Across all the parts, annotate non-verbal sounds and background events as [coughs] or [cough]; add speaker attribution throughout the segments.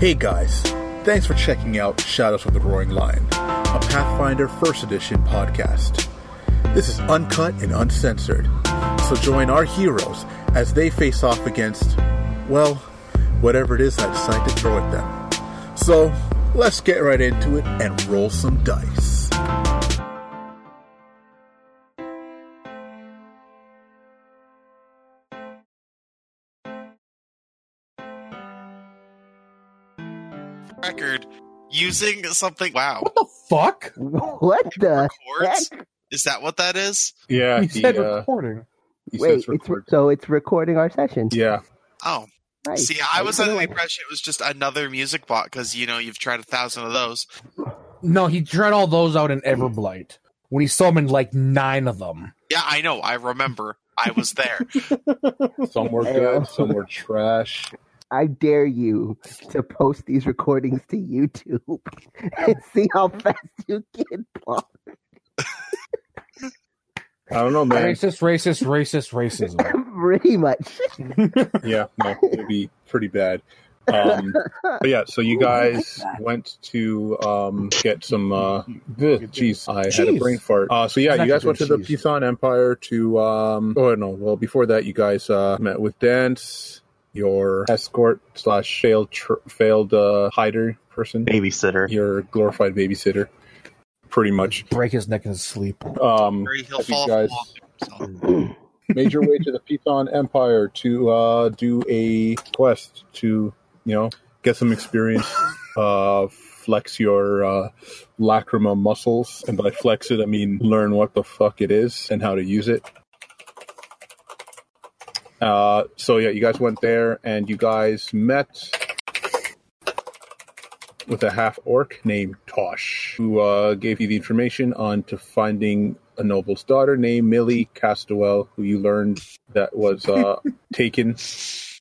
Speaker 1: Hey guys, thanks for checking out Shadows of the Roaring Lion, a Pathfinder First Edition podcast. This is uncut and uncensored, so join our heroes as they face off against, well, whatever it is I decide to throw at them. So, let's get right into it and roll some dice.
Speaker 2: record using something. Wow,
Speaker 3: What the fuck?
Speaker 4: [laughs] What the
Speaker 2: Chords? Is that what that is?
Speaker 5: Yeah,
Speaker 3: You
Speaker 5: he,
Speaker 3: said
Speaker 5: uh,
Speaker 3: recording.
Speaker 5: he
Speaker 4: Wait,
Speaker 5: says
Speaker 4: it's
Speaker 5: record.
Speaker 4: so it's recording our session.
Speaker 5: yeah,
Speaker 2: Oh,
Speaker 4: Nice.
Speaker 2: see, I was under
Speaker 4: Good.
Speaker 2: the impression it was just another music bot because you know you've tried a thousand of those.
Speaker 3: No, he tried all those out in Everblight when he summoned like nine of them.
Speaker 2: Yeah, I know. I remember. I was there.
Speaker 5: some were
Speaker 4: Ew.
Speaker 5: good, some were trash.
Speaker 4: I dare you to post these recordings to YouTube [laughs] and see how fast you get blocked.
Speaker 5: I don't know, man.
Speaker 3: Racist, racist, racist, racism.
Speaker 4: [laughs]
Speaker 5: [laughs]
Speaker 4: Pretty much.
Speaker 5: yeah, no, it'd be pretty bad. Um, but yeah, so you guys went to um, get some. Uh, ugh, jeez, I had a
Speaker 3: Cheese.
Speaker 5: brain fart. Uh, so yeah,
Speaker 3: It's
Speaker 5: you guys
Speaker 3: actually
Speaker 5: went to the
Speaker 3: good cheese.
Speaker 5: Python Empire to. Um, oh no, well before that, you guys uh, met with Dance, your escort slash failed tr- failed uh, hider person,
Speaker 6: babysitter.
Speaker 5: your glorified babysitter, pretty much.
Speaker 3: Break his neck in his sleep.
Speaker 5: Um,
Speaker 2: Or He'll
Speaker 5: Have you
Speaker 2: fall
Speaker 5: guys-
Speaker 2: off himself.
Speaker 5: made your way to the Python Empire to uh, do a quest to, you know, get some experience, uh, flex your uh, lacrima muscles. And by flex it, I mean learn what the fuck it is and how to use it. Uh, so, yeah, you guys went there and you guys met with a half orc named Tosh, who uh, gave you the information on to finding a noble's daughter named Millie Castawell, who you learned that was uh, taken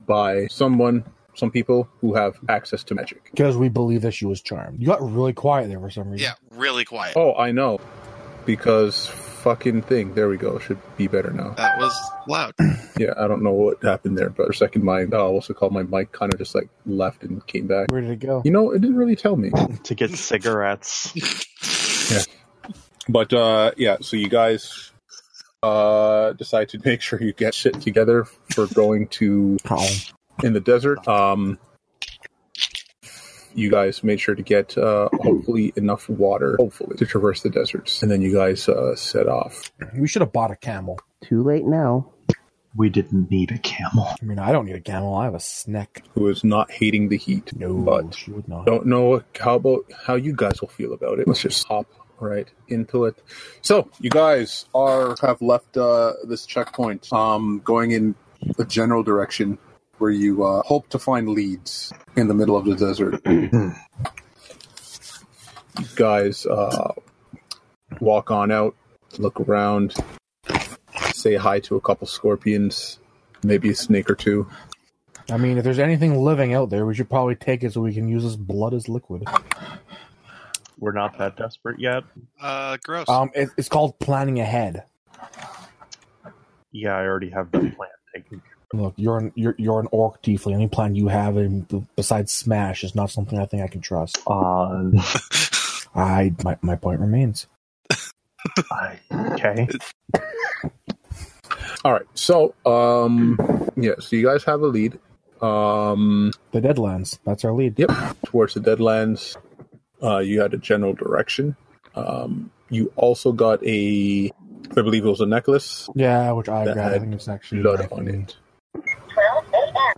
Speaker 5: by someone, some people who have access to magic.
Speaker 3: Because we believe that she was charmed. You got really quiet there for some reason.
Speaker 2: Yeah, really quiet.
Speaker 5: Oh, I know, because fucking thing. There we go. Should be better now.
Speaker 2: That was loud.
Speaker 5: Yeah, I don't know what happened there, but for a second, my uh, what's it called? My mic kind of just like left and came back.
Speaker 3: Where did it go?
Speaker 5: You know, it didn't really tell me.
Speaker 6: to [laughs] get cigarettes.
Speaker 5: But uh, yeah, so you guys uh, decide to [laughs] make sure you get shit together for going to in the desert. Um, you guys made sure to get uh, hopefully enough water, hopefully to traverse the deserts, and then you guys uh, set off.
Speaker 3: We should have bought a camel.
Speaker 4: Too late now.
Speaker 6: We didn't need a camel.
Speaker 3: I mean, I don't need a camel. I have a snack.
Speaker 5: Who is not hating the heat?
Speaker 3: No,
Speaker 5: but
Speaker 3: she would not.
Speaker 5: don't know how about how you guys will feel about it. Let's just hop right into it. So you guys are have left uh, this checkpoint, um, going in a general direction where you uh, hope to find leads in the middle of the desert. You guys uh, walk on out, look around, say hi to a couple scorpions, maybe a snake or two.
Speaker 3: I mean, if there's anything living out there, we should probably take it so we can use this blood as liquid.
Speaker 6: We're not that desperate yet.
Speaker 2: Uh, gross.
Speaker 3: Um, it, it's called planning ahead.
Speaker 6: Yeah, I already have the plan taken.
Speaker 3: Look, you're an you're, you're an orc tiefling. Any plan you have in, besides smash is not something I think I can trust.
Speaker 6: Um,
Speaker 3: I my, my point remains.
Speaker 6: I, okay.
Speaker 5: All right. So, um, yeah. So you guys have a lead. Um,
Speaker 3: The Deadlands. That's our lead.
Speaker 5: yep. Towards the Deadlands, uh, you had a general direction. Um, you also got a, I believe it was a necklace.
Speaker 3: Yeah, which I
Speaker 5: That
Speaker 3: grabbed. I
Speaker 5: had
Speaker 3: think it's actually
Speaker 5: Blood
Speaker 3: my
Speaker 5: on
Speaker 3: thing.
Speaker 5: it.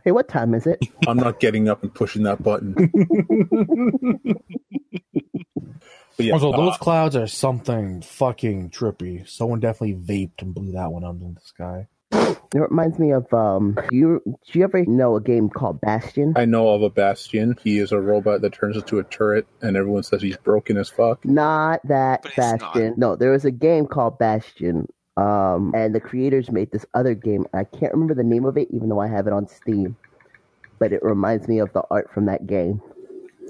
Speaker 4: Hey, what time is it?
Speaker 5: I'm not getting up and pushing that
Speaker 3: [laughs]
Speaker 5: button. But yeah,
Speaker 3: Also,
Speaker 5: uh,
Speaker 3: those clouds are something fucking trippy. Someone definitely vaped and blew that one up in the sky.
Speaker 4: It reminds me of um. Do you do you ever know a game called Bastion?
Speaker 5: I know of a Bastion. He is a robot that turns into a turret, and everyone says he's broken as fuck.
Speaker 4: Not that
Speaker 2: But it's not.
Speaker 4: Bastion. No, there was a game called Bastion. Um, and the creators made this other game. I can't remember the name of it, even though I have it on Steam. But it reminds me of the art from that game.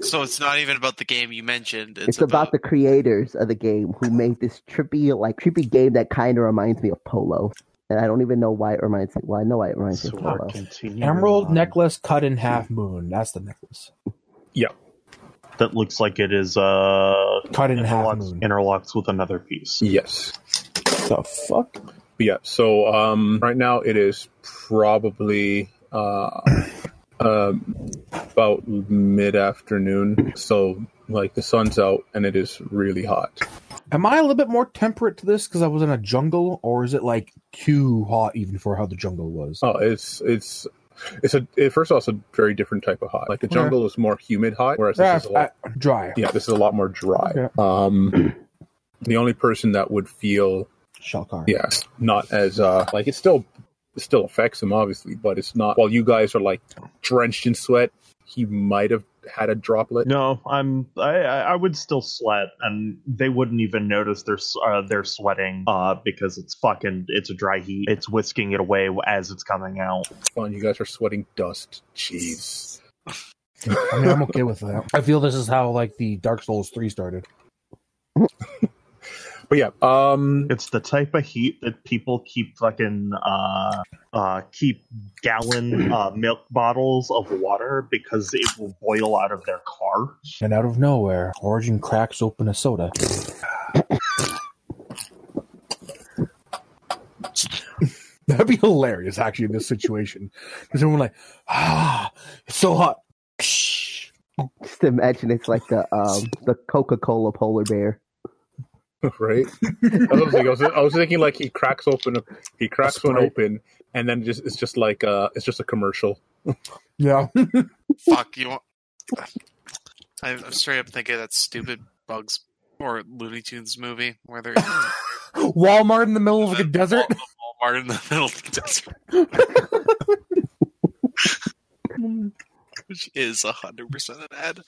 Speaker 2: so it's not even about the game you mentioned. It's,
Speaker 4: It's, about, the creators of the game who made this trippy, like trippy game that kind of reminds me of Polo. And I don't even know why it reminds me. Well, I know why it reminds
Speaker 6: So
Speaker 4: me of
Speaker 6: we're
Speaker 4: Polo.
Speaker 6: continuing.
Speaker 3: Emerald
Speaker 6: on.
Speaker 3: necklace cut in half moon. That's the necklace.
Speaker 5: Yeah.
Speaker 6: that looks like it is uh
Speaker 3: Cut it in half.
Speaker 6: interlocks,
Speaker 3: Moon.
Speaker 6: interlocks with another piece.
Speaker 5: Yes.
Speaker 3: The fuck?
Speaker 5: But yeah. So um, right now it is probably uh, um about mid afternoon. So like the sun's out and it is really hot.
Speaker 3: Am I a little bit more temperate to this because I was in a jungle, or is it like too hot even for how the jungle was?
Speaker 5: Oh, it's it's. It's a it, first of all, it's a very different type of hot. Like the
Speaker 3: Okay.
Speaker 5: jungle is more humid hot, whereas
Speaker 3: Ah,
Speaker 5: this is a lot
Speaker 3: I- dry.
Speaker 5: yeah, this is a lot more dry.
Speaker 3: Okay.
Speaker 5: Um, the only person that would feel
Speaker 3: Shell car.
Speaker 5: yeah, not as uh like it still it still affects him obviously, but it's not. While you guys are like drenched in sweat, he might have had a droplet.
Speaker 6: No, I'm I I I would still sweat, and they wouldn't even notice they're s- uh, they're sweating uh because it's fucking it's a dry heat. It's whisking it away as it's coming out.
Speaker 5: Fun, you guys are sweating dust. Jeez.
Speaker 3: I mean, I'm okay with that. [laughs] I feel this is how like the Dark Souls three started.
Speaker 5: But yeah, um, [laughs]
Speaker 6: It's the type of heat that people keep fucking uh uh keep gallon uh milk bottles of water because it will boil out of their car.
Speaker 3: And out of nowhere, Origin cracks open a soda. [laughs] That'd be hilarious, actually, in this situation. Because everyone like, ah, it's so hot.
Speaker 4: Just imagine it's like the um, the Coca Cola polar bear.
Speaker 5: right? I was, like, I, was, I was thinking like he cracks open, a, he cracks one
Speaker 3: Sprite.
Speaker 5: open, and then just it's just like uh, it's just a commercial. [laughs]
Speaker 3: Yeah.
Speaker 2: Fuck you. want- I'm, I'm straight up thinking of that stupid Bugs or Looney Tunes movie where they're
Speaker 3: [laughs] Walmart in the middle of like, a desert.
Speaker 2: Walmart in the [laughs] middle of the desert, which is hundred percent an ad.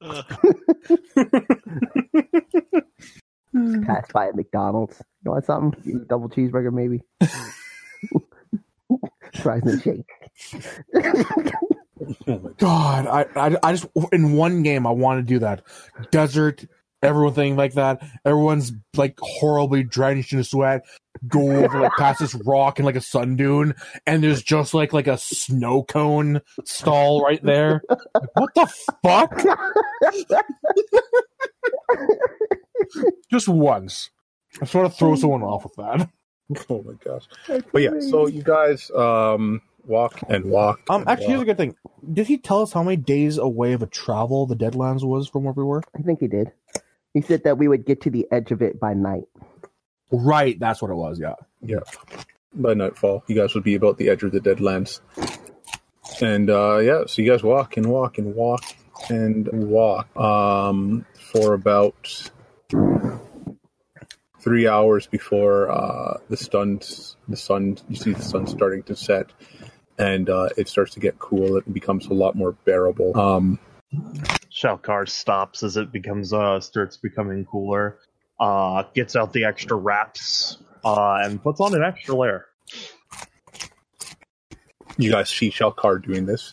Speaker 2: Uh,
Speaker 4: Pass by at McDonald's. You want something? You want a Double cheeseburger, maybe. Fries and shake.
Speaker 3: God, I, I, I just in one game I want to do that desert, everything like that. Everyone's like horribly drenched in sweat. Go over like past this rock and like a sun dune, and there's just like like a snow cone stall right there. Like, what the fuck? just once. I just want to throw someone off with that.
Speaker 5: Oh my gosh! But yeah, so you guys um walk and walk.
Speaker 3: Um,
Speaker 5: and
Speaker 3: actually, here's a
Speaker 5: walk.
Speaker 3: good thing. Did he tell us how many days away of a travel the Deadlands was from where we were?
Speaker 4: I think he did. He said that we would get to the edge of it by night.
Speaker 3: Right, that's what it was. Yeah.
Speaker 5: by nightfall, you guys would be about the edge of the Deadlands. And uh, yeah, so you guys walk and walk and walk and walk um, for about three hours before uh, the sun. The sun, you see the sun starting to set, and uh, it starts to get cool. It becomes a lot more bearable. Um,
Speaker 6: Shalkar stops as it becomes uh starts becoming cooler. Uh, gets out the extra wraps uh and puts on an extra layer.
Speaker 5: you guys see Shalkar doing this.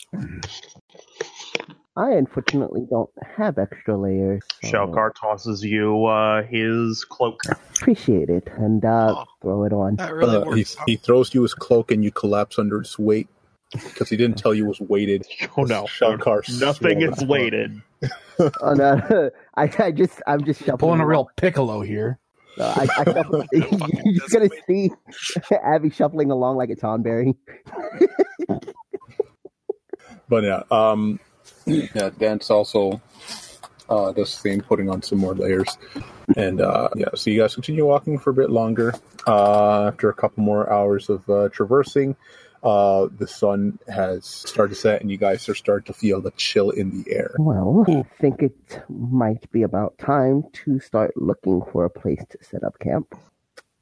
Speaker 4: I unfortunately don't have extra layers. so
Speaker 6: Shalkar tosses you uh his cloak. [laughs]
Speaker 4: Appreciate it and uh,
Speaker 2: Oh.
Speaker 4: throw it on.
Speaker 2: that really
Speaker 5: Uh, he,
Speaker 2: works.
Speaker 5: he throws you his cloak, and you collapse under its weight because he didn't tell you it was weighted.
Speaker 6: Oh no.
Speaker 5: Shalkar
Speaker 6: Nothing
Speaker 5: swallowed
Speaker 6: is
Speaker 5: it.
Speaker 6: weighted.
Speaker 4: Oh no! [laughs] I, I just I'm just shuffling.
Speaker 3: pulling a
Speaker 4: around.
Speaker 3: real piccolo here.
Speaker 4: Uh, I,
Speaker 3: [laughs]
Speaker 4: I shuffle, [laughs] you're just gonna see [laughs] Abby shuffling along like a Tonberry.
Speaker 5: But yeah, um, yeah, Dance also uh, does the same, putting on some more layers, and uh, yeah. So you guys continue walking for a bit longer. Uh, after a couple more hours of uh, traversing, uh, the sun has started to set, and you guys are starting to feel the chill in the air.
Speaker 4: Well, I think it might be about time to start looking for a place to set up camp.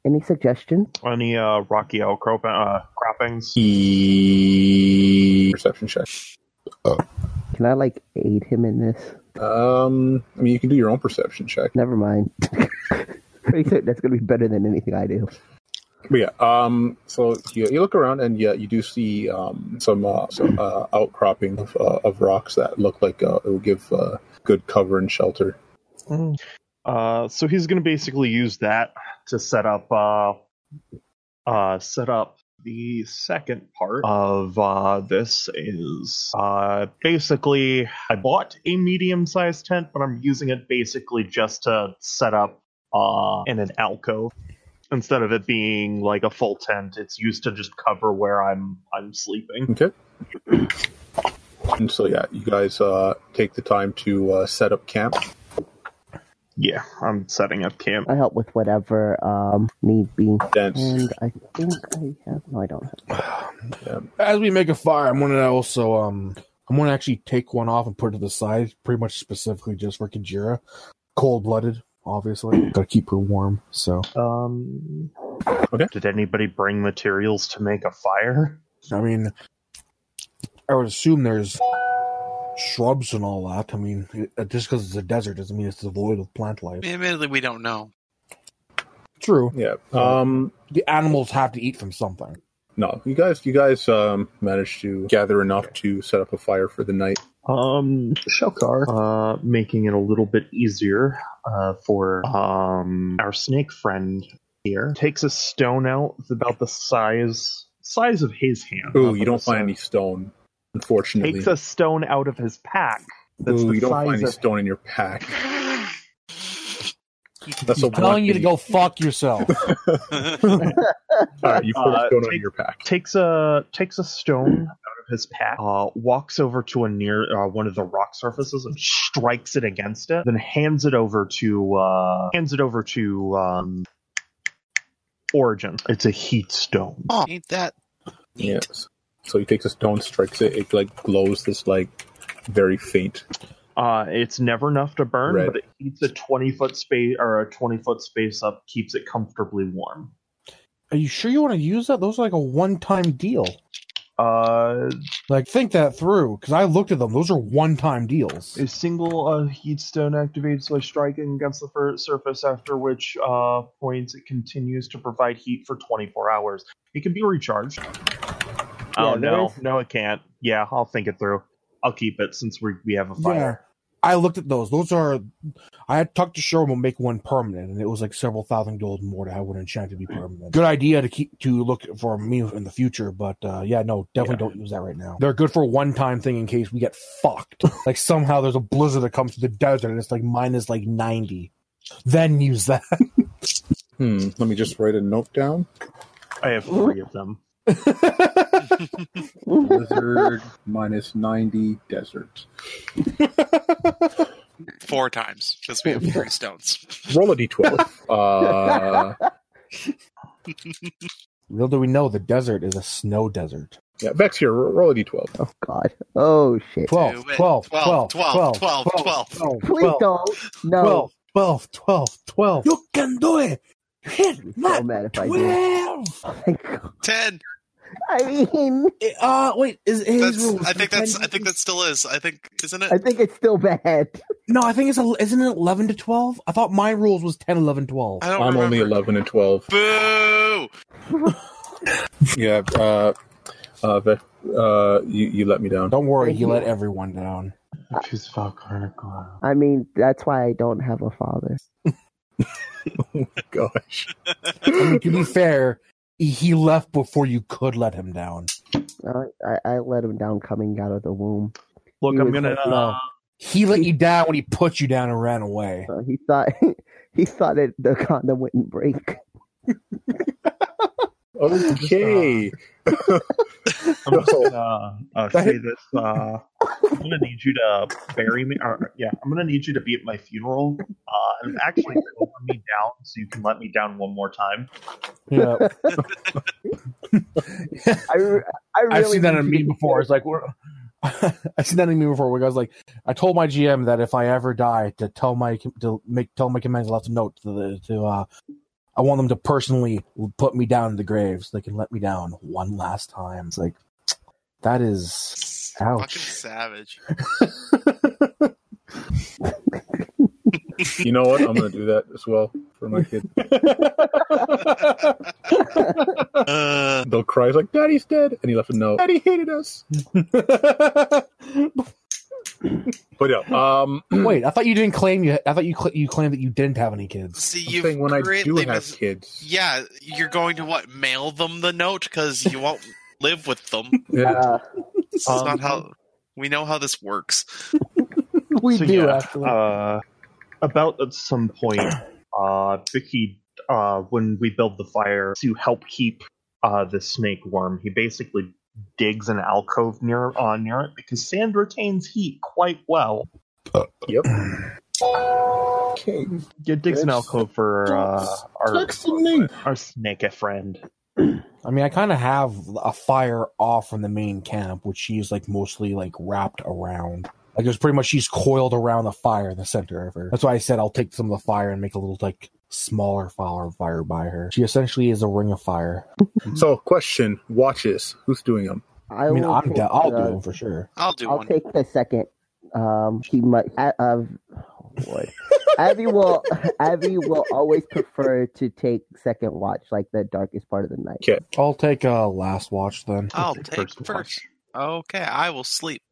Speaker 4: Any suggestions?
Speaker 6: Any uh rocky outcrop uh croppings?
Speaker 5: E- Perception check.
Speaker 4: Can I like aid him in this?
Speaker 5: Um, I mean, you can do your own perception check.
Speaker 4: Never mind. [laughs] Pretty certain that's gonna be better than anything I do.
Speaker 5: But yeah, um, so you, you look around and yeah, you do see um, some, uh, some uh, outcropping of, uh, of rocks that look like uh, it will give uh, good cover and shelter.
Speaker 6: Uh, so he's going to basically use that to set up uh, uh, set up The second part of uh, this is uh, basically I bought a medium sized tent, but I'm using it basically just to set up uh, in an alcove. Instead of it being like a full tent, it's used to just cover where I'm I'm sleeping.
Speaker 5: Okay. [clears throat] And so, yeah, you guys uh, take the time to uh, set up camp.
Speaker 6: Yeah, I'm setting up camp.
Speaker 4: I help with whatever um, need be.
Speaker 5: Dance.
Speaker 6: Mm.
Speaker 4: And I think I have. No, I don't have.
Speaker 3: As we make a fire, I'm gonna also um I'm gonna actually take one off and put it to the side, pretty much specifically just for Kajira. Cold blooded,
Speaker 5: [clears throat]
Speaker 3: obviously. Gotta keep her warm. So
Speaker 6: Um,
Speaker 5: Okay.
Speaker 6: Did anybody bring materials to make a fire?
Speaker 3: I mean I would assume there's shrubs and all that. I mean, it, uh, just because it's a desert doesn't mean it's devoid of plant life.
Speaker 2: Admittedly, we don't know.
Speaker 3: True.
Speaker 5: Yeah. Um,
Speaker 3: The animals have to eat from something.
Speaker 5: no, you guys, you guys um, managed to gather enough to set up a fire for the night.
Speaker 6: Um, Shelkar, uh, making it a little bit easier uh, for um, our snake friend here. Takes a stone out that's about the size size of his hand.
Speaker 5: Ooh,
Speaker 6: not
Speaker 5: you
Speaker 6: the
Speaker 5: don't find
Speaker 6: size-
Speaker 5: any stone, unfortunately.
Speaker 6: Takes a stone out of his pack. That's
Speaker 5: Ooh,
Speaker 6: the
Speaker 5: you don't
Speaker 6: size
Speaker 5: find any
Speaker 6: of-
Speaker 5: stone in your pack. That's a
Speaker 3: I'm telling you to
Speaker 5: 1B.
Speaker 3: go fuck yourself.
Speaker 5: All right, you put
Speaker 6: Uh,
Speaker 5: a stone on
Speaker 6: take-
Speaker 5: your pack.
Speaker 6: takes a takes a [clears throat] stone out of his pack, uh, walks over to a near uh, one of the rock surfaces and strikes it against it, then hands it over to uh, hands it over to um, Origin. It's a heat stone.
Speaker 2: oh, ain't that
Speaker 5: Yeah. So he takes a stone, strikes it. It like glows this like very faint.
Speaker 6: Uh, it's never enough to burn,
Speaker 5: Red.
Speaker 6: but it heats a twenty foot space or a twenty foot space up, keeps it comfortably warm.
Speaker 3: [laughs] Are you sure you want to use that? Those are like a one-time deal.
Speaker 6: Uh,
Speaker 3: Like think that through, because I looked at them. Those are one-time deals.
Speaker 6: a single uh, heat stone activates by striking against the fir- surface, after which uh, points it continues to provide heat for 24 hours. It can be recharged. oh,
Speaker 4: Yeah,
Speaker 6: no.
Speaker 4: there is-
Speaker 6: No, it can't. Yeah, I'll think it through. I'll keep it since we, we have a fire.
Speaker 3: I looked at those. Those are. I had talked to Sherman to make one permanent, and it was like several thousand gold more to have one enchanted to be permanent. Good idea to keep to look for me in the future, but uh, yeah, no, definitely
Speaker 6: Yeah.
Speaker 3: don't use that right now. They're good for one time thing in case we get
Speaker 6: [laughs]
Speaker 3: fucked. like somehow there's a blizzard that comes to the desert, and it's like minus like ninety. Then use that. [laughs]
Speaker 5: Hmm. Let me just write a note down.
Speaker 6: I have three of them.
Speaker 5: Blizzard minus ninety desert.
Speaker 2: four times because we have three stones.
Speaker 5: Roll a [laughs] d12. uh,
Speaker 3: Little do we know, the desert is a snow desert.
Speaker 5: yeah, Vex here. ro- Roll a d12.
Speaker 4: Oh God. Oh shit.
Speaker 3: 12,
Speaker 2: Do it.
Speaker 3: 12, 12, 12,
Speaker 2: 12,
Speaker 3: 12, 12,
Speaker 2: 12,
Speaker 4: Please don't. No.
Speaker 3: 12, 12, 12, 12. You can do it. You hit
Speaker 4: so
Speaker 3: not
Speaker 4: mad if I [laughs] do.
Speaker 3: 12.
Speaker 4: Thank God.
Speaker 2: Ten.
Speaker 4: I mean,
Speaker 3: Eh, Uh, wait, is it his
Speaker 2: That's,
Speaker 3: rules?
Speaker 2: I think that's. I
Speaker 3: 10?
Speaker 2: think that still is. I think isn't it?
Speaker 4: I think it's still bad.
Speaker 3: No, I think it's, a, isn't it 11 to 12? I thought my rules was 10, 11, 12.
Speaker 2: I don't.
Speaker 5: I'm only
Speaker 2: remember.
Speaker 5: eleven and twelve.
Speaker 2: Boo!
Speaker 5: Yeah. Uh, uh, Vex, uh, you you let me down.
Speaker 3: Don't worry, he [laughs] let everyone down.
Speaker 6: Choose Valkyrie.
Speaker 4: I mean, that's why I don't have a father.
Speaker 5: [laughs] Gosh.
Speaker 3: I mean, to be fair, he left before you could let him down.
Speaker 4: Uh, I, I let him down coming out of the womb.
Speaker 6: Look,
Speaker 4: He
Speaker 6: I'm
Speaker 4: was
Speaker 6: gonna.
Speaker 4: like,
Speaker 3: no.
Speaker 6: uh,
Speaker 3: He let you down when he put you down and ran away.
Speaker 4: So he thought [laughs] he thought that the condom wouldn't break.
Speaker 5: Okay.
Speaker 6: I'm just gonna uh, say this. Uh, I'm gonna need you to bury me. Or, yeah, I'm gonna need you to be at my funeral. Uh, and actually, lower me down so you can let me down one more time.
Speaker 3: Yeah.
Speaker 4: I, re- I really
Speaker 3: I've seen that in a
Speaker 4: need you
Speaker 3: meme
Speaker 4: to-
Speaker 3: before. It's like we're, [laughs] I've seen that in a meme before. Where I was like, I told my GM that if I ever die, to tell my to make tell my commands, I'll have to note to, the, to uh, I want them to personally put me down in the grave so they can let me down one last time. It's like that is
Speaker 2: [clears throat] Fucking
Speaker 3: ouch.
Speaker 2: savage.
Speaker 5: You know what? I'm gonna do that as well for [laughs] my kid.
Speaker 2: Uh,
Speaker 5: They'll cry. He's like, "Daddy's dead," and he left a note. Daddy hated us. But yeah, um,
Speaker 3: Wait, I thought you didn't claim you. I thought you cl- you claimed that you didn't have any kids.
Speaker 2: See,
Speaker 5: I'm
Speaker 2: you
Speaker 5: saying when I do have kids,
Speaker 2: Yeah, you're going to what? Mail them the note because you won't live with them.
Speaker 5: yeah,
Speaker 4: Uh,
Speaker 2: It's
Speaker 6: Um,
Speaker 2: not how we know how this works.
Speaker 3: We
Speaker 6: So,
Speaker 3: do
Speaker 6: yeah,
Speaker 3: actually.
Speaker 6: Uh, about at some point, uh, Vicky, uh, when we build the fire to help keep uh, the snake worm, he basically digs an alcove near uh, near it because sand retains heat quite well.
Speaker 5: okay,
Speaker 6: Yeah, digs an
Speaker 5: Yes.
Speaker 6: alcove for uh, our
Speaker 5: excellent.
Speaker 6: our snake friend.
Speaker 3: I mean, I kind of have a fire off from the main camp, which she's like mostly like wrapped around. Like it was pretty much she's coiled around the fire in the center of her. That's why I said I'll take some of the fire and make a little like smaller fire fire by her. She essentially is a ring of fire.
Speaker 5: So, question: watches. Who's doing them?
Speaker 3: I mean,
Speaker 4: will
Speaker 3: I'm
Speaker 4: take
Speaker 3: da- I'll
Speaker 4: the-
Speaker 3: do them for sure.
Speaker 2: I'll do
Speaker 4: I'll
Speaker 2: one.
Speaker 4: take the second. Um, she might. Uh, uh, oh, Lord. Abby will. [laughs] Abby will always prefer to take second watch, like the darkest part of the night.
Speaker 5: Okay.
Speaker 3: I'll take a uh, last watch then.
Speaker 6: [laughs]
Speaker 2: I'll take first.
Speaker 6: watch.
Speaker 2: Okay, I will sleep.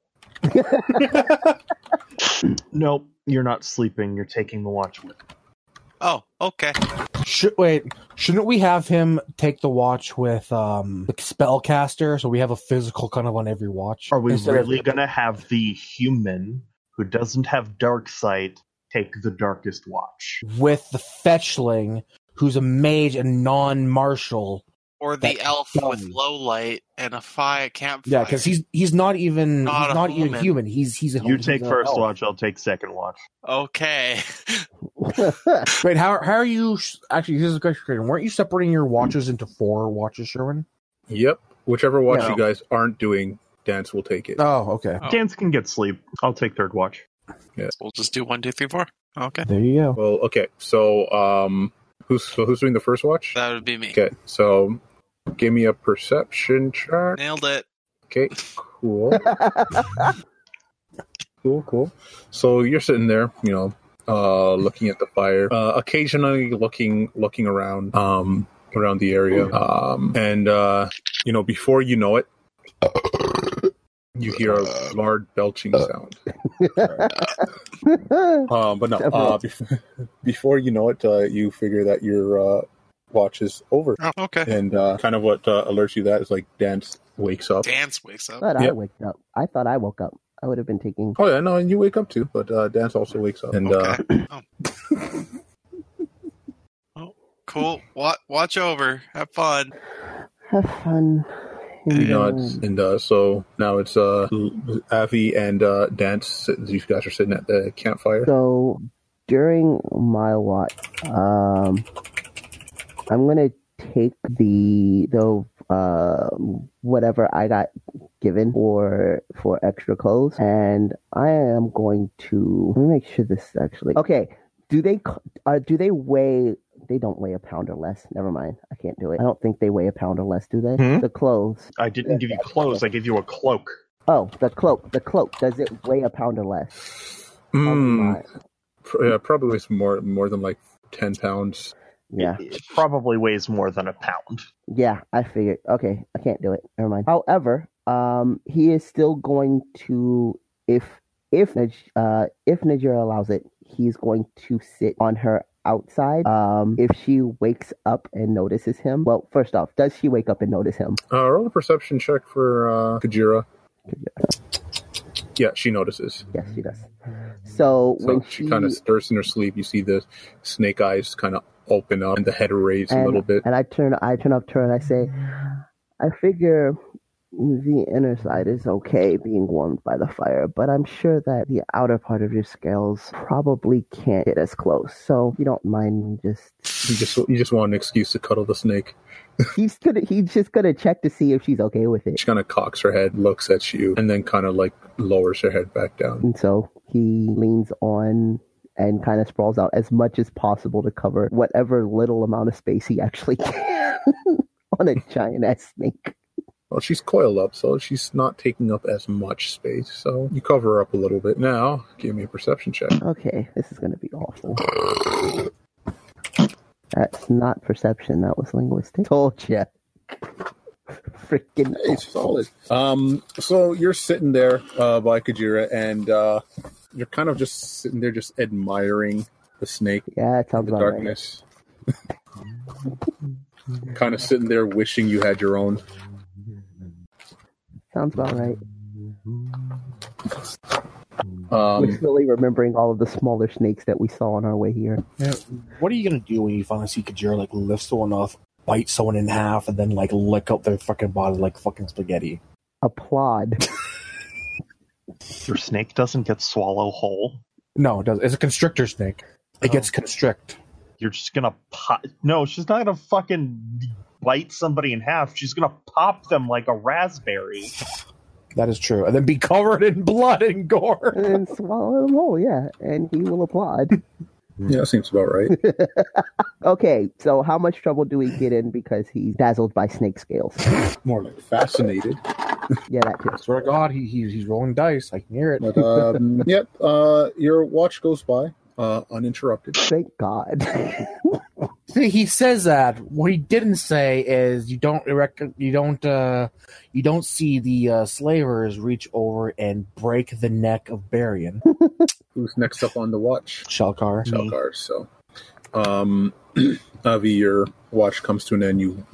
Speaker 6: Nope, you're not sleeping. You're taking the watch with.
Speaker 2: Oh, okay.
Speaker 3: Should wait? Shouldn't we have him take the watch with um the spellcaster? So we have a physical kind of on every watch.
Speaker 6: Are we
Speaker 3: Instead of-
Speaker 6: really gonna have the human who doesn't have dark sight take the darkest watch?
Speaker 3: with the fetchling, who's a mage and non-martial?
Speaker 2: Or the
Speaker 3: That's
Speaker 2: elf with
Speaker 3: dumb.
Speaker 2: low light and a fire campfire.
Speaker 3: Yeah, because he's he's not even
Speaker 2: Not
Speaker 3: he's
Speaker 2: a
Speaker 3: not even
Speaker 2: human.
Speaker 3: human. He's he's a
Speaker 6: You
Speaker 3: he's
Speaker 6: take
Speaker 3: a
Speaker 6: first
Speaker 3: elf.
Speaker 6: watch. I'll take second watch.
Speaker 2: okay. [laughs]
Speaker 3: Wait, how how are you? Actually, this is a great question. Weren't you separating your watches into four watches, Sherwin?
Speaker 5: Yep. Whichever watch
Speaker 6: No.
Speaker 5: you guys aren't doing, Dance will take it.
Speaker 3: Oh, okay.
Speaker 2: Oh.
Speaker 6: Dance can get sleep. I'll take third watch.
Speaker 2: We'll just do one, two, three, four. Okay,
Speaker 3: There you go.
Speaker 5: Well, okay. So, um, who's so who's doing the first watch?
Speaker 2: that would be me.
Speaker 5: Okay. So, give me a perception check.
Speaker 2: Nailed it.
Speaker 5: Okay. Cool. cool. Cool. So you're sitting there, you know, uh, looking at the fire, uh, occasionally looking looking around, um, around the area, um, and uh, you know, before you know it. You hear a loud belching sound. Um, but no, uh, bef- [laughs] before you know it, uh, you figure that your uh, watch is over,
Speaker 2: Oh, okay.
Speaker 5: and uh, kind of what uh, alerts you to that is like dance wakes up.
Speaker 2: Dance wakes up.
Speaker 4: [laughs] but I
Speaker 5: Yep.
Speaker 4: waked up. I thought I woke up. I would have been taking.
Speaker 5: Oh yeah, no, and you wake up too, but uh, dance also wakes up, and uh,
Speaker 2: Okay. Oh. oh, cool. Watch, watch over. Have fun.
Speaker 4: Have fun.
Speaker 2: You
Speaker 5: you know, it's, and uh, so now it's uh, Avi and uh, dance. You guys are sitting at the campfire.
Speaker 4: So during my watch, um, I'm gonna take the the uh, whatever I got given for for extra clothes, and I am going to let me make sure this is actually okay. Do they c- uh, do they weigh? They don't weigh a pound or less. Never mind. I can't do it. I don't think they weigh a pound or less. Do they?
Speaker 6: Hmm?
Speaker 4: The clothes.
Speaker 6: I didn't give you clothes. I gave you a cloak.
Speaker 4: Oh, the cloak. The cloak. Does it weigh a pound or less? Probably
Speaker 5: Mm,
Speaker 4: not.
Speaker 5: pr- yeah, probably some more more than like ten pounds.
Speaker 4: Yeah.
Speaker 6: It probably weighs more than a pound.
Speaker 4: Yeah, I figured. Okay, I can't do it. Never mind. However, um, he is still going to if if Nij- uh if Nigeria allows it, he's going to sit on her outside. Um, if she wakes up and notices him, well, first off, does she wake up and notice him?
Speaker 5: Uh, roll a perception check for uh, Kajira. Yeah, she notices.
Speaker 4: Yes, she does. So,
Speaker 5: So
Speaker 4: when
Speaker 5: she, kind of stirs in her sleep. You see the snake eyes kind of open up and the head raise
Speaker 4: and,
Speaker 5: a little bit.
Speaker 4: and I turn I turn up to her and I say, I figure the inner side is okay being warmed by the fire, but I'm sure that the outer part of your scales probably can't get as close. So if you don't mind
Speaker 5: [laughs]
Speaker 4: just
Speaker 5: You just you just want an excuse to cuddle the snake.
Speaker 4: he's gonna he's just gonna check to see if she's okay with it.
Speaker 5: She kind of cocks her head, looks at you, and then kind of like lowers her head back down.
Speaker 4: And so he leans on and kind of sprawls out as much as possible to cover whatever little amount of space he actually [laughs] can on a giant ass snake.
Speaker 5: Well, she's coiled up, so she's not taking up as much space. So you cover her up a little bit. Now, give me a perception check.
Speaker 4: Okay, this is gonna be awful. That's not perception. That was linguistic. Told ya. [laughs] freaking
Speaker 5: Hey, solid. Um, so you're sitting there uh, by Kajira, and uh, you're kind of just sitting there, just admiring the snake,
Speaker 4: Yeah, it sounds
Speaker 5: the
Speaker 4: about right.
Speaker 5: darkness. kind of sitting there, wishing you had your own.
Speaker 4: Sounds about right.
Speaker 5: Um,
Speaker 4: Wishfully remembering all of the smaller snakes that we saw on our way here.
Speaker 3: What are you gonna do when you finally see Kajira like lift someone off, bite someone in half, and then like lick up their fucking body like fucking spaghetti?
Speaker 4: Applaud. [laughs]
Speaker 6: Your snake doesn't get swallow whole.
Speaker 3: No, it doesn't. It's a constrictor snake. It
Speaker 6: Oh.
Speaker 3: gets constrict.
Speaker 6: You're just gonna pop. No, she's not gonna fucking bite somebody in half. She's gonna pop them like a raspberry.
Speaker 3: That is true. And then be covered in blood and gore.
Speaker 4: and then swallow them whole, yeah. And he will applaud.
Speaker 5: yeah, that seems about right.
Speaker 4: Okay, so how much trouble do we get in because he's dazzled by snake scales?
Speaker 3: [laughs] More like.
Speaker 5: Fascinated.
Speaker 4: Yeah, that too.
Speaker 3: Swear to God, he, he's he's rolling dice. I can hear it.
Speaker 5: But, um, yep, uh, your watch goes by uh, uninterrupted.
Speaker 4: Thank God. [laughs]
Speaker 3: See, he says that. What he didn't say is you don't erect, you don't uh, you don't see the uh, slavers reach over and break the neck of Barian
Speaker 5: Who's next up on the watch?
Speaker 3: Shalkar.
Speaker 6: Me.
Speaker 5: Shalkar. So, um, [clears throat] Avi, your watch comes to an end. You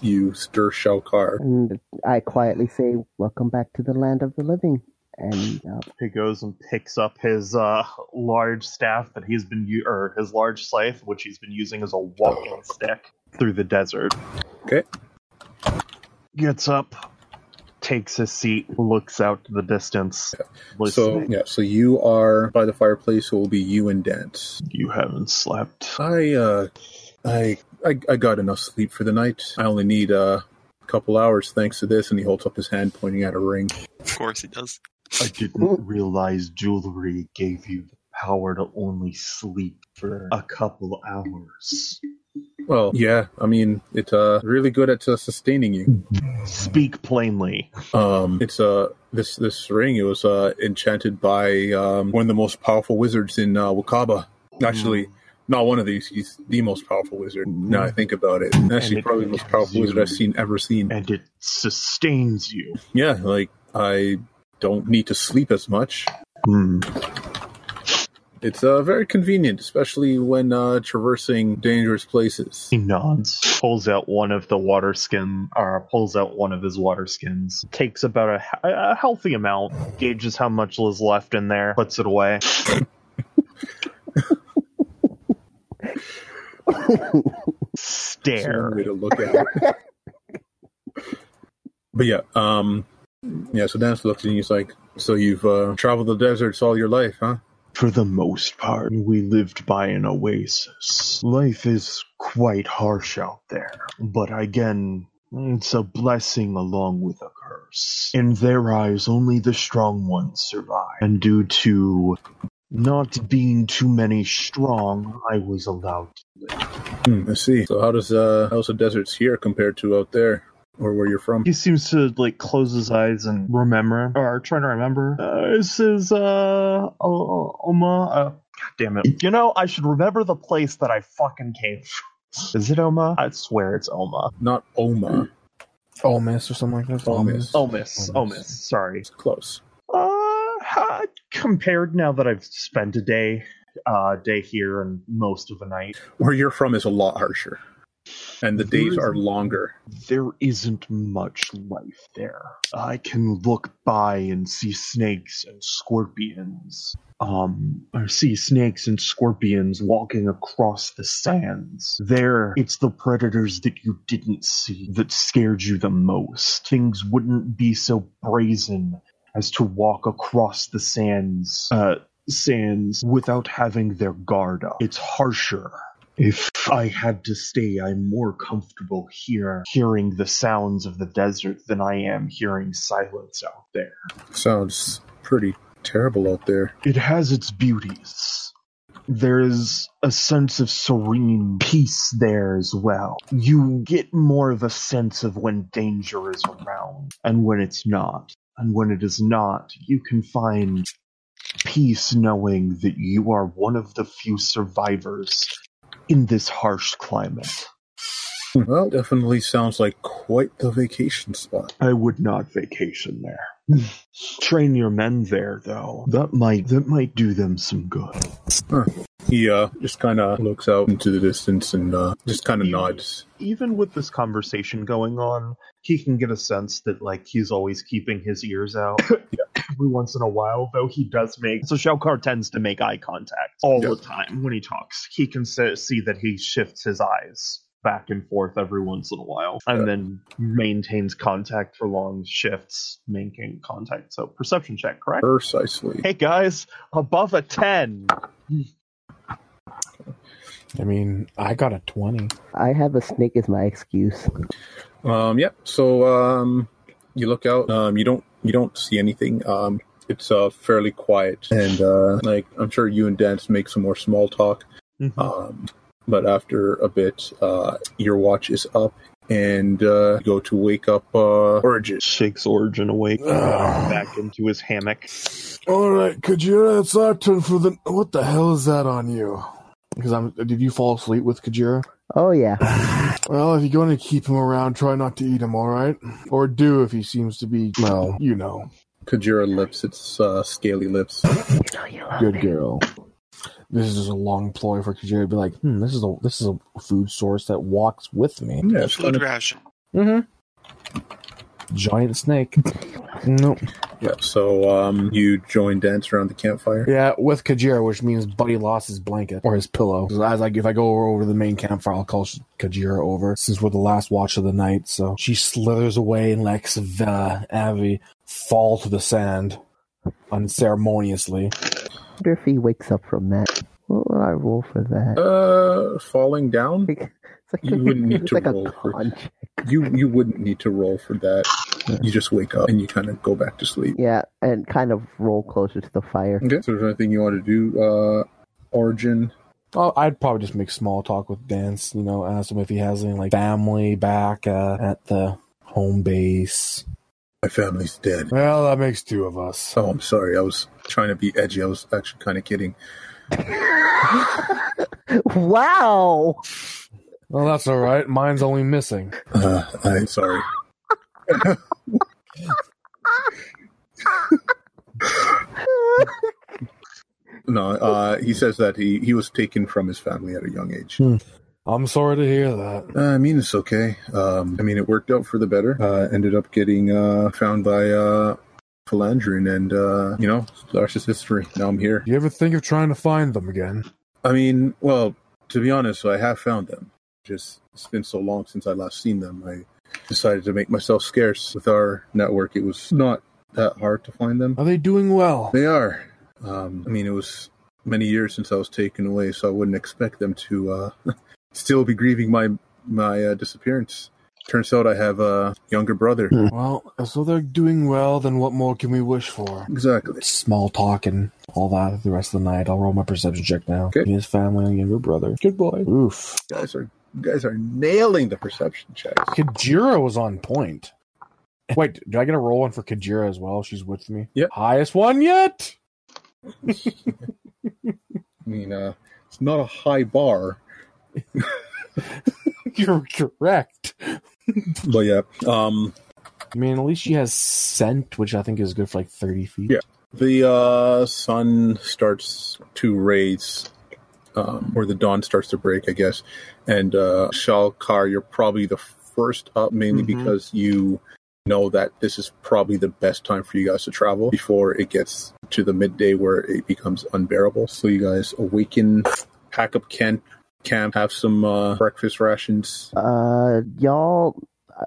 Speaker 5: you stir Shalkar.
Speaker 4: and I quietly say, Welcome back to the land of the living. And uh,
Speaker 6: He goes and picks up his uh, large staff that he's been u- or his large scythe, which he's been using as a walking stick through the desert.
Speaker 5: Okay.
Speaker 6: Gets up, takes his seat, looks out to the distance.
Speaker 5: So
Speaker 6: listening.
Speaker 5: yeah, so you are by the fireplace. So it will be you and Dance.
Speaker 6: you haven't slept.
Speaker 5: I uh, I, I I got enough sleep for the night. I only need uh, a couple hours thanks to this. And he holds up his hand, pointing at a ring.
Speaker 2: Of course he does.
Speaker 6: I
Speaker 5: [laughs]
Speaker 6: didn't realize jewelry gave you the power to only sleep for a couple hours.
Speaker 5: Well, yeah, I mean it's uh really good at uh, sustaining you.
Speaker 6: Speak plainly.
Speaker 5: Um, it's uh, this this ring. It was uh, enchanted by um, one of the most powerful wizards in uh, Wakaba.
Speaker 6: Hmm.
Speaker 5: Actually, not one of these. He's the most powerful wizard. Now I think about it, actually,
Speaker 6: it
Speaker 5: probably the most powerful
Speaker 6: gives
Speaker 5: wizard I've
Speaker 6: you-
Speaker 5: seen ever seen.
Speaker 6: and it sustains you.
Speaker 5: Yeah, like I don't need to sleep as much.
Speaker 6: Hmm.
Speaker 5: It's uh, very convenient, especially when uh, traversing dangerous places.
Speaker 6: He nods, pulls out one of the water skin, or pulls out one of his water skins, takes about a, he- a healthy amount, gauges how much is left in there, puts it away.
Speaker 5: It's one
Speaker 6: Stare.
Speaker 5: way to look at it. but yeah, um, yeah. So Dance looks and he's like, "So you've uh, traveled the deserts all your life, huh?"
Speaker 6: For the most part, we lived by an oasis. Life is quite harsh out there, but again, it's a blessing along with a curse. In their eyes, only the strong ones survive, and due to not being too many strong, I was allowed.
Speaker 5: Hmm, I see. So how does uh how's the deserts here compared to out there or where you're from?
Speaker 6: He seems to like close his eyes and remember, or trying to remember. Uh, this is uh, O- Oma. Uh, God damn it! You know, I should remember the place that I fucking came from. Is it Oma? I swear it's Oma.
Speaker 5: Not Oma.
Speaker 3: Ole Miss or something like that.
Speaker 5: Ole Miss.
Speaker 6: Omis. Omis. Sorry.
Speaker 5: It's close.
Speaker 6: Uh, ha- compared now that I've spent a day, uh, day here and most of the night,
Speaker 5: Where you're from is a lot harsher. And the days are longer.
Speaker 6: there isn't much life there. I can look by and see snakes and scorpions. Um, or see snakes and scorpions walking across the sands. There, it's the predators that you didn't see that scared you the most. Things wouldn't be so brazen as to walk across the sands, uh, sands without having their guard up. It's harsher. If I had to stay, I'm more comfortable here hearing the sounds of the desert than I am hearing silence out there.
Speaker 5: Sounds pretty terrible out there.
Speaker 6: It has its beauties. There's a sense of serene peace there as well. You get more of a sense of when danger is around and when it's not. And when it is not, you can find peace knowing that you are one of the few survivors in this harsh climate.
Speaker 5: Well, definitely sounds like quite the vacation spot.
Speaker 6: I would not vacation there. Train your men there, though. That might that might do them some good.
Speaker 5: He uh, just kind of looks out into the distance and uh, just kind of nods.
Speaker 6: Even with this conversation going on, he can get a sense that like he's always keeping his ears [coughs] out. Every once in a while, though, he does make so. Shalkar tends to make eye contact all the time when he talks. He can se- see that he shifts his eyes back and forth every once in a while, and
Speaker 5: Yeah.
Speaker 6: then maintains contact for long shifts, making contact. So perception check, correct?
Speaker 5: Precisely.
Speaker 6: Hey guys, above a ten.
Speaker 3: I mean, I got a twenty.
Speaker 4: I have a snake as my excuse.
Speaker 5: Um, yeah. So um, you look out. Um, you don't. You don't see anything. Um, it's uh, fairly quiet, and uh, like I'm sure you and Dance make some more small talk. Um, but after a bit, uh, your watch is up, and uh, you go to wake up uh, Origin.
Speaker 6: shakes Origin awake
Speaker 3: Ugh.
Speaker 6: back into his hammock.
Speaker 3: All right, Kajira, it's our turn for the. What the hell is that on you? Because I'm. Did you fall asleep with Kajira?
Speaker 4: Oh yeah,
Speaker 3: Well, if you're going to keep him around, try not to eat him. All right, or do if he seems to be. Well, you know,
Speaker 5: Kajira lips its uh, scaly lips.
Speaker 3: good girl. This is just a long ploy for Kajira to be like, hmm, this is a this is a food source that walks with me.
Speaker 5: Yeah, it's
Speaker 2: Food
Speaker 5: kinda-
Speaker 2: ration.
Speaker 3: Mm-hmm. Johnny the Snake. [laughs] Nope.
Speaker 5: yeah. So um, you join Dance around the campfire.
Speaker 3: Yeah, with Kajira, which means Buddy lost his blanket or his pillow. So I was like, if I go over to the main campfire, I'll call Kajira over since we're the last watch of the night. So she slithers away and lets the Avi fall to the sand unceremoniously.
Speaker 4: wonder if he wakes up from that. What will I roll for that? [laughs]
Speaker 5: Uh, falling down.
Speaker 4: Like, it's like,
Speaker 5: You wouldn't need
Speaker 4: it's
Speaker 5: to
Speaker 4: like
Speaker 5: roll
Speaker 4: a
Speaker 5: for-
Speaker 4: con check.
Speaker 5: You you wouldn't need to roll for that. You just wake up and you kind of go back to sleep.
Speaker 4: Yeah, and kind of roll closer to the
Speaker 5: [laughs]
Speaker 4: fire.
Speaker 5: Okay. So, is there anything you want to do, uh, Origin?
Speaker 3: Oh, I'd probably just make small talk with Dance, you know, ask him if he has any like family back uh, at the home base.
Speaker 5: My family's dead.
Speaker 3: Well, that makes two of us.
Speaker 5: Oh, I'm sorry. I was trying to be edgy. I was actually kind of kidding.
Speaker 4: Wow!
Speaker 3: Well, that's all right. Mine's only missing.
Speaker 5: Uh, I'm sorry. No, uh, he says that he, he was taken from his family at a young age.
Speaker 3: I'm sorry to hear that.
Speaker 5: Uh, I mean, it's okay. Um, I mean, it worked out for the better. Uh, ended up getting uh, found by uh, Philandrin, and, uh, you know, the rest is history. Now I'm here.
Speaker 3: You ever think of trying to find them again?
Speaker 5: I mean, well, to be honest, I have found them. Just it's been so long since I last seen them. I decided to make myself scarce with our network. It was not that hard to find them.
Speaker 3: Are they doing well?
Speaker 5: They are. Um, I mean, it was many years since I was taken away, so I wouldn't expect them to uh, [laughs] still be grieving my my uh, disappearance. Turns out I have a younger brother.
Speaker 3: Well, so they're doing well, then what more can we wish for?
Speaker 5: Exactly.
Speaker 3: Small talk and all that the rest of the night. I'll roll my perception check now.
Speaker 5: Okay.
Speaker 3: His family and younger brother. Good boy. Oof.
Speaker 5: You guys are you guys are nailing the perception checks.
Speaker 3: Kajira was on [laughs] point. Wait, do I get a roll one for Kajira as well? She's with me.
Speaker 5: Yep.
Speaker 3: Highest one yet. [laughs]
Speaker 5: I mean, uh, it's not a high bar.
Speaker 3: You're correct.
Speaker 5: But yeah, um,
Speaker 3: I mean, at least she has scent, which I think is good for like thirty feet.
Speaker 5: Yeah. The uh, sun starts to raise, um, or the dawn starts to break, I guess. And uh, Shalkar, you're probably the first up, mainly
Speaker 6: Mhm.
Speaker 5: because you know that this is probably the best time for you guys to travel before it gets to the midday where it becomes unbearable. So you guys awaken, pack up camp, camp have some uh, breakfast rations.
Speaker 4: Uh, y'all,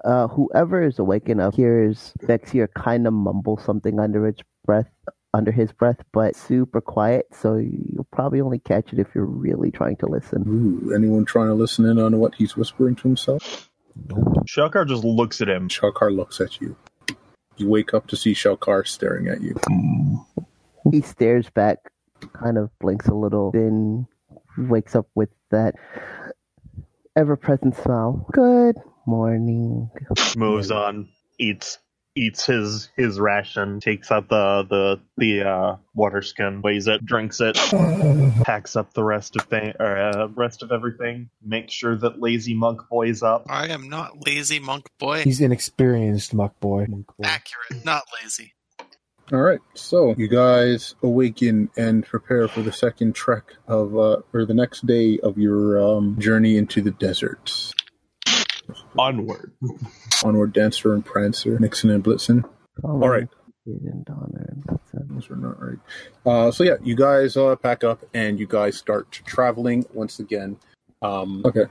Speaker 4: uh, whoever is awakened up hears Vexier kind of mumble something under its breath, under his breath, but super quiet. So you'll probably only catch it if you're really trying to listen.
Speaker 5: Ooh, anyone trying to listen in on what he's whispering to himself?
Speaker 6: Shalkar just looks at him.
Speaker 5: Shalkar looks at you. You wake up to see Shalkar staring at you.
Speaker 4: He stares back, kind of blinks a little, then wakes up with that ever-present smile. Good morning.
Speaker 6: Moves on, eats eats his his ration, takes out the the the uh, water skin, weighs it, drinks it, packs up the rest of thing or uh, rest of everything. Makes sure that lazy monk boy's up.
Speaker 2: I am not lazy, monk boy.
Speaker 3: He's inexperienced, muck boy. Monk boy.
Speaker 2: Accurate, not lazy.
Speaker 5: All right, so you guys awaken and prepare for the second trek of, uh, or the next day of your um, journey into the desert.
Speaker 6: Onward.
Speaker 5: Onward, Dancer and Prancer, Nixon and Blitzen. All right.
Speaker 4: And Donner and that's it.
Speaker 5: Those are not right. Uh, so yeah, you guys uh, pack up and you guys start traveling once again. Um, okay.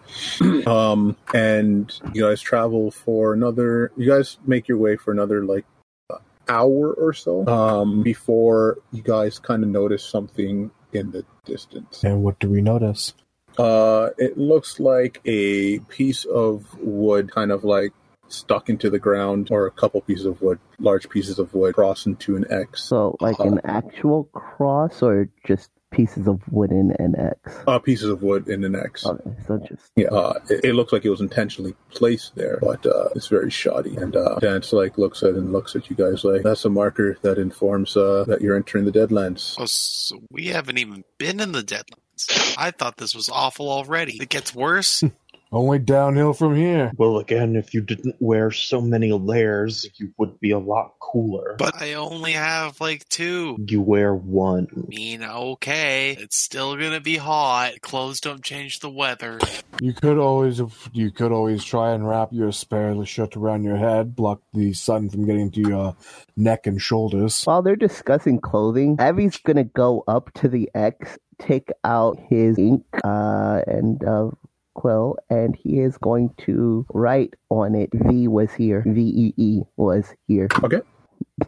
Speaker 5: [clears throat] um, and you guys travel for another. You guys make your way for another like uh, hour or so um, before you guys kind of notice something in the distance.
Speaker 3: And what do we notice?
Speaker 5: Uh, it looks like a piece of wood kind of like stuck into the ground or a couple pieces of wood large pieces of wood cross into an x
Speaker 4: So, like
Speaker 5: Uh,
Speaker 4: an actual cross or just pieces of wooden and X?
Speaker 5: uh pieces of wood in an x
Speaker 4: Okay, so just
Speaker 5: Yeah, uh, it, it looks like it was intentionally placed there, but uh, it's very shoddy. And uh, Dance like looks at and looks at you guys like that's a marker that informs uh, that you're entering the Deadlands.
Speaker 2: Oh, so we haven't even been in the deadlands. I thought this was awful already. It gets worse.
Speaker 3: Only downhill from here.
Speaker 6: Well, again, if you didn't wear so many layers, you would be a lot cooler.
Speaker 2: But I only have like two.
Speaker 6: you wear one.
Speaker 2: I mean, okay, it's still gonna be hot. Clothes don't change the weather.
Speaker 3: You could always, you could always try and wrap your spare shirt around your head, block the sun from getting to your neck and shoulders.
Speaker 4: While they're discussing clothing, Abby's gonna go up to the X, take out his ink uh, and uh, quill, and he is going to write on it V was here, V E E was here.
Speaker 5: Okay.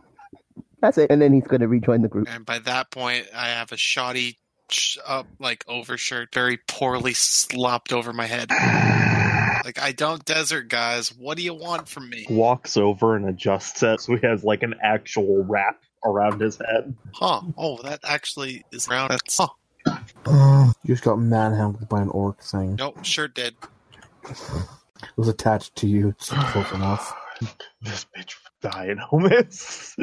Speaker 4: [laughs] That's it. And then he's gonna rejoin the group. [laughs]
Speaker 2: And by that point, I have a shoddy, sh- up like overshirt, very poorly slopped over my head. Like I don't desert, guys. What do you want from me?
Speaker 6: Walks over and adjusts it so he has like an actual wrap around his head.
Speaker 2: Huh? Oh, that actually is round. That's, huh?
Speaker 5: Ah.
Speaker 3: you just got manhandled by an orc thing.
Speaker 2: Nope, sure did.
Speaker 3: It was attached to you. It's close enough.
Speaker 6: This bitch would die in homies.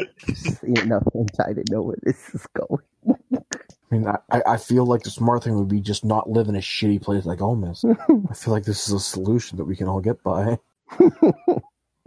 Speaker 4: You know, [laughs] I didn't know where this is going.
Speaker 3: I mean, I- I, I feel like the smart thing would be just not live in a shitty place like Olmus. I feel like this is a solution that we can all get by. [laughs]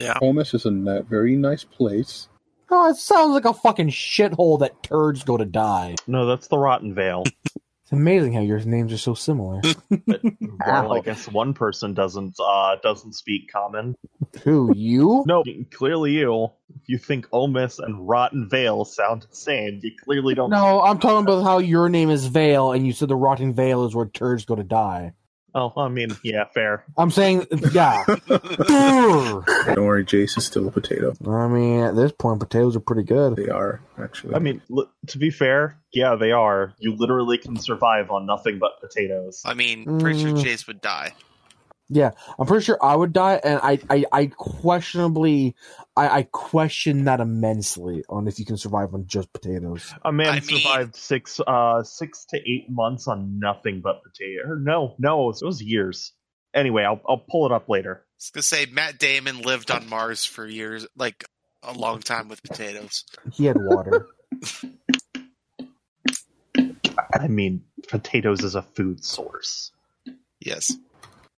Speaker 5: Homus is a ni- very nice place.
Speaker 3: Oh, it sounds like a fucking shithole that turds go to die.
Speaker 6: [laughs] no, that's the Rotten [laughs] Veil.
Speaker 3: It's amazing how your names are so similar.
Speaker 6: well, I guess one person doesn't uh doesn't speak common.
Speaker 3: Who, you?
Speaker 6: No, clearly you. If you think Ole Miss and Rotten Veil sound the same, you clearly don't.
Speaker 3: No, I'm talking about how your name is Vale, and you said the Rotten Vale is where turds go to die.
Speaker 6: Oh, I mean, yeah, fair.
Speaker 3: I'm saying, yeah. Brr.
Speaker 5: Don't worry, Jace is still a potato.
Speaker 3: I mean, at this point, potatoes are pretty good.
Speaker 5: They are actually.
Speaker 6: I mean, li- to be fair, yeah, they are. You literally can survive on nothing but potatoes.
Speaker 2: I mean, pretty sure
Speaker 3: Mm.
Speaker 2: Chase would die.
Speaker 3: I'm pretty sure I would die, and I, I, I questionably, I, I question that immensely on if you can survive on just potatoes.
Speaker 6: A man
Speaker 2: I mean-
Speaker 6: survived six, uh, six to eight months on nothing but potato. No, no, it was, it was years. Anyway, I'll I'll pull it up later.
Speaker 2: I was gonna say Matt Damon lived on Mars for years, like a long time with potatoes.
Speaker 3: He had water.
Speaker 6: I mean, potatoes is a food source.
Speaker 2: Yes.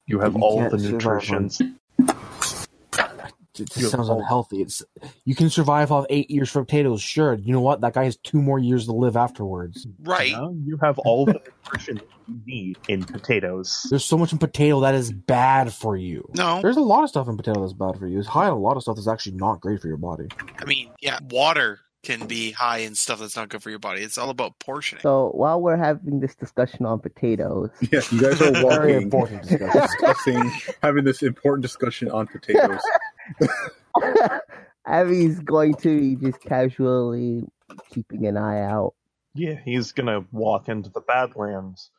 Speaker 6: You have
Speaker 3: You
Speaker 6: all
Speaker 3: can't
Speaker 6: the
Speaker 3: survive on-
Speaker 6: nutrients.
Speaker 3: It just sounds unhealthy. It's you can survive off eight years for potatoes, sure. You know what? That guy has two more years to live afterwards.
Speaker 2: [laughs] Right.
Speaker 6: You, know? You have all the nutrition you need in potatoes.
Speaker 3: There's so much in potato that is bad for you.
Speaker 2: No.
Speaker 3: There's a lot of stuff in potato that's bad for you. It's high in a lot of stuff that's actually not great for your body.
Speaker 2: I mean, yeah, water can be high in stuff that's not good for your body. It's all about portioning.
Speaker 4: So while we're having this discussion on potatoes,
Speaker 5: [laughs]
Speaker 4: [laughs]
Speaker 5: yeah, you guys are
Speaker 3: Very
Speaker 5: walking,
Speaker 3: important discussion.
Speaker 5: discussing, having this important discussion on potatoes.
Speaker 4: Abby's going to be just casually keeping an eye out.
Speaker 6: Yeah, he's gonna walk into the Badlands.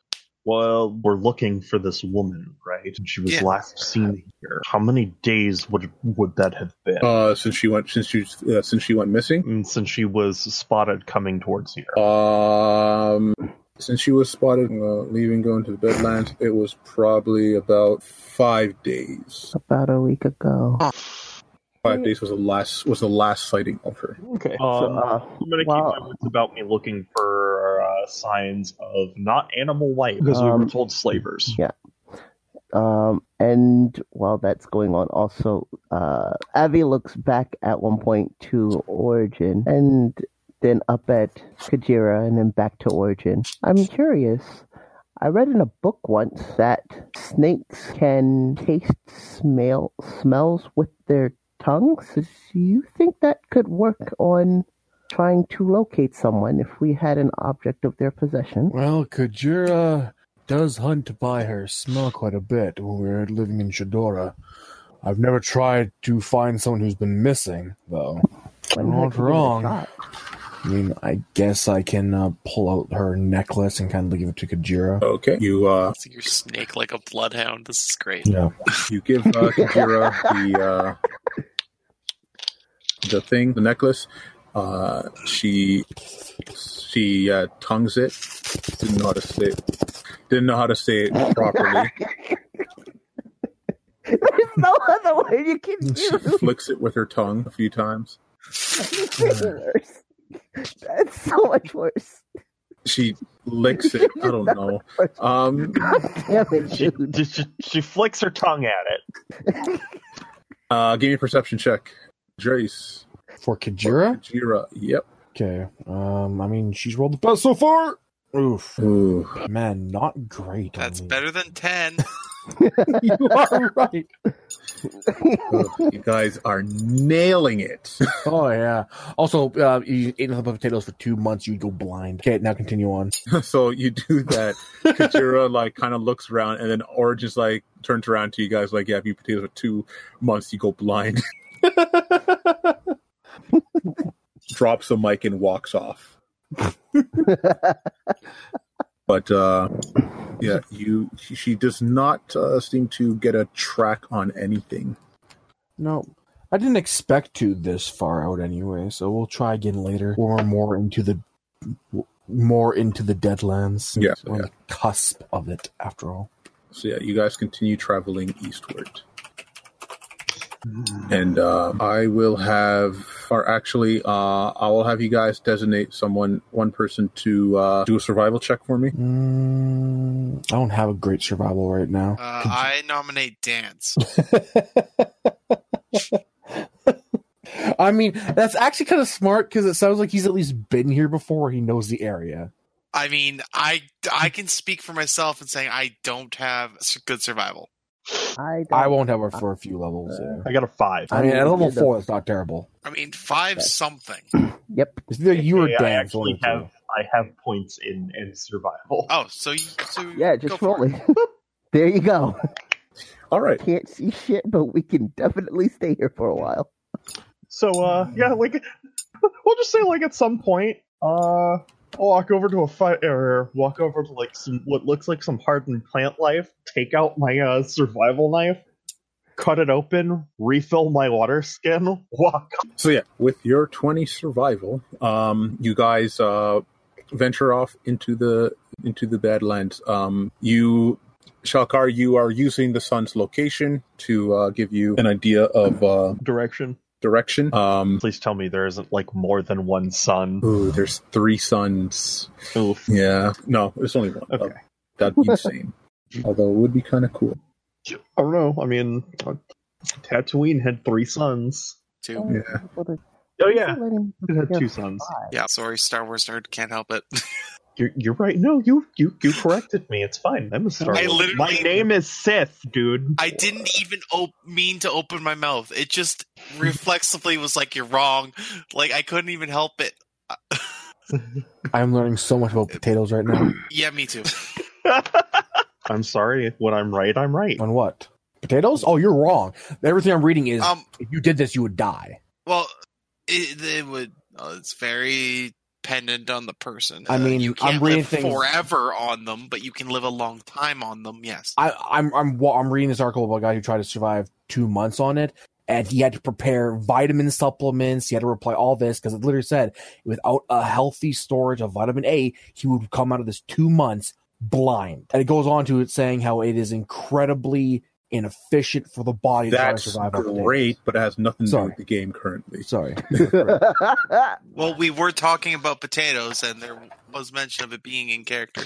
Speaker 6: Well, we're looking for this woman, right? She was
Speaker 2: Yeah.
Speaker 6: last seen here. How many days would would that have been?
Speaker 5: Uh, since she went, since you, uh, since she went missing.
Speaker 6: And since she was spotted coming towards here.
Speaker 5: Um, since she was spotted uh, leaving, going to the Bedlands, it was probably about five days.
Speaker 4: About a week ago.
Speaker 5: Five days was the last was the last sighting of her.
Speaker 7: Okay.
Speaker 6: Um,
Speaker 7: so, uh,
Speaker 6: I'm going to
Speaker 7: wow.
Speaker 6: keep my wits about me looking for uh, signs of not animal life because we
Speaker 4: Um,
Speaker 6: were told slavers.
Speaker 4: Um, and while that's going on, also, uh, Abby looks back at one point to Origin and then up at Kajira and then back to Origin. I'm curious. I read in a book once that snakes can taste smell smells with their tongues. Do you think that could work on trying to locate someone if we had an object of their possession?
Speaker 3: Well, Kajira does hunt by her smell quite a bit when we were living in Shadora. I've never tried to find someone who's been missing, though.
Speaker 4: Why not
Speaker 3: Not
Speaker 4: give it a
Speaker 3: wrong.
Speaker 4: shot?
Speaker 3: I mean, I guess I can uh, pull out her necklace and kind of give it to Kajira.
Speaker 5: Okay, you uh,
Speaker 2: So you're snake like a bloodhound. This is great.
Speaker 3: Yeah.
Speaker 5: you give uh, Kajira the uh, the thing, the necklace. Uh, she she uh, tongues it. Didn't know how to say it. Didn't know how to say it properly.
Speaker 4: [laughs] There's no other way you can
Speaker 3: She
Speaker 4: do it.
Speaker 5: Flicks it with her tongue a few times.
Speaker 4: worse. That's so much worse.
Speaker 5: She licks it. I don't know. Um,
Speaker 4: God damn it,
Speaker 6: She,
Speaker 4: dude.
Speaker 6: she, she- she flicks her tongue at it.
Speaker 5: uh, give me a perception check, Jace.
Speaker 3: For Kajira?
Speaker 5: Kajira. Yep.
Speaker 3: Okay. Um, I mean, she's rolled the best so far. Oof.
Speaker 5: Ooh.
Speaker 3: Man, not great. on
Speaker 2: That's
Speaker 3: me. [laughs]
Speaker 2: better than ten.
Speaker 3: you are right.
Speaker 5: you guys are nailing it.
Speaker 3: Oh, yeah. Also, uh, you ate nothing but potatoes for two months, you'd go blind. Okay, now continue on.
Speaker 5: so you do [laughs] that. Kajira like kind of looks around, and then Origin's like turns around to you guys like, "Yeah, if you potatoes for two months, you go blind." [laughs] Drops the mic and walks off. But uh, yeah, you she- she does not uh, seem to get a track on anything.
Speaker 3: No, I didn't expect to this far out anyway. So we'll try again later, or more into the more into the deadlands.
Speaker 5: Yeah,
Speaker 3: We're on the cusp of it after all.
Speaker 5: So yeah, you guys continue traveling eastward. And uh, I will have, or actually, uh, I will have you guys designate someone, one person to uh, do a survival check for me.
Speaker 3: Mm, I don't have a great survival right now.
Speaker 2: Uh, [laughs] I nominate dance.
Speaker 3: I mean, that's actually kind of smart because it sounds like he's at least been here before. He knows the area.
Speaker 2: I mean, I I can speak for myself in saying I don't have s- good survival.
Speaker 4: I,
Speaker 3: I won't have it for a few levels. yeah.
Speaker 6: I got a five.
Speaker 3: I mean, at level
Speaker 4: Yeah,
Speaker 3: four, it's not terrible.
Speaker 2: I mean, five
Speaker 4: Okay.
Speaker 2: something.
Speaker 3: Hmm.
Speaker 4: Yep.
Speaker 3: It's either you or
Speaker 6: Hey, I
Speaker 3: Dan. it's one
Speaker 6: actually
Speaker 3: of the two.
Speaker 6: have I have points in in survival. [laughs]
Speaker 2: Oh, so you, so
Speaker 4: Yeah,
Speaker 2: go
Speaker 4: just
Speaker 2: for
Speaker 4: roll
Speaker 2: it.
Speaker 4: it. [laughs] there you go.
Speaker 5: All right.
Speaker 4: Can't see shit, but we can definitely stay here for a while.
Speaker 6: So uh yeah, like [laughs] we'll just say like at some point, uh I'll walk over to a fight or walk over to like some what looks like some hardened plant life, take out my uh survival knife, cut it open, refill my water skin, [laughs] walk
Speaker 5: So yeah, with your twenty survival, um, you guys uh, venture off into the into the Badlands. Um, you, Shalkar, you are using the sun's location to uh, give you an idea of uh,
Speaker 6: direction.
Speaker 5: direction. Um,
Speaker 6: Please tell me there isn't like more than one sun.
Speaker 5: ooh, there's three suns.
Speaker 6: Oof.
Speaker 5: Yeah. No, there's only one.
Speaker 6: Okay.
Speaker 5: That'd be
Speaker 3: [laughs]
Speaker 5: insane. Although it would be kind of cool.
Speaker 6: I don't know. I mean, uh, Tatooine had three sons.
Speaker 2: Two.
Speaker 5: Yeah.
Speaker 6: Oh yeah,
Speaker 4: Let him-
Speaker 6: it had two sons.
Speaker 2: Yeah, sorry, Star Wars nerd, can't help it. [laughs]
Speaker 6: You're, you're right. No, you you you corrected me. It's fine. I'm a Star
Speaker 2: I
Speaker 6: Wars.
Speaker 2: literally-
Speaker 6: My name is Sith, dude.
Speaker 2: I didn't even op- mean to open my mouth. It just reflexively was like, "You're wrong." Like I couldn't even help it.
Speaker 3: I'm learning so much about potatoes right now.
Speaker 2: Yeah, me too.
Speaker 6: I'm sorry. When I'm right, I'm right.
Speaker 3: On what? Potatoes? Oh, you're wrong. Everything I'm reading is
Speaker 2: Um,
Speaker 3: if you did this, you would die.
Speaker 2: well, it, it would. Uh, it's very dependent on the person.
Speaker 3: I
Speaker 2: Uh,
Speaker 3: mean,
Speaker 2: you
Speaker 3: I'm
Speaker 2: can't
Speaker 3: reading
Speaker 2: live
Speaker 3: things-
Speaker 2: forever on them, but you can live a long time on them. Yes.
Speaker 3: I, I'm I'm wa- I'm reading this article about a guy who tried to survive two months on it, and he had to prepare vitamin supplements. He had to reply all this because it literally said without a healthy storage of vitamin A, he would come out of this two months blind. And it goes on to it saying how it is incredibly and efficient for the body to try to
Speaker 5: That's
Speaker 3: survive. on the day.
Speaker 5: great, but it has nothing to do
Speaker 3: Sorry.
Speaker 5: with the game currently.
Speaker 3: Sorry.
Speaker 2: Well, we were talking about potatoes, and there was mention of it being in character.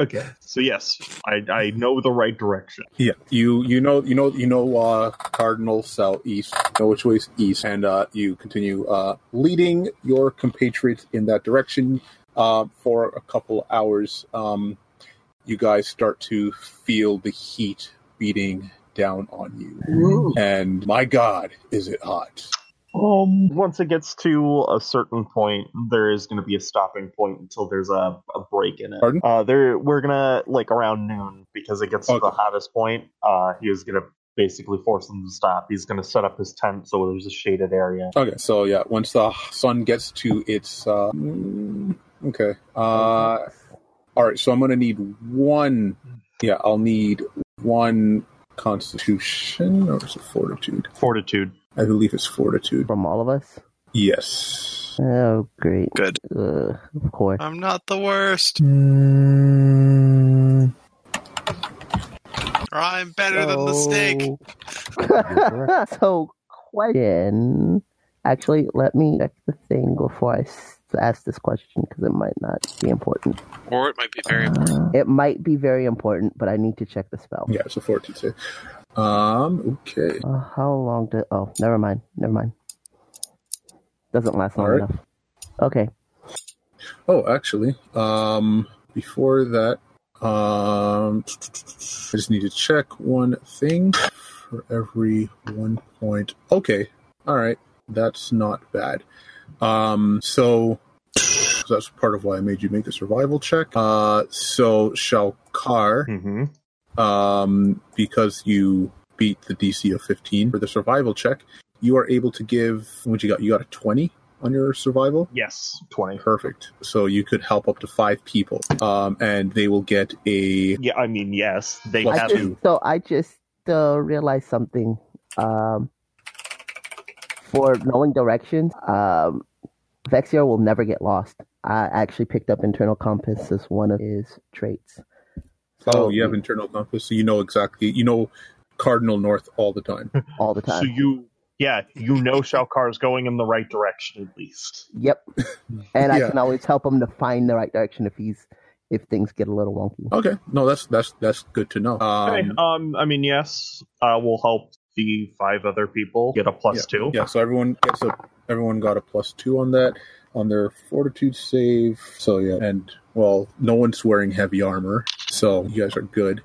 Speaker 6: Okay, so yes, I, I know the right direction.
Speaker 5: Yeah, you you know you know you know uh, cardinal southeast. You know which way is east, and uh, you continue uh, leading your compatriots in that direction uh, for a couple hours. Um, you guys start to feel the heat beating down on you, and my God, is it hot!
Speaker 6: Um, once it gets to a certain point, there is going to be a stopping point until there's a, a break in it.
Speaker 5: Pardon?
Speaker 6: Uh, there we're gonna like around noon because it gets to the
Speaker 5: Okay.
Speaker 6: hottest point. Uh, he is gonna basically force them to stop. He's gonna set up his tent so there's a shaded area.
Speaker 5: Okay, so yeah, once the sun gets to its uh, mm, okay, uh, all right. So I'm gonna need one. Yeah, I'll need one Constitution or is it Fortitude?
Speaker 6: Fortitude.
Speaker 5: I believe it's Fortitude.
Speaker 4: [laughs] From all of us?
Speaker 5: Yes.
Speaker 4: Oh, great.
Speaker 2: Good.
Speaker 4: Ugh, of course.
Speaker 2: I'm not the worst,
Speaker 3: Mm,
Speaker 2: or I'm better than the snake.
Speaker 5: Oh.
Speaker 3: correct.
Speaker 4: [laughs] so, question. Actually, let me check the thing before I s- ask this question because it might not be important.
Speaker 2: Or it might be very important.
Speaker 4: It might be very important, but I need to check the spell.
Speaker 5: Yeah, it's a Fortitude save. Um. Okay.
Speaker 4: Uh, how long did? Oh, never mind. Never mind. Doesn't last long
Speaker 5: All right.
Speaker 4: enough. Okay.
Speaker 5: Oh, actually, um, before that, um, I just need to check one thing for every one point. Okay, all right, that's not bad. Um, so that's part of why I made you make the survival check. Uh, so Shalkar,
Speaker 6: Mm-hmm.
Speaker 5: um, because you beat the DC of 15 for the survival check, you are able to give what you got. You got a 20 on your survival.
Speaker 6: Yes, twenty.
Speaker 5: Perfect. So you could help up to five people, um, and they will get a
Speaker 6: Yeah, I mean yes, they
Speaker 5: Plus
Speaker 4: I
Speaker 6: have
Speaker 4: just,
Speaker 5: two.
Speaker 4: so I just uh, realized something. Um, for knowing directions, um, Vexior will never get lost. I actually picked up internal compass as one of his traits. So
Speaker 5: oh, you have internal compass, so you know exactly you know cardinal north all the time.
Speaker 4: all the time.
Speaker 6: So you, yeah, you know Shalkar is going in the right direction at least.
Speaker 4: Yep.
Speaker 6: [laughs]
Speaker 4: And I
Speaker 5: Yeah.
Speaker 4: can always help him to find the right direction if he's if things get a little wonky.
Speaker 6: Oh.
Speaker 5: Okay, no, that's that's that's good to know.
Speaker 6: Okay,
Speaker 5: Um,
Speaker 6: um, I mean yes, uh, we'll help the five other people get a plus two.
Speaker 5: yeah, so everyone gets a everyone got a plus two on that on their fortitude save. So yeah, and well, no one's wearing heavy armor, so you guys are good.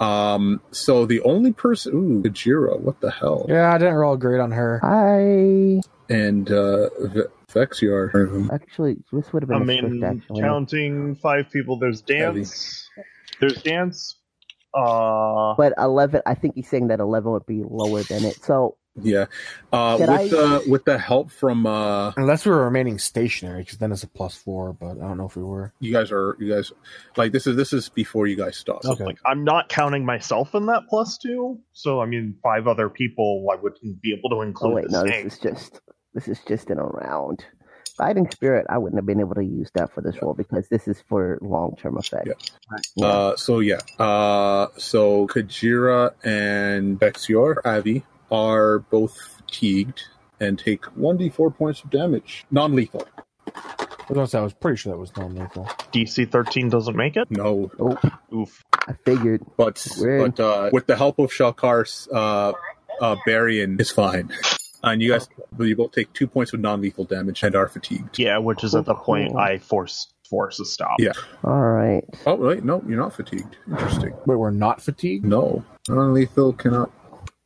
Speaker 5: Um, so the only person, ooh, Kajira, what the hell?
Speaker 3: yeah, I didn't roll great on her.
Speaker 4: I
Speaker 5: And uh, Ve- Vexiar,
Speaker 4: actually this would have
Speaker 6: I
Speaker 4: been a
Speaker 6: mean,
Speaker 4: swift actually.
Speaker 6: counting five people, there's dance. There's dance. Uh,
Speaker 4: But eleven I think he's saying that eleven would be lower than it. So
Speaker 5: Yeah, uh,
Speaker 4: Did
Speaker 5: with
Speaker 4: I-
Speaker 5: the with the help from uh,
Speaker 3: Unless we were remaining stationary, because then it's a plus four. But I don't know if we were.
Speaker 5: you guys are you guys like this is this is before you guys stop.
Speaker 3: Okay.
Speaker 6: like, I'm not counting myself in that plus two. So, I mean, five other people, I wouldn't be able to
Speaker 4: oh
Speaker 6: include
Speaker 4: wait, no,
Speaker 6: the snake.
Speaker 4: this is just this is just in a round. Fighting spirit, I wouldn't have been able to use that for this roll because this is for long term effect.
Speaker 5: Yeah.
Speaker 4: Yeah.
Speaker 5: Uh, so yeah, uh, so Kajira and Bexior Avi are both fatigued and take one d four points of damage, non lethal.
Speaker 3: I was gonna say I was pretty sure that was non-lethal.
Speaker 6: DC 13 doesn't make it?
Speaker 5: No,
Speaker 4: oh,
Speaker 6: Oof.
Speaker 4: I figured.
Speaker 5: but
Speaker 4: Weird.
Speaker 5: but uh, with the help of Shalkar, uh, uh, Barian is fine. And you guys, you both take two points of non-lethal damage and are fatigued.
Speaker 6: Yeah, which is at the
Speaker 4: Oh.
Speaker 6: point I force force a stop.
Speaker 5: Yeah.
Speaker 4: All right.
Speaker 5: Oh wait, no, you're not fatigued. Interesting.
Speaker 3: Wait, we're not fatigued.
Speaker 5: No, non-lethal cannot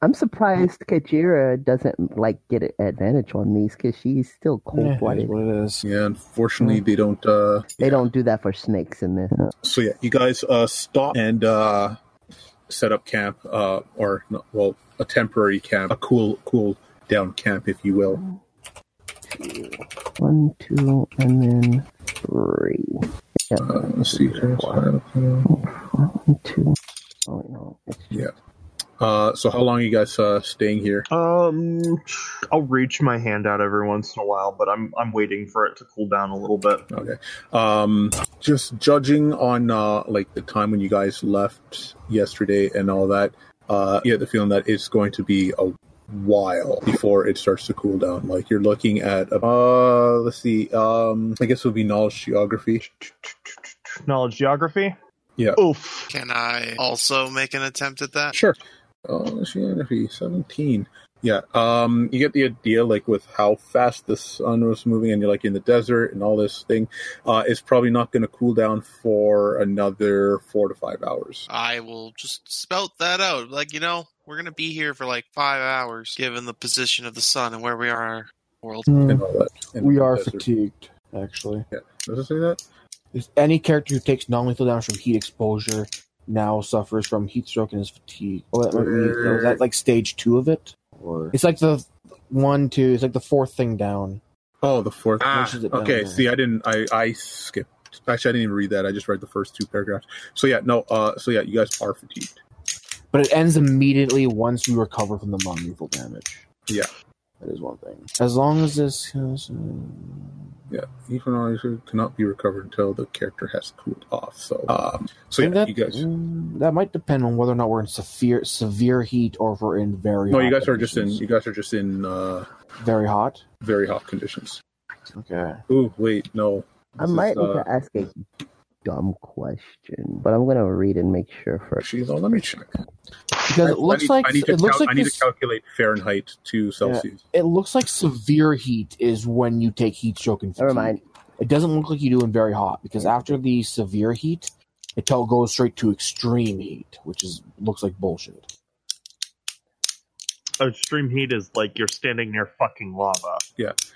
Speaker 4: I'm surprised Kajira doesn't like get an advantage on these because she's still
Speaker 3: Yeah, it
Speaker 4: cold
Speaker 3: is
Speaker 4: [laughs] blooded.
Speaker 3: what it is.
Speaker 5: Yeah, unfortunately, they don't. Uh,
Speaker 4: They don't do that for snakes in this.
Speaker 5: so yeah, you guys uh, stop and uh, set up camp, uh, or no, well, a temporary camp, a cool, cool down camp, if you will.
Speaker 4: One, two, and then three. Yeah.
Speaker 5: Uh, let's see.
Speaker 4: One, two. Oh no.
Speaker 5: Yeah. Uh, so how long are you guys uh, staying here?
Speaker 6: Um, I'll reach my hand out every once in a while, but I'm I'm waiting for it to cool down a little bit.
Speaker 5: Okay. Um, just judging on uh, like the time when you guys left yesterday and all that, uh, you get the feeling that it's going to be a while before it starts to cool down. Like you're looking at, uh, let's see, um, I guess it would be knowledge geography.
Speaker 6: Knowledge geography.
Speaker 5: Yeah.
Speaker 6: Oof.
Speaker 2: Can I also make an attempt at that?
Speaker 5: Sure. Oh, geography, 17. Yeah. Um, you get the idea, like, with how fast the sun was moving, and you're like in the desert and all this thing. Uh, it's probably not going to cool down for another four to five hours.
Speaker 2: I will just spout that out. Like, you know, we're going to be here for like five hours, given the position of the sun and where we are in our world.
Speaker 5: And all that. And
Speaker 3: Mm-hmm. we
Speaker 5: the
Speaker 3: are
Speaker 5: desert.
Speaker 3: fatigued, actually.
Speaker 5: Does it say that?
Speaker 3: If any character who takes non-lethal damage from heat exposure now suffers from heat stroke and is fatigued. Oh, that might be, no, is that like stage two of it? Or it's like the one, two. It's like the fourth thing down.
Speaker 5: Oh, the fourth.
Speaker 3: Ah,
Speaker 5: okay. See, I didn't. I I skipped. Actually, I didn't even read that. I just read the first two paragraphs. So yeah, no. Uh, so yeah, you guys are fatigued.
Speaker 3: But it ends immediately once you recover from the non-lethal damage.
Speaker 5: Yeah.
Speaker 3: that is one thing. As long as this. uh,
Speaker 5: Yeah, even though cannot be recovered until the character has cooled off. So, um, so yeah,
Speaker 3: And that,
Speaker 5: you guys.
Speaker 3: mm, that might depend on whether or not we're in severe severe heat or if we're in very.
Speaker 5: No,
Speaker 3: hot
Speaker 5: you guys are just in.
Speaker 3: conditions.
Speaker 5: You guys are just in uh,
Speaker 3: very hot.
Speaker 5: very hot conditions.
Speaker 3: Okay.
Speaker 5: Ooh, wait, no.
Speaker 4: I
Speaker 5: This
Speaker 4: might
Speaker 5: is,
Speaker 4: need
Speaker 5: uh,
Speaker 4: to ask a dumb question, but I'm gonna read and make sure first.
Speaker 5: Actually, no, let me check.
Speaker 3: Because
Speaker 5: I-
Speaker 3: it
Speaker 5: I
Speaker 3: looks
Speaker 5: need,
Speaker 3: like
Speaker 5: I need to
Speaker 3: it looks
Speaker 5: cal- I
Speaker 3: like
Speaker 5: need
Speaker 3: this-
Speaker 5: to calculate Fahrenheit to Celsius.
Speaker 3: it looks like severe heat is when you take heat stroke and
Speaker 4: Never
Speaker 3: fatigue.
Speaker 4: mind.
Speaker 3: It doesn't look like you do in very hot because after the severe heat, it tell goes straight to extreme heat, which is looks like bullshit.
Speaker 6: Extreme heat is like you're standing near fucking lava.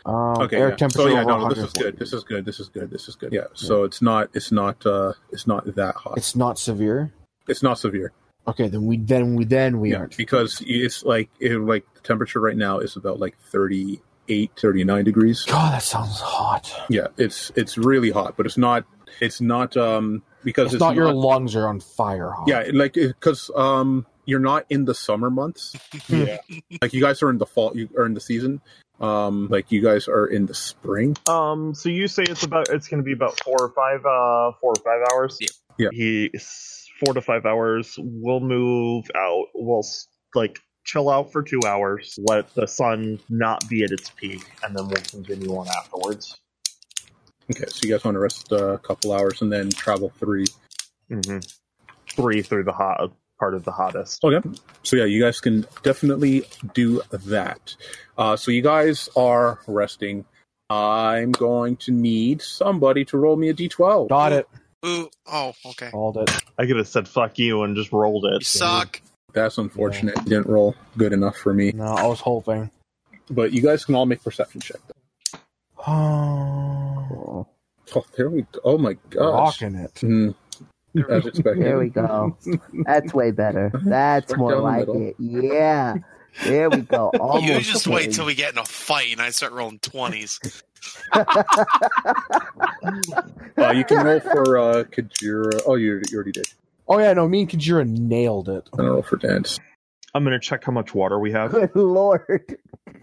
Speaker 3: Um,
Speaker 5: okay,
Speaker 3: air
Speaker 5: yeah. So
Speaker 3: temperature
Speaker 5: yeah,
Speaker 3: over
Speaker 5: no, this is
Speaker 3: 140.
Speaker 5: good. This is good. This is good. This is good. Yeah. So it's not. It's not. uh It's not that hot. It's,
Speaker 3: It's not severe.
Speaker 5: not severe.
Speaker 3: Okay, then we then we then we
Speaker 5: yeah.
Speaker 3: aren't.
Speaker 5: Because it's like it, like the temperature right now is about like 38, 39
Speaker 3: [sighs]
Speaker 5: degrees.
Speaker 3: God, that sounds hot.
Speaker 5: Yeah. It's it's really hot, but it's not. It's not. Um. Because
Speaker 3: It's,
Speaker 5: it's,
Speaker 3: not, your lungs are on fire hot.
Speaker 5: Yeah. Like because um you're not in the summer months.
Speaker 3: [laughs] Yeah.
Speaker 5: [laughs] like you guys are in the fall. You are in the season. Um. Like you guys are in the spring.
Speaker 6: Um, so you say it's about it's going to be about four or five, uh, four or five hours.
Speaker 2: Yeah.
Speaker 5: Yeah.
Speaker 6: He four to five hours. We'll move out. We'll s- like chill out for two hours. Let the sun not be at its peak, and then we'll continue on afterwards.
Speaker 5: Okay. So you guys want to rest uh, a couple hours and then travel three.
Speaker 6: Mm-hmm. Three through the hot part of the hottest.
Speaker 5: Okay. So yeah, you guys can definitely do that. Uh, so you guys are resting. I'm going to need somebody to roll me a d12.
Speaker 3: Got it.
Speaker 2: Ooh, oh, okay.
Speaker 3: Called it.
Speaker 6: I could have said "fuck you" and just rolled
Speaker 2: You
Speaker 6: it.
Speaker 2: suck.
Speaker 5: That's unfortunate. It Didn't roll good enough for me.
Speaker 3: No, I was hoping. [sighs]
Speaker 5: But you guys can all make perception check.
Speaker 3: Oh,
Speaker 5: Oh, there we go. Oh my gosh.
Speaker 3: rocking it.
Speaker 5: Hmm, as
Speaker 4: There
Speaker 5: expected.
Speaker 4: we go. That's
Speaker 2: [laughs]
Speaker 4: way better. That's
Speaker 5: Right
Speaker 4: more
Speaker 5: down the
Speaker 4: like
Speaker 5: middle.
Speaker 4: it. Yeah. There we go.
Speaker 2: [laughs]
Speaker 4: Almost.
Speaker 2: you just wait till we get in a fight and I start rolling 20s.
Speaker 5: Uh, you can roll for uh, Kajira. Oh, you, you already did.
Speaker 3: Oh yeah, no, me and Kajira nailed it.
Speaker 5: I'm gonna roll for dance.
Speaker 6: I'm gonna check how much water we have.
Speaker 4: Good lord.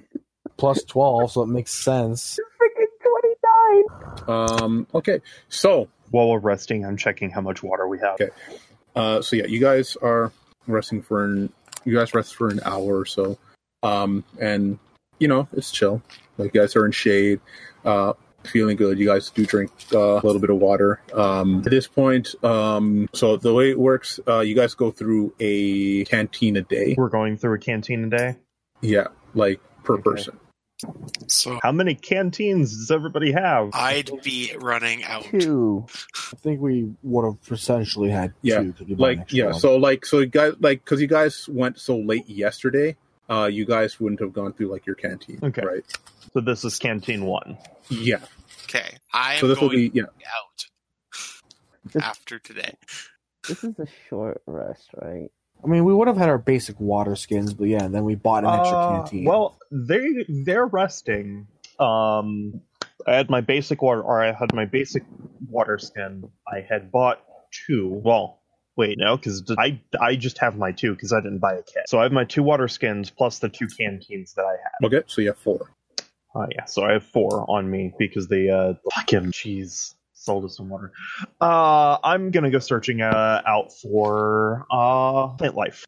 Speaker 4: [laughs]
Speaker 3: Plus twelve, so it makes sense.
Speaker 4: Freaking
Speaker 5: Um, okay. So
Speaker 6: While we're resting, I'm checking how much water we have.
Speaker 5: Okay. Uh, so yeah, you guys are resting for an you guys rest for an hour or so, um, and you know it's chill. Like you guys are in shade, uh, feeling good. You guys do drink uh, a little bit of water. Um, at this point, um, so the way it works, uh, you guys go through a canteen a day.
Speaker 6: We're going through a canteen today.
Speaker 5: Yeah, like per
Speaker 6: Okay.
Speaker 5: person.
Speaker 2: So
Speaker 6: How many canteens does everybody have?
Speaker 2: I'd be running out.
Speaker 4: 29. Two.
Speaker 3: I think we would have essentially had
Speaker 5: Yeah,
Speaker 3: two. 'cause we bought an
Speaker 5: Like
Speaker 3: extra
Speaker 5: yeah,
Speaker 3: one.
Speaker 5: so like so you guys like because you guys went so late yesterday. Uh, you guys wouldn't have gone through like your canteen,
Speaker 6: Okay.
Speaker 5: right?
Speaker 6: So this is canteen one.
Speaker 5: Yeah.
Speaker 2: Okay. I am
Speaker 5: So this will
Speaker 2: going
Speaker 5: be yeah.
Speaker 2: out
Speaker 4: This-
Speaker 2: after today.
Speaker 4: This is a short rest, right?
Speaker 3: I mean, we would have had our basic water skins, but yeah, and then we bought an extra
Speaker 6: Uh,
Speaker 3: canteen.
Speaker 6: Well, they they're resting. Um, I had my basic water, or I had my basic water skin. I had bought two. Well, Wait, no, because I I just have my two because I didn't buy a kit. So I have my two water skins plus the two canteens that I have.
Speaker 5: Okay, so you have four.
Speaker 6: Oh yeah, so I have four on me because the uh, fucking cheese sold us some water. Uh, I'm gonna go searching uh, out for uh plant life,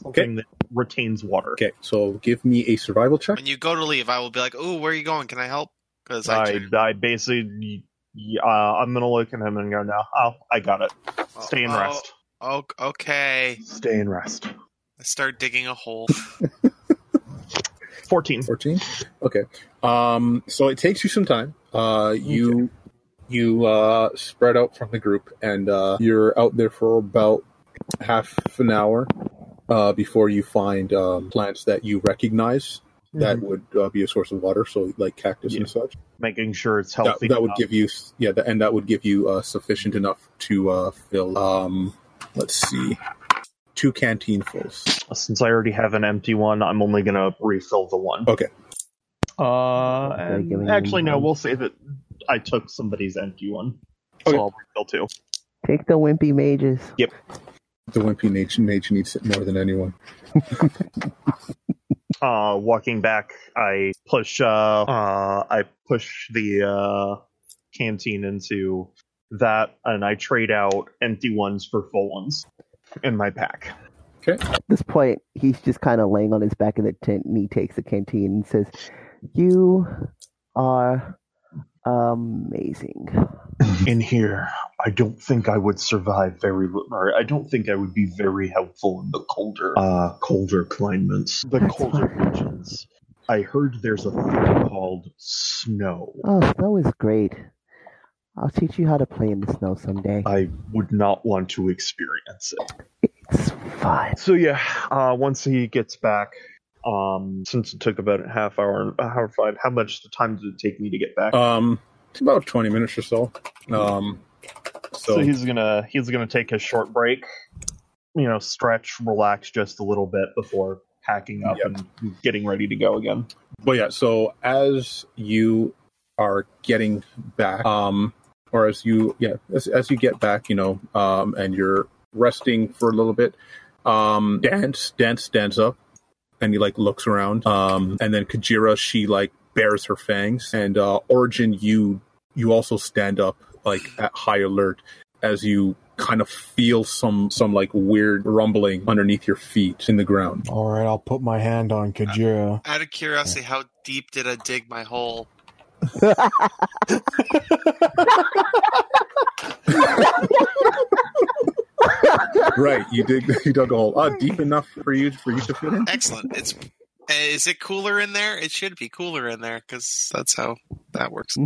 Speaker 6: something that retains water.
Speaker 5: Okay, so give me a survival check.
Speaker 2: When you go to leave, I will be like, "Ooh, where are you going? Can I help?" Because I,
Speaker 6: I
Speaker 2: turned-
Speaker 6: I basically uh, I'm gonna look at him and go, no, oh, I got it. Stay and
Speaker 2: Oh,
Speaker 6: rest.
Speaker 2: Oh, okay.
Speaker 6: Uh, Stay and rest.
Speaker 2: I start digging a hole.
Speaker 6: Fourteen.
Speaker 5: 14 okay um so it takes you some time uh you you uh spread out from the group and uh you're out there for about half an hour uh before you find um plants that you recognize that would uh, be a source of water so like cactus
Speaker 6: Yeah.
Speaker 5: and such
Speaker 6: Making sure it's
Speaker 5: that,
Speaker 6: healthy.
Speaker 5: that would
Speaker 6: enough.
Speaker 5: give you yeah that, and that would give you uh sufficient enough to uh fill um let's see two canteen fulls
Speaker 6: Uh, Since I already have an empty one, I'm only gonna refill the one.
Speaker 5: Okay.
Speaker 6: Uh,
Speaker 4: They're
Speaker 6: and-
Speaker 4: giving
Speaker 6: actually,
Speaker 4: you
Speaker 6: no.
Speaker 4: one.
Speaker 6: We'll say that I took somebody's empty one,
Speaker 5: Okay.
Speaker 6: so I'll refill two.
Speaker 4: Take the wimpy mages.
Speaker 5: the wimpy mage, mage needs it more than anyone
Speaker 6: Uh, walking back, I push. Uh, uh, I push the uh, canteen into that, and I trade out empty ones for full ones in my pack.
Speaker 4: At this point, he's just kind of laying on his back in the tent, and he takes the canteen and says, "You are amazing."
Speaker 6: In here, I don't think I would survive very. Or I don't think I would be very helpful in the colder, uh, colder climates, the
Speaker 4: That's
Speaker 6: colder
Speaker 4: fine.
Speaker 6: regions. I heard there's a thing called snow.
Speaker 4: Oh, snow is great. I'll teach you how to play in the snow someday.
Speaker 6: I would not want to experience it.
Speaker 4: It's fun.
Speaker 6: So yeah, uh, once he gets back, um, since it took about a half hour, a hour five, how much time did it take me to get back?
Speaker 5: Um, it's about twenty minutes or so. Um, so,
Speaker 6: so, he's gonna he's gonna take a short break, you know, stretch, relax just a little bit before packing up
Speaker 5: Yep.
Speaker 6: and getting ready to go again.
Speaker 5: but yeah, so as you are getting back, um, or as you yeah, as, as you get back, you know, um, and you're resting for a little bit, um, dance, dance, stands up, and he like looks around, um, and then Kajira she like bares her fangs, and uh, Origin you you also stand up like at high alert as you kind of feel some some like weird rumbling underneath your feet in the ground.
Speaker 3: All right, I'll put my hand on Kajira.
Speaker 2: Out of curiosity, how deep did I dig my hole?
Speaker 5: right you dig [laughs] you dug a hole uh, deep enough for you for you to fit in
Speaker 2: Excellent. It's eh, is it cooler in there? It should be cooler in there because that's how that works.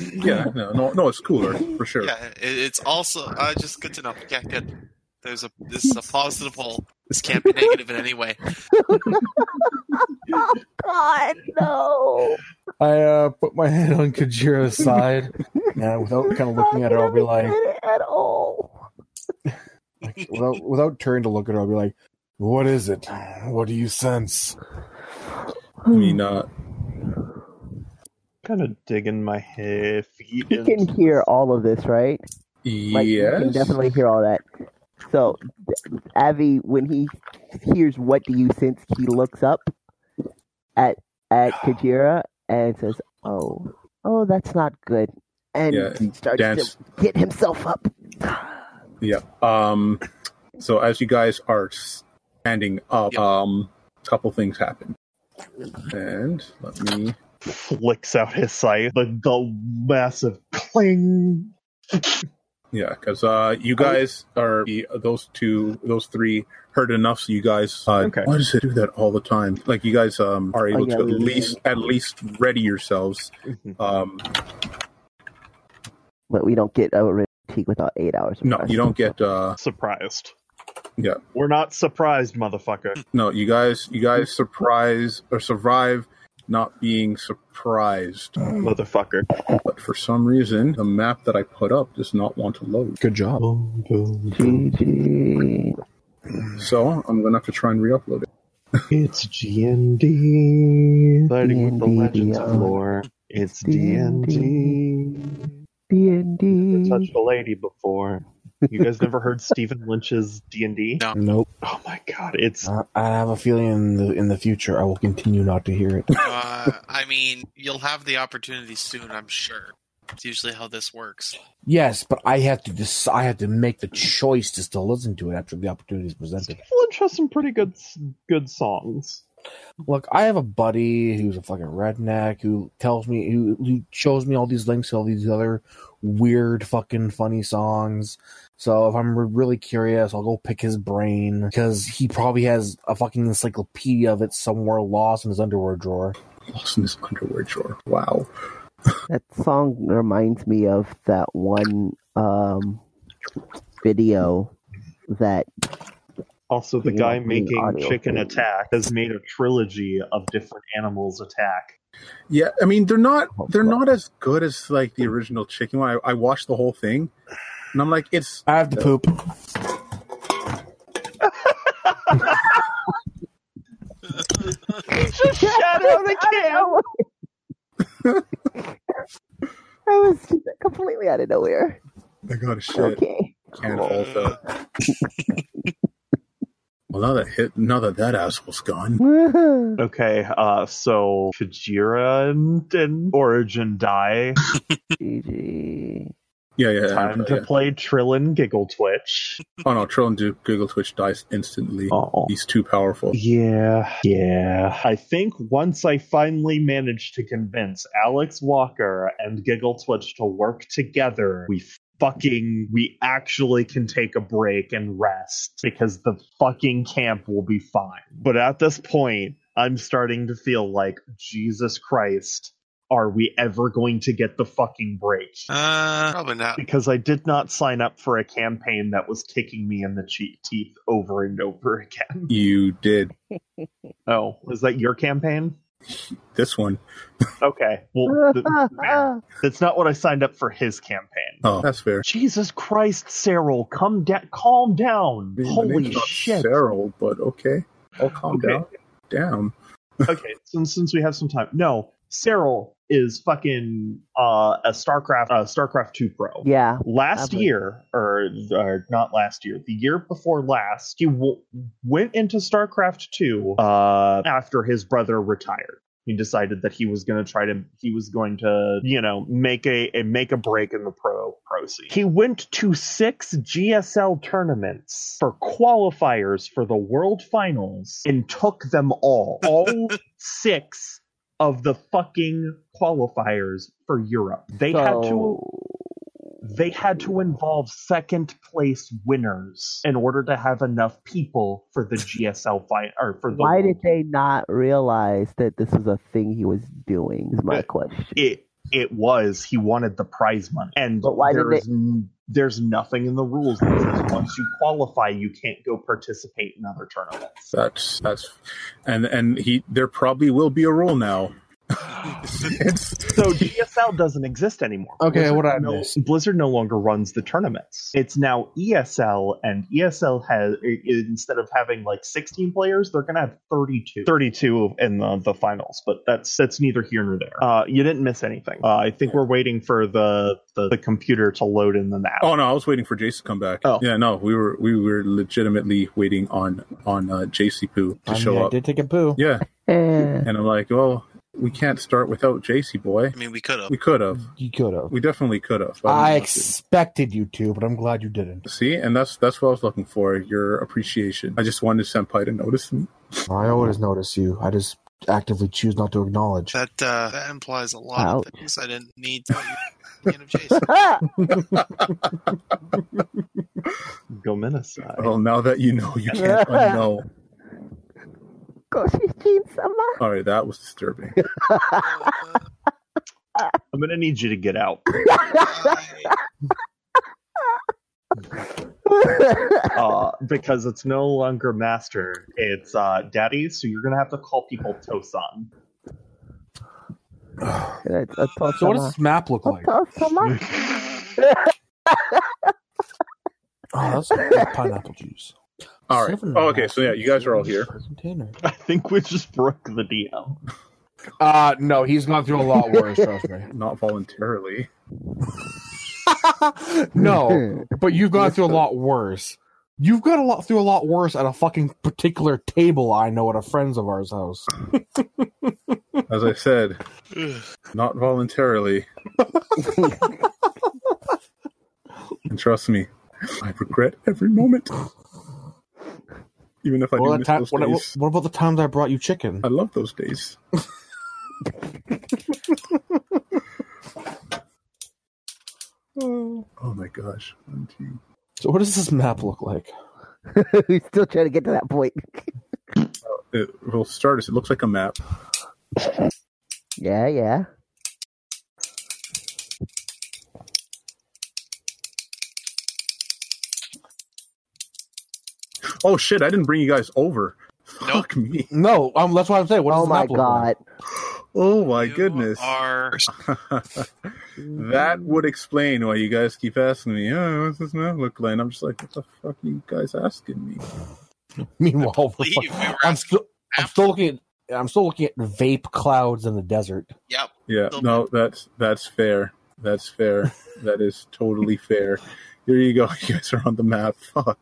Speaker 5: yeah no no, no it's cooler for sure
Speaker 2: Yeah, it, it's also uh, just good to know. Yeah, good. There's a this is a positive hole. This can't be negative in any way.
Speaker 4: Oh, God, no.
Speaker 3: I uh, put my [laughs] hand on Kajira's side, and without kind of looking at her, I'll be like,
Speaker 4: at all.
Speaker 3: like, without without turning to look at her, I'll be like, "What is it? What do you sense?"
Speaker 5: i mean uh
Speaker 6: Kind of digging my he- feet.
Speaker 4: he can hear all of this, right? Like, you
Speaker 5: yes
Speaker 4: can definitely hear all that. So, th- Avi, when he hears "What do you sense," he looks up at
Speaker 5: [sighs]
Speaker 4: at Kajira and says, "Oh, oh, that's not good," and
Speaker 5: Yeah,
Speaker 4: starts
Speaker 5: dance
Speaker 4: to get himself up.
Speaker 5: yeah um so as you guys are standing up
Speaker 2: Yeah.
Speaker 5: um a couple things happen and let me
Speaker 6: flicks out his sight. The, the massive cling.
Speaker 5: yeah because uh you guys are those two those three heard enough so you guys uh
Speaker 6: Okay.
Speaker 5: why does it do that all the time like you guys um are able
Speaker 4: Okay,
Speaker 5: to at
Speaker 4: we-
Speaker 5: least at least ready yourselves um
Speaker 4: But we don't get a fatigue without eight hours. of
Speaker 5: No,
Speaker 4: rest.
Speaker 5: you don't get. uh
Speaker 6: Surprised.
Speaker 5: Yeah,
Speaker 6: We're not surprised, motherfucker.
Speaker 5: uh, no, you guys, you guys surprise or survive not being surprised.
Speaker 6: Mm. motherfucker.
Speaker 5: But for some reason, the map that I put up does not want to load.
Speaker 3: Good job.
Speaker 4: GG.
Speaker 5: So I'm gonna have to try and re-upload it.
Speaker 6: It's GND. Fighting with the
Speaker 4: D&D
Speaker 6: legends
Speaker 4: beyond.
Speaker 6: lore. It's
Speaker 4: D&D.
Speaker 6: D&D.
Speaker 4: D and
Speaker 6: I touched
Speaker 4: D.
Speaker 6: a lady before. You guys never heard Stephen Lynch's D and D?
Speaker 2: No.
Speaker 3: Nope.
Speaker 6: Oh my god, it's
Speaker 3: I, I have a feeling in the in the future I will continue not to hear it. [laughs]
Speaker 2: Uh, I mean, you'll have the opportunity soon, I'm sure. It's usually how this works.
Speaker 3: Yes, but I have to decide. I have to make the choice to still listen to it after the opportunity is presented.
Speaker 6: Stephen Lynch has some pretty good good songs.
Speaker 3: Look, I have a buddy who's a fucking redneck who tells me who, who shows me all these links to all these other weird fucking funny songs. So if I'm re- really curious, I'll go pick his brain because he probably has a fucking encyclopedia of it somewhere lost in his underwear drawer.
Speaker 5: Lost in his underwear drawer. Wow.
Speaker 4: That song reminds me of that one um, video that
Speaker 6: Also, the
Speaker 4: Yeah,
Speaker 6: guy
Speaker 4: I mean,
Speaker 6: making
Speaker 4: audio.
Speaker 6: Chicken Attack has made a trilogy of different animals attack.
Speaker 5: Yeah, I mean they're not
Speaker 4: Oh,
Speaker 5: they're
Speaker 4: fuck.
Speaker 5: not as good as like the original chicken one. I, I watched the whole thing, and I'm like, it's
Speaker 3: I have to poop.
Speaker 6: Just shut out
Speaker 4: [laughs]
Speaker 6: the can.
Speaker 4: I was just completely out of nowhere.
Speaker 5: I gotta shit.
Speaker 4: Okay. [laughs]
Speaker 5: Can't hold up. [laughs] well, now that hit, now that that asshole's gone,
Speaker 4: Wait,
Speaker 6: Okay, uh, so Kajira and, and Origin [laughs] die.
Speaker 4: GG.
Speaker 5: yeah, yeah.
Speaker 6: Time
Speaker 5: yeah.
Speaker 6: to play Trillin Giggle Twitch.
Speaker 5: Oh no, Trill and Duke Google Twitch dies instantly.
Speaker 6: Oh.
Speaker 5: He's too powerful.
Speaker 6: Yeah, yeah. I think once I finally managed to convince Alex Walker and Giggle Twitch to work together, we fucking we actually can take a break and rest because the fucking camp will be fine. But at this point, I'm starting to feel like Jesus Christ, are we ever going to get the fucking break?
Speaker 2: Uh, probably not.
Speaker 6: Because I did not sign up for a campaign that was kicking me in the che- teeth over and over [laughs] again.
Speaker 5: You did
Speaker 6: Oh, is that your campaign?
Speaker 5: this one.
Speaker 6: Okay.
Speaker 4: [laughs]
Speaker 6: Well, th- fair. that's not what I signed up for his campaign.
Speaker 5: Oh, that's fair.
Speaker 6: Jesus Christ, Cyril, come down, calm down.
Speaker 5: My
Speaker 6: Holy
Speaker 5: name's not
Speaker 6: shit.
Speaker 5: Cyril, but okay. I'll calm
Speaker 6: Okay.
Speaker 5: down. Damn.
Speaker 6: [laughs] okay, since since we have some time. No, Cyril is fucking uh, a StarCraft uh, StarCraft 2 pro.
Speaker 4: [laughs] yeah.
Speaker 6: last
Speaker 4: Probably.
Speaker 6: year or, or not last year the year before last he w- went into starcraft 2 uh, after his brother retired he decided that he was going to try to he was going to you know make a, a make a break in the pro pro scene he went to six gsl tournaments for qualifiers for the world finals and took them all all six of the fucking qualifiers for europe they had to they had to involve second place winners in order to have enough people for the GSL fight or for the
Speaker 4: Why did they not realize that this was a thing he was doing? Is my
Speaker 6: Yeah.
Speaker 4: question.
Speaker 6: it it was he wanted the prize money and
Speaker 4: But why did
Speaker 6: there's n- there's nothing in the rules that says once you qualify you can't go participate in other
Speaker 5: [laughs]
Speaker 6: tournaments.
Speaker 5: That's that's and and he there probably will be a rule now. It's-
Speaker 6: So GSL doesn't exist anymore.
Speaker 3: Okay,
Speaker 6: Blizzard
Speaker 3: what I
Speaker 6: no,
Speaker 3: missed.
Speaker 6: Blizzard no longer runs the tournaments. It's now ESL, and ESL has i- i- instead of having like 16 players, they're gonna have 32, 32 in the, the finals. But that's that's neither here nor there. Uh, you didn't miss anything. Uh, I think we're waiting for the, the the computer to load in the map.
Speaker 5: oh no, I was waiting for Jace to come back.
Speaker 6: Oh.
Speaker 5: Yeah, no, we were we were legitimately waiting on on uh, JC Poo to
Speaker 3: I, mean,
Speaker 5: show
Speaker 3: I
Speaker 5: up.
Speaker 3: did take a poo.
Speaker 5: Yeah,
Speaker 4: Eh. [laughs]
Speaker 5: and I'm like, well, we can't start without JC boy.
Speaker 2: I mean, we could have.
Speaker 5: We could have.
Speaker 3: You could have.
Speaker 5: We definitely could have.
Speaker 3: I expected you to, but I'm glad you didn't.
Speaker 5: See, and that's that's what I was looking for. Your appreciation. I just wanted Senpai to notice me.
Speaker 3: I always notice you. I just actively choose not to acknowledge.
Speaker 2: That uh, that implies a lot
Speaker 4: Ouch.
Speaker 2: of things I didn't need to do at the end of Jason.
Speaker 4: [laughs] Ah,
Speaker 6: Go Minnesota.
Speaker 5: Well, now that you know, you can't unknow.
Speaker 4: [laughs] Goshi-jin-sama.
Speaker 5: All right, that was disturbing.
Speaker 2: Uh,
Speaker 6: I'm gonna need you to get out.
Speaker 2: I-
Speaker 6: uh, because it's no longer master. It's uh, daddy, so you're gonna have to call people Tosan.
Speaker 4: That's
Speaker 3: So
Speaker 4: a
Speaker 3: what
Speaker 4: tosama.
Speaker 3: does this map look like? Oh,
Speaker 4: Tosama? [laughs]
Speaker 6: [laughs]
Speaker 3: Oh, that's good pineapple juice.
Speaker 5: All right.
Speaker 3: Seven and a
Speaker 5: Oh, okay.
Speaker 3: half
Speaker 5: So yeah, you guys are all here.
Speaker 3: container.
Speaker 6: [laughs] I think we just broke the DM.
Speaker 3: [laughs] Uh, no, he's gone through a lot worse. trust me.
Speaker 5: Not voluntarily.
Speaker 3: no, but you've gone through a lot worse. You've got a lot through a lot worse at a fucking particular table I know at a friend's of ours house.
Speaker 5: As I said, not voluntarily. and trust me, I regret every moment. Even if I
Speaker 3: What,
Speaker 5: do
Speaker 3: about
Speaker 5: miss
Speaker 3: ti-
Speaker 5: those
Speaker 3: what-
Speaker 5: days.
Speaker 3: what- what about the times I brought you chicken?
Speaker 5: I love those days. oh my gosh. One, two.
Speaker 3: So what does this map look like?
Speaker 4: We're still trying to get to that point. [laughs]
Speaker 5: It, we'll start as it looks like a map.
Speaker 4: yeah, yeah.
Speaker 5: Oh shit, I didn't bring you guys over.
Speaker 2: Nope.
Speaker 5: Fuck me.
Speaker 3: No, um, that's what I'm saying. What does
Speaker 4: oh
Speaker 3: this
Speaker 4: my
Speaker 3: map look like?
Speaker 4: god.
Speaker 5: Oh my
Speaker 2: You
Speaker 5: goodness.
Speaker 2: Are
Speaker 5: [laughs] that would explain why you guys keep asking me, oh, what's this map look like? And I'm just like, what the fuck are you guys asking me?
Speaker 3: Meanwhile,
Speaker 2: believe we were
Speaker 3: I'm
Speaker 2: asking-
Speaker 3: still, I'm still looking at, I'm still looking at vape clouds in the desert.
Speaker 2: yep.
Speaker 5: Yeah,
Speaker 2: Nope.
Speaker 5: no, that's that's fair. That's
Speaker 2: [laughs]
Speaker 5: fair. that is totally fair. Here you go. [laughs] You guys are on the map. Fuck.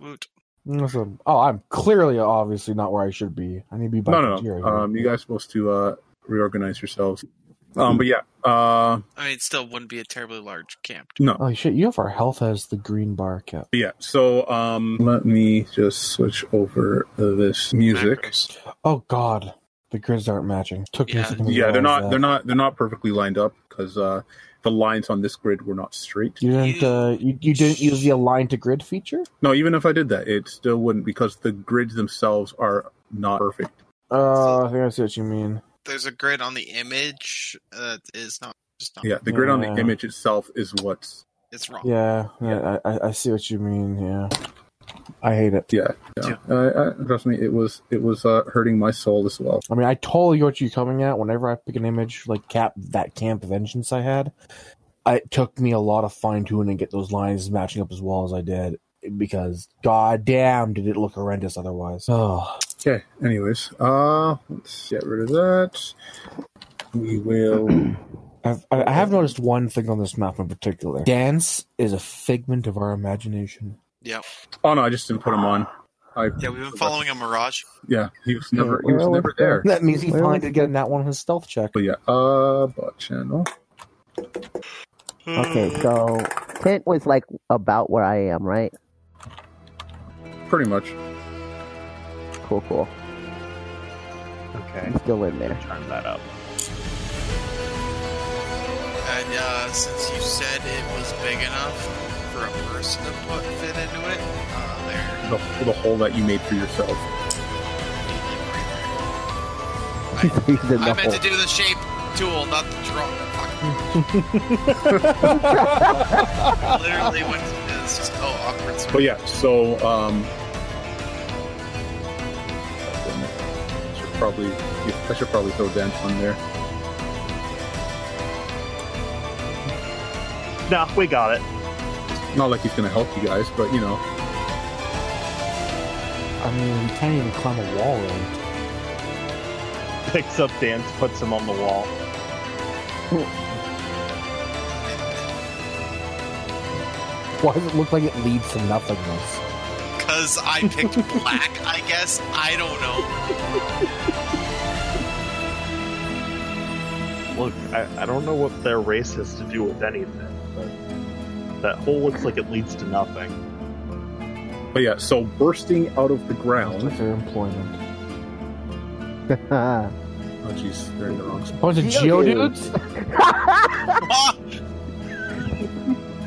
Speaker 2: Woot.
Speaker 3: Awesome. Oh, I'm clearly, obviously, not where I should be. I need to be by
Speaker 5: no, no,
Speaker 3: Frontier
Speaker 5: no.
Speaker 3: here.
Speaker 5: Um, you guys are supposed to uh, reorganize yourselves. Um, but yeah, uh,
Speaker 2: I mean, still wouldn't be a terribly large camp.
Speaker 3: Oh shit! You have our health as the green bar cap.
Speaker 5: but yeah. So um, let me just switch over this music.
Speaker 2: Macros.
Speaker 3: Oh god, the grids aren't matching. Took me a
Speaker 2: Yeah.
Speaker 3: second to
Speaker 5: Uh, Yeah, they're
Speaker 3: realize
Speaker 5: not.
Speaker 3: that.
Speaker 5: They're not. They're not perfectly lined up because uh, the lines on this grid were not straight.
Speaker 3: You didn't. Uh, you, you didn't use the align to grid feature.
Speaker 5: No, even if I did that, it still wouldn't because the grids themselves are not perfect.
Speaker 3: Uh, I think I see what you mean.
Speaker 2: There's a grid on the image that is not just not.
Speaker 5: Yeah, the grid on the
Speaker 3: Yeah.
Speaker 5: image itself is what's
Speaker 2: It's wrong.
Speaker 3: Yeah, yeah, I, I- I see what you mean. Yeah, I hate it.
Speaker 5: Yeah, yeah. Uh, I, trust me, it was it was uh, hurting my soul as well.
Speaker 3: I mean, I totally get what you're coming at. Whenever I pick an image like Cap, that Camp Vengeance I had, I, it took me a lot of fine tuning to get those lines matching up as well as I did because goddamn, did it look horrendous otherwise. Oh,
Speaker 5: Okay. Anyways, uh, let's get rid of that. We will.
Speaker 3: I've, I, I have noticed one thing on this map in particular. Dance is a figment of our imagination.
Speaker 5: Oh no, I just didn't put him on. I,
Speaker 2: Yeah, we've been following a mirage.
Speaker 5: Yeah, he was never he
Speaker 4: Yeah,
Speaker 5: was
Speaker 4: well,
Speaker 5: never there.
Speaker 3: That means he
Speaker 4: Where
Speaker 3: finally
Speaker 4: was
Speaker 3: did get that one on his stealth check.
Speaker 5: But yeah, uh, bot channel.
Speaker 4: Okay, so Kent was like about where I am, right?
Speaker 5: Pretty much.
Speaker 4: Cool, cool.
Speaker 6: Okay.
Speaker 4: I'm still in there. [laughs]
Speaker 6: Turn that up.
Speaker 2: And uh, since you said it was big enough for a person to put fit into it, uh, there.
Speaker 5: The, the hole that you made for yourself.
Speaker 4: He's in
Speaker 2: I
Speaker 4: the
Speaker 2: meant
Speaker 4: hole.
Speaker 2: to do the shape tool, not the draw. Fuck.
Speaker 4: [laughs]
Speaker 2: Literally, went to, it's just oh awkward.
Speaker 5: But yeah, so um, should probably I should probably throw dance on there.
Speaker 6: Nah, we got it.
Speaker 5: Not like he's gonna help you guys, but you know.
Speaker 3: I mean, we can't even climb a wall. Right?
Speaker 6: Picks up Dance, puts him on the wall.
Speaker 3: Why does it look like it leads to nothingness?
Speaker 2: Because I picked black, I guess. I don't know. [laughs]
Speaker 4: [laughs]
Speaker 6: Look, I, I don't know what their race has to do with anything, but that hole looks like it leads to nothing.
Speaker 5: But yeah, so bursting out of the
Speaker 3: It's
Speaker 5: ground.
Speaker 3: like their employment.
Speaker 5: Oh jeez, they're in the wrong spot.
Speaker 3: A bunch of
Speaker 4: Geodudes.
Speaker 3: Oh, geodudes?
Speaker 2: Ah,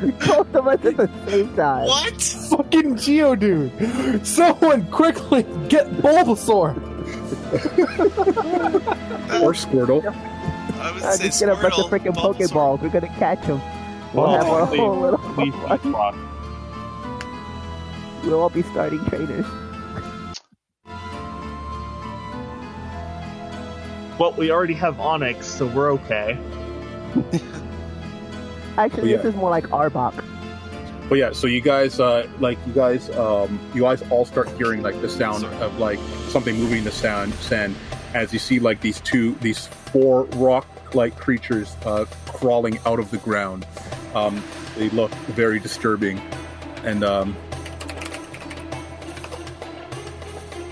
Speaker 4: [laughs] Both of us at the same time.
Speaker 2: what?
Speaker 3: Fucking geodude! Someone quickly get Bulbasaur!
Speaker 5: Or Squirtle.
Speaker 2: I was
Speaker 4: Uh,
Speaker 2: say
Speaker 4: just get a bunch of
Speaker 2: Squirtle,
Speaker 4: freaking
Speaker 2: Bulbasaur.
Speaker 4: Pokeball. We're gonna catch them. We'll
Speaker 6: Well,
Speaker 4: have our
Speaker 6: we-
Speaker 4: whole little. [laughs]
Speaker 6: Leaf Rock.
Speaker 4: We'll all be starting trainers.
Speaker 6: Well, we already have Onyx, so we're okay.
Speaker 4: Actually,
Speaker 5: Yeah.
Speaker 4: this is more like Arbok.
Speaker 5: But yeah, so you guys, uh, like you guys, um, you guys all start hearing like the sound of like something moving in the sound sand, as you see like these two, these four rock-like creatures uh, crawling out of the ground, Um, they look very disturbing, and um,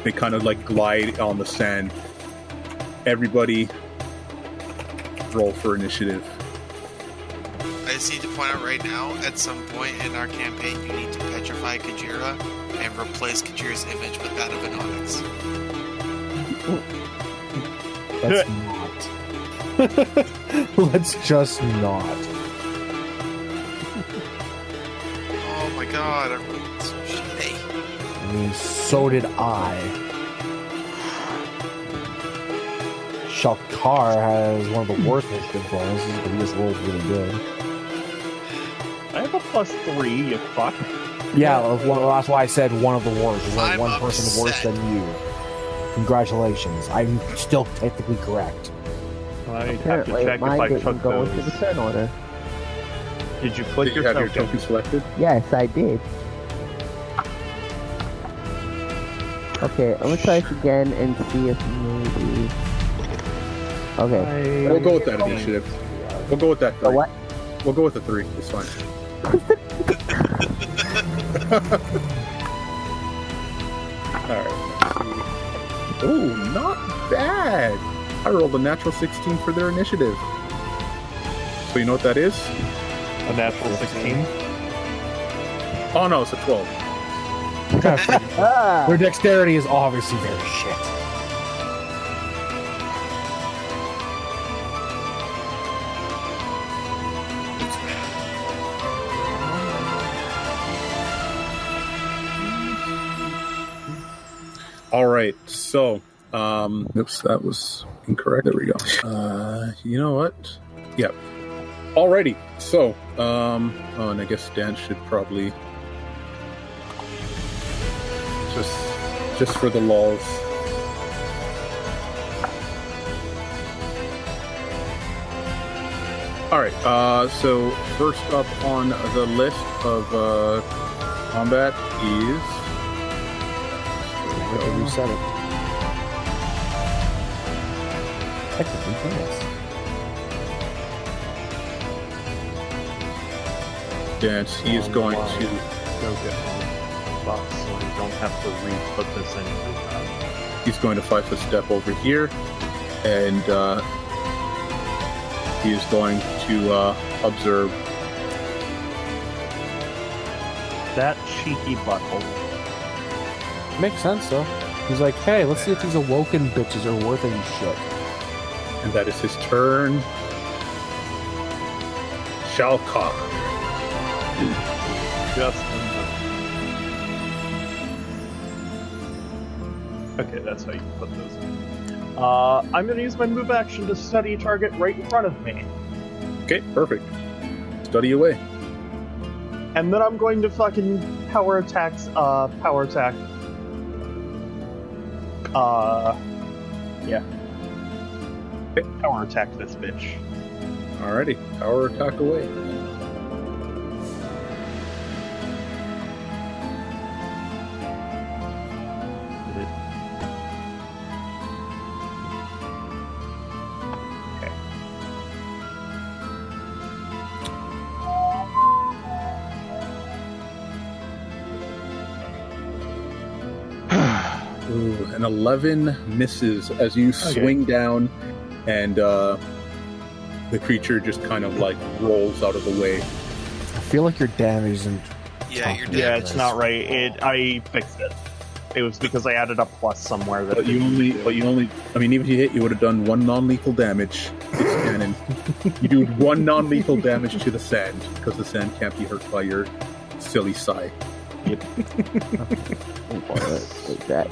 Speaker 5: they kind of like glide on the sand. Everybody, roll for initiative.
Speaker 2: I just need to point out right now, at some point in our campaign, you need to petrify Kajira and replace Kajira's image with that of an onyx.
Speaker 3: Let's not. [laughs] Let's just not.
Speaker 2: Oh my god, I rolled so shitty.
Speaker 3: I mean, so did I. Shalkar has one of the worst initiative bonuses, but he just rolled really good.
Speaker 6: I have a plus three, you fuck.
Speaker 3: Yeah, well, that's why I said one of the worst. There's only
Speaker 2: I'm
Speaker 3: one person worse
Speaker 2: upset.
Speaker 3: than you. Congratulations. I'm still technically correct.
Speaker 6: I have to
Speaker 4: Apparently,
Speaker 6: check if I
Speaker 4: mine didn't
Speaker 6: took
Speaker 4: go into the
Speaker 6: those.
Speaker 4: turn order.
Speaker 6: Did you click
Speaker 5: Did you
Speaker 6: your
Speaker 5: have your
Speaker 6: token?
Speaker 5: token selected?
Speaker 4: Yes, I did. Okay, I'm gonna try this again and see if maybe. Okay.
Speaker 5: We'll go with that initiative. We'll go with that.
Speaker 4: So
Speaker 5: Three.
Speaker 4: what?
Speaker 5: We'll go with the three. It's fine. All right. Oh, not bad. I rolled a natural 16 for their initiative. So you know what that is?
Speaker 6: A natural 16.
Speaker 5: Oh no, it's a 12.
Speaker 4: Ah!
Speaker 3: Their dexterity is obviously very shit.
Speaker 5: All right. So, um, oops, that was incorrect. There we go. Uh, you know what? Yep. Alrighty. So, um, oh, and I guess Dan should probably just just for the lulls. All right. Uh, so first up on the list of uh, combat is
Speaker 3: Wait, You said it. Technically, yes.
Speaker 5: dance. He is
Speaker 6: Oh,
Speaker 5: going
Speaker 6: wow.
Speaker 5: to.
Speaker 6: Go get the box so I don't have to re-put this in. every time.
Speaker 5: He's going to five foot step over here, and uh, he is going to uh, observe.
Speaker 6: That cheeky butthole.
Speaker 3: Makes sense, though. He's like, hey, let's see if these awoken bitches are worth any shit.
Speaker 5: and that is his turn. Shalcock.
Speaker 6: Just in the- Okay, that's how you put those in. Uh, I'm gonna use my move action to study a target right in front of me.
Speaker 5: Okay, perfect. Study away.
Speaker 6: And then I'm going to fucking power attacks, uh, power attack. Uh, yeah. Power attack this bitch.
Speaker 5: Alrighty, power attack away. [sighs] Ooh, an 11 misses as you swing down, and uh, the creature just kind of like rolls out of the way.
Speaker 3: I feel like your damage isn't.
Speaker 2: Yeah, you're
Speaker 3: Yeah,
Speaker 6: Yeah,
Speaker 2: dead.
Speaker 6: it's not right. It I fixed it. It was because I added a plus somewhere that
Speaker 5: But you only, but you only, I mean, even if you hit, you would have done one non lethal damage. It's cannon. you do one non lethal damage to the sand, because the sand can't be hurt by your silly sigh. oh,
Speaker 4: Like that.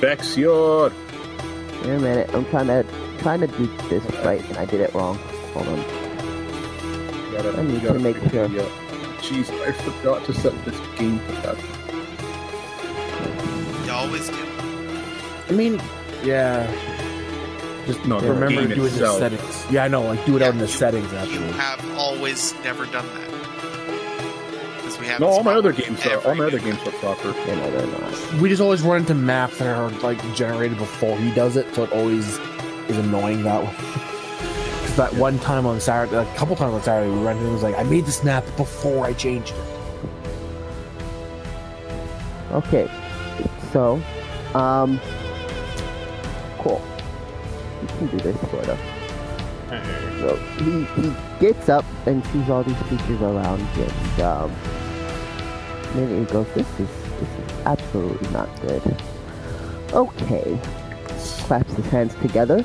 Speaker 5: Vexior!
Speaker 4: Wait a minute, I'm trying to trying to do this right, and I did it wrong. Hold on.
Speaker 5: Gotta-
Speaker 4: I need
Speaker 5: gotta
Speaker 4: to make
Speaker 5: figure
Speaker 4: sure.
Speaker 5: it out. Jeez, I forgot to set this game for that.
Speaker 2: You always do.
Speaker 3: I mean, yeah. Just
Speaker 5: No, the
Speaker 3: remember
Speaker 5: game
Speaker 3: to do it in the
Speaker 5: itself.
Speaker 3: settings. Yeah, I know. Like, do it out in the
Speaker 2: You-
Speaker 3: settings,
Speaker 2: You
Speaker 3: actually.
Speaker 2: have always never done that. 'Cause we have
Speaker 5: No,
Speaker 2: this
Speaker 5: all my other
Speaker 2: problem
Speaker 5: games are, all
Speaker 2: every
Speaker 5: my other
Speaker 2: day.
Speaker 5: games are proper.
Speaker 4: You know they're not.
Speaker 3: We just always run into maps that [laughs] are, like, generated before he does it, so it always is annoying that way. that one time on Saturday, a couple times on Saturday, we rented. It was like I made this map before I changed it.
Speaker 4: Okay. So, um, cool. You can do this, sort of. So he, he gets up and sees all these creatures around and um, then he goes, "This is this is absolutely not good." Okay, claps his hands together,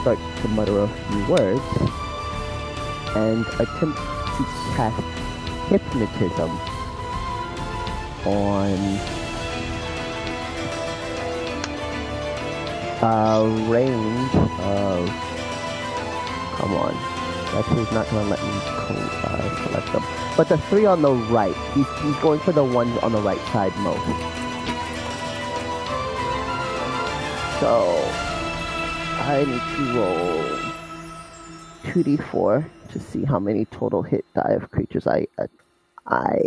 Speaker 4: starts to mutter a few words, and attempts to cast hypnotism on a range of come on. That two's not gonna let me co- uh, select them. But the three on the right, he's, he's going for the ones on the right side most. So I need to roll 2d4 to see how many total hit die of creatures I uh, I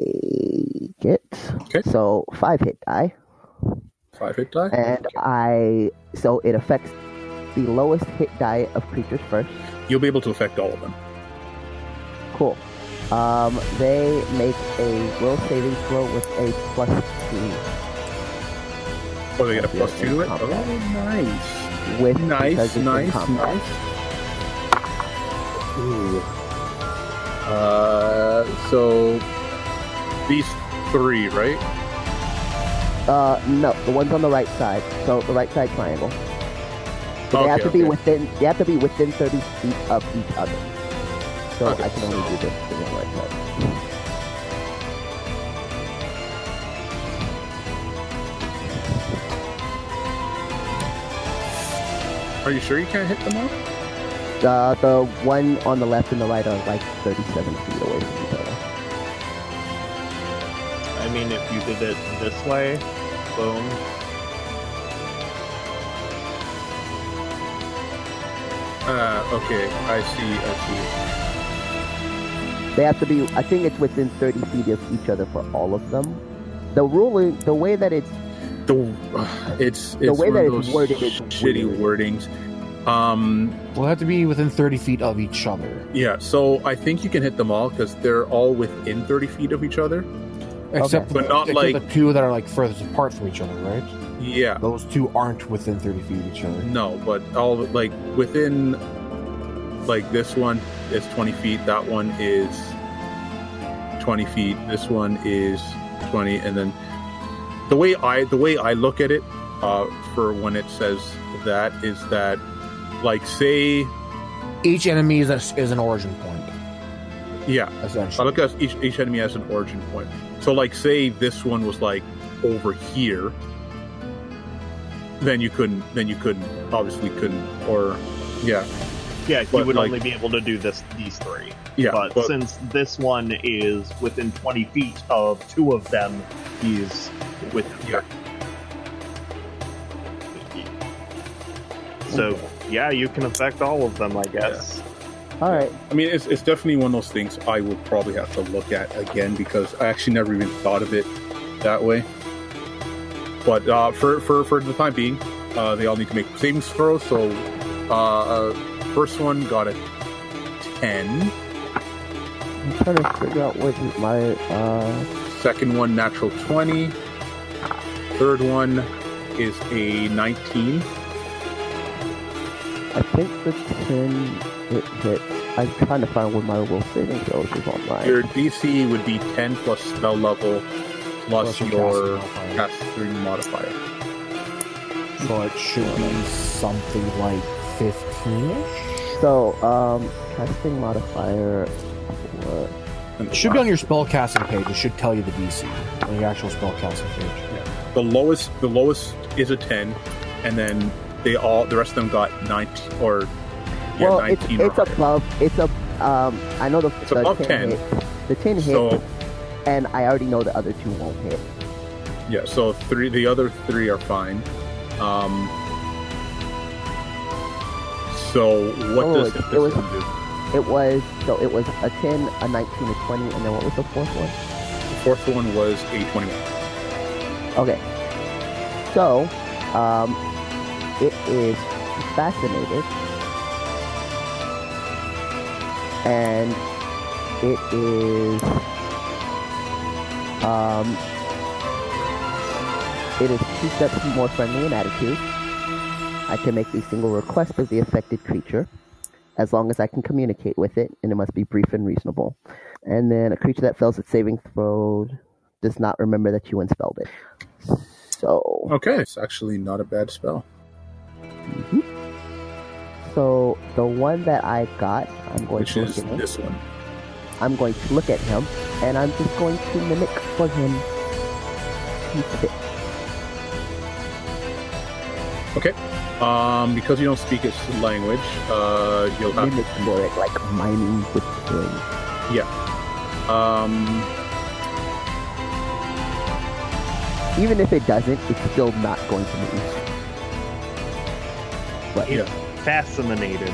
Speaker 4: get.
Speaker 5: Okay.
Speaker 4: So five hit die.
Speaker 5: Five hit die.
Speaker 4: And I so it affects the lowest hit die of creatures first.
Speaker 5: You'll be able to affect all of them.
Speaker 4: Cool. Um, they make a will saving throw with a plus two
Speaker 5: Oh, they get a plus two to it.
Speaker 4: Okay.
Speaker 5: Oh, nice,
Speaker 4: with because
Speaker 5: nice,
Speaker 4: it's in
Speaker 5: nice,
Speaker 4: combat.
Speaker 5: nice. Ooh. Uh, so these three, right?
Speaker 4: Uh, no, the one's on the right side. So the right side triangle. So they have
Speaker 5: Okay,
Speaker 4: to be
Speaker 5: okay.
Speaker 4: within. They have to be within thirty feet of each other. So
Speaker 5: Okay,
Speaker 4: I can only
Speaker 5: so-
Speaker 4: do this thing on the right side.
Speaker 5: Are you sure you can't hit them all?
Speaker 4: Uh, the one on the left and the right are like thirty-seven feet away from each other.
Speaker 6: I mean, if you did it this way, boom.
Speaker 5: Uh, okay, I see, I
Speaker 4: They have to be. I think it's within thirty feet of each other for all of them. The ruling, the way that it's
Speaker 5: see. The uh, it's, it's
Speaker 4: way
Speaker 5: one
Speaker 4: that
Speaker 5: of
Speaker 4: it's
Speaker 5: those
Speaker 4: worded is
Speaker 5: shitty wordings. Um,
Speaker 3: We'll have to be within thirty feet of each other,
Speaker 5: Yeah, so I think you can hit them all because they're all within 30 feet of each other.
Speaker 3: except,
Speaker 5: But not
Speaker 3: except
Speaker 5: like-
Speaker 3: the two that are like furthest apart from each other, right?
Speaker 5: Yeah.
Speaker 3: Those two aren't within thirty feet of each other.
Speaker 5: No, but all like within, like this one is 20 feet, that one is 20 feet, this one is 20, and then the way I the way I look at it uh, for when it says that is that like say
Speaker 3: Each enemy is a, is an origin point,
Speaker 5: yeah I
Speaker 3: essentially.
Speaker 5: look at each, each enemy as an origin point. So, like, say this one was like over here, then you couldn't. Then you couldn't. Obviously, couldn't. Or, yeah,
Speaker 6: Yeah, you
Speaker 5: But,
Speaker 6: would
Speaker 5: like-
Speaker 6: only be able to do this these three.
Speaker 5: yeah.
Speaker 6: but,
Speaker 5: but-
Speaker 6: since this one is within 20 feet of two of them, he's within
Speaker 5: Yeah.
Speaker 6: 30 feet. So, yeah, you can affect all of them, I guess.
Speaker 4: all right.
Speaker 5: I mean, it's, it's definitely one of those things I will probably have to look at again because I actually never even thought of it that way. But uh, for, for for the time being, uh, they all need to make savings throws. So, uh, uh, first one got a ten.
Speaker 4: I'm trying to figure out what my uh.
Speaker 5: Second one, natural 20. Third one is a 19.
Speaker 4: I think the ten it hit. I'm trying to find where my will saving throws is online.
Speaker 5: Your DC would be 10 plus spell level plus,
Speaker 3: Plus your
Speaker 5: your
Speaker 3: casting modifier.
Speaker 5: casting modifier.
Speaker 3: So it should be something like fifteen-ish.
Speaker 4: So um, casting modifier. uh,
Speaker 5: And the
Speaker 3: It should be
Speaker 5: la-
Speaker 3: on your spell casting page. It should tell you the DC on your actual spell casting page.
Speaker 5: the lowest. The lowest is a 10, and then they all the rest of them got 19 or yeah,
Speaker 4: well, it's
Speaker 5: 19
Speaker 4: it's
Speaker 5: or higher.
Speaker 4: above. It's a um. I know the
Speaker 5: It's
Speaker 4: the
Speaker 5: above 10.
Speaker 4: hit. The ten
Speaker 5: So
Speaker 4: hit, and I already know the other two won't hit.
Speaker 5: yeah, so three. The other three are fine. Um. So what
Speaker 4: Oh,
Speaker 5: does
Speaker 4: it-
Speaker 5: this
Speaker 4: it was-
Speaker 5: one do?
Speaker 4: It was so it was a ten, a nineteen, a twenty, and then what was the fourth one?
Speaker 5: The fourth one was a 21.
Speaker 4: Okay. So, um, it is fascinated and it is um it is two steps more friendly in attitude. I can make a single request of the affected creature as long as I can communicate with it, and it must be brief and reasonable. And then a creature that fails its saving throw does not remember that you unspelled it. So,
Speaker 5: Okay, it's actually not a bad spell.
Speaker 4: so the one that I got, I'm going
Speaker 5: Which
Speaker 4: to look
Speaker 5: is
Speaker 4: at him.
Speaker 5: this one.
Speaker 4: I'm going to look at him, and I'm just going to mimic for him. He's fit.
Speaker 5: Um, because you don't speak its language, uh, you'll have
Speaker 4: Mimic for it, like mining with him.
Speaker 5: um,
Speaker 4: Even if it doesn't, it's still not going to move. But
Speaker 6: It's fascinated.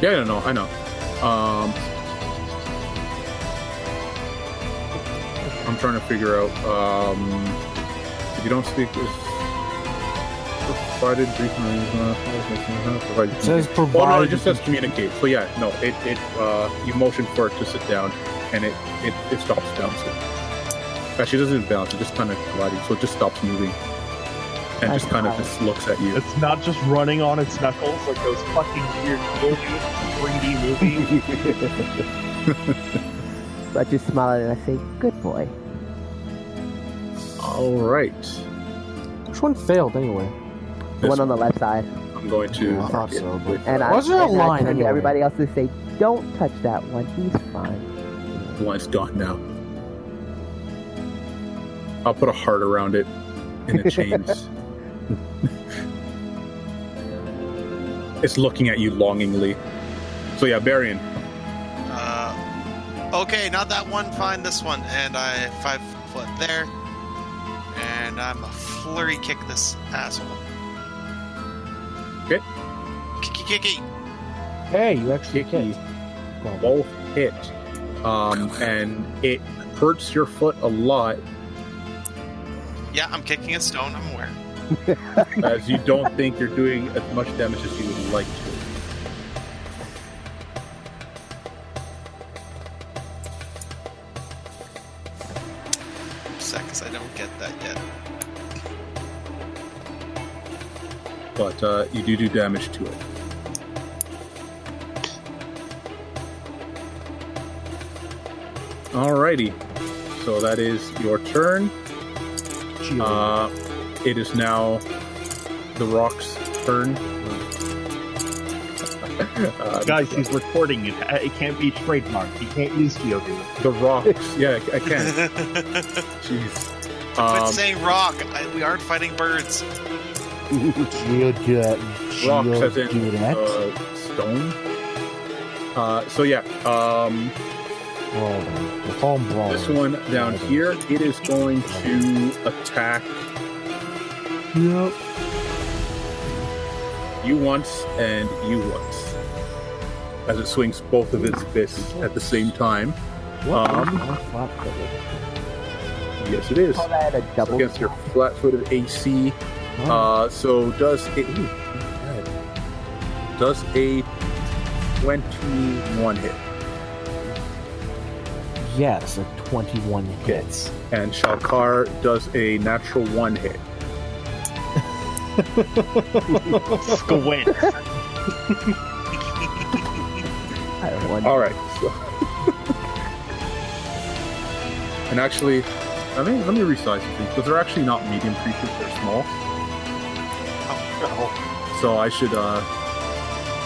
Speaker 5: yeah, I don't know, I know. Um, I'm trying to figure out um, if you don't speak this. Provided brief
Speaker 3: It says
Speaker 5: Oh no, it
Speaker 3: provide.
Speaker 5: just says communicate. So yeah, no, it it uh, you motion for it to sit down, and it it, it stops bouncing. Actually, it doesn't bounce; it just kind of gliding, so it just stops moving, and just
Speaker 4: That's
Speaker 5: kind of
Speaker 4: odd.
Speaker 5: just looks at you.
Speaker 6: It's not just running on its knuckles like those fucking weird Yogi 3D movie.
Speaker 5: [laughs]
Speaker 4: I just smile at it and I say, "Good boy."
Speaker 5: All right,
Speaker 3: Which one failed anyway?
Speaker 4: The
Speaker 5: This
Speaker 4: one on the left side,
Speaker 5: I'm going to.
Speaker 3: I thought so, but
Speaker 4: and I.
Speaker 3: Was there a
Speaker 4: and I
Speaker 3: line
Speaker 4: turn to
Speaker 3: anyway?
Speaker 4: everybody else and say, "Don't touch that one. He's fine."
Speaker 5: The line's gone now. I'll put a heart around it, and it chains. it's looking at you longingly. So yeah, Barian.
Speaker 2: Uh, okay, not that one. Find this one, and I five foot there, and I'm a flurry kick this asshole.
Speaker 5: Okay.
Speaker 2: Kicky kicky.
Speaker 3: hey, you actually
Speaker 5: Kicky.
Speaker 3: kicked. Well,
Speaker 5: both hit, um, and it hurts your foot a lot
Speaker 2: Yeah, I'm kicking a stone. I'm aware.
Speaker 5: as you don't think you're doing as much damage as you would like to.
Speaker 2: Upset 'cause I don't get that yet.
Speaker 5: But uh, you do do damage to it. Alrighty, so that is your turn.
Speaker 3: gee,
Speaker 5: Uh, it is now the rock's turn. [laughs] Uh,
Speaker 6: Guys, he's recording it. Uh, It can't be trademarked. He can't use Yogi.
Speaker 5: the rocks. Yeah, I I
Speaker 2: [laughs]
Speaker 5: can't. Jeez.
Speaker 2: Quit
Speaker 5: Um,
Speaker 2: saying rock. I, we aren't fighting birds.
Speaker 3: Geo Jet.
Speaker 5: rocks
Speaker 3: Geo
Speaker 5: as in
Speaker 3: Jet?
Speaker 5: uh, stone. Uh, so yeah, um,
Speaker 3: Brawl. We'll call him Brawl.
Speaker 5: this one down here, it is going to attack
Speaker 3: Yep.
Speaker 5: you once and you once, as it swings both of its fists at the same time. Um, yes, it is
Speaker 4: Call that a double.
Speaker 5: against your flat-footed AC. Uh, so does a ooh, does a twenty-one hit
Speaker 3: yes, a 21 hits.
Speaker 5: and Shalkar does a natural one hit.
Speaker 6: Squint.
Speaker 4: I don't want-
Speaker 5: All right. So. and actually, I mean, let me resize the thing because they're actually not medium creatures; they're small. So I should, uh,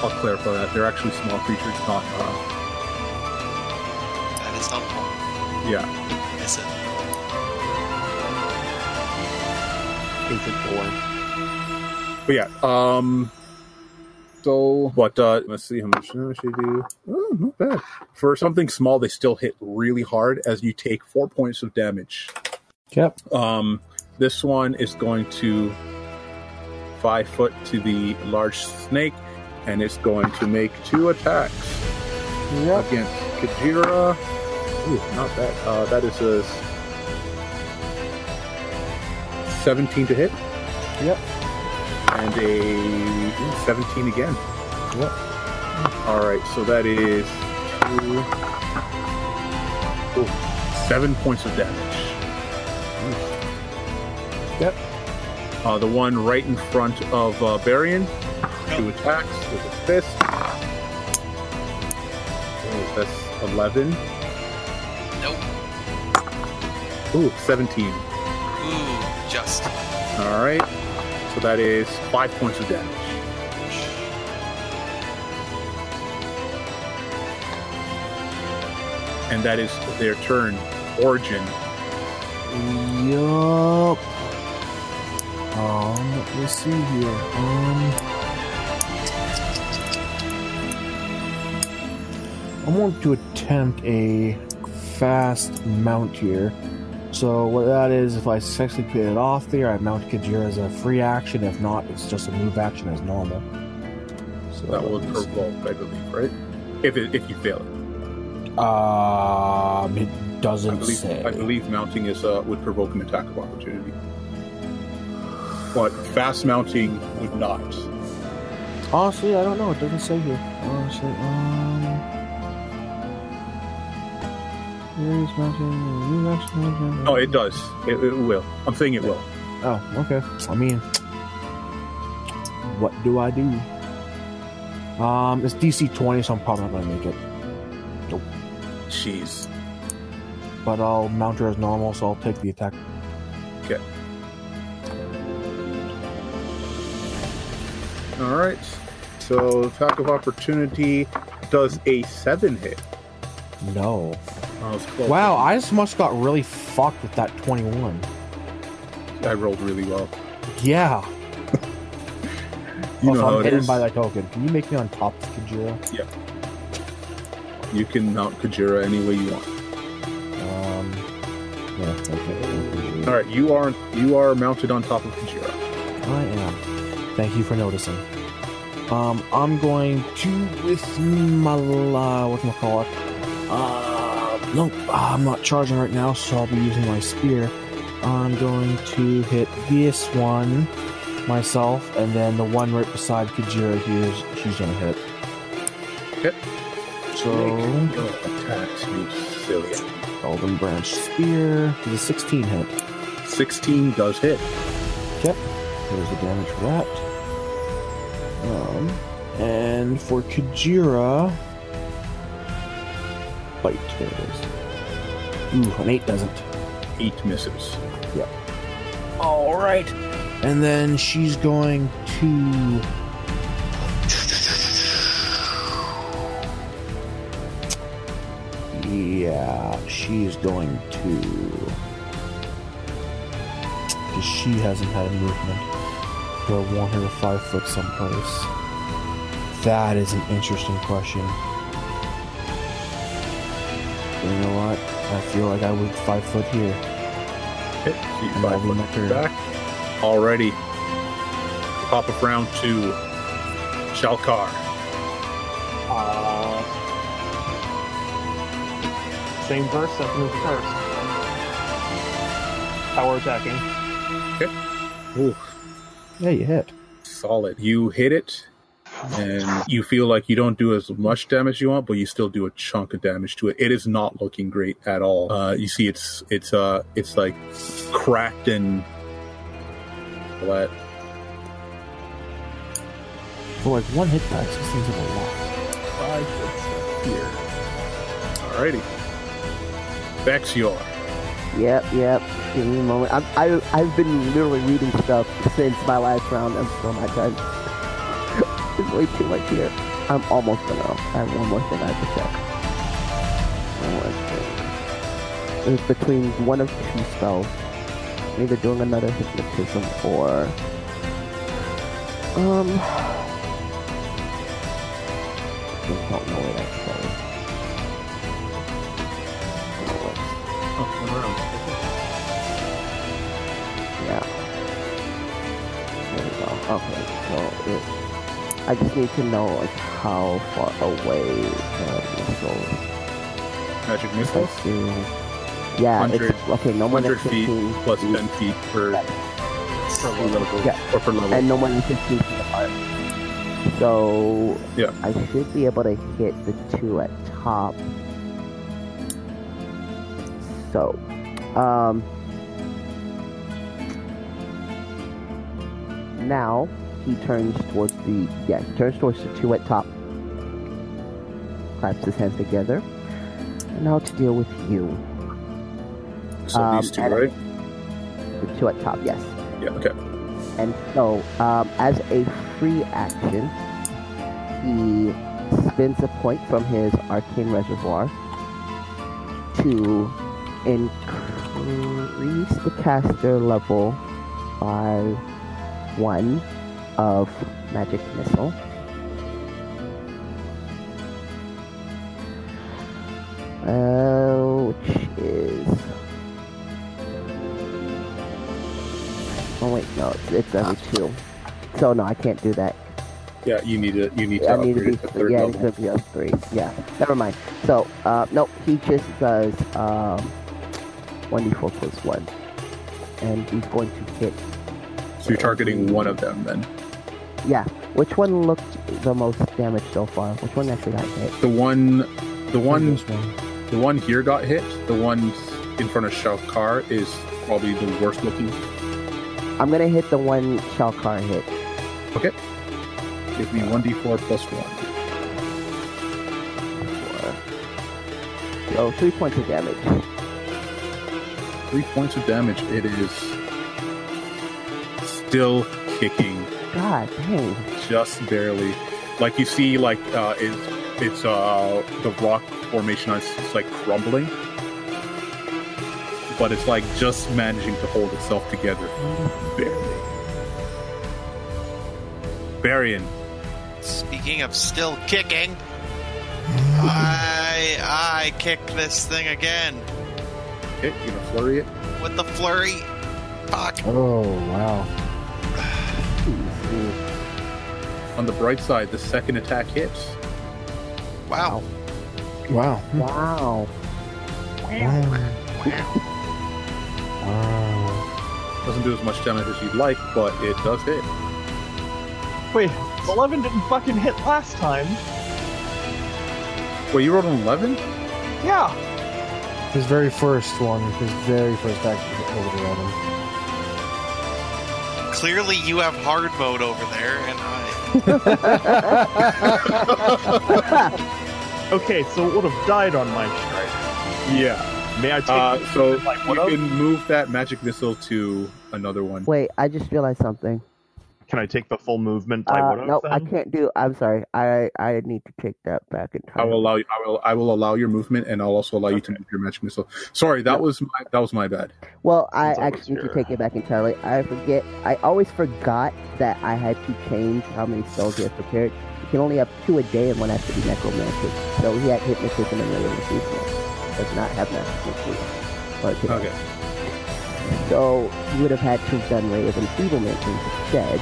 Speaker 5: I'll clarify that they're actually small creatures, not. Uh,
Speaker 2: That is helpful.
Speaker 5: yeah.
Speaker 2: Is it?
Speaker 6: Is it boring?
Speaker 5: But yeah. Um. So, but uh, let's see how much damage they do. Oh, not bad. For something small, they still hit really hard as you take four points of damage.
Speaker 3: Yep.
Speaker 5: Um, this one is going to five foot to the large snake, and it's going to make two attacks
Speaker 3: Yep.
Speaker 5: against Kajira. Ooh, not that. Uh, that is a seventeen to hit.
Speaker 3: Yep.
Speaker 5: And a ooh, seventeen again.
Speaker 3: Yep.
Speaker 5: All right, so that is two- oh, seven points of damage.
Speaker 3: Yep.
Speaker 5: Uh, the one right in front of uh, Barian, two attacks with a fist. Oh, that's 11.
Speaker 2: Nope.
Speaker 5: Ooh, 17.
Speaker 2: Ooh, just.
Speaker 5: All right. So that is five points of damage. And that is their turn. Origin.
Speaker 3: Yup. Um, let's see here. Um, I'm going to attempt a fast mount here. So what that is, if I successfully put it off there, I mount Kajira as a free action. If not, it's just a move action as normal. So
Speaker 5: That will
Speaker 3: let's-
Speaker 5: provoke, I believe, right? If it, if you fail it,
Speaker 3: Um, it
Speaker 5: I
Speaker 3: doesn't
Speaker 5: believe,
Speaker 3: say.
Speaker 5: I believe mounting is uh, would provoke an attack of opportunity. But fast mounting would not.
Speaker 3: Honestly, I don't know. It doesn't say here. Honestly, um. Various mountain, new action, mountain-
Speaker 5: No, it does. It, it will. I'm saying it will.
Speaker 3: Oh, okay. I mean, what do I do? Um, it's DC 20, so I'm probably not gonna make it.
Speaker 5: Jeez.
Speaker 3: But I'll mount her as normal, so I'll take the attack.
Speaker 5: All right. So attack of opportunity does a seven hit.
Speaker 3: No.
Speaker 5: I was Oh, close.
Speaker 3: Wow, I just must got really fucked with that 21.
Speaker 5: I rolled really well.
Speaker 3: Yeah.
Speaker 5: You
Speaker 3: Also,
Speaker 5: know how
Speaker 3: I'm
Speaker 5: it
Speaker 3: hidden
Speaker 5: is.
Speaker 3: by that token. Can you make me on top of Kajira?
Speaker 5: You can mount Kajira any way you want.
Speaker 3: Um, yeah, okay.
Speaker 5: All right, you are you are mounted on top of Kajira.
Speaker 3: I am. Thank you for noticing. Um, I'm going to with my uh, what can I call it? Uh, nope. I'm not charging right now, so I'll be using my spear. I'm going to hit this one myself, and then the one right beside Kajira here. She's gonna hit.
Speaker 5: Okay.
Speaker 3: So
Speaker 5: Make your Oh, attacks, you silly.
Speaker 3: golden branch spear. The 16 hit.
Speaker 5: Sixteen does hit.
Speaker 3: There's the damage for that. Um, and for Kajira, bite. There it is. Ooh, an eight doesn't.
Speaker 5: Eight misses.
Speaker 3: All right. And then she's going to. Yeah, she's going to. Because she hasn't had a movement. Do I want her to five foot someplace? That is an interesting question. You know what? I feel like I would five foot here.
Speaker 5: Hit. So you
Speaker 3: And
Speaker 5: five
Speaker 3: that'll be
Speaker 5: foot
Speaker 3: my turn.
Speaker 5: back. Already. Pop up round two. Shalkar.
Speaker 6: [laughs] Uh, same person who's first. Power attacking.
Speaker 5: Ooh,
Speaker 3: Yeah, you hit.
Speaker 5: solid. You hit it, and you feel like you don't do as much damage you want, but you still do a chunk of damage to it. It is not looking great at all. Uh, you see, it's it's uh it's like cracked and what?
Speaker 3: For like one hit dice, these things are a lot.
Speaker 5: Five here. Alrighty. Vexior.
Speaker 4: Yep, yep. Give me a moment. I'm, I, I've been literally reading stuff since my last round. I'm [laughs] still not done. There's way too much here. I'm almost done. though. I have one more thing I have to check. One more thing. It's between one of two spells. I'm either doing another hypnotism or... Um... [sighs] I don't know what that spell is. I don't know what Yeah. There we go. Okay, so it, I just need to know like how far away the missile
Speaker 5: Magic
Speaker 4: is.
Speaker 5: missile.
Speaker 4: I see. Yeah, it's okay. No more than
Speaker 5: 100 feet
Speaker 4: fifteen
Speaker 5: plus 10 feet per, per level.
Speaker 4: Yeah.
Speaker 5: Or per level.
Speaker 4: and no more than fifteen feet apart. So
Speaker 5: Yeah.
Speaker 4: I should be able to hit the two at top. So, um, now he turns towards the yeah he turns towards the two at top. Claps his hands together. And now to deal with you,
Speaker 5: So
Speaker 4: Um,
Speaker 5: these two,
Speaker 4: and-
Speaker 5: right?
Speaker 4: the two at top. Yes.
Speaker 5: Yeah. Okay.
Speaker 4: And so, um, as a free action, he spends a point from his arcane reservoir to increase the caster level by one of magic missile. Uh, which is Oh wait, no, it's, it's every two. So no, I can't do that.
Speaker 5: Yeah, you need to you need to
Speaker 4: I
Speaker 5: upgrade
Speaker 4: need to be
Speaker 5: it to third
Speaker 4: yeah, it's
Speaker 5: level.
Speaker 4: gonna be up three. Yeah, never mind. So uh, nope, he just does um, one d four plus one, and he's going to hit.
Speaker 5: So you're targeting one of them then.
Speaker 4: Yeah, which one looked the most damage so far? Which one actually got hit?
Speaker 5: The one, the one,
Speaker 3: This one.
Speaker 5: the one here got hit. The one in front of Shalkar is probably the worst looking.
Speaker 4: I'm gonna hit the one Shalkar hit.
Speaker 5: Give me one d4 plus one.
Speaker 4: So three points of damage.
Speaker 5: Three points of damage. It is still kicking,
Speaker 4: God dang.
Speaker 5: just barely. Like you see, like uh, it's it's uh the rock formation on it's, it's like crumbling, but it's like just managing to hold itself together, barely. Barian,
Speaker 2: Speaking of still kicking, I I kick this thing again
Speaker 5: Okay, you gonna flurry it?
Speaker 2: with the flurry. Fuck.
Speaker 3: Oh wow!
Speaker 5: On the bright side, the second attack hits.
Speaker 2: Wow.
Speaker 3: Wow! Uh,
Speaker 4: Wow.
Speaker 3: Wow!
Speaker 2: Wow.
Speaker 3: Wow!
Speaker 5: Doesn't do as much damage as you'd like, but it does hit.
Speaker 6: Wait, 11 didn't fucking hit last time.
Speaker 5: Wait, you rolled an 11?
Speaker 6: Yeah.
Speaker 3: His very first one, his very first action over the other.
Speaker 2: Clearly, you have hard mode over there, and I.
Speaker 6: Okay, so it would have died on my strike.
Speaker 5: Yeah.
Speaker 6: May I take
Speaker 5: Uh,
Speaker 6: this
Speaker 5: so
Speaker 6: as my
Speaker 5: You
Speaker 6: one-up?
Speaker 5: can move that magic missile to another one.
Speaker 4: Wait, I just realized something.
Speaker 6: Can I take the full movement by
Speaker 4: Uh,
Speaker 6: one
Speaker 4: no,
Speaker 6: of
Speaker 4: I
Speaker 6: them?
Speaker 4: can't do. I'm sorry. I I need to take that back in
Speaker 5: I
Speaker 4: time.
Speaker 5: will allow you. I will. I will allow your movement, and I'll also allow you to move your magic missile. Sorry, that was my. That was my bad.
Speaker 4: Well, I
Speaker 6: It's almost
Speaker 4: actually need to
Speaker 6: your-
Speaker 4: take it back entirely. I forget. I always forgot that I had to change how many spells he had prepared. He can only have two a day, and one has to be necromantic. So he had hypnotism and revolution. Does not have necromancy.
Speaker 5: Okay.
Speaker 4: So he would have had to have done Ray of Enfeeblement instead,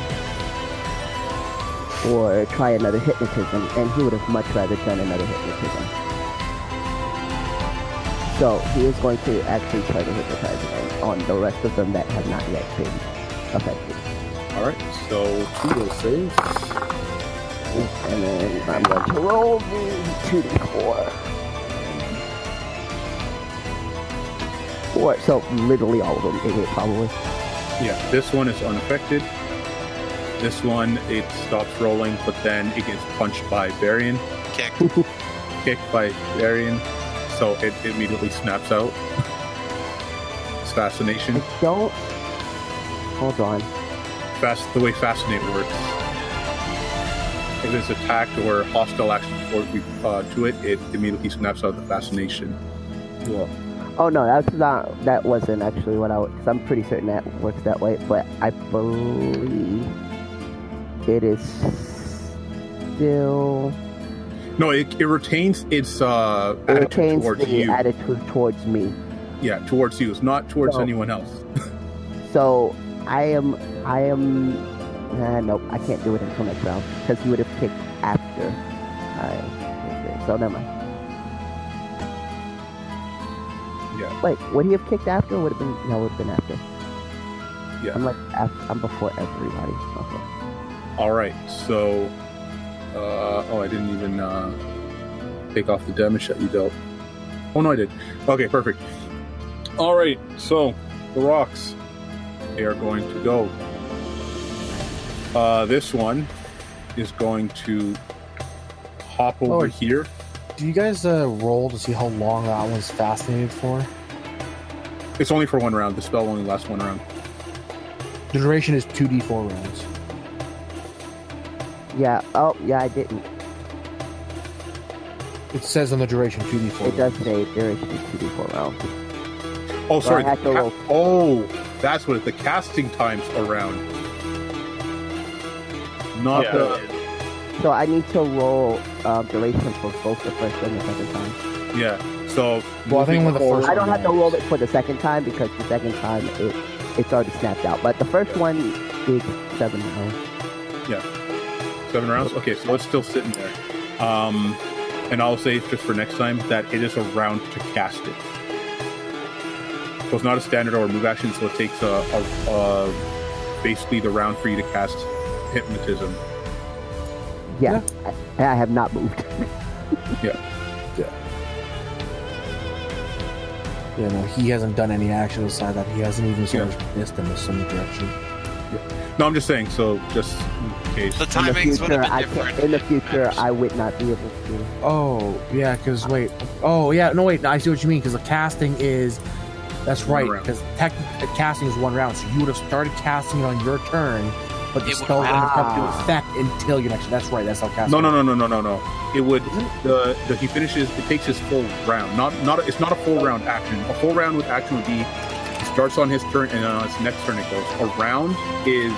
Speaker 4: or try another hypnotism, and he would have much rather done another hypnotism. So he is going to actually try to hypnotize again on the rest of them that have not yet been affected.
Speaker 5: All right. So two will save.
Speaker 4: And then I'm going to roll the 2d4. Four, so literally all of them, it is probably.
Speaker 5: Yeah. This one is unaffected. This one it stops rolling, but then it gets punched by Varian.
Speaker 2: Kick.
Speaker 5: kicked by Varian, so it immediately snaps out. It's fascination.
Speaker 4: I don't. Hold on.
Speaker 5: Fast the way fascinate works. If it's attacked or hostile action before we, uh, to it, it immediately snaps out the fascination.
Speaker 4: Oh no, that's not. That wasn't actually what I. Cause I'm pretty certain that works that way, but I believe it is still.
Speaker 5: No, it, it retains its uh,
Speaker 4: It
Speaker 5: attitude
Speaker 4: retains
Speaker 5: towards
Speaker 4: the
Speaker 5: you.
Speaker 4: attitude towards me.
Speaker 5: yeah, towards you. It's not towards
Speaker 4: No.
Speaker 5: anyone else.
Speaker 4: So I am. I am. Nah, nope. I can't do it until next round because he would have kicked after. I. did this, So never mind.
Speaker 5: Yeah.
Speaker 4: Wait, would he have kicked after? Or would have been no. Would have been after.
Speaker 5: Yeah.
Speaker 4: I'm like af- I'm before everybody. Okay.
Speaker 5: All right, so Uh, oh, I didn't even uh, take off the damage that you dealt. Oh no, I did. Okay, perfect. All right, so the rocks they are going to go. Uh, this one is going to hop over
Speaker 3: Oh.
Speaker 5: here.
Speaker 3: Do you guys uh, roll to see how long that one's fascinated for?
Speaker 5: It's only for one round. The spell only lasts one round.
Speaker 3: The duration is 2d4 rounds.
Speaker 4: Yeah. Oh, yeah. I didn't.
Speaker 3: It says on the duration 2d4.
Speaker 4: It does say duration is two d four rounds.
Speaker 5: Oh, sorry.
Speaker 4: I had to
Speaker 5: the ca-
Speaker 4: roll.
Speaker 5: oh, that's what it, the casting times around. Not
Speaker 6: Yeah.
Speaker 5: the
Speaker 4: So I need to roll uh, duration for both the first and the second time.
Speaker 5: yeah. So
Speaker 3: Well, I
Speaker 5: moving
Speaker 3: think with the
Speaker 5: forward-
Speaker 3: first
Speaker 4: I don't have to roll it for the second time because the second time it it's already snapped out. But the first one is seven rounds.
Speaker 5: Seven rounds. Okay, so it's still sitting there. Um, and I'll say just for next time that it is a round to cast it. So it's not a standard or a move action. So it takes a, a, a basically the round for you to cast hypnotism.
Speaker 4: Yeah, I, I have not moved.
Speaker 3: You know, he hasn't done any action aside that he hasn't even sort of missed him in some direction.
Speaker 5: No, I'm just saying. So just in case.
Speaker 2: The
Speaker 4: In the
Speaker 2: timings would
Speaker 4: future,
Speaker 2: have
Speaker 4: I
Speaker 2: been different.
Speaker 4: can, in the future I would not be able to.
Speaker 3: Oh, yeah, because wait. Oh, yeah, no, wait. I see what you mean because the casting is. That's
Speaker 5: One
Speaker 3: right,
Speaker 5: round.
Speaker 3: because technically the casting is one round, so you would have started casting it on your turn, but
Speaker 2: It
Speaker 3: the
Speaker 2: would-
Speaker 3: spell wouldn't have come to
Speaker 4: Ah.
Speaker 3: effect until your next. That's right, that's how casting
Speaker 5: No, no, no, no, no, no, no. It would the, the he finishes. It takes his full round. Not not. It's not a full round action. A full round with action would be he starts on his turn and then on his next turn it goes. A round is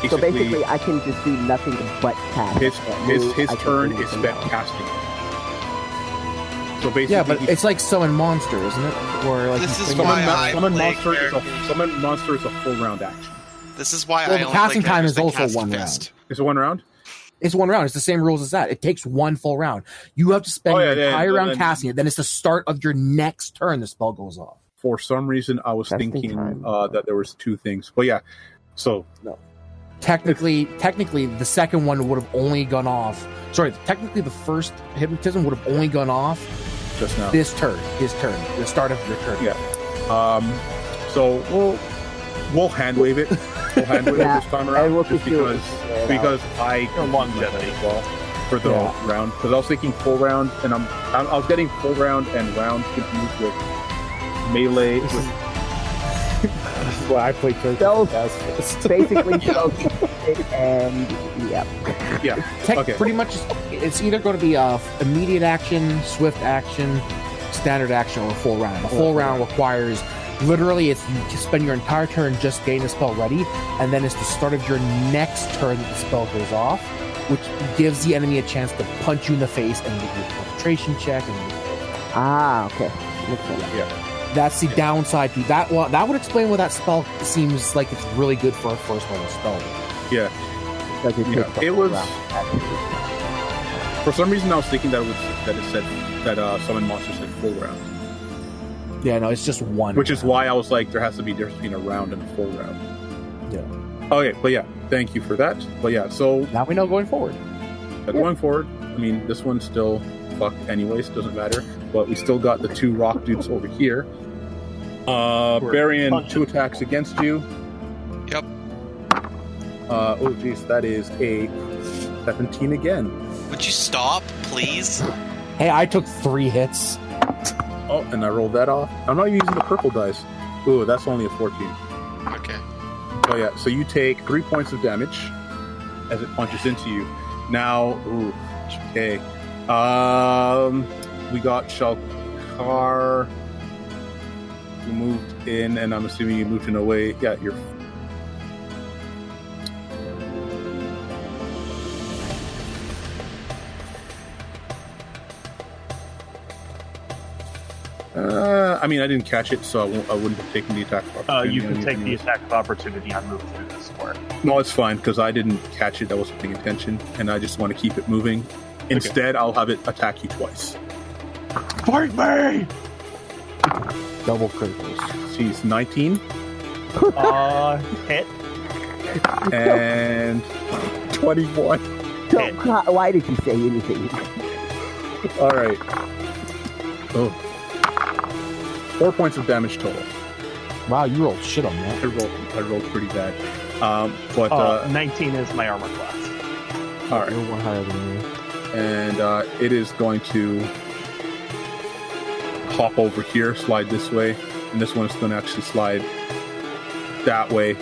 Speaker 5: basically,
Speaker 4: So basically, I can just do nothing but cast.
Speaker 5: his his
Speaker 4: Move,
Speaker 5: his
Speaker 4: I can
Speaker 5: turn
Speaker 4: do
Speaker 5: is
Speaker 4: nothing
Speaker 5: spent
Speaker 4: else.
Speaker 5: casting. So basically,
Speaker 3: Yeah, but
Speaker 5: he-
Speaker 3: it's like summon monster, isn't it? Where like
Speaker 2: This
Speaker 3: you
Speaker 2: is
Speaker 3: think-
Speaker 2: why
Speaker 5: summon,
Speaker 2: I
Speaker 5: mon- summon
Speaker 2: play
Speaker 5: monster is a
Speaker 2: characters.
Speaker 5: summon monster is a full round action.
Speaker 2: This is why
Speaker 3: Well,
Speaker 2: I
Speaker 3: the
Speaker 2: only
Speaker 3: passing
Speaker 2: play
Speaker 3: time
Speaker 2: characters
Speaker 3: is
Speaker 2: that
Speaker 3: also
Speaker 2: cast
Speaker 3: one
Speaker 2: fist.
Speaker 5: Is it one round?
Speaker 3: It's one round. It's the same rules as that. It takes one full round. You have to spend
Speaker 5: Oh, yeah,
Speaker 3: your
Speaker 5: yeah,
Speaker 3: entire
Speaker 5: yeah,
Speaker 3: round
Speaker 5: then-
Speaker 3: casting it. Then it's the start of your next turn. The spell goes off.
Speaker 5: For some reason, I was
Speaker 4: Casting
Speaker 5: thinking
Speaker 4: time.
Speaker 5: uh, that there was two things. But yeah, so
Speaker 3: Technically, technically, the second one would have only gone off. Sorry, technically, the first hypnotism would have only gone off
Speaker 5: just now.
Speaker 3: this turn. His turn. The start of your turn.
Speaker 5: Yeah. Um, so we'll we'll hand wave it. We'll hand wave
Speaker 4: Yeah,
Speaker 5: it this time
Speaker 4: I
Speaker 5: around
Speaker 4: will
Speaker 5: just
Speaker 4: keep you-
Speaker 5: because because I
Speaker 6: For longevity.
Speaker 5: as well for the
Speaker 3: Yeah.
Speaker 5: round because I was thinking full round and I'm, I'm I was getting full round and round confused with melee. With,
Speaker 3: Well, I played
Speaker 4: So
Speaker 5: [laughs]
Speaker 3: first.
Speaker 4: basically, so and yeah,
Speaker 3: Tech,
Speaker 5: Okay.
Speaker 3: Pretty much, it's either going to be a immediate action, swift action, standard action, or a full round. A full round requires literally it's you spend your entire turn just getting the spell ready, and then it's the start of your next turn that the spell goes off, which gives the enemy a chance to punch you in the face and make your concentration check. And
Speaker 4: ah, okay. Makes sense.
Speaker 3: that's the downside to that. Well, that would explain why that spell seems like it's really good for a first level spell.
Speaker 4: Does it,
Speaker 5: Yeah,
Speaker 4: take the
Speaker 5: it
Speaker 4: full
Speaker 5: was-
Speaker 4: round?
Speaker 5: for some reason, I was thinking that it was that it said that uh, summon monsters said full round,
Speaker 3: Yeah, no, it's just one.
Speaker 5: which is
Speaker 3: round.
Speaker 5: why I was like there has to be a difference between a round and a full round.
Speaker 3: Yeah.
Speaker 5: Okay, but yeah, thank you for that. But yeah, so
Speaker 3: Now we know going forward.
Speaker 5: But going forward, I mean, this one's still fucked anyways, doesn't matter. But we still got the two rock dudes over here. Uh,
Speaker 6: Sure.
Speaker 5: Barian,
Speaker 6: Punch
Speaker 5: two attacks against you.
Speaker 2: Yep.
Speaker 5: Uh, oh, jeez, that is a 17 again.
Speaker 2: Would you stop,
Speaker 4: [laughs]
Speaker 2: please?
Speaker 3: Hey, I took three hits.
Speaker 5: Oh, and I rolled that off. I'm not using the purple dice. Ooh, that's only a 14.
Speaker 2: Okay.
Speaker 5: Oh yeah, so you take three points of damage as it punches into you. Now, ooh, okay. Um, we got Shalkar. You moved in, and I'm assuming you moved in away. Yeah, you're. Uh, I mean, I didn't catch it, so I, won't, I wouldn't have taken the attack.
Speaker 6: Uh,
Speaker 5: opportunity
Speaker 6: you
Speaker 5: on
Speaker 6: can take the
Speaker 5: anyways.
Speaker 6: attack of opportunity and move through this square.
Speaker 5: No, it's fine because I didn't catch it. I wasn't paying attention, and I just want to keep it moving. Instead, I'll have it attack you twice.
Speaker 6: Fight me!
Speaker 3: Double criticals.
Speaker 5: She's 19
Speaker 6: Uh, hit.
Speaker 5: and 21.
Speaker 4: Don't cry. Why did you say anything?
Speaker 5: [laughs] All right. Oh. Four points of damage total.
Speaker 3: Wow, you rolled shit on that.
Speaker 5: I rolled, I rolled pretty bad. Um, but,
Speaker 6: Uh,
Speaker 5: uh,
Speaker 6: 19 is my armor class.
Speaker 5: all right.
Speaker 3: You're one higher than me.
Speaker 5: and uh, it is going to hop over here, slide this way, and this one is going to actually slide that way.
Speaker 3: Do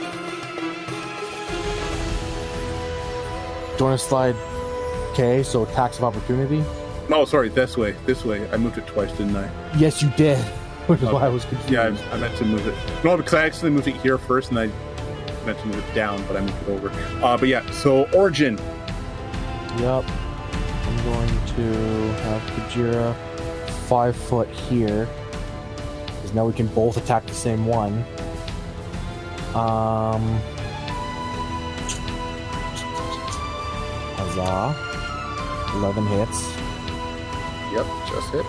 Speaker 3: you want to slide K, so tax of opportunity?
Speaker 5: No, Oh, sorry, this way, this way. I moved it twice, didn't I?
Speaker 3: Yes, you did. [laughs] Which is why I was confused.
Speaker 5: Yeah, I, I meant to move it. No, because I actually moved it here first, and I meant to move it down, but I moved it over. Uh, but yeah, so origin.
Speaker 3: Yep. I'm going to have Kajira five foot here. Because now we can both attack the same one. Um. Huzzah. 11 hits.
Speaker 5: Yep, just hit.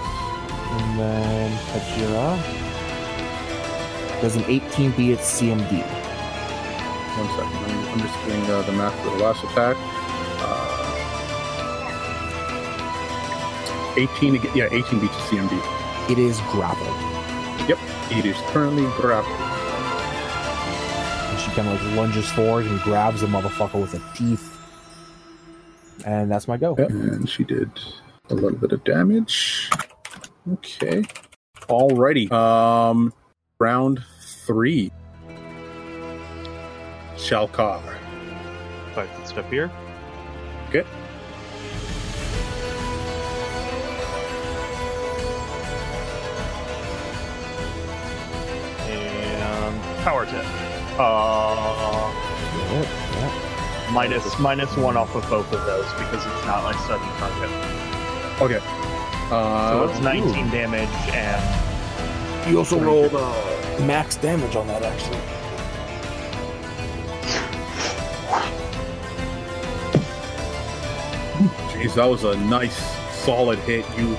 Speaker 3: And then Kajira. Does an 18 beat its CMD?
Speaker 5: One second. I'm- I'm just doing uh, the math for the last attack. Uh, 18 to get, Uh, yeah, 18 beats the CMD.
Speaker 3: It is grappled.
Speaker 5: It is currently grappled.
Speaker 3: And she kind of like lunges forward and grabs the motherfucker with her teeth. And that's my go.
Speaker 5: And she did a little bit of damage. Okay. Alrighty. Um round three. Shalkar.
Speaker 6: Five foot step here.
Speaker 5: Okay.
Speaker 6: And power tip. Uh,
Speaker 3: Yeah, yeah.
Speaker 6: minus minus one off of both of those because it's not my sudden target.
Speaker 5: Okay.
Speaker 6: So
Speaker 5: Uh,
Speaker 3: Oh.
Speaker 6: it's 19 damage and
Speaker 3: You also rolled uh, max damage on that, actually.
Speaker 5: Jeez, that was a nice, solid hit. You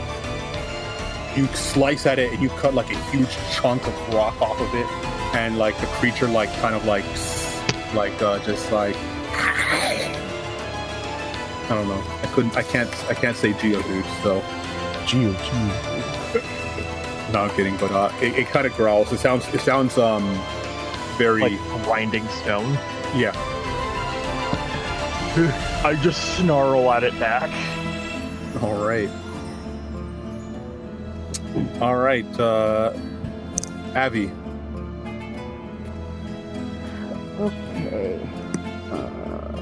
Speaker 5: you slice at it and you cut like a huge chunk of rock off of it, and like the creature like kind of like s- like uh, just like I don't know. I couldn't. I can't. I can't say Geodude. So
Speaker 3: Geo, geo.
Speaker 5: no, I'm kidding. But uh, it, it kind of growls. It sounds. It sounds um very
Speaker 6: like grinding stone.
Speaker 5: yeah.
Speaker 6: I just snarl at it back.
Speaker 5: All right. All right, uh, Avi.
Speaker 4: Okay. Uh,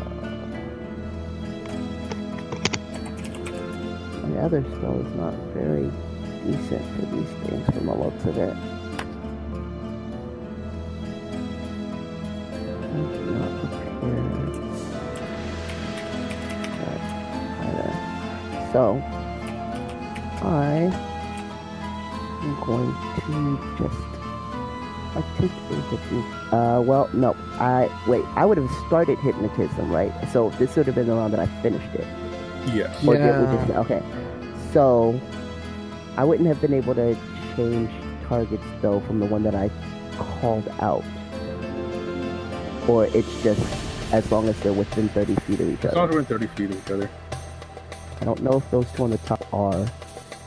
Speaker 4: my other spell is not very decent for these things from the looks of it. I'm not prepared. But, uh, So, I am going to just I take hypnotism. Uh, well, no. I wait. I would have started hypnotism, right? So this would have been the round that I finished it.
Speaker 5: Yes.
Speaker 4: Or did we
Speaker 3: Yeah.
Speaker 4: just- okay. So I wouldn't have been able to change targets though from the one that I called out. Or it's just as long as they're within 30 feet of each
Speaker 5: It's
Speaker 4: other.
Speaker 5: not within 30 feet of each other.
Speaker 4: I don't know if those two on the top are,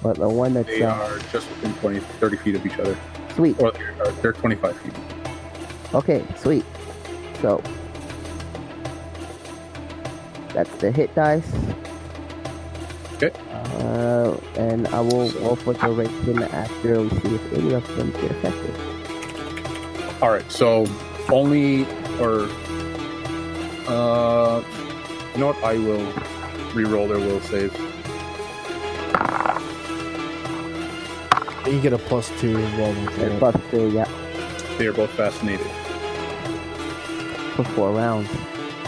Speaker 4: but the one that's
Speaker 5: They
Speaker 4: uh,
Speaker 5: are just within 20, 30 feet of each other.
Speaker 4: sweet.
Speaker 5: Or they're, or they're 25 feet.
Speaker 4: Okay, sweet. So that's the hit dice.
Speaker 5: Okay.
Speaker 4: Uh, and I will
Speaker 5: So-
Speaker 4: roll for duration after we see if any of them get affected.
Speaker 5: All right, so only, or, uh, you know what? I will re-roll their will save.
Speaker 3: You get a plus two as well. don't you?
Speaker 4: And plus two, uh, yeah,
Speaker 5: They are both fascinated,
Speaker 4: for four rounds.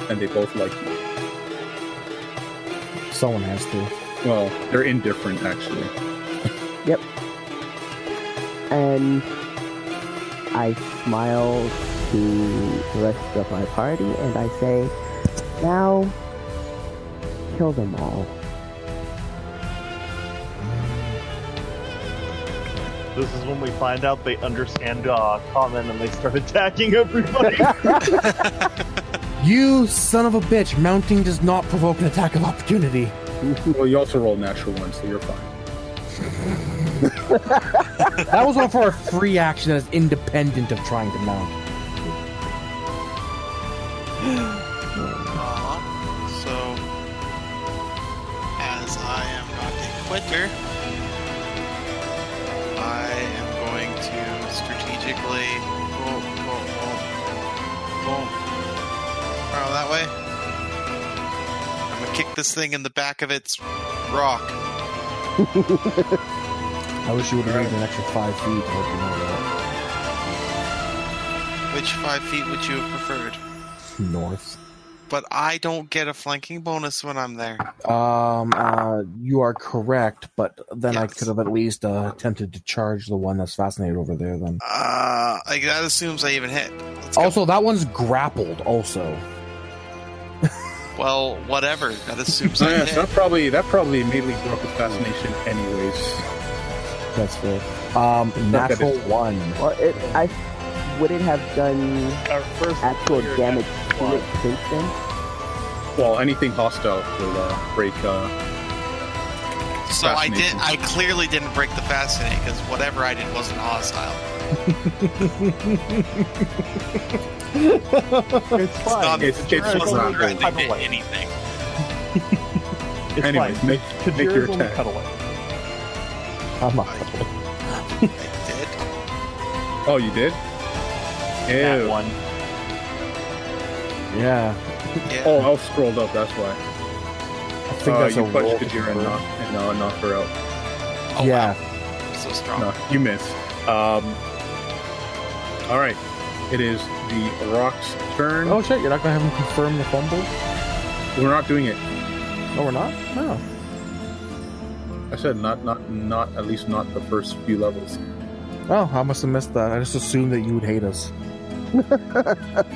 Speaker 5: and they both like you.
Speaker 3: Someone has to.
Speaker 5: Well, they're indifferent, actually.
Speaker 4: And I smile to the rest of my party and I say, now kill them all.
Speaker 6: This is when we find out
Speaker 3: [laughs]
Speaker 6: they understand uh, common and they start attacking everybody.
Speaker 3: You son of a bitch! Mounting does not provoke an attack of opportunity.
Speaker 5: [laughs] Well, you also roll natural one, so you're fine.
Speaker 3: [laughs] That was one for a free action that is independent of trying to mount.
Speaker 2: Uh, so, as I am not a quitter, I am going to strategically. Whoa, whoa, whoa. Boom. Oh, that way. I'm gonna kick this thing in the back of its rock.
Speaker 3: I wish you would have made an extra five feet. to let you know that.
Speaker 2: Which five feet would you have preferred?
Speaker 3: North.
Speaker 2: But I don't get a flanking bonus when I'm there.
Speaker 3: Um, uh, you are correct, but then I
Speaker 2: Yes.
Speaker 3: could have at least uh, attempted to charge the one that's fascinated over there. Then
Speaker 2: Uh, like that assumes I even hit. Let's go.
Speaker 3: also, that one's grappled. Also,
Speaker 2: Well, whatever. That assumes
Speaker 3: Oh,
Speaker 5: So Oh,
Speaker 2: I
Speaker 5: yeah,
Speaker 2: hit.
Speaker 5: so that probably that probably immediately broke his fascination, anyways.
Speaker 3: that's fair. Um,
Speaker 5: Not that
Speaker 3: natural one.
Speaker 4: Well, it, I would it have done
Speaker 6: Our first
Speaker 4: actual
Speaker 6: player
Speaker 4: damage
Speaker 6: got
Speaker 4: to
Speaker 6: one.
Speaker 4: it since then?
Speaker 5: Well, anything hostile will uh, break. Uh,
Speaker 2: So I did.
Speaker 5: Fascinating.
Speaker 2: I clearly didn't break the fascinate because whatever I did wasn't hostile.
Speaker 6: It's fine.
Speaker 2: It's
Speaker 5: it's it's
Speaker 2: It wasn't
Speaker 5: not good.
Speaker 2: threatening
Speaker 6: Right.
Speaker 2: to
Speaker 6: Cuddling.
Speaker 2: anything.
Speaker 6: It's
Speaker 5: Anyways,
Speaker 6: fine.
Speaker 5: make
Speaker 6: Kajira's
Speaker 5: make your
Speaker 6: only
Speaker 5: attack.
Speaker 6: cuddling.
Speaker 3: I'm not.
Speaker 2: I did.
Speaker 5: Oh, you did?
Speaker 6: That
Speaker 5: Ew.
Speaker 6: one.
Speaker 3: Yeah,
Speaker 2: Yeah.
Speaker 5: Oh, I was scrolled up. That's why.
Speaker 3: I think
Speaker 5: Uh,
Speaker 3: that's
Speaker 5: you
Speaker 3: a roll
Speaker 5: punched
Speaker 3: to
Speaker 5: Kajira and
Speaker 3: confirm.
Speaker 5: knocked, and, uh, knocked her out.
Speaker 2: Oh,
Speaker 3: yeah,
Speaker 2: wow. So strong.
Speaker 5: No, you missed. Um, all right. It is the rock's turn.
Speaker 3: Oh shit, you're not gonna have him confirm the fumble?
Speaker 5: We're not doing it.
Speaker 3: No, we're not? No.
Speaker 5: I said not, not, not. At least not the first few levels.
Speaker 3: Oh, I must have missed that. I just assumed that you would hate us.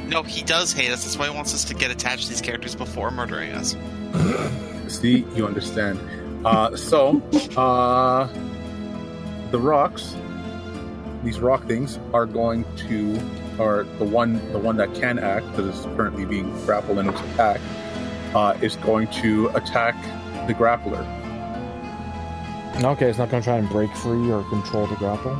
Speaker 2: No, he does hate us. That's why he wants us to get attached to these characters before murdering us.
Speaker 5: See, you understand. Uh, so, uh, the rocks, these rock things, are going to, or the one, the one that can act because it's currently being grappled and it's attacked, uh, is going to attack the grappler.
Speaker 3: Okay, it's not gonna try and break free or control the grapple.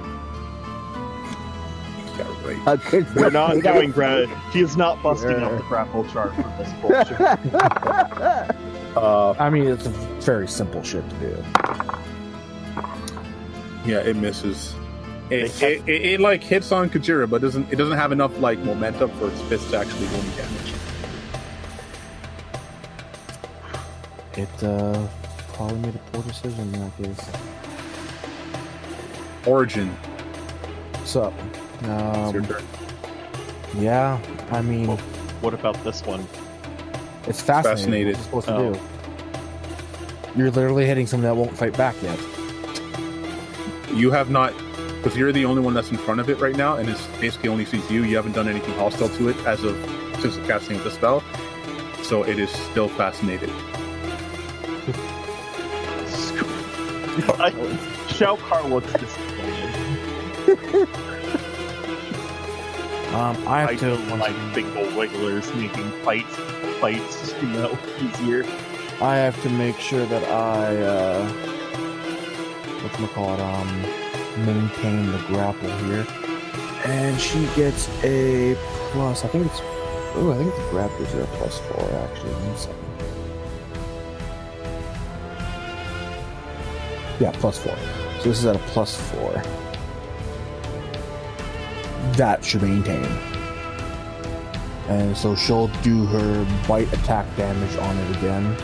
Speaker 5: Yeah, right.
Speaker 4: Uh, 'cause
Speaker 6: We're not [laughs]
Speaker 4: we got-
Speaker 6: doing grad. He's not busting
Speaker 4: Yeah.
Speaker 6: up the grapple chart for this bullshit.
Speaker 5: Uh,
Speaker 3: I mean, it's a very simple shit to do.
Speaker 5: yeah, it misses. It,
Speaker 6: They-
Speaker 5: it, it, it like hits on Kajira, but doesn't it doesn't have enough like momentum for its fist to actually do any damage.
Speaker 3: It, uh, probably made a poor decision in that case.
Speaker 5: Origin,
Speaker 3: So,
Speaker 5: it's your
Speaker 3: um,
Speaker 5: turn.
Speaker 3: yeah, I mean,
Speaker 6: [laughs] what about this one?
Speaker 3: it's fascinating.
Speaker 5: Fascinated.
Speaker 3: What you're supposed
Speaker 6: Oh.
Speaker 3: to do. You're literally hitting something that won't fight back yet.
Speaker 5: you have not because you're the only one that's in front of it right now and it's basically only sees you you haven't done anything hostile to it as of since the casting of the spell so it is still fascinated
Speaker 6: I, [laughs] Shao Kahn looks disappointed.
Speaker 3: Um, I have
Speaker 6: I
Speaker 3: to,
Speaker 6: don't
Speaker 3: once
Speaker 6: like
Speaker 3: again-
Speaker 6: big old wigglers making fights, fights, you know, easier.
Speaker 3: I have to make sure that I, uh, whatchamacallit, um, maintain the grapple here. And she gets a plus, I think it's, oh, I think the grab gives her a plus four, actually. One second. Yeah, plus four. So this is at a plus four. That should maintain. And so she'll do her bite attack damage on it again.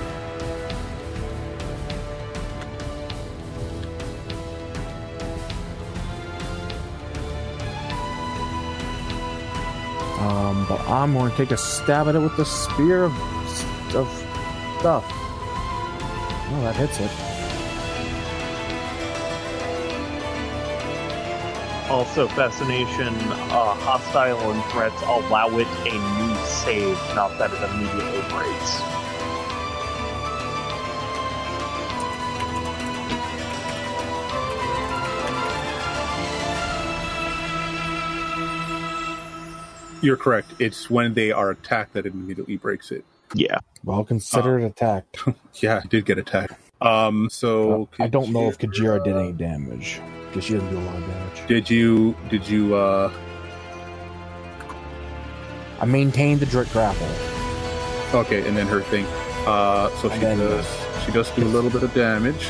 Speaker 3: Um, but I'm going to take a stab at it with the spear of, of stuff. Well, that hits it.
Speaker 6: Also, fascination, uh, hostile, and threats allow it a new save, not that it immediately breaks.
Speaker 5: You're correct. It's when they are attacked that it immediately breaks it.
Speaker 6: Yeah.
Speaker 3: Well, consider it attacked.
Speaker 5: Yeah, I did get attacked. Um, so
Speaker 3: I don't know if Kajira did any damage because she doesn't do a lot of damage.
Speaker 5: Did you? Did you? uh
Speaker 3: I maintained the direct grapple.
Speaker 5: Okay, and then her thing. Uh, so she
Speaker 3: And then-
Speaker 5: does. She does do a little bit of damage,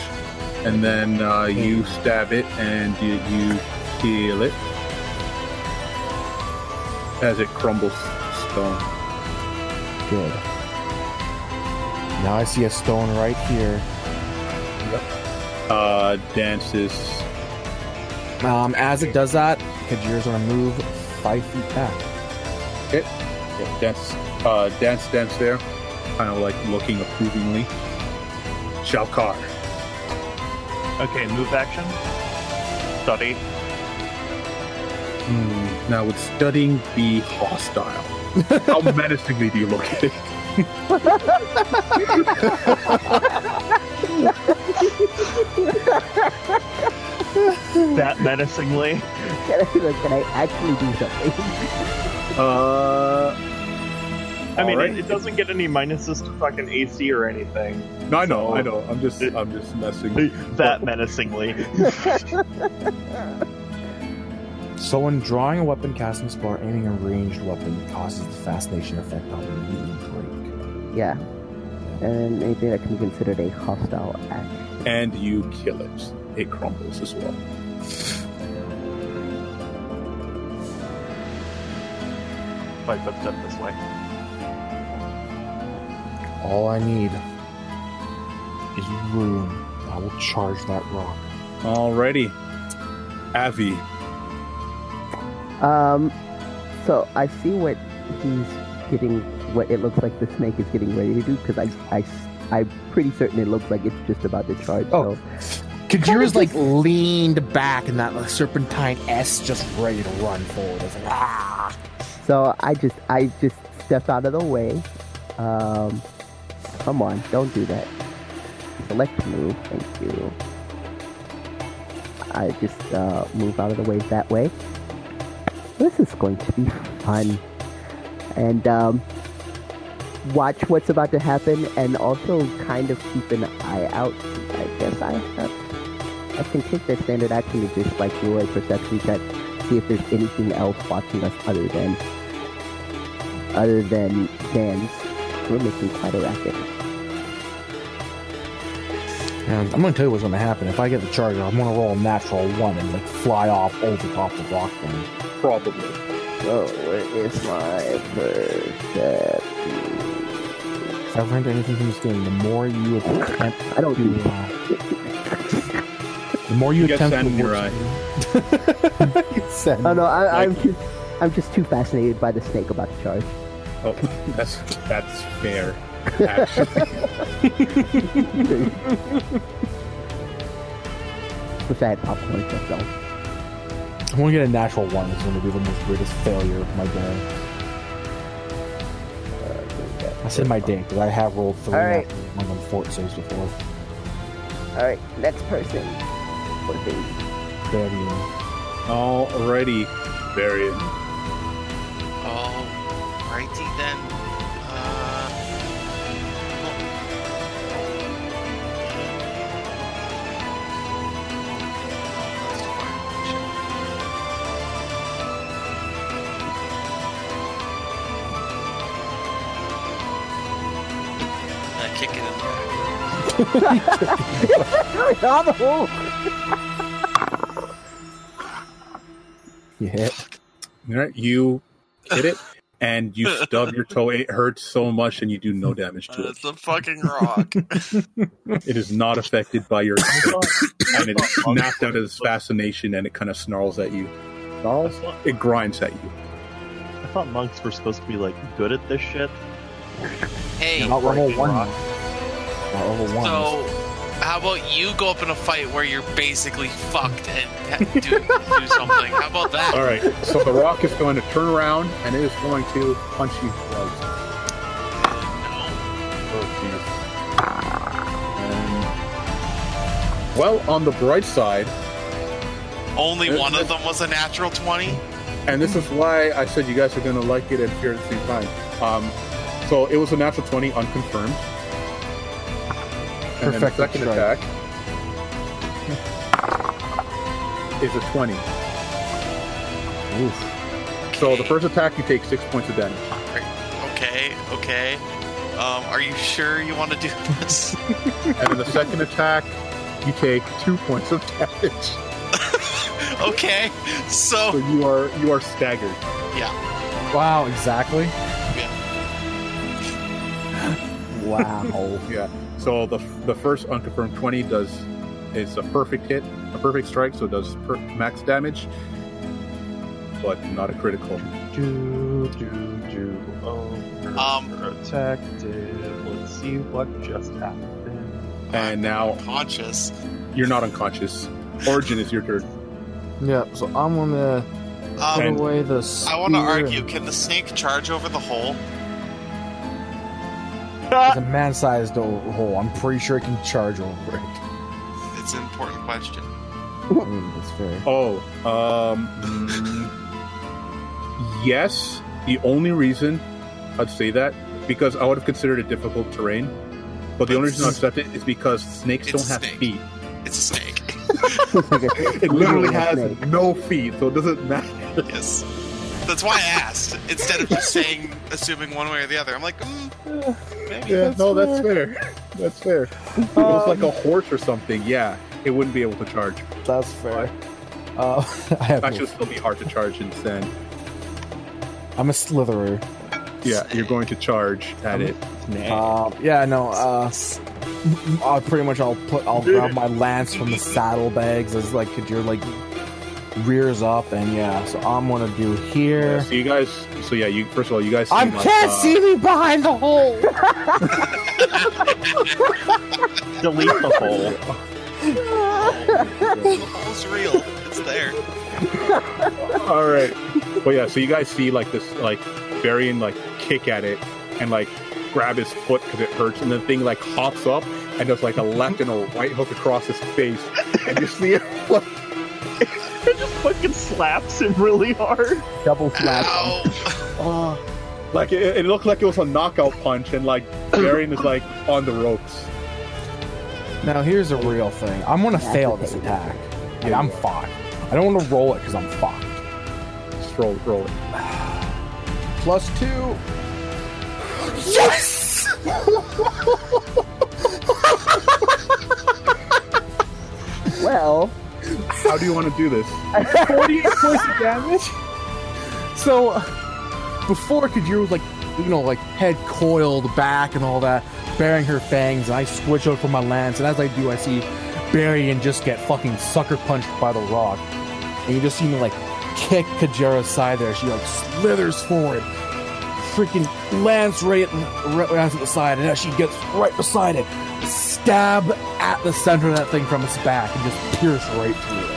Speaker 5: and then uh, you stab it and you, you heal it as it crumbles stone.
Speaker 3: Good. Now I see a stone right here.
Speaker 5: Uh, dances.
Speaker 3: Um, as it does that, Kajira's gonna move five feet back.
Speaker 5: Yeah, dance. Uh, dance, dance there. Kind of like looking approvingly. Shalkar.
Speaker 6: Okay, move action. Study.
Speaker 5: Hmm. Now, would studying be hostile? How menacingly do you look at it?
Speaker 6: [laughs] That menacingly.
Speaker 4: Can I, like, can I actually do something?
Speaker 5: Uh,
Speaker 6: I mean,
Speaker 5: Alright.
Speaker 6: it, it doesn't get any minuses to fucking AC or anything.
Speaker 5: no, I know,
Speaker 6: So-
Speaker 5: I know. I'm just,
Speaker 6: It-
Speaker 5: I'm just messing.
Speaker 6: That menacingly.
Speaker 3: So when drawing a weapon casting spell or aiming a ranged weapon causes the fascination effect on immediately break.
Speaker 4: Yeah. And anything that can be considered a hostile act.
Speaker 5: And you kill it. It crumbles as well.
Speaker 6: Five foot step this way.
Speaker 3: All I need is room. I will charge that rock.
Speaker 5: Alrighty, Avi.
Speaker 4: Um, so I see what he's getting, what it looks like the snake is getting ready to do, because I, I, s- I'm pretty certain it looks like it's just about to charge.
Speaker 3: Oh.
Speaker 4: So
Speaker 3: Kajira's like leaned back in that like, serpentine S, just ready to run forward. It's like, ah!
Speaker 4: So I just I just stepped out of the way. Um, come on, don't do that. Select move, thank you. I just uh, move out of the way that way. This is going to be fun. And um, watch what's about to happen and also kind of keep an eye out. I guess I have, I can take the standard action to just like do a perception check, see if there's anything else watching us other than other than fans. We're making quite a racket.
Speaker 3: And I'm gonna tell you what's gonna happen. If I get the charger, I'm gonna roll a natural one and like fly off over top the rock thing.
Speaker 5: Probably.
Speaker 4: So Oh, where is my perception?
Speaker 3: If I've learned anything from this game, the more you attempt
Speaker 4: I don't do
Speaker 3: to, uh, the more you,
Speaker 5: You got
Speaker 3: attempt
Speaker 5: sand
Speaker 3: to
Speaker 5: in your
Speaker 3: work-
Speaker 5: eye.
Speaker 3: You get sand.
Speaker 4: Oh no, I, I'm
Speaker 5: Like-
Speaker 4: just, I'm just too fascinated by the snake about to charge.
Speaker 5: Oh, that's that's fair.
Speaker 3: [laughs]
Speaker 5: Actually,
Speaker 4: Wish I had popcorn just though.
Speaker 3: I'm gonna get a natural one. It's gonna be the most greatest failure of my day. I said my day because I have rolled three
Speaker 4: All right.
Speaker 3: on them fort saves before.
Speaker 4: All right, next person. What a baby. [laughs]
Speaker 3: Very
Speaker 5: alrighty, Varian.
Speaker 2: All Um, righty then. Uh, That's fine. Uh, kick it in the back.
Speaker 3: you hit.
Speaker 5: All right, you hit it, and you stub your toe. It hurts so much, and you do no damage
Speaker 2: Uh,
Speaker 5: to
Speaker 2: it's a fucking rock.
Speaker 5: it. It is not affected by your, and it's snapped out of its fascination, and it kind of snarls at you.
Speaker 6: I
Speaker 5: Snarls?
Speaker 6: thought-
Speaker 5: It grinds at you.
Speaker 6: I thought monks were supposed to be like good at this shit.
Speaker 2: [laughs] hey,
Speaker 3: Not level
Speaker 6: breaking
Speaker 3: one.
Speaker 6: rock.
Speaker 3: Not level one.
Speaker 2: so how about you go up in a fight where you're basically fucked and ha- do, do something? How about that?
Speaker 5: All right, so the rock is going to turn around, and it is going to punch you. twice. Oh, And- Well, on the bright side,
Speaker 2: Only one of them was a natural 20?
Speaker 5: and this is why I said you guys are gonna like it and fear at the same time. Um, so it was a natural twenty, unconfirmed. And then the
Speaker 3: Perfect
Speaker 5: second attack
Speaker 3: strike.
Speaker 5: is a twenty. So the first attack, you take six points of damage.
Speaker 2: Okay, okay. Um, are you sure you want to do [laughs] this?
Speaker 5: and in the second attack, you take two points of damage.
Speaker 2: okay,
Speaker 5: So
Speaker 2: so
Speaker 5: you are you are staggered. uh,
Speaker 3: Wow, exactly.
Speaker 4: Wow.
Speaker 5: Yeah. So the the first unconfirmed twenty does is a perfect hit, a perfect strike, so it does per- max damage, but not a critical.
Speaker 6: Do, do, do. Oh,
Speaker 2: Um.
Speaker 6: protected. Let's see what just happened.
Speaker 5: And now
Speaker 2: conscious.
Speaker 5: you're not unconscious. Origin is your turn.
Speaker 7: Yeah, so I'm gonna put
Speaker 2: Um,
Speaker 5: And-
Speaker 7: away the.
Speaker 2: I want to
Speaker 7: spear and-
Speaker 2: argue. Can the snake charge over the hole?
Speaker 3: It's a man-sized o- hole. I'm pretty sure it can charge over it.
Speaker 2: It's an important question.
Speaker 7: Mm, that's fair.
Speaker 5: Oh, um, mm, yes. The only reason I'd say that because I would have considered it difficult terrain, but the only reason I accept it is because snakes
Speaker 2: It's
Speaker 5: don't have
Speaker 2: snake.
Speaker 5: feet.
Speaker 2: It's a snake. [laughs]
Speaker 5: It literally has no feet, so it doesn't [laughs] matter.
Speaker 2: yes. That's why I asked. Instead of just saying, assuming one way or the other, I'm like, mm, maybe.
Speaker 5: Yeah, no, that's fair. That's fair. If it
Speaker 3: Um,
Speaker 5: was like a horse or something, yeah, it wouldn't be able to charge.
Speaker 7: That's fair.
Speaker 3: Uh, [laughs] I have.
Speaker 5: Actually, it would still be hard to charge in sand.
Speaker 3: I'm a slitherer.
Speaker 5: Yeah, you're going to charge at it.
Speaker 3: Uh, yeah, no. Uh, I pretty much I'll put I'll grab my lance from the saddlebags as like Kajir like rears up and yeah. So I'm gonna do
Speaker 5: Yeah,
Speaker 3: here.
Speaker 5: so you guys, so yeah, you first of all, you guys.
Speaker 3: I
Speaker 5: seem like,
Speaker 3: can't
Speaker 5: uh,
Speaker 3: see me behind the hole.
Speaker 6: Delete the hole.
Speaker 7: [laughs]
Speaker 2: The hole's real. It's there.
Speaker 5: [laughs] All right. Well, yeah. So you guys see like this, like Varian, like kick at it and like grab his foot because it hurts, and the thing like hops up and does like a left and a right hook across his face, and you see it. Like,
Speaker 6: It just [laughs] fucking slaps him really hard.
Speaker 3: Double slap.
Speaker 7: [laughs]
Speaker 2: Ow.
Speaker 5: like it, it looked like it was a knockout punch, and like Varian is like on the ropes.
Speaker 3: Now here's a real thing. I'm gonna fail this attack. Yeah, I'm fucked. I don't want to roll it because I'm fucked.
Speaker 5: Just roll, roll it.
Speaker 3: Plus two.
Speaker 4: well,
Speaker 5: How do you want to do [laughs] this?
Speaker 3: 48 points of damage. So, uh, before Kajir was like, you know, like head coiled back and all that, bearing her fangs, and I switch over for my lance, and as I do, I see Barry and just get fucking sucker punched by the rock. And you just see me like kick Kajira's side there. She like slithers forward, freaking lance right, right, right at the side, and as she gets right beside it, stab at the center of that thing from its back and just pierce right through it.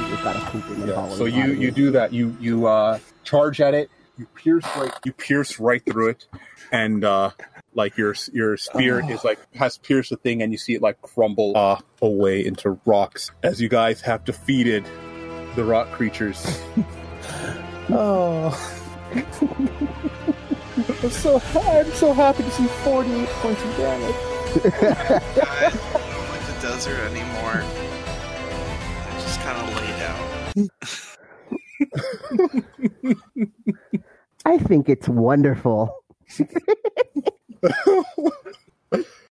Speaker 4: you just gotta poop in the
Speaker 5: Yeah,
Speaker 4: ball
Speaker 5: so
Speaker 4: and
Speaker 5: you
Speaker 4: body.
Speaker 5: you do that. You you uh, charge at it. You pierce right. You pierce right through it, and uh, like your your spear is like has pierced the thing, and you see it like crumble uh, away into rocks as you guys have defeated the rock creatures.
Speaker 3: Oh. I'm so I'm so happy to see 48 points of damage.
Speaker 2: Guys, I don't like the desert anymore. I just kind of lay down.
Speaker 4: I think it's wonderful. [laughs]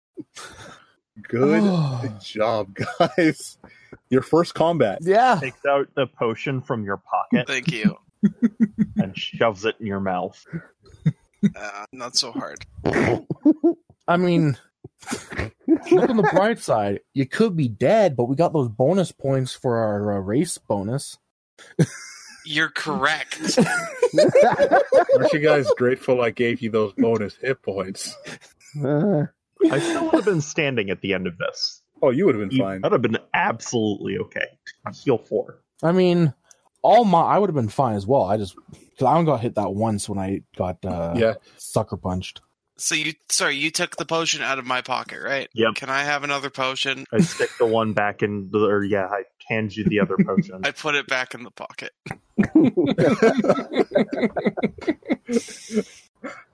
Speaker 3: [sighs]
Speaker 5: Good job, guys. Your first combat.
Speaker 3: Yeah.
Speaker 6: Takes out the potion from your
Speaker 2: [laughs]
Speaker 6: pocket
Speaker 2: Thank you.
Speaker 6: and shoves it in your mouth.
Speaker 2: Uh, not so hard.
Speaker 3: I mean, look on the bright side. You could be dead, but we got those bonus points for our uh, race bonus.
Speaker 2: You're correct.
Speaker 5: Aren't you guys grateful I gave you those bonus hit points?
Speaker 4: Uh,
Speaker 6: I still would have been standing at the end of this.
Speaker 5: Oh, you would have been
Speaker 6: You-
Speaker 5: fine.
Speaker 6: That'd have been absolutely okay. Heal four.
Speaker 3: I mean, all my I would have been fine as well. I just because I only got hit that once when I got uh,
Speaker 5: Yeah.
Speaker 3: sucker punched.
Speaker 2: So you, sorry, you took the potion out of my pocket, right?
Speaker 6: Yep.
Speaker 2: Can I have another potion?
Speaker 6: I stick the one back in the, or yeah, I hand
Speaker 5: [laughs]
Speaker 6: you the other potion.
Speaker 2: I put it back in the pocket.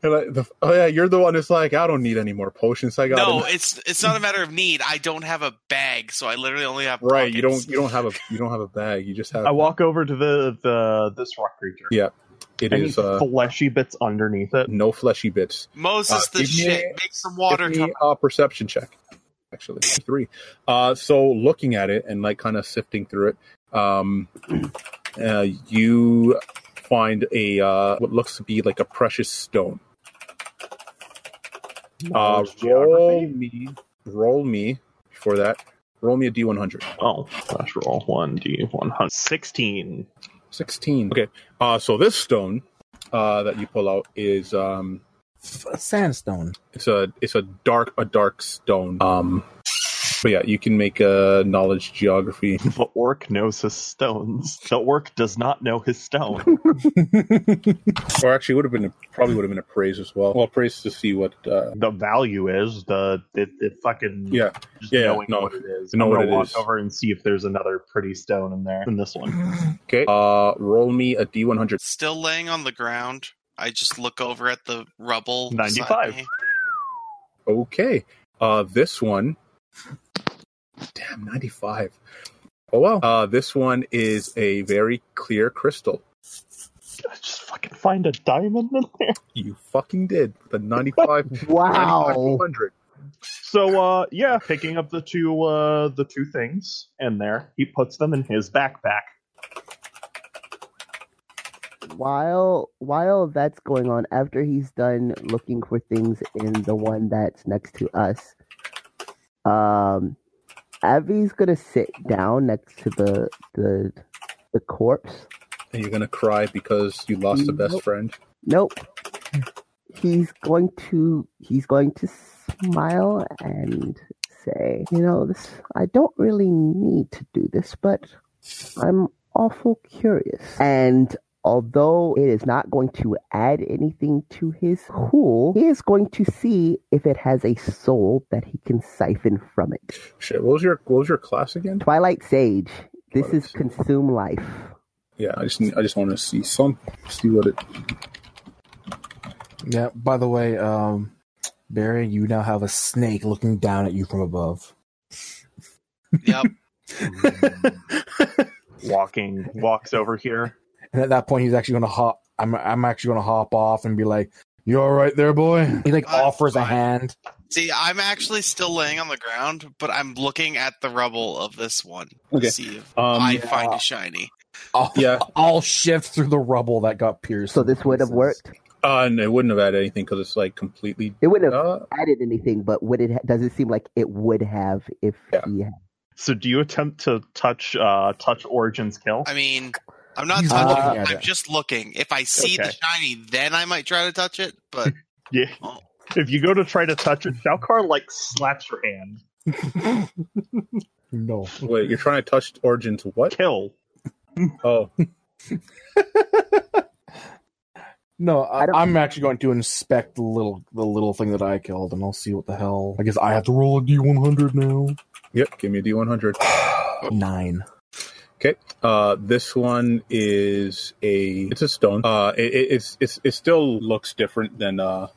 Speaker 5: And I, the, oh yeah, you're the one who's like, I don't need any more potions. I got
Speaker 2: no,
Speaker 5: enough."
Speaker 2: it's it's not a matter of need. I don't have a bag, so I literally only have
Speaker 5: right. You don't
Speaker 2: pockets.
Speaker 5: you don't have a you don't have a bag. You just have
Speaker 6: I walk over to the, the this rock creature.
Speaker 5: Yeah, it
Speaker 6: Any
Speaker 5: is uh, Mm.
Speaker 6: fleshy bits underneath it.
Speaker 5: no fleshy bits.
Speaker 2: Moses
Speaker 5: Uh,
Speaker 2: the
Speaker 5: give me-
Speaker 2: shit. Make some water
Speaker 5: Give
Speaker 2: come
Speaker 5: me a uh, perception check. Actually, three. Uh, so looking at it and like kind of sifting through it, um, uh, you find a uh, what looks to be like a precious stone. Uh,
Speaker 6: Knowledge
Speaker 5: roll
Speaker 6: geography?
Speaker 5: me, roll me. Before that, roll me a d100.
Speaker 6: Oh, flash roll one d one hundred sixteen.
Speaker 5: 16. Okay. Uh, so this stone uh, that you pull out is um,
Speaker 3: F- sandstone.
Speaker 5: it's a it's a dark a dark stone. Um, but yeah, you can make a knowledge geography.
Speaker 6: The orc knows his stones. The orc does not know his
Speaker 5: [laughs]
Speaker 6: stone.
Speaker 5: or actually, would have been probably would have been appraise as well. Well, appraise to see what. Uh,
Speaker 6: the value is the it, it fucking
Speaker 5: yeah.
Speaker 6: just
Speaker 5: yeah,
Speaker 6: knowing
Speaker 5: no,
Speaker 6: what it is.
Speaker 5: know
Speaker 6: I'm
Speaker 5: what
Speaker 6: gonna
Speaker 5: it
Speaker 6: walk
Speaker 5: is.
Speaker 6: over and see if there's another pretty stone in there in this one.
Speaker 5: Okay. Uh, roll me a d100.
Speaker 2: still laying on the ground. I just look over at the rubble. beside
Speaker 6: 95.
Speaker 2: me.
Speaker 5: Okay. Uh, this one. Damn, ninety five. Oh well. Uh, this one is a very clear crystal.
Speaker 6: Did I just fucking find a diamond in there.
Speaker 5: You fucking did the ninety five.
Speaker 7: Wow.
Speaker 5: 100.
Speaker 6: So uh yeah, picking up the two uh the two things in there, he puts them in his backpack.
Speaker 4: While while that's going on, after he's done looking for things in the one that's next to us, um, Abby's gonna sit down next to the the the corpse.
Speaker 5: and you're gonna cry because you lost a best
Speaker 4: Nope.
Speaker 5: friend.
Speaker 4: Nope. He's going to he's going to smile and say, "You know, this I don't really need to do this, but I'm awful curious." And although it is not going to add anything to his pool, he is going to see if it has a soul that he can siphon from it.
Speaker 5: Shit, what was your what was your class again?
Speaker 4: Twilight Sage, this
Speaker 5: Twilight
Speaker 4: is
Speaker 5: Sage.
Speaker 4: consume life.
Speaker 5: Yeah, I just I just want to see some see what it.
Speaker 3: Yeah. By the way, um, Barry, you now have a snake looking down at you from above.
Speaker 2: Yep. [laughs]
Speaker 6: Walking walks over here.
Speaker 3: And at that point, he's actually going to hop. I'm I'm actually going to hop off and be like, "You all right there, boy?" He like
Speaker 2: I'm
Speaker 3: offers a
Speaker 2: fine.
Speaker 3: hand.
Speaker 2: See, I'm actually still laying on the ground, but I'm looking at the rubble of this one.
Speaker 5: Okay.
Speaker 2: To see if
Speaker 5: Um,
Speaker 2: I find a shiny.
Speaker 3: I'll,
Speaker 5: Yeah.
Speaker 3: I'll shift through the rubble that got pierced.
Speaker 4: So this would have
Speaker 3: Pieces.
Speaker 4: worked.
Speaker 5: uh, and it wouldn't have added anything because it's like completely.
Speaker 4: It would have
Speaker 5: Uh,
Speaker 4: added anything, but would it? Ha- does it seem like it would have if
Speaker 5: Yeah.
Speaker 4: he had?
Speaker 6: So do you attempt to touch uh touch Origin's kill?
Speaker 2: I mean, I'm not
Speaker 3: He's
Speaker 2: touching.
Speaker 3: looking at
Speaker 2: I'm
Speaker 3: it.
Speaker 2: just looking. If I see the
Speaker 6: Okay.
Speaker 2: shiny, then I might try to touch it.
Speaker 3: [laughs]
Speaker 2: But
Speaker 6: yeah. If you go to try to touch it, Shalkar like slaps your hand.
Speaker 3: No.
Speaker 5: wait, you're trying to touch Origin's what?
Speaker 6: Kill.
Speaker 5: Oh,
Speaker 3: No,
Speaker 4: I
Speaker 3: I
Speaker 4: don't-
Speaker 3: I'm actually going to inspect the little the little thing that I killed, and I'll see what the hell. I guess I have to roll a d100 now.
Speaker 5: yep. Give me a D100.
Speaker 3: Nine.
Speaker 5: Uh, this one is a it's a stone. Uh, it, it, it's it's it still looks different than uh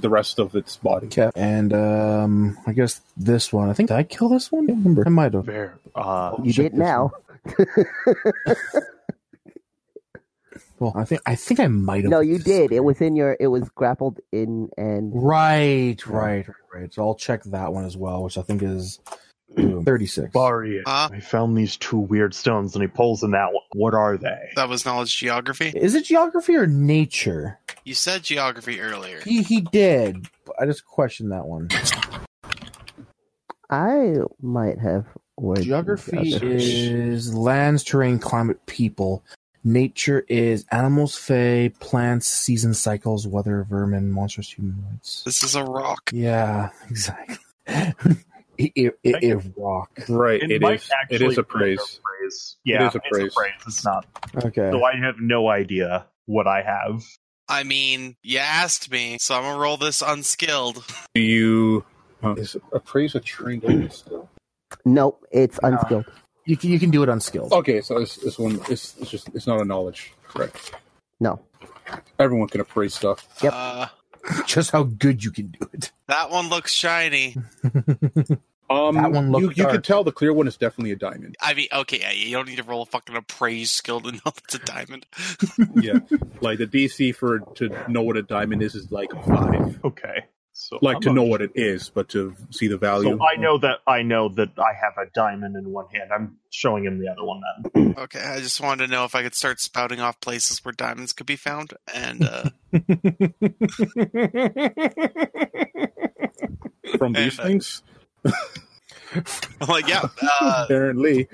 Speaker 5: the rest of its body.
Speaker 3: Okay. And um, I guess this one. I think did I kill this one. I don't remember. I might have.
Speaker 6: Bear. Uh
Speaker 4: You
Speaker 3: Check
Speaker 4: did
Speaker 3: Oh, this
Speaker 4: now.
Speaker 3: Well, I think I think I might have.
Speaker 4: No, you did. It was in your. It was grappled in and
Speaker 3: Right, right, right, right. So I'll check that one as well, which I think is [clears throat] boom, 36.
Speaker 6: Barry.
Speaker 2: uh,
Speaker 6: I found these two weird stones and he pulls them out. What are they?
Speaker 2: that was knowledge geography.
Speaker 3: Is it geography or nature?
Speaker 2: You said geography earlier.
Speaker 3: He he did. but I just questioned that one.
Speaker 4: I might have. origin
Speaker 3: Geography
Speaker 4: geography.
Speaker 3: is lands, terrain, climate, people. Nature is animals, fae, plants, season cycles, weather, vermin, monsters, humanoids.
Speaker 2: This is a rock.
Speaker 3: Yeah, [laughs] exactly. it, it, it, it rock.
Speaker 5: Right. it
Speaker 6: might
Speaker 5: is. It is
Speaker 6: actually
Speaker 5: a praise.
Speaker 6: be a praise. Yeah,
Speaker 5: is a praise.
Speaker 6: It's, a praise. it's not.
Speaker 3: Okay.
Speaker 6: So I have no idea what I have.
Speaker 2: I mean, you asked me, so I'm gonna roll this unskilled.
Speaker 5: Do you uh, is appraise a trained animal still?
Speaker 4: No, it's unskilled.
Speaker 8: You can you can do it unskilled.
Speaker 5: Okay, so it's, it's one. It's, it's just it's not a knowledge. Correct.
Speaker 4: No.
Speaker 5: Everyone can appraise stuff.
Speaker 4: Yep.
Speaker 2: Uh,
Speaker 8: Just how good you can do it.
Speaker 2: that one looks
Speaker 3: Hmm.
Speaker 2: shiny.
Speaker 5: Um,
Speaker 8: That one looked
Speaker 5: you, you can
Speaker 8: dark.
Speaker 5: tell the clear one is definitely a diamond.
Speaker 2: I mean, okay, yeah, you don't need to roll a fucking appraise skill to [laughs] know it's a diamond.
Speaker 5: [laughs]
Speaker 3: Hmm.
Speaker 5: yeah, like the DC for to know what a diamond is is like five.
Speaker 6: Okay. So
Speaker 5: Like
Speaker 6: I'm
Speaker 5: to
Speaker 6: a-
Speaker 5: know what it is, but to see the value.
Speaker 6: So I know that I know that I have a diamond in one hand. I'm showing him the other one then.
Speaker 2: Okay, I just wanted to know if I could start spouting off places where diamonds could be found, and
Speaker 3: [laughs]
Speaker 2: uh,
Speaker 5: [laughs] from
Speaker 6: [laughs]
Speaker 5: these
Speaker 2: And-
Speaker 5: things,
Speaker 2: I'm like, yeah, uh,
Speaker 5: apparently.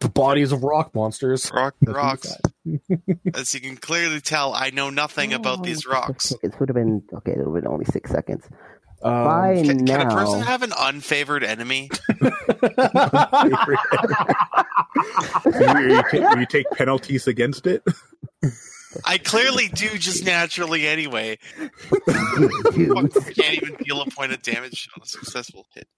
Speaker 8: The bodies of rock monsters.
Speaker 2: rock,
Speaker 8: That's what you
Speaker 2: rocks.
Speaker 5: [laughs]
Speaker 2: As you can clearly tell, I know nothing about
Speaker 5: Oh.
Speaker 3: Oh,
Speaker 5: [laughs]
Speaker 2: these rocks.
Speaker 4: It would have been okay. It would have been only six seconds.
Speaker 3: Um,
Speaker 4: By
Speaker 2: Can,
Speaker 4: now,
Speaker 2: can a person
Speaker 4: [laughs]
Speaker 2: have an unfavored enemy?
Speaker 5: you, you take, you take penalties against it. [laughs]
Speaker 2: I clearly do just
Speaker 5: [laughs]
Speaker 2: naturally anyway.
Speaker 4: dude,
Speaker 2: Fuck, I can't even deal a point of damage on a successful hit.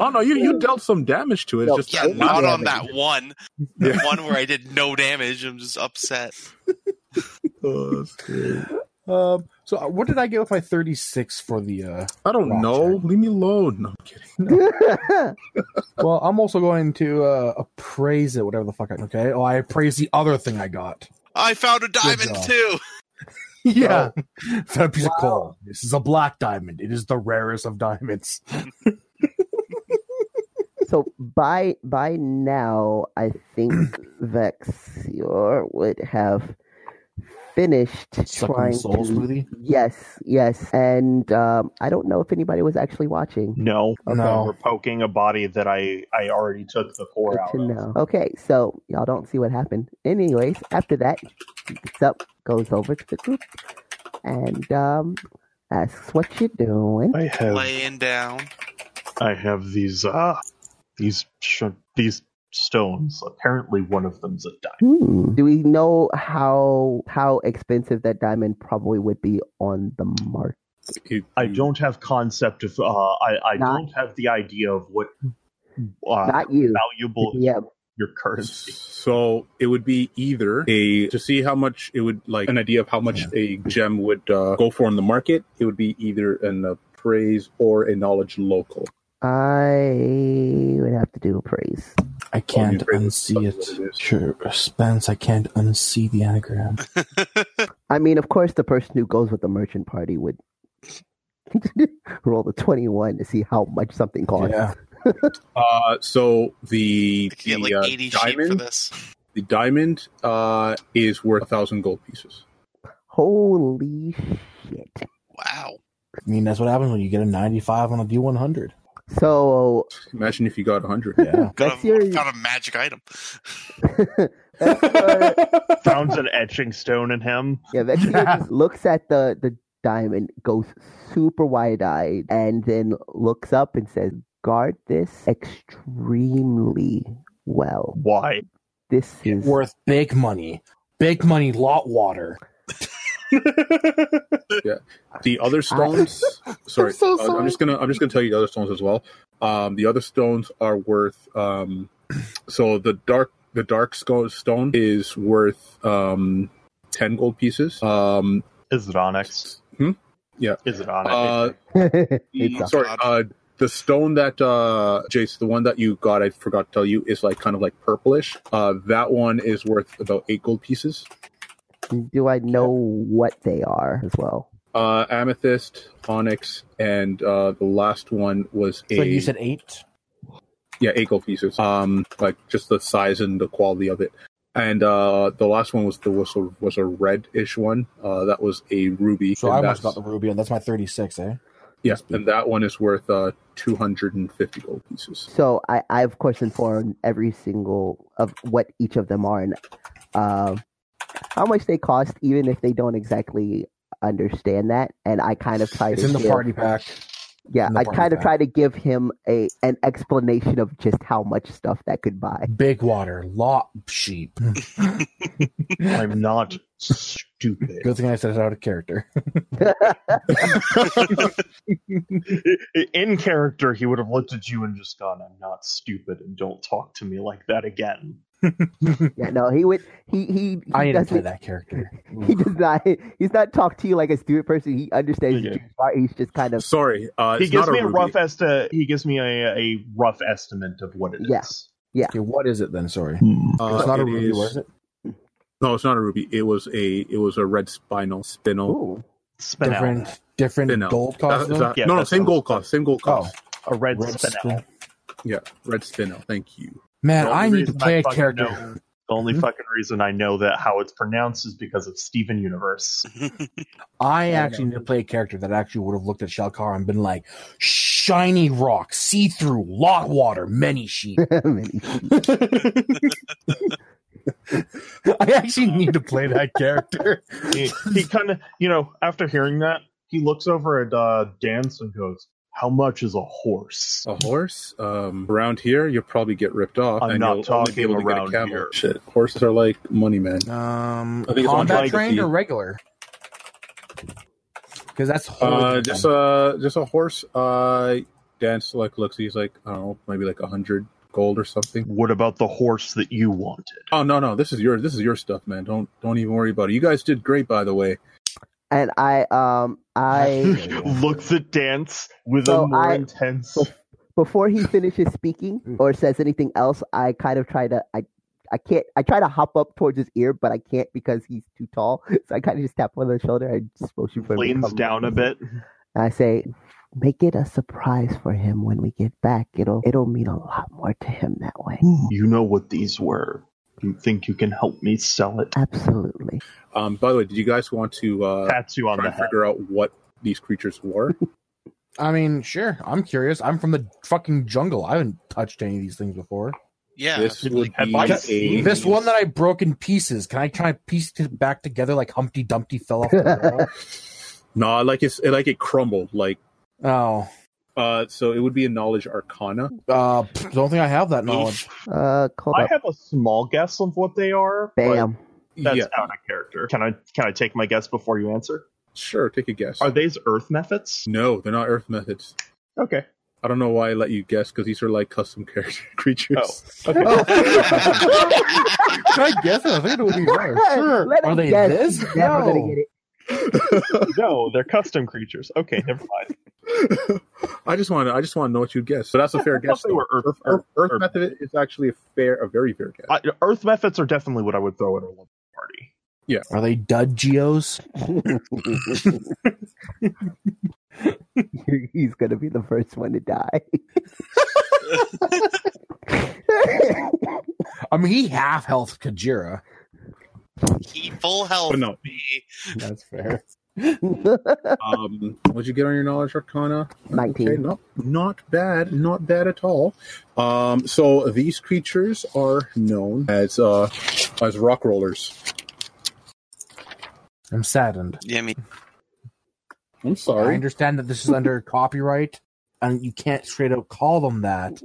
Speaker 5: Oh no, you you dealt some damage to it. It's just
Speaker 2: Yeah,
Speaker 5: that
Speaker 2: not
Speaker 5: one-
Speaker 2: on that one. The one where I did no damage. I'm just upset.
Speaker 8: Um, so uh, what did I get with my 36 for the uh
Speaker 5: I don't
Speaker 8: Rock
Speaker 5: know. Leave me alone. No, I'm kidding.
Speaker 8: Well, I'm also going to uh appraise it whatever the fuck I okay. Oh, I appraise the other thing I got.
Speaker 2: I found a diamond
Speaker 8: job.
Speaker 2: too.
Speaker 8: Yeah. [laughs] Found a piece of coal. This is a black diamond. It is the rarest of diamonds.
Speaker 4: [laughs] so by by now, I think Vexior would have finished trying
Speaker 8: soul
Speaker 4: to.
Speaker 8: smoothie?
Speaker 4: Yes, yes, and um, I don't know if anybody was actually watching.
Speaker 6: No,
Speaker 8: No.
Speaker 6: we're poking a body that I I already took the core
Speaker 4: Good
Speaker 6: out.
Speaker 4: to
Speaker 6: Of.
Speaker 4: know. Okay, so y'all don't see what happened. Anyways, after that, he gets up, goes over to the group, and um, asks what you doing.
Speaker 6: I have
Speaker 2: Laying down.
Speaker 6: I have these uh these sh- these stones. Apparently, one of them's a diamond.
Speaker 4: Hmm. Do we know how how expensive that diamond probably would be on the market?
Speaker 5: You-
Speaker 6: I don't have concept of uh I I
Speaker 4: Not-
Speaker 6: don't have the idea of what uh,
Speaker 4: Not you.
Speaker 6: valuable
Speaker 4: [laughs] Yeah,
Speaker 6: your currency.
Speaker 5: So it would be either a to see how much it would like an idea of how much a gem would uh, go for in the market. It would be either an appraise or a knowledge local.
Speaker 4: I would have to do appraise.
Speaker 8: I
Speaker 5: can't
Speaker 8: can't
Speaker 5: Well, you unsee
Speaker 8: unsee
Speaker 5: it.
Speaker 8: it.
Speaker 5: it is.
Speaker 8: Sure, Spence, I can't unsee the anagram.
Speaker 4: I mean, of course, the person who goes with the merchant party would [laughs] roll the twenty-one to see how much something costs.
Speaker 8: Yeah.
Speaker 5: Uh, so the
Speaker 2: I could
Speaker 5: the,
Speaker 2: get like
Speaker 5: uh,
Speaker 2: 80 sheep for
Speaker 5: diamond
Speaker 2: this.
Speaker 5: the diamond uh, is worth a thousand gold pieces.
Speaker 4: Holy shit!
Speaker 2: Wow.
Speaker 8: I mean, that's what happens when you get a 95 on a D100.
Speaker 4: So
Speaker 5: Imagine if you got a hundred.
Speaker 8: Yeah.
Speaker 2: Got
Speaker 4: That's
Speaker 2: a,
Speaker 4: your-
Speaker 2: found a magic item.
Speaker 4: Vexior,
Speaker 6: Found an etching stone in him.
Speaker 4: yeah, Vexior just looks at the the diamond, goes super wide-eyed, and then looks up and says, "Guard this extremely well.
Speaker 6: Why?
Speaker 4: This is
Speaker 8: Worth big money. Big money, lot water.
Speaker 5: The other
Speaker 4: [laughs]
Speaker 5: stones. sorry,
Speaker 4: I'm so
Speaker 5: uh, I'm just gonna I'm just gonna tell you the other stones as well. Um, the other stones are worth. Um, so the dark the dark sco- stone is worth um, ten gold pieces. Um,
Speaker 6: Is it onyx?
Speaker 5: Hmm? Yeah.
Speaker 6: Is it onyx?
Speaker 5: uh,
Speaker 2: Mm,
Speaker 4: it's a-
Speaker 5: sorry, uh, the stone that uh, Jace, the one that you got, I forgot to tell you, is like kind of like purplish. Uh, that one is worth about eight gold pieces.
Speaker 4: [laughs] Do I know what they are as well?
Speaker 5: Uh, amethyst, onyx, and uh, the last one was a
Speaker 8: So you said eight?
Speaker 5: yeah eight gold pieces um like just the size and the quality of it and uh the last one was the whistle was a red-ish one uh that was a ruby
Speaker 8: So
Speaker 5: and
Speaker 8: I almost got
Speaker 5: that's-
Speaker 8: the ruby, and that's my 36, eh?
Speaker 5: yeah and that one is worth uh 250 gold pieces
Speaker 4: So I, I of course informed every single of what each of them are and um, how much they cost, even if they don't exactly understand that. And I kind of try
Speaker 8: It's
Speaker 4: to
Speaker 8: in the
Speaker 4: give-
Speaker 8: party pack.
Speaker 4: Yeah,
Speaker 8: in the
Speaker 4: I
Speaker 8: party
Speaker 4: kind of
Speaker 8: pack.
Speaker 4: try to give him a an explanation of just how much stuff that could
Speaker 8: [laughs]
Speaker 4: buy.
Speaker 8: Hmm. Big water, lot sheep.
Speaker 6: I'm not stupid.
Speaker 3: [laughs] Good thing I said it out of character.
Speaker 6: In character, he would have looked at you and just gone, "I'm not stupid, and don't talk to me like that again."
Speaker 4: Yeah, no, he would. He he. he
Speaker 3: I didn't play
Speaker 4: doesn't.
Speaker 3: that character.
Speaker 4: He does not. [laughs] He's not talk to you like a stupid person. He understands.
Speaker 6: Okay.
Speaker 4: you. He's just kind of
Speaker 5: Sorry, uh,
Speaker 6: he
Speaker 5: it's
Speaker 6: gives
Speaker 5: not
Speaker 6: me
Speaker 5: a,
Speaker 6: a,
Speaker 5: Ruby.
Speaker 6: rough esti- He gives me a, a rough estimate of what it is.
Speaker 4: Yeah.
Speaker 3: Okay, what is it then? Sorry,
Speaker 5: Uh,
Speaker 3: it's not a
Speaker 5: it
Speaker 3: Ruby,
Speaker 5: is-
Speaker 3: was it?
Speaker 5: No, it's not a ruby. It was a it was a red spinal spinel.
Speaker 4: [laughs] ooh.
Speaker 6: Spinel.
Speaker 3: Different, different
Speaker 5: Spinel.
Speaker 3: gold
Speaker 5: Uh,
Speaker 3: cost.
Speaker 5: it's
Speaker 3: though?
Speaker 5: not-
Speaker 6: Yeah,
Speaker 5: no, no,
Speaker 6: that's
Speaker 5: same
Speaker 6: what-
Speaker 5: gold cost, same gold cost.
Speaker 6: A red,
Speaker 3: Red
Speaker 6: spinel.
Speaker 3: spin-
Speaker 5: Yeah, red spinel. Thank you.
Speaker 3: Man,
Speaker 6: The only
Speaker 3: I need to
Speaker 6: reason
Speaker 3: play a
Speaker 6: fucking
Speaker 3: character. Hmm?
Speaker 6: know- the only fucking reason I know that how it's pronounced is because of Steven Universe.
Speaker 3: I actually need to play a character that actually would have looked at Shalkar and been like, shiny rock, see through, lot water, many sheep. [laughs] I actually need to play that character.
Speaker 6: he he kind of, you know, after hearing that, he looks over at uh, Dance and goes, "How much is a horse?"
Speaker 5: A horse? Um, around here, you'll probably get ripped off.
Speaker 6: I'm
Speaker 5: and you'll
Speaker 6: not
Speaker 5: only be
Speaker 6: talking
Speaker 5: able to get a
Speaker 6: around
Speaker 5: camel.
Speaker 6: here.
Speaker 5: Shit, horses are like money,
Speaker 6: [laughs]
Speaker 5: man.
Speaker 3: [laughs] Um,
Speaker 5: I think it's
Speaker 3: combat
Speaker 5: unlikely.
Speaker 3: trained or regular? Because that's whole
Speaker 5: Uh,
Speaker 3: different.
Speaker 5: just a just a horse. Uh, Dan Select looks. He's like I don't know, maybe like a hundred gold or something.
Speaker 6: What about the horse that you wanted?
Speaker 5: Oh no, no, this is your this is your stuff, man. Don't don't even worry about it. You guys did great, by the way.
Speaker 4: And I um
Speaker 3: [laughs]
Speaker 4: I
Speaker 6: [laughs] looks at Dance with
Speaker 4: So
Speaker 6: a more
Speaker 4: I-
Speaker 6: intense.
Speaker 4: before he finishes
Speaker 6: [laughs] Mm.
Speaker 4: speaking or says anything else, I kind of try to I. I can't. I try to hop up towards his ear, but I can't because he's too tall. [laughs] So I kind of just tap him on the shoulder and just motion for him to
Speaker 6: leans
Speaker 4: come
Speaker 6: down a
Speaker 4: closer.
Speaker 6: bit.
Speaker 4: I say, make it a surprise for him when we get back. It'll it'll mean a lot more to him that way.
Speaker 3: Hmm.
Speaker 6: You know what these were. You think you can help me sell it?
Speaker 4: Absolutely.
Speaker 5: Um, by the way, did you guys want to uh,
Speaker 6: Pats you on
Speaker 5: try
Speaker 6: the
Speaker 5: and
Speaker 6: head.
Speaker 5: figure out what these creatures were?
Speaker 3: I mean, sure. I'm curious. I'm from the fucking jungle. I haven't touched any of these things before.
Speaker 2: Yeah.
Speaker 5: this
Speaker 6: like,
Speaker 5: would
Speaker 6: have
Speaker 5: be
Speaker 6: I
Speaker 5: a
Speaker 6: seen
Speaker 3: This one that I broke in pieces. Can I try and piece it back together like Humpty Dumpty fell off [laughs] the
Speaker 5: no, like it's like it crumbled. Like
Speaker 3: wall?
Speaker 5: uh, so it would be a knowledge arcana.
Speaker 3: Oh, uh, don't think I have that knowledge.
Speaker 4: Uh, called
Speaker 6: I
Speaker 4: up.
Speaker 6: have a small guess of what they are. but
Speaker 4: Bam.
Speaker 6: That's
Speaker 5: yeah,
Speaker 6: out of character. Can I can I take my guess before you answer?
Speaker 5: sure. Take a guess.
Speaker 6: Are these Earth methods?
Speaker 5: no, they're not Earth methods.
Speaker 6: Okay.
Speaker 5: I don't know why I let you guess because these are like custom [laughs] character creatures.
Speaker 4: [laughs]
Speaker 6: Oh.
Speaker 3: Can I guess it? I think it [laughs] would be better. Sure.
Speaker 4: Let
Speaker 3: Are
Speaker 4: him
Speaker 3: they
Speaker 4: guess.
Speaker 3: this?
Speaker 4: He's Never
Speaker 3: No.
Speaker 4: gonna get it.
Speaker 6: no, they're custom creatures. Okay, never mind.
Speaker 5: [laughs] I just want to. I just want to know what you'd guess. Oh. But that's a fair
Speaker 6: thought
Speaker 5: guess.
Speaker 6: they
Speaker 5: though.
Speaker 6: were Earth-
Speaker 5: Earth, Earth,
Speaker 6: Earth- Earth
Speaker 5: method is actually a fair, a very fair [laughs] guess.
Speaker 6: [laughs] I, Earth methods are definitely what I would throw at a lumber party.
Speaker 3: Are they dud geos?
Speaker 4: [laughs] He's gonna be the first one to die.
Speaker 3: [laughs] I mean, he half health Kajira.
Speaker 2: He full health.
Speaker 5: But Oh, no.
Speaker 2: me.
Speaker 3: That's fair.
Speaker 5: um, what'd you get on your knowledge arcana?
Speaker 4: Nineteen.
Speaker 5: Okay, not not bad, not bad at all. Um, so these creatures are known as uh, as rock rollers.
Speaker 3: I'm saddened.
Speaker 2: Yeah, me.
Speaker 5: I'm
Speaker 3: I
Speaker 5: sorry.
Speaker 3: understand that this is [laughs] under copyright and you can't straight up call them [laughs] that,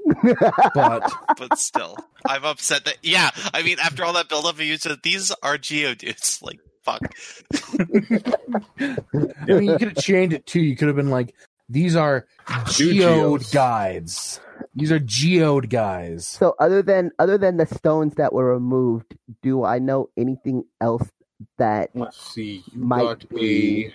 Speaker 3: but
Speaker 2: But still, I'm upset that. Yeah, I mean, after all that buildup, you said these are geodudes. [laughs] Like, fuck.
Speaker 3: I mean, you could have changed it too. You could have been like, these are geode
Speaker 5: geos.
Speaker 3: guides. These are geode guys.
Speaker 4: so other than other than the stones that were removed, do I know anything else that?
Speaker 5: Let's see. You
Speaker 4: Might
Speaker 5: got
Speaker 4: be-
Speaker 5: a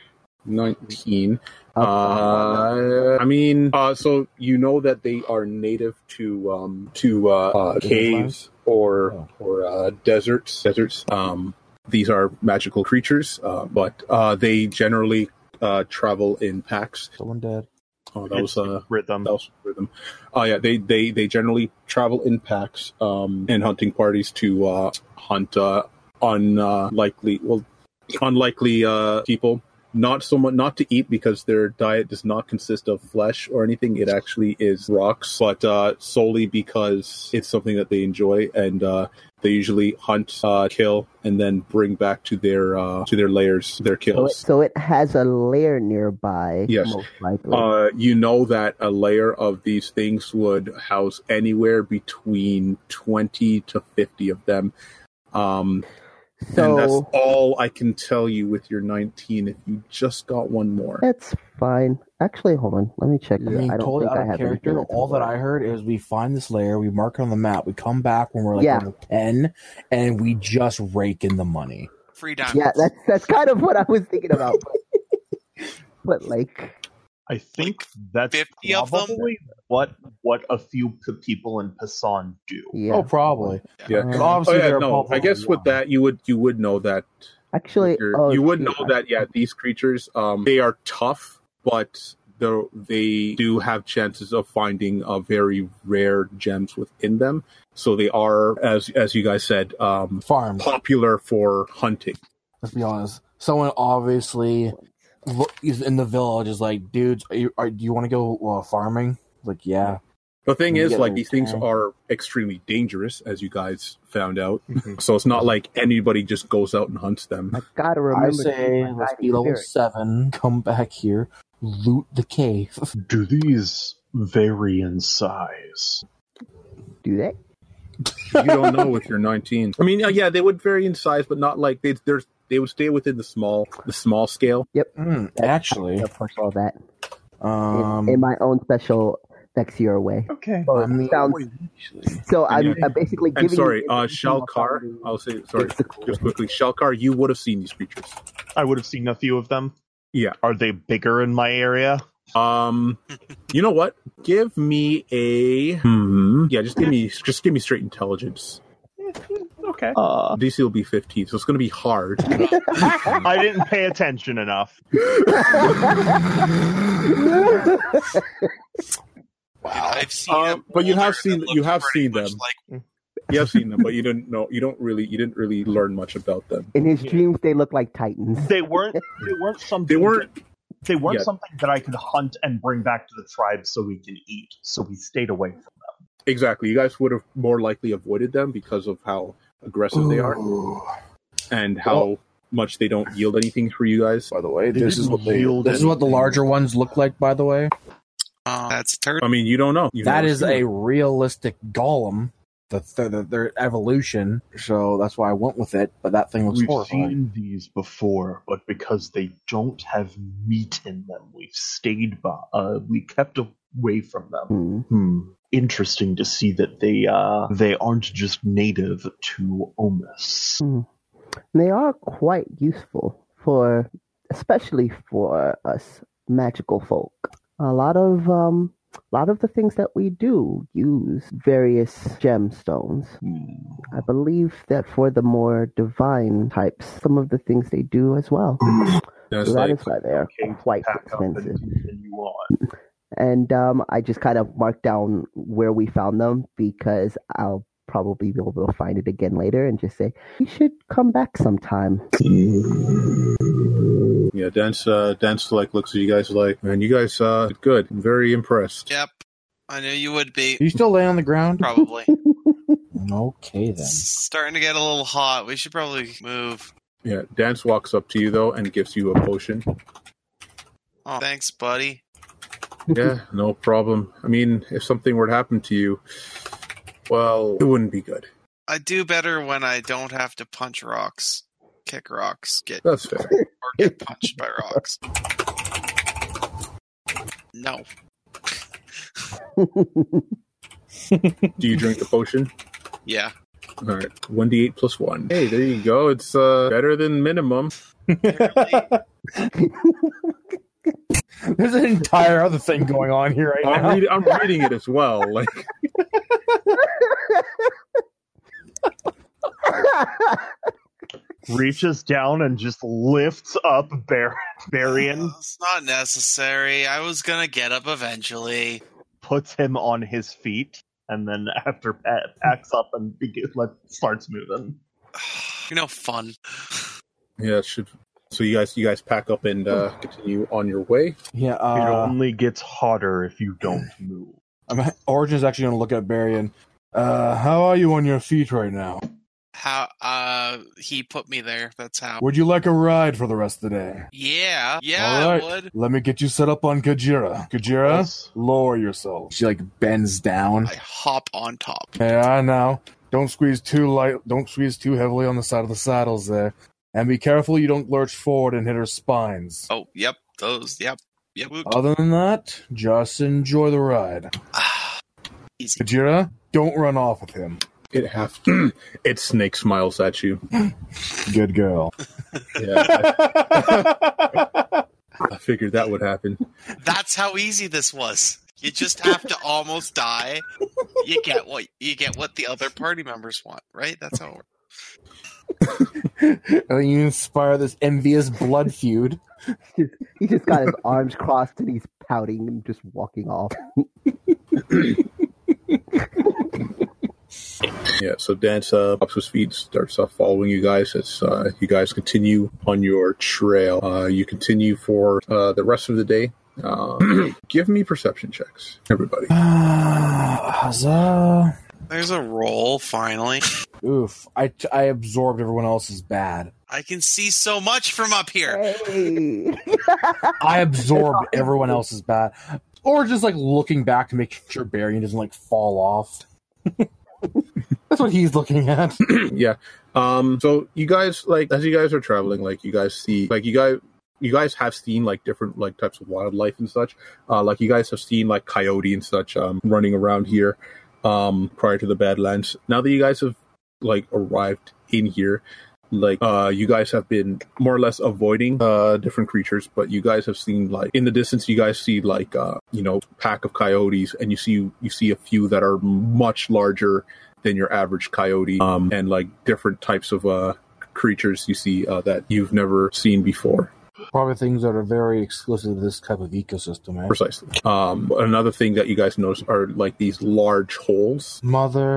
Speaker 5: nineteen.
Speaker 4: Oh,
Speaker 5: Uh, I mean, uh, so you know that they are native to um, to uh, uh, caves or
Speaker 3: Oh.
Speaker 5: or uh, deserts. Deserts. Um, these are magical creatures, uh, but uh, they generally uh, travel in packs.
Speaker 3: Someone dead.
Speaker 5: Oh, that was uh,
Speaker 6: rhythm.
Speaker 5: that was rhythm. Oh yeah, they they they generally travel in packs um, in hunting parties to uh, hunt uh, unlikely well unlikely uh, people. Not so much not to eat because their diet does not consist of flesh or anything. It actually is rocks, but uh, solely because it's something that they enjoy and. Uh, they usually hunt, uh, kill, and then bring back to their uh, to their layers their
Speaker 4: So it,
Speaker 5: kills.
Speaker 4: so it has a lair nearby.
Speaker 5: Yes.
Speaker 4: most likely.
Speaker 5: Uh, you know that a layer of these things would house anywhere between 20 to 50 of them. Um, and that's
Speaker 4: So
Speaker 5: all I can tell you with your 19 if you just got one more.
Speaker 4: that's fine. Actually, hold on. Let me check.
Speaker 3: I
Speaker 4: I
Speaker 3: mean,
Speaker 4: don't
Speaker 3: totally
Speaker 4: think
Speaker 3: out
Speaker 4: I
Speaker 3: of
Speaker 4: have
Speaker 3: character.
Speaker 4: anything
Speaker 3: All that I heard is we find this layer, we mark it on the map, we come back when we're like
Speaker 4: Yeah.
Speaker 3: level ten, and we just rake in the money.
Speaker 2: Free diamonds.
Speaker 4: Yeah, that's that's kind of what I was thinking about.
Speaker 3: [laughs]
Speaker 4: but- but like,
Speaker 6: I think that's
Speaker 2: 50 of them?
Speaker 6: probably what what a few p- people in Passan do.
Speaker 4: yeah.
Speaker 3: Oh, probably.
Speaker 5: Yeah.
Speaker 3: Because
Speaker 5: Oh
Speaker 3: obviously
Speaker 5: yeah,
Speaker 3: they're
Speaker 5: no.
Speaker 3: above
Speaker 5: I guess with
Speaker 3: level one.
Speaker 5: that you would you would know that
Speaker 4: Actually,
Speaker 5: you're-
Speaker 4: oh,
Speaker 5: you would
Speaker 4: shoot,
Speaker 5: know
Speaker 4: I-
Speaker 5: that yeah these creatures um they are tough but they're- they do have chances of finding uh, very rare gems within them so they are as as you guys said um
Speaker 3: farm.
Speaker 5: popular for hunting
Speaker 3: Let's be honest. Someone obviously lo- is in the village is like, dudes, are you, are, do you want to go uh, farming? Like, yeah.
Speaker 5: the thing
Speaker 3: You
Speaker 5: is
Speaker 3: get
Speaker 5: like
Speaker 3: those
Speaker 5: these things
Speaker 3: tag.
Speaker 5: are extremely dangerous as you guys found out so it's not like anybody just goes out and hunts them
Speaker 4: I gotta remember.
Speaker 3: I
Speaker 4: to
Speaker 3: say
Speaker 4: keep my
Speaker 3: let's
Speaker 4: guiding
Speaker 3: be level
Speaker 4: spirit.
Speaker 3: seven. Come back here, loot the cave.
Speaker 6: Do these vary in size?
Speaker 4: Do they?
Speaker 5: you don't know with your 19 i mean uh, yeah they would vary in size but not like they there's they would stay within the small the small scale
Speaker 3: Mm, actually,
Speaker 4: They'll push all that in,
Speaker 3: um,
Speaker 4: in my own special Vexior way.
Speaker 6: Okay.
Speaker 4: So
Speaker 3: I'm
Speaker 4: it sounds, so I'm, I'm basically
Speaker 5: I'm
Speaker 4: giving.
Speaker 5: sorry,
Speaker 4: you
Speaker 5: uh,
Speaker 4: information
Speaker 5: Shalkar.
Speaker 4: about the-
Speaker 5: I'll say sorry,
Speaker 4: the- the-
Speaker 5: just quickly. Shalkar, you would have seen these creatures.
Speaker 6: I would have seen a few of them.
Speaker 5: Yeah.
Speaker 6: Are they bigger in my area?
Speaker 5: Um, you know what? Give me a. Hmm, yeah, just give me just give me straight intelligence.
Speaker 6: Okay. Uh,
Speaker 5: DC will be 15, so it's going to be hard.
Speaker 6: I didn't pay attention enough.
Speaker 2: I've seen
Speaker 5: Uh,
Speaker 2: them
Speaker 5: but you have
Speaker 2: older
Speaker 5: seen-
Speaker 2: that
Speaker 5: you
Speaker 2: looked
Speaker 5: have
Speaker 2: pretty
Speaker 5: seen
Speaker 2: much
Speaker 5: them.
Speaker 2: Like
Speaker 5: You have seen them, but you didn't know. You don't really. You didn't really learn much about them.
Speaker 4: [laughs] In his dreams, they look like titans.
Speaker 6: They weren't. They weren't something.
Speaker 5: They weren't.
Speaker 6: They weren't
Speaker 5: yeah.
Speaker 6: something that I could hunt and bring back to the tribe so we can eat. So we stayed away from. Them.
Speaker 5: Exactly. You guys would have more likely avoided them because of how aggressive they
Speaker 3: Oh.
Speaker 5: are and how much they don't yield anything for you guys.
Speaker 9: By the way, this is what they.
Speaker 3: this is what the larger ones look like, by the way.
Speaker 2: uh, that's a turd.
Speaker 5: I mean, you don't know. You've
Speaker 3: That
Speaker 5: never
Speaker 3: is
Speaker 5: seen them.
Speaker 3: a realistic golem. The, the, the, their evolution, so that's why I went with it. But that thing looks
Speaker 6: We've
Speaker 3: horrifying.
Speaker 6: seen these before, but because they don't have meat in them, we've stayed by. Uh, we kept away from them.
Speaker 4: Hmm.
Speaker 3: Mm-hmm.
Speaker 6: Hmm. Interesting to see that they uh, they aren't just native to Omus.
Speaker 4: They are quite useful for, especially for us magical folk. A lot of um, a lot of the things that we do use various gemstones.
Speaker 6: Hmm.
Speaker 4: I believe that for the more divine types, some of the things they do as well.
Speaker 5: That's
Speaker 4: So that
Speaker 5: like-
Speaker 4: is why they are
Speaker 6: Okay,
Speaker 4: quite
Speaker 6: pack up and
Speaker 4: expensive.
Speaker 6: continue on.
Speaker 4: And um, I just kind of marked down where we found them because I'll probably be able to find it again later and just say we should come back sometime. [laughs]
Speaker 5: Yeah, Dance uh Dance like looks at you guys like, man, you guys uh did good. I'm very impressed.
Speaker 2: Yep, I knew you would be.
Speaker 3: Are you still laying on the
Speaker 5: [laughs]
Speaker 3: ground?
Speaker 2: Probably
Speaker 3: Okay then.
Speaker 2: It's starting to get a little hot. We should probably move.
Speaker 5: Yeah, Dance walks up to you though and gives you a potion.
Speaker 2: Oh, thanks, buddy.
Speaker 5: yeah, no problem. I mean, if something were to happen to you, well, it wouldn't be good.
Speaker 2: I do better when I don't have to punch rocks, kick rocks, get
Speaker 5: That's [laughs] fair.
Speaker 2: or get punched by rocks. No,
Speaker 5: Do you drink the potion?
Speaker 2: yeah,
Speaker 5: [laughs] All right, one d eight plus one. Hey, there you go. It's uh better than minimum.
Speaker 3: [laughs] There's an entire other thing going on here right
Speaker 5: I'm,
Speaker 3: now.
Speaker 5: read- I'm reading it as well. [laughs] Like,
Speaker 6: Reaches down and just lifts up Bar- Barian,
Speaker 2: it's not necessary. I was gonna get up eventually.
Speaker 6: puts him on his feet, and then after pa- packs up and begin, like, starts moving.
Speaker 2: You're no fun.
Speaker 5: yeah, it should. So you guys, you guys pack up and uh continue on your way.
Speaker 3: Yeah,
Speaker 6: it
Speaker 3: uh,
Speaker 6: only gets hotter if you don't move.
Speaker 3: I'm, Origin's actually going to look at Barry and, uh, how are you on your feet right now?
Speaker 2: How uh he put me there. That's how.
Speaker 3: Would you like a ride for the rest of the day?
Speaker 2: Yeah, yeah,
Speaker 3: All
Speaker 2: I
Speaker 3: right.
Speaker 2: would.
Speaker 3: Let me get you set up on Kajira. Kajira,
Speaker 6: Yes.
Speaker 3: lower yourself. She like bends down.
Speaker 2: I hop on top.
Speaker 3: Yeah, I know. Don't squeeze too light. Don't squeeze too heavily on the side of the saddles there, and be careful you don't lurch forward and hit her spines.
Speaker 2: Oh, yep, those, yep, yep. Woot.
Speaker 8: Uh,
Speaker 3: Other than that, just enjoy the ride.
Speaker 2: Easy.
Speaker 3: Kajira, don't run off with him.
Speaker 5: It have [clears throat] it snake smiles at you.
Speaker 3: Good girl. [sighs]
Speaker 5: Yeah, [laughs] I, I figured that would happen.
Speaker 2: That's how easy this was. You just have to almost die. You get what you get what the other party members want, right? That's how it works.
Speaker 3: and then you inspire this envious blood feud.
Speaker 4: He just
Speaker 5: [laughs]
Speaker 4: got his arms crossed and he's pouting and just walking off.
Speaker 5: Yeah, so Dance uh, pops his feet, starts off following you guys as uh, you guys continue on your trail. Uh, you continue for uh, the rest of the day. Uh, [clears throat] give me perception checks, everybody.
Speaker 3: Huzzah.
Speaker 2: There's a roll finally.
Speaker 3: Oof. I, I absorbed everyone else's bad.
Speaker 2: I can see so much from up here.
Speaker 4: Hey.
Speaker 3: I absorbed everyone else's bad. Or just like looking back to make sure Barry doesn't like fall off. [laughs] That's what he's looking at.
Speaker 5: yeah. Um. So you guys like as you guys are traveling, like you guys see, like you guys. You guys have seen like different like types of wildlife and such. Uh, like you guys have seen like coyote and such um, running around here um, prior to the Badlands. Now that you guys have like arrived in here, like uh, you guys have been more or less avoiding uh, different creatures, but you guys have seen like in the distance you guys see like uh, you know pack of coyotes, and you see you see a few that are much larger than your average coyote, um, and like different types of uh, creatures you see uh, that you've never seen before.
Speaker 3: Probably things that are very exclusive to this type of ecosystem, eh?
Speaker 5: Precisely. Um, another thing that you guys notice are like these large holes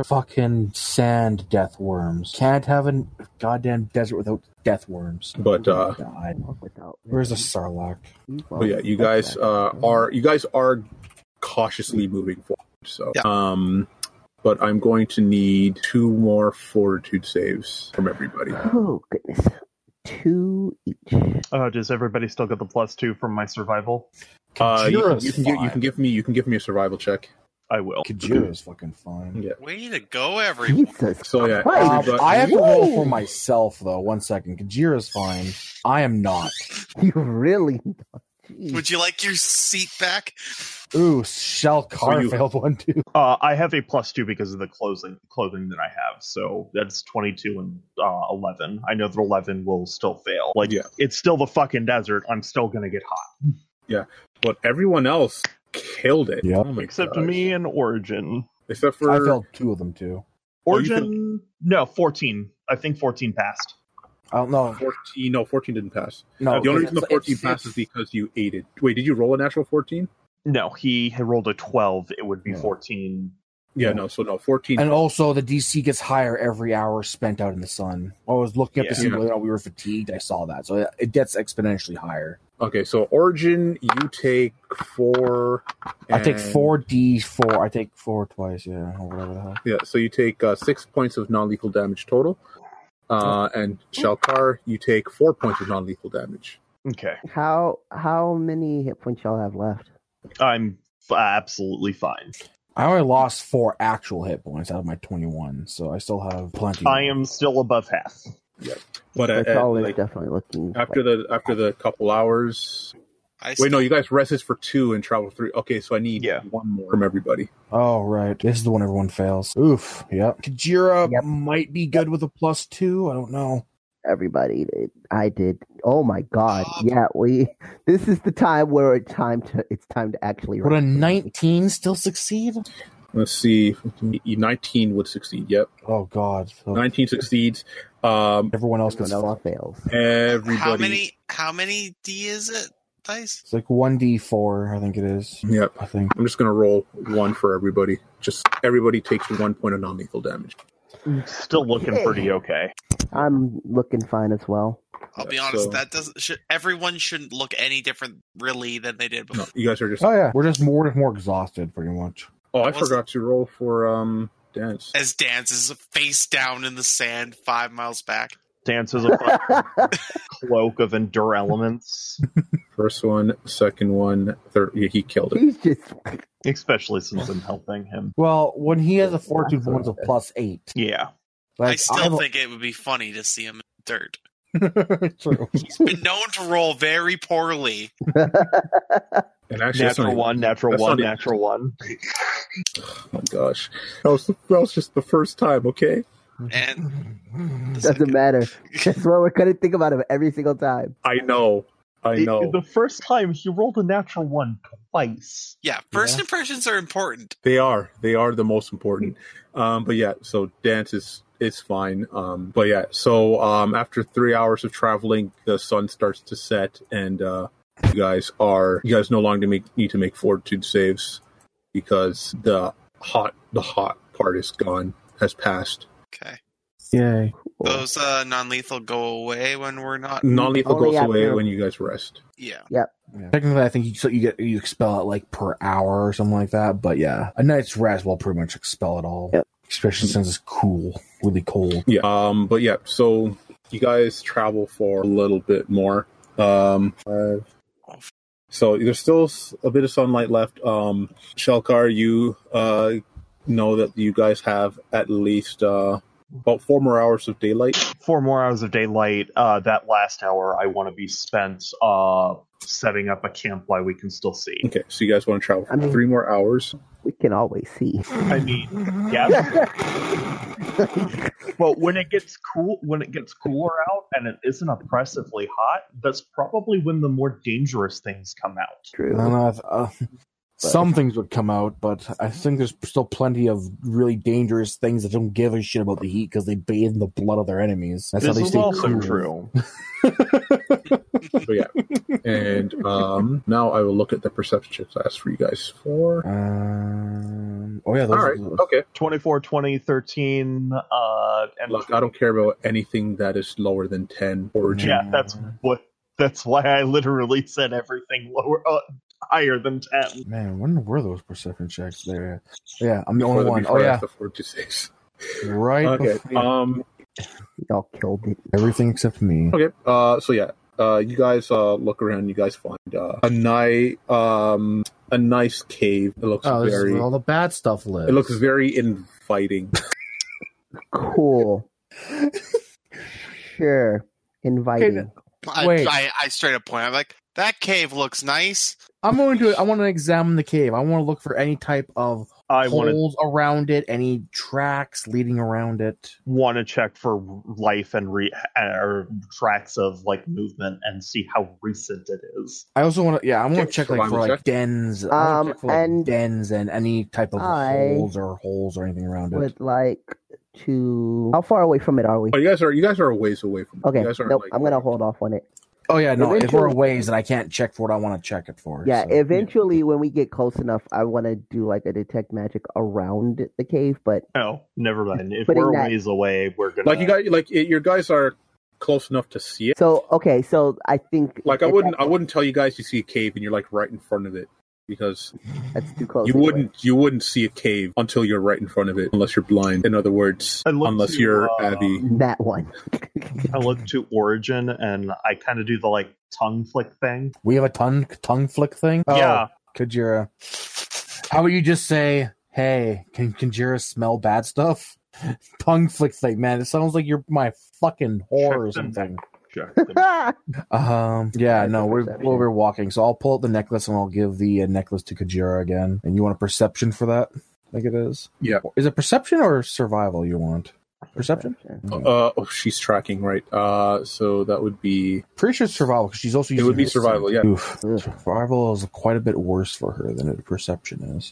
Speaker 3: Motherfucking sand death worms. Can't have a goddamn desert without death worms.
Speaker 5: But,
Speaker 4: [laughs]
Speaker 5: uh,
Speaker 3: God.
Speaker 4: Walk without me.
Speaker 3: Where's the sarlacc?
Speaker 4: You walk
Speaker 5: But yeah, you
Speaker 4: without
Speaker 5: guys
Speaker 4: that.
Speaker 5: uh, are you guys are cautiously moving forward. So,
Speaker 2: Yeah.
Speaker 5: um, but I'm going to need two more fortitude saves from everybody.
Speaker 4: Oh goodness, two each.
Speaker 6: Uh, does everybody still get the plus two from my survival?
Speaker 5: Uh, you,
Speaker 3: Kajira's
Speaker 5: you can give, you can
Speaker 3: fine.
Speaker 5: give me you can give me a survival check.
Speaker 6: I will.
Speaker 3: Kajira's fucking fine.
Speaker 2: Way to go, everyone.
Speaker 4: Jesus
Speaker 5: So yeah, uh,
Speaker 4: Christ.
Speaker 3: Um,
Speaker 5: everybody-
Speaker 3: I have to roll for myself though. One second, Kajira's fine. I am not.
Speaker 4: [laughs] You really? Jeez.
Speaker 2: Would you like your seat back?
Speaker 3: Ooh, Shell Car
Speaker 5: So you-
Speaker 3: failed one too.
Speaker 6: Uh, I have a plus two because of the clothing clothing that I have, so that's twenty two and uh, eleven. I know that eleven will still fail. Like
Speaker 5: Yeah.
Speaker 6: it's still the fucking desert. I'm still gonna get hot.
Speaker 5: but everyone else killed it.
Speaker 3: Yep.
Speaker 5: Oh my
Speaker 6: Except
Speaker 5: gosh.
Speaker 6: me and Origin.
Speaker 5: Except for
Speaker 3: I failed two of them too.
Speaker 5: Oh, you
Speaker 6: Origin, no, fourteen. I think fourteen passed.
Speaker 3: I don't know.
Speaker 5: 14. No, 14 didn't pass.
Speaker 3: No,
Speaker 5: the only
Speaker 3: it's-
Speaker 5: reason the 14
Speaker 3: it's-
Speaker 5: passed is because you ate it. Wait, did you roll a natural 14?
Speaker 6: No, he had rolled a twelve. It would be
Speaker 3: Yeah.
Speaker 6: fourteen.
Speaker 5: Yeah, no. So no, 14.
Speaker 3: And also, the DC gets higher every hour spent out in the sun. I was looking up to
Speaker 6: Yeah.
Speaker 3: see whether or not we were fatigued. I saw that, so it- it gets exponentially higher.
Speaker 5: Okay, so origin, you take four.
Speaker 3: I take
Speaker 5: and-
Speaker 3: four D four. I take four twice, yeah, or whatever the hell.
Speaker 5: Yeah, so you take uh, six points of non-lethal damage total, uh, and Shalkar, you take four points of non-lethal damage.
Speaker 6: Okay,
Speaker 4: How how many hit points y'all have left?
Speaker 6: I'm f- absolutely fine.
Speaker 3: I only lost four actual hit points out of my twenty one, so I still have plenty.
Speaker 6: I am still above half.
Speaker 5: But
Speaker 4: That's
Speaker 5: uh, uh,
Speaker 4: always
Speaker 5: like,
Speaker 4: definitely looking.
Speaker 5: after
Speaker 4: like,
Speaker 5: the after the couple hours,
Speaker 2: I
Speaker 5: wait, no,
Speaker 2: still-
Speaker 5: you guys rested for two and travel three. Okay, so I need
Speaker 6: Yeah.
Speaker 5: one more from everybody.
Speaker 3: Oh right, this is the one everyone fails. Oof. Yep. Kajira
Speaker 4: Yep.
Speaker 3: might be good with a plus two. I don't know.
Speaker 4: everybody, did. I did. Oh my god!
Speaker 2: Stop.
Speaker 4: Yeah, we. [laughs] This is the time where it's time to. It's time to actually.
Speaker 3: Would a nineteen still succeed?
Speaker 5: Let's see, y- nineteen would succeed. Yep,
Speaker 3: Oh god. So
Speaker 5: nineteen succeeds. Um,
Speaker 3: Everyone else gets.
Speaker 4: Everyone else fails.
Speaker 5: everybody.
Speaker 2: How many? How many D is it? Dice.
Speaker 3: It's like one D four. I think it is.
Speaker 5: Yep.
Speaker 3: I think.
Speaker 5: I'm just gonna roll one for everybody. Just everybody takes one point of non-lethal damage.
Speaker 6: Still looking pretty okay.
Speaker 4: I'm looking fine
Speaker 5: [laughs]
Speaker 4: as well.
Speaker 2: I'll be
Speaker 5: Yeah,
Speaker 2: honest.
Speaker 5: so-
Speaker 2: That doesn't. Should, everyone shouldn't look any different, really, than they did
Speaker 5: No,
Speaker 2: before.
Speaker 5: you guys are just.
Speaker 3: Oh yeah, we're just more more exhausted, pretty much.
Speaker 5: Oh, I
Speaker 2: What was-
Speaker 5: forgot to roll for um dance.
Speaker 2: As Dan's is face down in the sand, five miles back.
Speaker 6: Dance is a fucking cloak of endure elements.
Speaker 5: First one, second one, third. Yeah, he killed it.
Speaker 4: He's just
Speaker 6: especially since I'm helping him.
Speaker 3: Well, when he has a fortitude bonus of plus eight,
Speaker 6: Yeah,
Speaker 3: like,
Speaker 2: I still
Speaker 3: have a-
Speaker 2: think it would be funny to see him in dirt.
Speaker 3: True.
Speaker 2: He's been known to roll very poorly.
Speaker 5: And actually, that's not
Speaker 6: natural
Speaker 5: even-
Speaker 6: one, natural
Speaker 5: that's not
Speaker 6: one,
Speaker 5: even-
Speaker 6: natural one.
Speaker 5: Oh my gosh, that was that was just the first time. Okay,
Speaker 2: And the
Speaker 4: doesn't
Speaker 5: [laughs]
Speaker 2: second-
Speaker 4: matter. That's what we're gonna think about him every single time.
Speaker 5: I know, I
Speaker 6: It-
Speaker 5: know.
Speaker 6: the first time he rolled a natural one twice.
Speaker 2: yeah, first impressions are important.
Speaker 5: They are. They are the most important. Um, but yeah, so dance is is fine. Um, but yeah, so um, after three hours of traveling, the sun starts to set, and uh, you guys are you guys no longer make, need to make fortitude saves because the hot the hot part is gone has passed.
Speaker 2: Okay.
Speaker 3: Yay.
Speaker 2: Those uh, non lethal go away when we're not.
Speaker 5: Non lethal
Speaker 4: Only
Speaker 5: goes away
Speaker 4: after-
Speaker 5: when you guys rest.
Speaker 2: Yeah.
Speaker 3: Technically, I think you, so you get you expel it like per hour or something like that. But yeah, a night's rest will pretty much expel it all,
Speaker 4: Yep.
Speaker 3: especially since it's cool, really cold.
Speaker 5: Yeah. Um, but yeah, so you guys travel for a little bit more. Um, So there's still s- a bit of sunlight left. Um, Shelkar, you uh, know that you guys have at least uh, about four more hours of daylight.
Speaker 6: Four more hours of daylight. Uh, that last hour, I want to be spent uh, setting up a camp while we can still see.
Speaker 5: Okay, so you guys want to travel for
Speaker 4: I mean-
Speaker 5: three more hours?
Speaker 4: We can always see.
Speaker 6: I mean, yeah. but when it gets cool, when it gets cooler out and it isn't oppressively hot, that's probably when the more dangerous things come out.
Speaker 3: I don't
Speaker 4: True.
Speaker 3: know if, uh, some things would come out, but I think there's still plenty of really dangerous things that don't give a shit about the heat because they bathe in the blood of their enemies. That's
Speaker 6: this
Speaker 3: how they
Speaker 6: is
Speaker 3: stay
Speaker 6: also
Speaker 3: cool.
Speaker 6: true.
Speaker 5: So yeah. and um, now I will look at the perception checks I asked for you guys for.
Speaker 3: Um, oh yeah,
Speaker 5: All
Speaker 3: those,
Speaker 5: right. Okay.
Speaker 6: 24, 20, 13, uh, and
Speaker 5: Look, I don't care about anything that is lower than ten or
Speaker 6: yeah, that's what. That's why I literally said everything lower, uh, higher than ten.
Speaker 3: man, when were those perception checks? There, yeah, I'm the
Speaker 5: before
Speaker 3: only
Speaker 5: the-
Speaker 3: one. Oh
Speaker 5: before I
Speaker 3: yeah,
Speaker 5: asked the four to six.
Speaker 3: right.
Speaker 5: Okay.
Speaker 3: before- yeah.
Speaker 5: Um.
Speaker 4: Y'all killed it.
Speaker 3: Everything except me.
Speaker 5: Okay. Uh, so yeah, uh, you guys uh, look around. You guys find uh, a nice, um, a nice cave. It looks
Speaker 8: Oh, this is
Speaker 5: very.
Speaker 8: where all the bad stuff lives.
Speaker 5: It looks very
Speaker 8: [laughs]
Speaker 5: inviting.
Speaker 4: Cool. sure. Inviting.
Speaker 2: I,
Speaker 8: Wait.
Speaker 2: I, I straight up point. I'm like, that cave looks nice.
Speaker 8: I'm going to. I want to examine the cave. I want to look for any type of
Speaker 6: I want to
Speaker 8: holes around it, any tracks leading around it.
Speaker 6: want to check for life and re- or tracks of like movement and see how recent it is.
Speaker 8: I also want to. Yeah, I want
Speaker 5: Okay,
Speaker 8: to check like for
Speaker 5: survival
Speaker 8: like
Speaker 5: check.
Speaker 8: dens. I wanna
Speaker 4: Um,
Speaker 8: check for, like,
Speaker 4: and
Speaker 8: dens and any type of
Speaker 4: I
Speaker 8: holes or holes or anything around it.
Speaker 4: Would like to. How far away from it are we?
Speaker 5: oh, you guys are you guys are a ways away from.
Speaker 4: Okay.
Speaker 5: You guys aren't,
Speaker 4: Nope.
Speaker 5: like-
Speaker 4: I'm gonna hold off on it.
Speaker 8: Oh yeah, no. If
Speaker 4: Eventually-
Speaker 8: we're ways and I can't check for it, I want to check it for.
Speaker 4: Yeah,
Speaker 8: so.
Speaker 4: eventually when we get close enough, I want to do like a detect magic around the cave, but
Speaker 6: Oh, never mind. If
Speaker 4: Putting
Speaker 6: we're a
Speaker 4: that-
Speaker 6: ways away, we're gonna
Speaker 5: Like you guys, like it, your guys are close enough to see it.
Speaker 4: so okay, so I think
Speaker 5: Like I
Speaker 4: at
Speaker 5: wouldn't, I wouldn't tell you guys you see a cave and you're like right in front of it because
Speaker 4: that- that's too close.
Speaker 5: you
Speaker 4: anyway.
Speaker 5: wouldn't, you wouldn't see a cave until you're right in front of it unless you're blind. In other words,
Speaker 6: Unless
Speaker 5: unless
Speaker 6: you,
Speaker 5: you're
Speaker 6: uh,
Speaker 5: Abby.
Speaker 4: that one.
Speaker 6: I look to Origin and I kind of do the like tongue flick thing.
Speaker 8: we have a tongue tongue flick thing. Oh,
Speaker 6: Yeah,
Speaker 8: Kajira. How about you just say, "Hey, can Kajira smell bad stuff?" [laughs] Tongue flick thing, man. It sounds like you're my fucking whore
Speaker 5: [laughs]
Speaker 8: or
Speaker 6: Check them.
Speaker 8: something.
Speaker 6: Sure.
Speaker 8: Um. Yeah.
Speaker 4: That's
Speaker 8: No.
Speaker 4: a
Speaker 8: We're
Speaker 4: perception.
Speaker 8: well, we're walking, so I'll pull up the necklace and I'll give the uh, necklace to Kajira again. And you want a perception for that? I think it is.
Speaker 5: Yeah.
Speaker 8: Is it perception or survival you want? Perception.
Speaker 5: Uh, oh, she's tracking right. Uh, so that would be
Speaker 8: Pretty sure it's survival because she's also.
Speaker 5: It
Speaker 8: Using
Speaker 5: would be
Speaker 8: her-
Speaker 5: survival, yeah.
Speaker 8: Oof.
Speaker 4: Ugh.
Speaker 8: Survival is quite a bit worse for her than it perception is.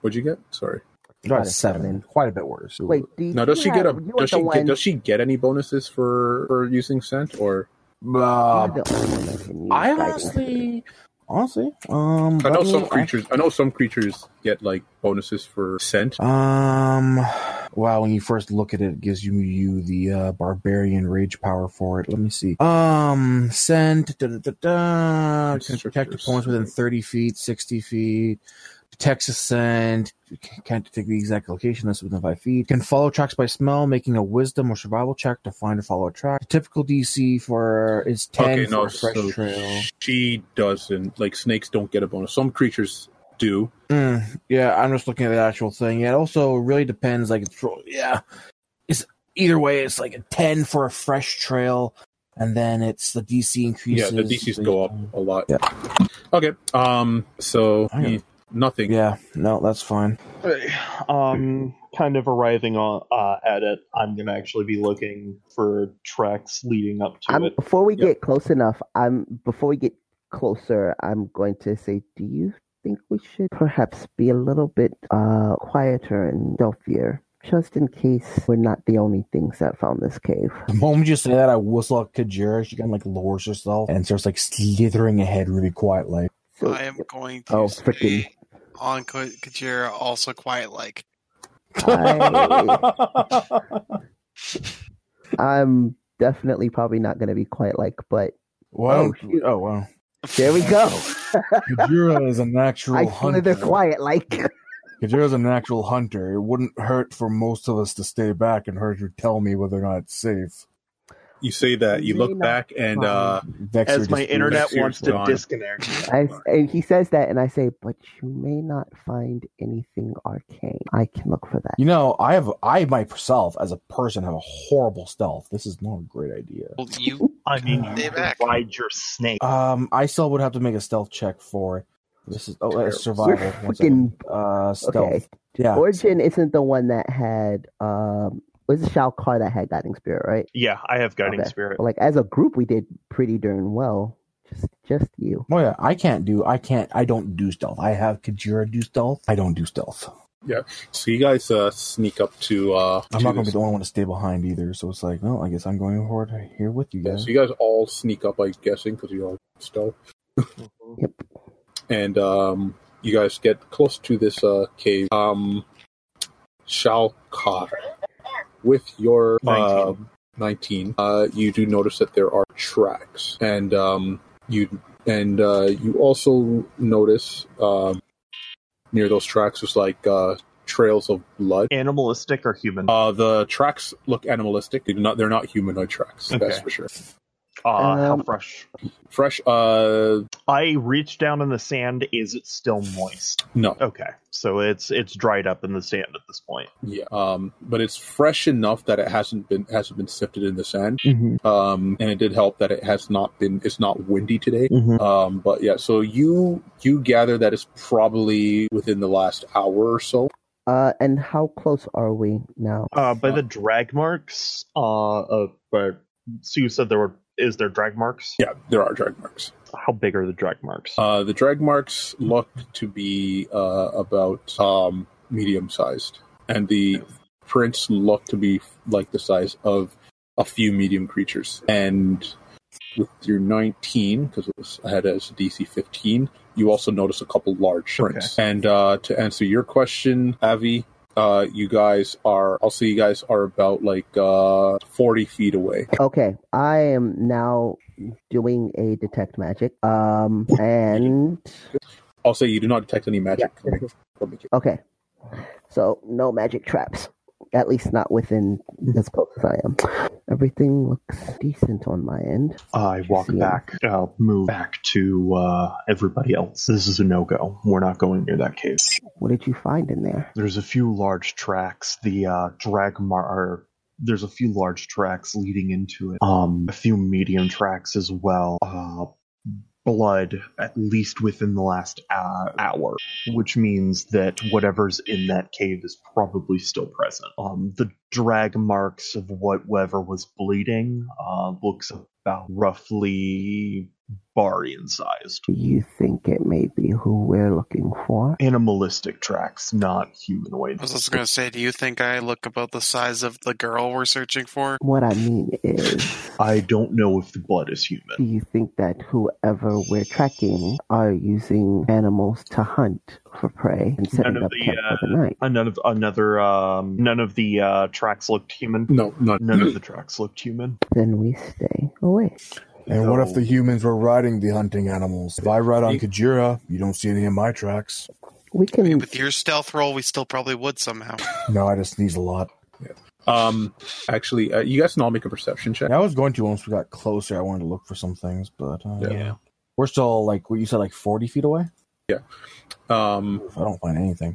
Speaker 5: what'd you get? Sorry.
Speaker 8: About
Speaker 4: a
Speaker 8: seven.
Speaker 4: seven.
Speaker 8: Quite a bit worse.
Speaker 4: [laughs] Wait, do you,
Speaker 5: Now, does
Speaker 4: you
Speaker 5: she get a
Speaker 4: have- you want
Speaker 5: does she
Speaker 4: the
Speaker 5: get,
Speaker 4: one-
Speaker 5: does she get any bonuses for for using scent or?
Speaker 8: Uh,
Speaker 4: you have the only one that can use
Speaker 8: I
Speaker 4: guidance.
Speaker 8: honestly, honestly, um,
Speaker 5: I know
Speaker 8: let me-
Speaker 5: some creatures. I know some creatures get like bonuses for scent.
Speaker 8: Um, wow. When you first look at it, it gives you you the uh, barbarian rage power for it. Let me see. Um, send da da da da.
Speaker 5: Restrictors.
Speaker 8: Protect opponents within thirty feet, sixty feet.
Speaker 3: Texas and can't take the exact location that's within five feet. Can follow tracks by smell, making a wisdom or survival check to find or follow a track. The typical DC for is ten
Speaker 5: Okay,
Speaker 3: for
Speaker 5: no,
Speaker 3: a fresh
Speaker 5: so
Speaker 3: trail.
Speaker 5: she doesn't. Like snakes don't get a bonus. Some creatures do.
Speaker 3: Mm, yeah, I'm just looking at the actual thing. Yeah, it also really depends. Like, it's real- yeah, it's either way. It's like a ten for a fresh trail, and then it's the DC increases.
Speaker 5: yeah, the DCs go up a lot. Okay. Um. So
Speaker 3: I am-
Speaker 5: eh, nothing.
Speaker 3: Yeah, no, that's fine.
Speaker 6: [clears throat] Um, kind of arriving on, uh, at it, I'm gonna actually be looking for tracks leading up to
Speaker 4: I'm, [laughs]
Speaker 6: it.
Speaker 4: before we
Speaker 5: Yeah.
Speaker 4: get close enough, I'm before we get closer, I'm going to say, do you think we should perhaps be a little bit uh, quieter and stealthier, just in case we're not the only things that found this cave?
Speaker 3: The moment you say that, I whistle at Kajira. She kind of like lowers herself and starts like slithering ahead really quietly.
Speaker 4: So,
Speaker 2: I am going to
Speaker 4: oh
Speaker 2: say
Speaker 4: freaking!
Speaker 2: on Ko- Kajira also quiet like.
Speaker 6: [laughs]
Speaker 4: I, I'm definitely probably not going to be quiet like, but
Speaker 3: Well,
Speaker 4: Oh,
Speaker 3: oh, wow.
Speaker 4: there we go.
Speaker 3: [laughs] Kajira is a natural
Speaker 4: I
Speaker 3: hunter.
Speaker 4: slither quiet like.
Speaker 3: Kajira's a natural hunter. It wouldn't hurt for most of us to stay back and heard you tell me whether or not it's safe.
Speaker 5: You say that. You
Speaker 4: May
Speaker 5: look
Speaker 4: not
Speaker 5: back and uh,
Speaker 3: Vexer
Speaker 6: As
Speaker 3: just
Speaker 6: my
Speaker 3: leaves.
Speaker 6: internet
Speaker 5: Next year's
Speaker 6: wants to
Speaker 5: gone.
Speaker 6: disconnect.
Speaker 4: I, and he says that, and I say, but you may not find anything arcane. I can look for that.
Speaker 3: You know, I have I myself as a person have a horrible stealth. This is not a great idea.
Speaker 2: Well,
Speaker 4: [laughs]
Speaker 2: you
Speaker 6: I mean,
Speaker 2: Stay
Speaker 6: you
Speaker 2: back.
Speaker 6: ride your snake.
Speaker 4: Uh,
Speaker 3: Um, I still would have to make a stealth check for this is oh uh, survival.
Speaker 4: We're
Speaker 3: One second.
Speaker 4: fucking-
Speaker 3: uh, stealth.
Speaker 4: okay.
Speaker 3: Yeah.
Speaker 4: Origin isn't the one that had um was it Shao Kahn that had Guiding Spirit, right?
Speaker 6: Yeah, I have guiding
Speaker 4: Okay.
Speaker 6: spirit.
Speaker 4: But like as a group we did pretty darn well. Just just you.
Speaker 3: Well, Oh, yeah, I can't do. I can't. I don't do stealth. I have Kajira do stealth. I don't do stealth.
Speaker 5: so you guys uh, sneak up to. Uh,
Speaker 3: I'm
Speaker 5: to
Speaker 3: not going to
Speaker 5: this-
Speaker 3: be the only one to stay behind either. So it's like, well, I guess I'm going forward here with you
Speaker 5: Yeah,
Speaker 3: guys.
Speaker 5: so you guys all sneak up, I'm guessing, because you all stealth.
Speaker 4: Yep.
Speaker 5: And um, you guys get close to this uh, cave. Um, Shao Kahn, with your uh,
Speaker 6: Um,
Speaker 5: 19, uh, you do notice that there are tracks, and um, you and uh, you also notice um, near those tracks is like uh, trails of blood.
Speaker 6: Animalistic or human? Uh,
Speaker 5: Uh, the tracks look animalistic. They do not, they're not humanoid tracks. That's
Speaker 6: Okay.
Speaker 5: for sure.
Speaker 6: Ah, how
Speaker 4: um,
Speaker 6: fresh.
Speaker 5: Fresh. Uh,
Speaker 6: I reach down in the sand. Is it still moist?
Speaker 5: no.
Speaker 6: Okay, so it's it's dried up in the sand at this point.
Speaker 5: Yeah. Um, but it's fresh enough that it hasn't been hasn't been sifted in the sand.
Speaker 3: Mhm.
Speaker 5: Um, and it did help that it has not been. It's not windy today.
Speaker 3: Mhm.
Speaker 5: Um, but yeah. So you you gather that it's probably within the last hour or so.
Speaker 4: Uh and how close are we now?
Speaker 6: Uh, by the drag marks. Uh, uh, but- so you said there were. Is there drag marks?
Speaker 5: Yeah, there are drag marks.
Speaker 6: How big are the drag marks?
Speaker 5: Uh, the drag marks look to be uh, about um, medium sized, and the prints look to be like the size of a few medium creatures. And with your 19, because it was I had it as DC 15, you also notice a couple large prints. And uh, to answer your question, Avi, uh, you guys are, I'll say you guys are about like uh, 40 feet away.
Speaker 4: Okay. I am now doing a detect magic. Um and
Speaker 5: I'll say you do not detect any magic coming from the kid.
Speaker 4: okay. So no magic traps. At least not within as close as I am. Everything looks decent on my end.
Speaker 6: I walk
Speaker 4: Yeah.
Speaker 6: back, uh, move back to uh, everybody else. This is a no go. We're not going near that cave.
Speaker 4: What did you find in there?
Speaker 6: There's a few large tracks. The uh, drag mar. Or there's a few large tracks leading into it. Um, a few medium tracks as well. Uh, blood, at least within the last uh, hour, which means that whatever's in that cave is probably still present. Um, the drag marks of whatever was bleeding uh, looks about roughly barian sized.
Speaker 4: Do you think it may be who we're looking for?
Speaker 6: Animalistic tracks, not humanoid.
Speaker 2: I was also going to say, do you think I look about the size of the girl we're searching for?
Speaker 4: What I mean is,
Speaker 6: I don't know if the blood is
Speaker 4: do
Speaker 6: human.
Speaker 4: you think that whoever we're tracking are using animals to hunt for prey and setting
Speaker 6: of
Speaker 4: up
Speaker 6: the,
Speaker 4: camp for the
Speaker 6: uh,
Speaker 4: night?
Speaker 6: Uh, none of another um, none of the uh, tracks looked human.
Speaker 5: No, not
Speaker 6: None of the tracks looked human.
Speaker 4: Then we stay away.
Speaker 3: And what if the humans were riding the hunting animals? If I ride on
Speaker 5: You-
Speaker 3: Kajira, you don't see any of my tracks.
Speaker 4: We can.
Speaker 2: With your stealth roll, we still probably would somehow.
Speaker 3: No, I just sneeze a lot.
Speaker 5: Um, actually, uh, you guys can all make a perception check.
Speaker 3: I was going to once we got closer. I wanted to look for some things, but uh,
Speaker 5: Yeah.
Speaker 3: we're still like what you said, like forty feet away.
Speaker 5: Um,
Speaker 3: If I don't find anything,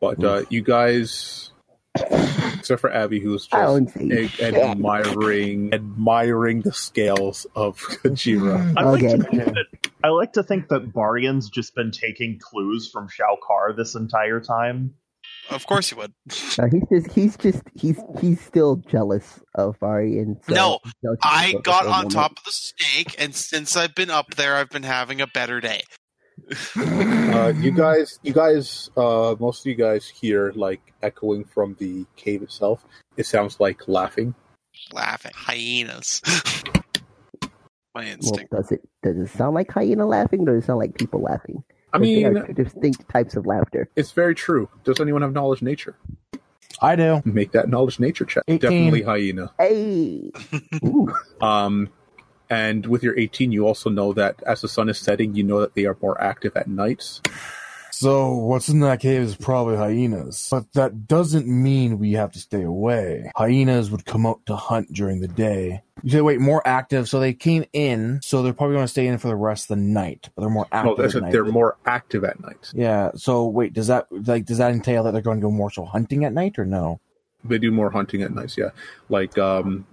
Speaker 5: but uh, you guys, except for Abby, who's
Speaker 4: I
Speaker 5: just
Speaker 4: don't see
Speaker 5: a-
Speaker 4: shit.
Speaker 5: admiring admiring the scales of [laughs] Kajira.
Speaker 6: I
Speaker 4: Okay.
Speaker 6: like to think that I like to think that Barian's just been taking clues from Shao Kahn this entire time.
Speaker 2: Of course
Speaker 4: [laughs]
Speaker 2: you would.
Speaker 4: No, he's just he's just he's he's still jealous of Ari and so
Speaker 2: No,
Speaker 4: he'll just
Speaker 2: I
Speaker 4: go for
Speaker 2: got
Speaker 4: a
Speaker 2: on
Speaker 4: moment.
Speaker 2: top of the snake, and since I've been up there, I've been having a better day.
Speaker 5: Uh, you guys, you guys, uh, most of you guys hear like echoing from the cave itself. It sounds like laughing.
Speaker 2: Laughing hyenas. [laughs] My
Speaker 4: Well,
Speaker 2: instinct.
Speaker 4: does it does it sound like hyena laughing or does it sound like people laughing?
Speaker 5: I
Speaker 4: They
Speaker 5: mean,
Speaker 4: are two distinct types of laughter.
Speaker 5: it's very true. Does anyone have knowledge nature?
Speaker 3: I do.
Speaker 5: Make that knowledge nature check.
Speaker 3: 18.
Speaker 5: Definitely hyena.
Speaker 4: Hey, Ooh,
Speaker 5: Um, and with your 18, you also know that as the sun is setting, you know that they are more active at nights.
Speaker 3: So what's in that cave is probably hyenas, but that doesn't mean we have to stay away. Hyenas would come out to hunt during the day. You say, wait, more active. So they came in, so they're probably going to stay in for the rest of the night. But they're more
Speaker 5: No,
Speaker 3: active.
Speaker 5: Oh, that's
Speaker 3: at
Speaker 5: it,
Speaker 3: night.
Speaker 5: they're more active at night.
Speaker 3: Yeah. So wait, does that like does that entail that they're going to go more so hunting at night or no?
Speaker 5: They do more hunting at nights, yeah. Like, um,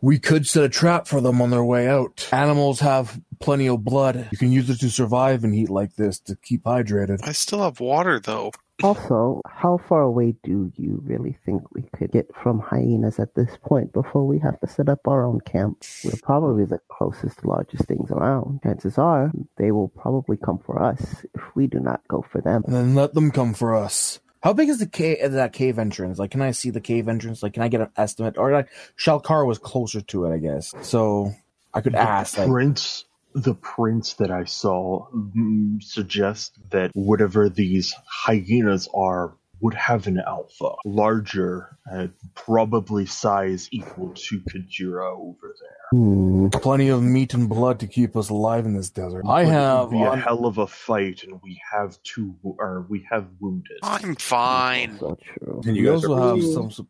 Speaker 3: We could set a trap for them on their way out. Animals have plenty of blood. You can use it to survive in heat like this to keep hydrated.
Speaker 2: I still have water, though.
Speaker 4: Also, how far away do you really think we could get from hyenas at this point before we have to set up our own camp? We're probably the closest, largest things around. Chances are they will probably come for us if we do not go for them.
Speaker 3: And then let them come for us. How big is the cave? That cave entrance? Like, can I see the cave entrance? Like, can I get an estimate? Or like, Shalkar was closer to it, I guess. So I could ask. Like,
Speaker 6: prints, the prints that I saw mm, suggest that whatever these hyenas are would have an alpha, larger, uh, probably size equal to Kajira over there.
Speaker 4: Hmm.
Speaker 3: plenty of meat and blood to keep us alive in this desert. I
Speaker 6: But
Speaker 3: have.
Speaker 6: it would be a
Speaker 3: on-
Speaker 6: hell of a fight, and we have two, or we have wounded.
Speaker 2: I'm fine.
Speaker 4: So true.
Speaker 5: and you
Speaker 3: we
Speaker 5: guys
Speaker 3: also
Speaker 5: are,
Speaker 3: have some. sup-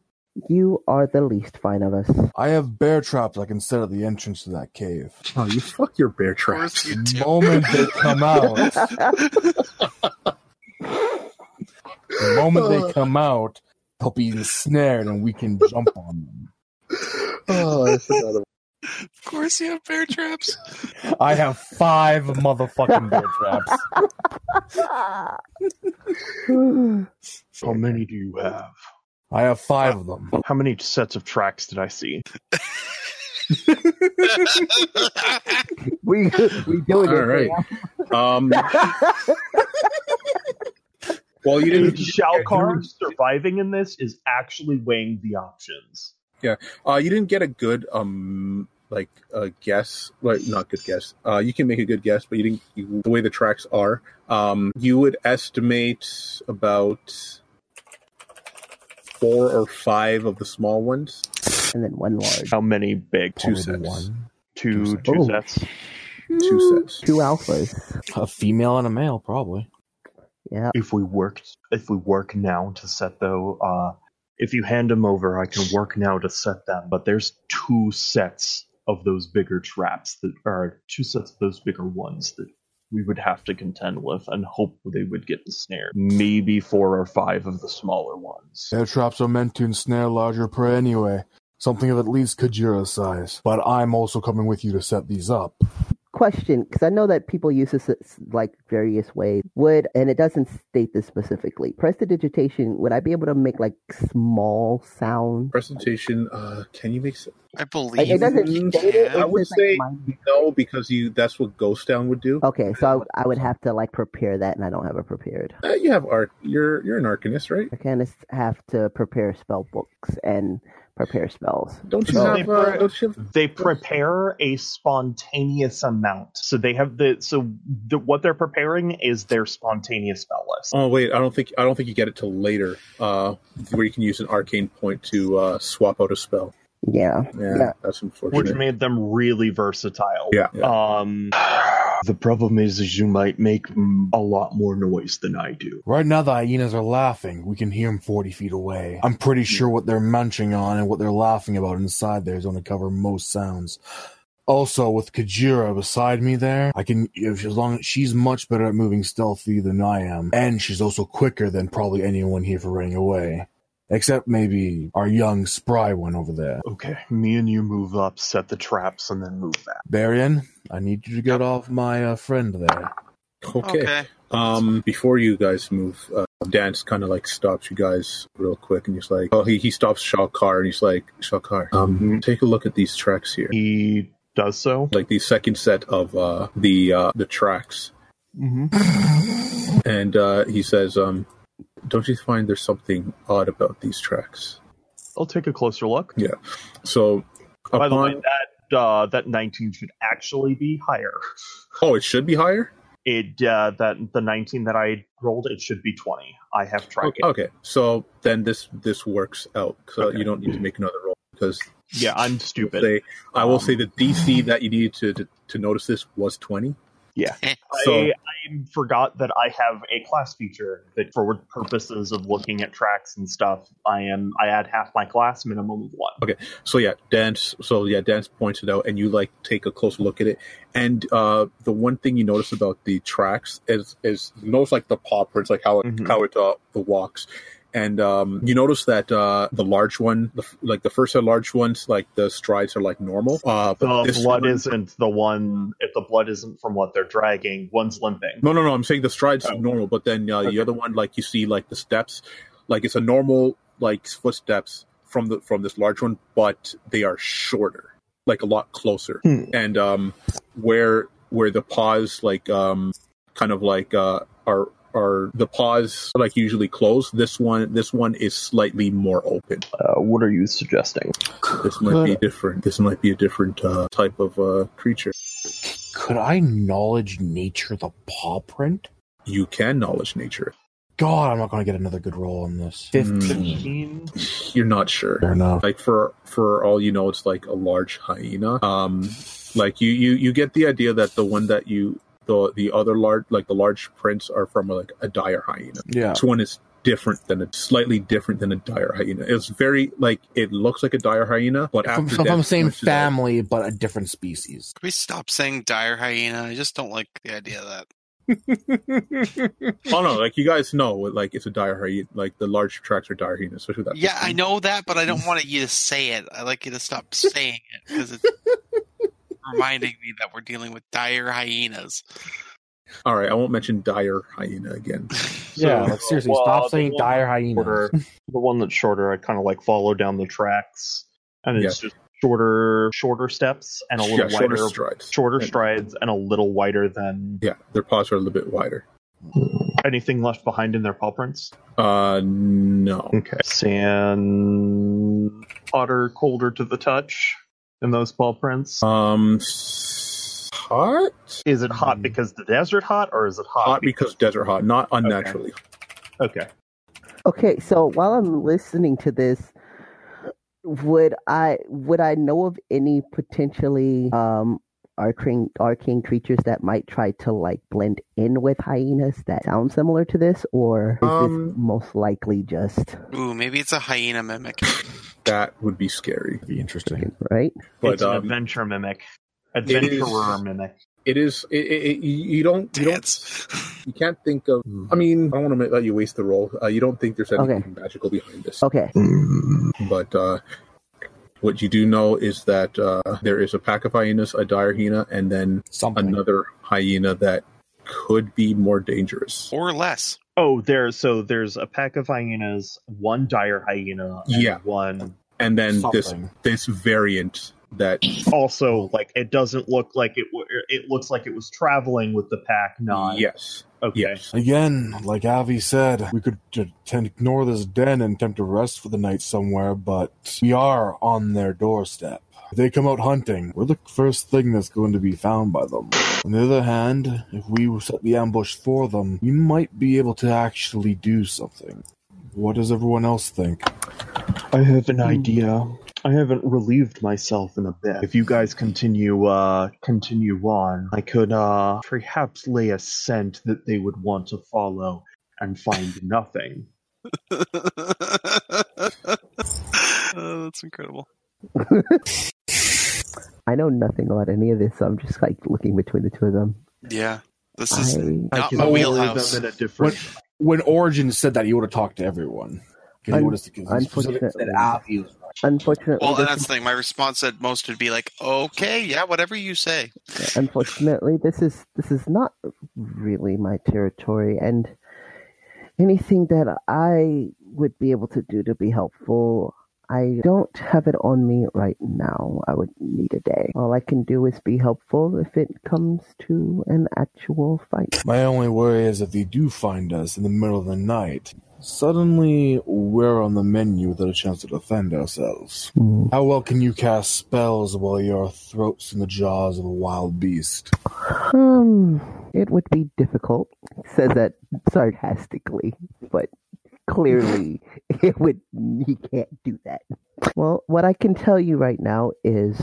Speaker 4: You are the least fine of us.
Speaker 3: I have bear traps I can set at the entrance to that cave.
Speaker 5: oh, you fuck your bear
Speaker 2: Of course
Speaker 5: traps. [laughs]
Speaker 2: you
Speaker 3: The
Speaker 2: do.
Speaker 3: moment they come out, the moment they come out, they'll be ensnared and we can jump on them.
Speaker 5: oh, I forgot about
Speaker 2: Of course you have bear traps.
Speaker 3: I have five motherfucking bear traps.
Speaker 6: How many do you have?
Speaker 3: I have five of them.
Speaker 6: How many sets of tracks did I see?
Speaker 4: [laughs] we we do it.
Speaker 5: All right.
Speaker 2: [laughs]
Speaker 5: Um, well, you
Speaker 6: Dude,
Speaker 5: didn't.
Speaker 6: Shao Kahn surviving in this is actually weighing the options.
Speaker 5: Uh, you didn't get a good um like a guess, like not good guess. Uh, you can make a good guess, but you didn't. You, the way the tracks are, um, you would estimate about four or five of the small ones.
Speaker 4: And then one large.
Speaker 6: How many big?
Speaker 5: Two sets.
Speaker 3: Probably One.
Speaker 6: Two,
Speaker 5: two
Speaker 6: two sets.
Speaker 5: Two sets.
Speaker 4: Two alphas.
Speaker 3: A female and a male, probably.
Speaker 4: Yeah.
Speaker 6: If we work, if we work now to set though, uh, if you hand them over, I can work now to set them. But there's two sets of those bigger traps that are two sets of those bigger ones that we would have to contend with and hope they would get ensnared. Maybe four or five of the smaller ones.
Speaker 3: Bear traps are meant to ensnare larger prey anyway. Something of at least Kajira's size. But I'm also coming with you to set these up.
Speaker 4: Question, because I know that people use this as, like various ways. Would and it doesn't state this specifically. Prestidigitation. Would I be able to make like small sound?
Speaker 5: Presentation. Uh, can you make? s-
Speaker 2: I
Speaker 4: Like, it
Speaker 2: believe.
Speaker 4: doesn't state it.
Speaker 2: I
Speaker 4: it
Speaker 5: would
Speaker 4: says, like, Oh.
Speaker 5: say-
Speaker 4: mind-
Speaker 5: No, because you. That's what Ghost Town would do.
Speaker 4: Okay, so I, I would have to like prepare that, and I don't have it prepared.
Speaker 5: Uh, you have arc. You're you're an arcanist, right?
Speaker 4: Arcanists have to prepare spell books and prepare spells.
Speaker 5: Don't you
Speaker 4: No.
Speaker 5: have? Uh, don't you have
Speaker 6: they prepare a spontaneous amount so they have the so the, what they're preparing is their spontaneous spell list
Speaker 5: Oh wait, I don't think I don't think you get it till later, uh, where you can use an arcane point to uh, swap out a spell.
Speaker 4: Yeah.
Speaker 5: Yeah,
Speaker 4: Yeah.
Speaker 5: that's
Speaker 6: which
Speaker 5: unfortunate.
Speaker 6: made them really versatile
Speaker 5: Yeah, yeah.
Speaker 6: um The problem is, is you might make mm, a lot more noise than I do.
Speaker 3: Right now, the hyenas are laughing. We can hear them 40 feet away. I'm pretty sure what they're munching on and what they're laughing about inside there is going to cover most sounds. Also, with Kajira beside me there, I can, if, as long as she's much better at moving stealthy than I am, and she's also quicker than probably anyone here for running away. Except maybe our young spry one over there.
Speaker 6: Okay, me and you move up, set the traps, and then move back.
Speaker 3: Barian, I need you to get off my uh, friend there.
Speaker 5: Okay. Um, before you guys move, uh, Dance kind of like stops you guys real quick, and he's like, "Oh, he, he stops Shakar, and he's like, Shakar, um, take a look at these tracks here,
Speaker 6: He does so.
Speaker 5: like the second set of uh, the uh, the tracks."
Speaker 6: Mm-hmm.
Speaker 5: [laughs] And uh, he says, um, "Don't you find there's something odd about these tracks?"
Speaker 6: I'll take a closer look.
Speaker 5: So,
Speaker 6: By the way,
Speaker 5: upon-
Speaker 6: that uh, that 19 should actually be higher.
Speaker 5: oh, it should be higher.
Speaker 6: It uh, that the 19 that I rolled, it should be 20. I have tried
Speaker 5: Okay. okay, so then this this works out, so you don't need to make another roll because
Speaker 6: it. Yeah, I'm stupid.
Speaker 5: say I will
Speaker 6: Um,
Speaker 5: say the DC that you needed to, to to notice this was twenty.
Speaker 6: Yeah.
Speaker 5: So
Speaker 6: I, I forgot that I have a class feature that, for purposes of looking at tracks and stuff, I am I add half my class minimum of one.
Speaker 5: so yeah, dance. So yeah, dance points it out, and you like take a close look at it. And uh, the one thing you notice about the tracks is is you notice like the poppers, like how it
Speaker 6: Mhm.
Speaker 5: how it uh, the walks. And um, you notice that uh, the large one, the, f- like the first of large ones, like the strides are like normal. Uh,
Speaker 6: The
Speaker 5: but this
Speaker 6: blood
Speaker 5: one-
Speaker 6: isn't the one. If the blood isn't from what they're dragging, one's limping.
Speaker 5: No, no, no. I'm saying the strides
Speaker 6: Oh.
Speaker 5: normal, but then uh,
Speaker 6: Okay.
Speaker 5: the other one, like you see, like the steps, like it's a normal like footsteps from the from this large one, but they are shorter, like a lot closer,
Speaker 6: Hmm.
Speaker 5: and um, where where the paws like um, kind of like uh are are the paws like usually closed. This one this one is slightly more open.
Speaker 6: Uh, what are you suggesting?
Speaker 5: This might be different. This might be a different uh, type of uh, creature.
Speaker 3: Could I knowledge nature the paw print?
Speaker 5: You can knowledge nature.
Speaker 3: God, I'm not going to get another good roll on this.
Speaker 6: Fifteen.
Speaker 5: You're not sure.
Speaker 3: Fair enough.
Speaker 5: like for for all you know it's like a large hyena um like you you you get the idea that the one that you the the other large like the large prints are from like a dire hyena
Speaker 3: Yeah.
Speaker 5: this one is different than a slightly different than a dire hyena it's very like it looks like a dire hyena but
Speaker 8: From,
Speaker 5: after
Speaker 8: from,
Speaker 5: that,
Speaker 8: from the same
Speaker 5: it's like-
Speaker 8: family, but a different species.
Speaker 2: Can we stop saying dire hyena? I just don't like the idea of that.
Speaker 5: oh no like you guys know like it's a dire hyena like the large tracks are dire hyenas especially that
Speaker 2: Yeah,
Speaker 5: first
Speaker 2: I
Speaker 5: one.
Speaker 2: know that, but I don't want you to say it. I like you to stop saying it because it's reminding me that we're dealing with dire hyenas.
Speaker 5: all right i won't mention dire hyena again
Speaker 6: So-
Speaker 8: yeah, like, seriously,
Speaker 6: Well,
Speaker 8: stop
Speaker 6: the
Speaker 8: saying
Speaker 6: one
Speaker 8: dire
Speaker 6: Shorter,
Speaker 8: hyenas.
Speaker 6: the one that's shorter, I kind of like follow down the tracks, and it's just shorter, shorter steps and a
Speaker 5: yeah
Speaker 6: little
Speaker 5: shorter
Speaker 6: wider,
Speaker 5: strides
Speaker 6: shorter strides, and a little wider than
Speaker 5: yeah their paws are a little bit wider
Speaker 6: anything left behind in their paw prints.
Speaker 5: uh no
Speaker 6: Okay. Sand hotter, colder to the touch in those paw prints.
Speaker 5: Um, s- hot?
Speaker 6: Is it hot because the desert hot, or is it hot?
Speaker 5: mm. Hot because desert hot, not unnaturally.
Speaker 6: okay.
Speaker 4: Okay, so while I'm listening to this, would I would I know of any potentially um arcane arcane creatures that might try to like blend in with hyenas that sound similar to this, or is
Speaker 5: Um,
Speaker 4: this most likely just
Speaker 2: Ooh, maybe it's a hyena mimic.
Speaker 5: That would be scary.
Speaker 8: Be interesting.
Speaker 4: right?
Speaker 5: But
Speaker 6: it's an
Speaker 5: um,
Speaker 6: adventure mimic.
Speaker 5: is-
Speaker 6: Adventurer mimic.
Speaker 5: it is. It, it, it, you don't. You don't.
Speaker 2: Dance.
Speaker 5: You can't think of. I mean, I don't want to let you waste the roll. Uh, you don't think there's anything magical behind this.
Speaker 4: Okay,
Speaker 3: Mm.
Speaker 5: But uh, what you do know is that uh, there is a pack of hyenas, a dire hyena, and then
Speaker 8: Something.
Speaker 5: another hyena that could be more dangerous.
Speaker 2: or less.
Speaker 6: Oh, there. So there's a pack of hyenas, one dire hyena, and
Speaker 5: Yeah.
Speaker 6: one
Speaker 5: And then this
Speaker 8: Something.
Speaker 5: this variant that
Speaker 6: also like it doesn't look like it. W- it looks like it was traveling with the pack, not
Speaker 5: yes
Speaker 6: okay.
Speaker 5: yes
Speaker 3: Again, like Avi said, we could t- t- ignore this den and attempt to rest for the night somewhere, but we are on their doorstep. If they come out hunting, we're the first thing that's going to be found by them. On the other hand, if we set the ambush for them, we might be able to actually do something. What does everyone else think?
Speaker 6: Hmm. I have an idea. I haven't relieved myself in a bit. If you guys continue uh continue on, I could uh perhaps lay a scent that they would want to follow and find nothing.
Speaker 2: oh, that's incredible.
Speaker 4: I know nothing about any of this, so I'm just like looking between the two of them.
Speaker 2: Yeah, this is
Speaker 4: I- I
Speaker 2: not
Speaker 4: can
Speaker 2: my
Speaker 4: only
Speaker 6: [laughs]
Speaker 2: wheelhouse.
Speaker 6: them in a different
Speaker 8: When Origin said that, he would have talked to everyone. He
Speaker 4: Un-
Speaker 8: would have specifically said
Speaker 4: unfortunately.
Speaker 8: Alfie was
Speaker 4: Unfortunately,
Speaker 2: Well, and that's
Speaker 4: this,
Speaker 2: the thing. My response at most would be like, "Okay, yeah, whatever you say."
Speaker 4: unfortunately, this is this is not really my territory, and anything that I would be able to do to be helpful, I don't have it on me right now. I would need a day. All I can do is be helpful if it comes to an actual fight.
Speaker 3: My only worry is if they do find us in the middle of the night, suddenly we're on the menu without a chance to defend ourselves.
Speaker 4: Hmm.
Speaker 3: How well can you cast spells while your throat's in the jaws of a wild beast?
Speaker 4: Um, it would be difficult. Says that sarcastically, but clearly [laughs] it would. He can't do that. Well, what I can tell you right now is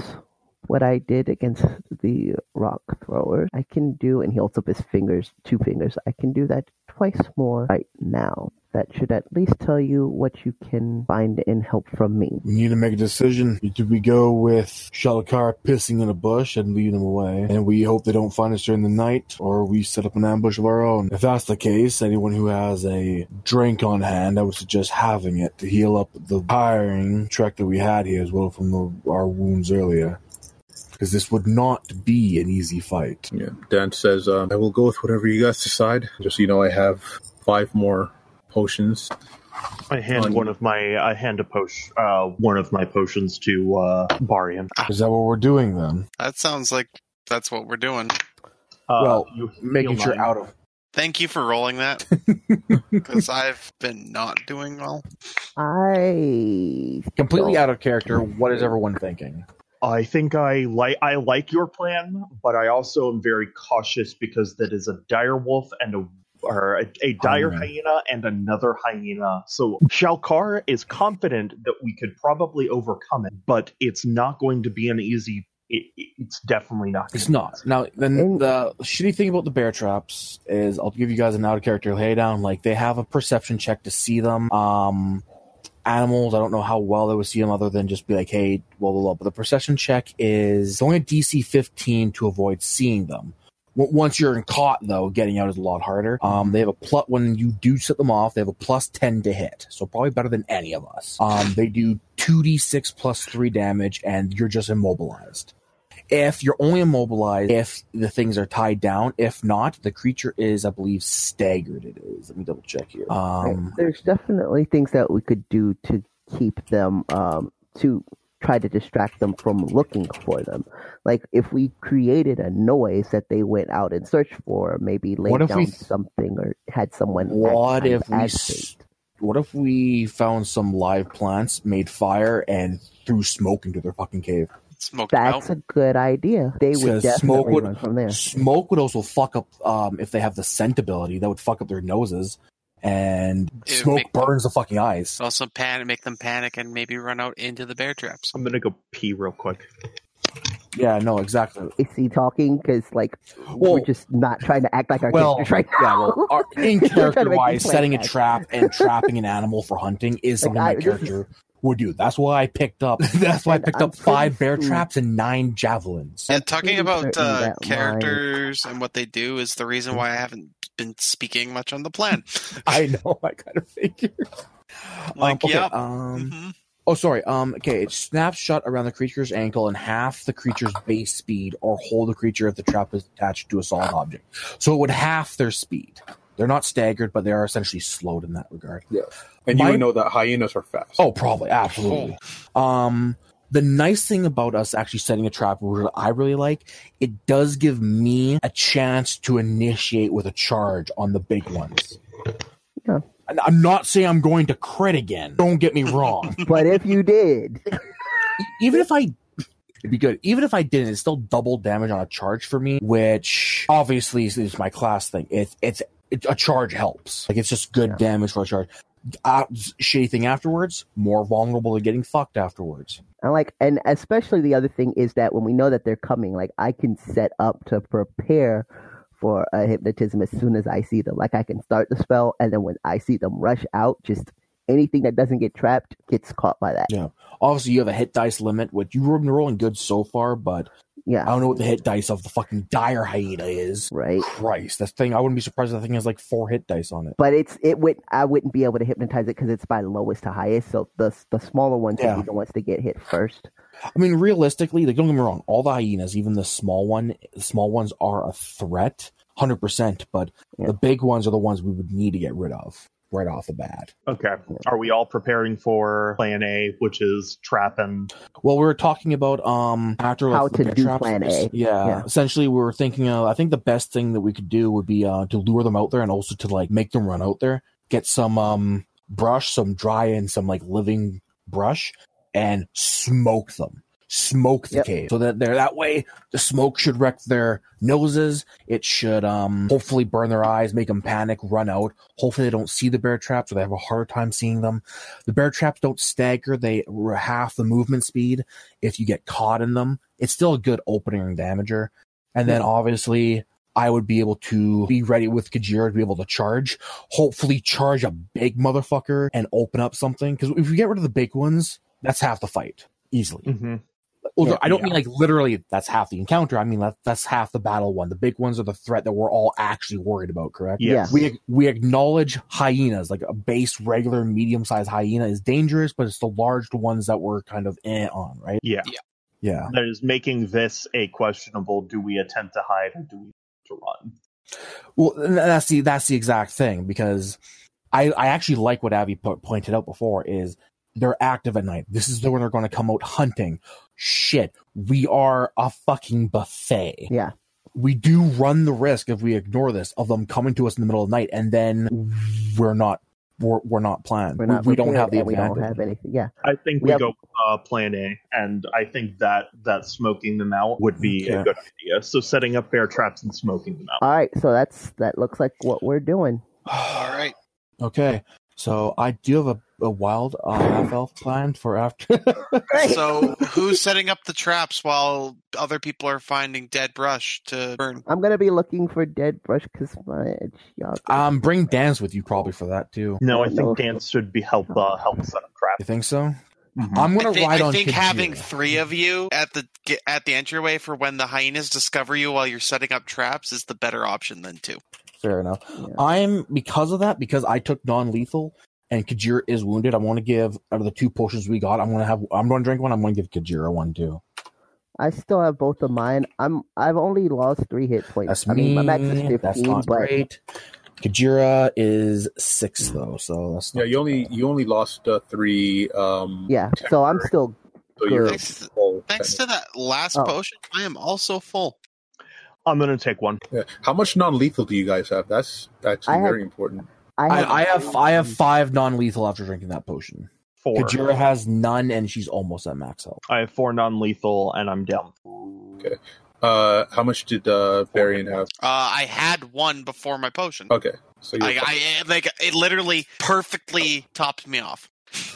Speaker 4: what I did against the rock thrower. I can do, and he holds up his fingers, two fingers. I can do that twice more right now. That should at least tell you what you can find in help from me.
Speaker 3: We need to make a decision. Do we go with Shalakar pissing in a bush and lead them away, and we hope they don't find us during the night, or we set up an ambush of our own? If that's the case, anyone who has a drink on hand, I would suggest having it to heal up the tiring trek that we had here as well from the, our wounds earlier. Because this would not be an easy fight.
Speaker 5: Yeah. Dan says, um, I will go with whatever you guys decide. Just so you know, I have five more potions.
Speaker 6: I hand
Speaker 5: On-
Speaker 6: one of my I hand a potion uh one of my potions to uh Barian.
Speaker 3: Is that what we're doing then?
Speaker 2: That sounds like that's what we're doing.
Speaker 6: Uh,
Speaker 3: Well,
Speaker 6: you
Speaker 3: Making
Speaker 6: heal
Speaker 3: sure
Speaker 6: mine.
Speaker 3: out of
Speaker 2: Thank you for rolling
Speaker 4: [laughs]
Speaker 2: that because I've been not doing well.
Speaker 4: I
Speaker 8: completely
Speaker 4: So-
Speaker 8: out of character. What is everyone thinking?
Speaker 6: I think I like I like your plan, but I also am very cautious because that is a dire wolf and a or a, a dire
Speaker 3: Hyena.
Speaker 6: hyena and another hyena. So Shalkar is confident that we could probably overcome it, but it's not going to be an easy. It, it- it's definitely not.
Speaker 8: It's
Speaker 6: gonna
Speaker 8: not. Now, then
Speaker 4: And-
Speaker 8: the shitty thing about the bear traps is I'll give you guys an out of character lay down. Like they have a perception check to see them. Um, animals, I don't know how well they would see them other than just be like, hey, blah, blah, blah. But the perception check is only a DC 15 to avoid seeing them. W- Once you're in caught, though, getting out is a lot harder. Um, they have a plus when you do set them off. They have a plus ten to hit, so probably better than any of us. Um, they do two d six plus three damage, and you're just immobilized if you're only immobilized if the things are tied down if not the creature is i believe staggered it is let me double check here um
Speaker 4: there's definitely things that we could do to keep them um, to try to distract them from looking for them like if we created a noise that they went out and searched for maybe laid
Speaker 8: What if
Speaker 4: down
Speaker 8: we-
Speaker 4: something or had someone act-
Speaker 8: what
Speaker 4: kind
Speaker 8: if
Speaker 4: of
Speaker 8: we s-
Speaker 4: agitate.
Speaker 8: what if we found some live plants made fire and threw smoke into their fucking cave
Speaker 2: Smoked out.
Speaker 4: that's a good idea they would
Speaker 8: Says
Speaker 4: definitely
Speaker 8: smoke would-
Speaker 4: run from there
Speaker 8: smoke would also fuck up um if they have the scent ability that would fuck up their noses and
Speaker 2: It would
Speaker 8: smoke
Speaker 2: make them-
Speaker 8: burns the fucking eyes
Speaker 2: Also, panic, make them panic, and maybe run out into the bear traps.
Speaker 6: I'm gonna go pee real quick.
Speaker 8: yeah no exactly
Speaker 4: is he talking because like
Speaker 8: Well-
Speaker 4: we're just not trying to act like our
Speaker 8: Well,
Speaker 4: characters right
Speaker 8: yeah,
Speaker 4: now
Speaker 8: well, our,
Speaker 4: They're trying
Speaker 8: in
Speaker 4: to
Speaker 8: character
Speaker 4: make me
Speaker 8: wise,
Speaker 4: play
Speaker 8: setting a
Speaker 4: that.
Speaker 8: trap and trapping an animal for hunting is something
Speaker 4: I-
Speaker 8: my
Speaker 4: this
Speaker 8: character would do. That's why I picked
Speaker 4: [laughs]
Speaker 8: up. That's why I
Speaker 4: And
Speaker 8: picked
Speaker 4: I'm
Speaker 8: up five
Speaker 4: pretty
Speaker 8: bear
Speaker 4: sure-
Speaker 8: traps and nine
Speaker 4: [laughs]
Speaker 8: javelins.
Speaker 2: Yeah, talking
Speaker 4: pretty
Speaker 2: about
Speaker 4: certain
Speaker 2: uh,
Speaker 4: that my-
Speaker 2: characters and what they do is the reason why I haven't been speaking much on the
Speaker 4: [laughs]
Speaker 2: plan.
Speaker 8: I know. I kind of figured. um,
Speaker 2: Like,
Speaker 8: okay,
Speaker 2: yep.
Speaker 8: um,
Speaker 2: Mhm.
Speaker 8: oh, sorry. Um, okay. It snaps shut around the creature's ankle and half the creature's base speed, or hold the creature if the trap is attached to a solid object. So it would half their speed. They're not staggered, but they are essentially slowed in that regard.
Speaker 5: And
Speaker 8: My-
Speaker 5: you would know that hyenas are fast.
Speaker 8: Oh, probably, absolutely. Um, the nice thing about us actually setting a trap, which I really like, it does give me a chance to initiate with a charge on the big ones.
Speaker 4: Yeah.
Speaker 8: And I'm not saying I'm going to crit again. Don't get me wrong.
Speaker 4: [laughs] but if you did
Speaker 8: Even if I, it'd be good. Even if I didn't, it's still double damage on a charge for me, which obviously is, is my class thing. It's it's it, a charge helps. Like it's just good
Speaker 4: Yeah.
Speaker 8: damage for a charge. uh, chafing afterwards, more vulnerable to getting fucked afterwards.
Speaker 4: And like, and especially the other thing is that when we know that they're coming, like I can set up to prepare for a hypnotism as soon as I see them. Like I can start the spell, and then when I see them rush out, just anything that doesn't get trapped gets caught by that.
Speaker 8: Yeah. Obviously, you have a hit dice limit, which you've been rolling good so far, but
Speaker 4: Yeah,
Speaker 8: I don't know what the hit dice of the fucking dire hyena is.
Speaker 4: right.
Speaker 8: Christ, that thing! I wouldn't be surprised if that thing has like four hit dice on it.
Speaker 4: But it's it would I wouldn't be able to hypnotize it because it's by lowest to highest. So the the smaller ones
Speaker 8: Yeah.
Speaker 4: are the ones that get hit first.
Speaker 8: I mean, realistically, like don't get me wrong, all the hyenas, even the small one, the small ones are a threat, hundred percent. But
Speaker 4: Yeah.
Speaker 8: the big ones are the ones we would need to get rid of right off the bat.
Speaker 6: Okay. Are we all preparing for plan A, which is trap and
Speaker 8: Well, we were talking about um after
Speaker 4: How to do plan A.
Speaker 8: Yeah,
Speaker 4: Yeah.
Speaker 8: essentially, we were thinking. Uh, I think the best thing that we could do would be uh, to lure them out there, and also to like make them run out there, get some um brush, some dry and some like living brush, and smoke them. Smoke the
Speaker 4: Yep.
Speaker 8: cave so that they're that way. The smoke should wreck their noses. It should um hopefully burn their eyes, make them panic, run out. Hopefully they don't see the bear traps or they have a hard time seeing them. The bear traps don't stagger; they were half the movement speed. If you get caught in them, it's still a good opening damager. And then obviously, I would be able to be ready with Kajira to be able to charge. Hopefully, charge a big motherfucker and open up something. Because if we get rid of the big ones, that's half the fight easily.
Speaker 6: Mm-hmm.
Speaker 8: Although I don't mean like literally that's half the encounter. I mean that, that's half the battle one. The big ones are the threat that we're all actually worried about. Correct?
Speaker 6: Yes.
Speaker 8: We we acknowledge hyenas like a base regular medium sized hyena is dangerous, but it's the large ones that we're kind of eh on, right?
Speaker 6: Yeah.
Speaker 8: Yeah.
Speaker 6: That is making this a questionable do we attempt to hide or do we attempt to run?
Speaker 8: Well, and that's the that's the exact thing because I I actually like what Abby po- pointed out before is they're active at night. This is when they're going to come out hunting. Shit, we are a fucking buffet.
Speaker 4: Yeah.
Speaker 8: We do run the risk if we ignore this of them coming to us in the middle of the night, and then we're not we're, we're not planned.
Speaker 4: We're not
Speaker 8: we, we don't
Speaker 4: prepared
Speaker 8: have the
Speaker 4: and we
Speaker 8: advantage.
Speaker 4: don't have anything. Yeah,
Speaker 6: I think we
Speaker 4: Yep.
Speaker 6: go with, uh, plan A, and I think that that smoking them out would be
Speaker 8: Okay.
Speaker 6: a good idea. So setting up bear traps and smoking them out.
Speaker 4: all right. So that's that looks like what we're doing.
Speaker 2: All right.
Speaker 8: Okay, so I do have a, a wild uh, half elf planned for after. [laughs]
Speaker 2: So who's setting up the traps while other people are finding dead brush to burn?
Speaker 4: I'm gonna be looking for dead brush because my y'all.
Speaker 8: um, bring Dan's with you probably for that too.
Speaker 6: No, I
Speaker 4: No.
Speaker 6: think dance should be help uh, help set up
Speaker 8: You
Speaker 6: traps.
Speaker 8: think so?
Speaker 5: Mm-hmm.
Speaker 6: Mhm.
Speaker 8: I'm gonna
Speaker 2: I think,
Speaker 8: ride
Speaker 2: I
Speaker 8: on.
Speaker 2: think
Speaker 8: Kajira.
Speaker 2: having three of you at the at the entryway for when the hyenas discover you while you're setting up traps is the better option than two.
Speaker 8: Fair enough.
Speaker 4: Yeah.
Speaker 8: I'm because of that because I took non-lethal and Kajira is wounded. I want to give out of the two potions we got. I'm gonna have. I'm gonna drink one. I'm gonna give Kajira one too.
Speaker 4: I still have both of mine. I'm I've only lost three hit points.
Speaker 8: That's
Speaker 4: I mean, my max is
Speaker 8: me.
Speaker 4: fifteen,
Speaker 8: That's not
Speaker 4: but
Speaker 8: great. Kajira is six though, so that's
Speaker 5: Yeah,
Speaker 8: not
Speaker 5: you
Speaker 8: too
Speaker 5: only
Speaker 8: bad.
Speaker 5: you only lost uh, three. Um,
Speaker 4: yeah. So I'm still
Speaker 5: so you're
Speaker 4: good.
Speaker 2: Thanks,
Speaker 5: full.
Speaker 2: thanks to that last
Speaker 4: Oh.
Speaker 2: potion, I am also full.
Speaker 6: I'm gonna take one.
Speaker 5: Yeah. How much non-lethal do you guys have? That's actually
Speaker 4: I have-
Speaker 5: very important.
Speaker 4: I have,
Speaker 8: I, I have I have five non-lethal after drinking that potion.
Speaker 6: Four.
Speaker 8: Kajira has none, and she's almost at max health.
Speaker 6: I have four non-lethal, and I'm down.
Speaker 5: Uh, how much did uh, Varian have?
Speaker 2: Uh, I had one before my potion.
Speaker 5: Okay, so you're,
Speaker 2: I, I like it literally perfectly topped me off.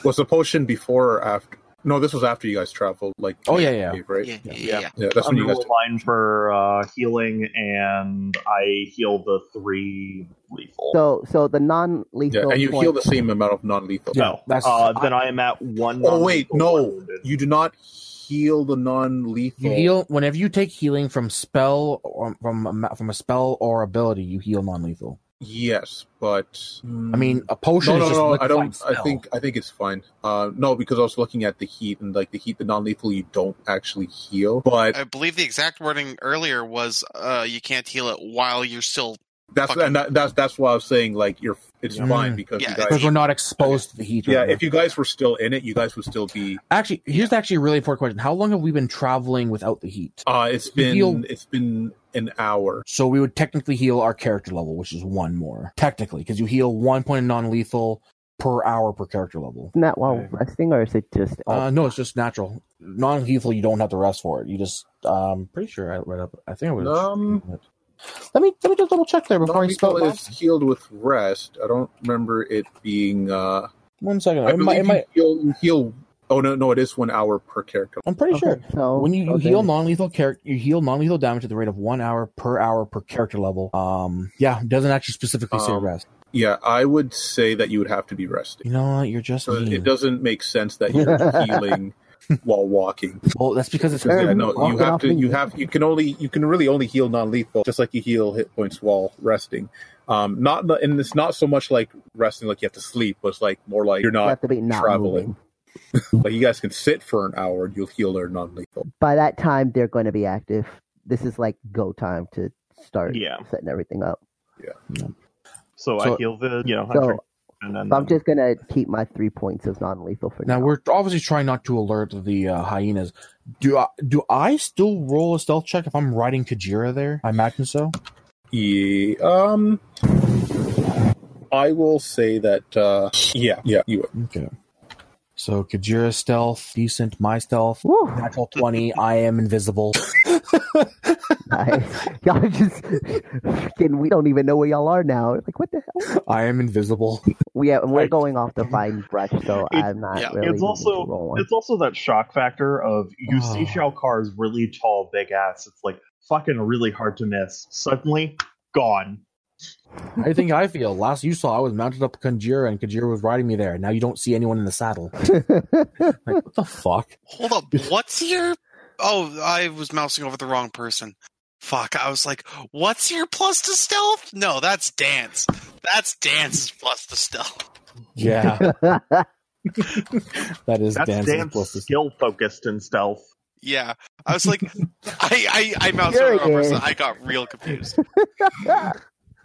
Speaker 5: was the potion before or after? No, this was after you guys traveled. Like,
Speaker 8: Oh, yeah, yeah.
Speaker 5: right?
Speaker 2: Yeah, yeah,
Speaker 6: Yeah.
Speaker 2: yeah.
Speaker 5: Yeah, that's
Speaker 6: I'm
Speaker 5: when you
Speaker 6: gonna
Speaker 5: guys.
Speaker 6: roll mine for uh, healing, and I heal the three lethal.
Speaker 4: so so the non-lethal.
Speaker 5: Yeah, and you
Speaker 4: point-
Speaker 5: heal the same amount of non-lethal.
Speaker 8: Yeah,
Speaker 6: no,
Speaker 8: that's-
Speaker 6: uh, then I am at one.
Speaker 5: Oh wait,
Speaker 6: non-lethal, one
Speaker 5: no,
Speaker 6: wounded.
Speaker 5: you do not heal the non-lethal.
Speaker 8: You heal whenever you take healing from spell or from a ma- from a spell or ability. You heal non-lethal.
Speaker 5: Yes, but
Speaker 8: I mean, a potion.
Speaker 5: no,
Speaker 8: is
Speaker 5: no,
Speaker 8: just
Speaker 5: no. I
Speaker 8: liquefied
Speaker 5: don't. I
Speaker 8: spell.
Speaker 5: think I think it's fine. Uh, no, because I was looking at the heat and like the heat, the non-lethal, you don't actually heal, but
Speaker 2: I believe the exact wording earlier was uh, you can't heal it while you're still.
Speaker 5: that's
Speaker 2: fucking-
Speaker 5: and that, that's that's why I was saying like you're it's
Speaker 8: Yeah.
Speaker 5: fine because
Speaker 2: Yeah,
Speaker 5: you
Speaker 2: it's-
Speaker 5: guys.
Speaker 8: because we're not exposed to the heat.
Speaker 5: yeah,
Speaker 8: right now.
Speaker 5: if you guys were still in it, you guys would still be.
Speaker 8: actually, here's actually a really important question: How long have we been traveling without the heat?
Speaker 5: Uh, it's been
Speaker 8: heal-
Speaker 5: it's been an hour.
Speaker 8: So we would technically heal our character level, which is one more technically, because you heal one point of non-lethal per hour per character level.
Speaker 4: Isn't that while
Speaker 6: Okay.
Speaker 4: resting, or is it just?
Speaker 5: Oh.
Speaker 8: Uh, no, it's just natural. Non-lethal, you don't have to rest for it. You just, um, pretty sure I read up. I think I was.
Speaker 5: Um,
Speaker 8: Let me let me just double check there before I spell
Speaker 5: Nautical
Speaker 8: it. out.
Speaker 5: is healed with rest. I don't remember it being. Uh,
Speaker 8: One second.
Speaker 5: I
Speaker 8: Oh, It might,
Speaker 5: believe
Speaker 8: it might,
Speaker 5: you heal, heal. Oh no, no, it is one hour per character.
Speaker 8: I'm pretty sure.
Speaker 4: So
Speaker 8: When you, you
Speaker 4: oh,
Speaker 8: heal
Speaker 4: damn.
Speaker 8: non-lethal character, you heal non-lethal damage at the rate of one hour per hour per character level. Um, yeah, it doesn't actually specifically say
Speaker 5: Um,
Speaker 8: rest.
Speaker 5: Yeah, I would say that you would have to be resting.
Speaker 8: You know, what? you're just
Speaker 5: So
Speaker 8: mean.
Speaker 5: it doesn't make sense that you're healing while walking.
Speaker 8: Well, that's
Speaker 5: [laughs]
Speaker 8: because it's
Speaker 5: Because yeah, no, you
Speaker 4: Walking
Speaker 5: have
Speaker 4: off
Speaker 5: to.
Speaker 4: and-
Speaker 5: You have. You can only. You can really only heal non-lethal, just like you heal hit points while resting. Um, not the- and it's not so much like resting, like you have to sleep, but it's like more like you're
Speaker 4: you
Speaker 5: not
Speaker 4: have to be not
Speaker 5: traveling.
Speaker 4: moving.
Speaker 5: like you guys can sit for an hour and you'll heal their non-lethal.
Speaker 4: By that time, they're going to be active. This is like go time to start
Speaker 6: Yeah.
Speaker 4: setting everything up.
Speaker 6: So, I
Speaker 8: So-
Speaker 6: heal the you know
Speaker 4: So,
Speaker 6: and then
Speaker 4: so I'm just going to keep my three points of non-lethal for now.
Speaker 8: now we're obviously trying not to alert the uh, hyenas. Do I, do I still roll a stealth check if I'm riding Kajira there? I imagine so.
Speaker 5: Yeah, um, I will say that. Uh, yeah, yeah, you would.
Speaker 8: Okay. So Kajira stealth, decent. My stealth,
Speaker 4: Woo,
Speaker 8: natural twenty. I am invisible. [laughs]
Speaker 4: nice. [laughs] y'all just fucking. We don't even know where y'all are now. Like what the hell?
Speaker 8: I am invisible.
Speaker 4: We have, we're
Speaker 6: Right.
Speaker 4: going off the fine brush, so
Speaker 6: It-
Speaker 4: I'm not
Speaker 2: yeah,
Speaker 4: really.
Speaker 6: it's also
Speaker 4: needing to roll one.
Speaker 6: it's also that shock factor of you see
Speaker 8: Oh.
Speaker 6: Shao Car's really tall, big ass. It's like fucking really hard to miss. Suddenly gone.
Speaker 8: I think I feel. Last you saw, I was mounted up Kajira, and Kajira was riding me there. Now you don't see anyone in the [laughs] saddle. like what the fuck?
Speaker 2: Hold
Speaker 8: [laughs]
Speaker 2: up, what's your? Oh, I was mousing over the wrong person. Fuck, I was like, what's your plus to stealth? No, that's dance. That's dance's plus to stealth.
Speaker 8: Yeah, [laughs] that is
Speaker 6: That's
Speaker 8: dancing
Speaker 6: damn
Speaker 8: plus this.
Speaker 6: skill focused in stealth.
Speaker 2: Yeah, I was
Speaker 8: [laughs]
Speaker 2: like, I I, I moused
Speaker 4: There
Speaker 2: over the wrong
Speaker 4: it
Speaker 2: person.
Speaker 4: is.
Speaker 2: I got real
Speaker 8: [laughs]
Speaker 2: confused.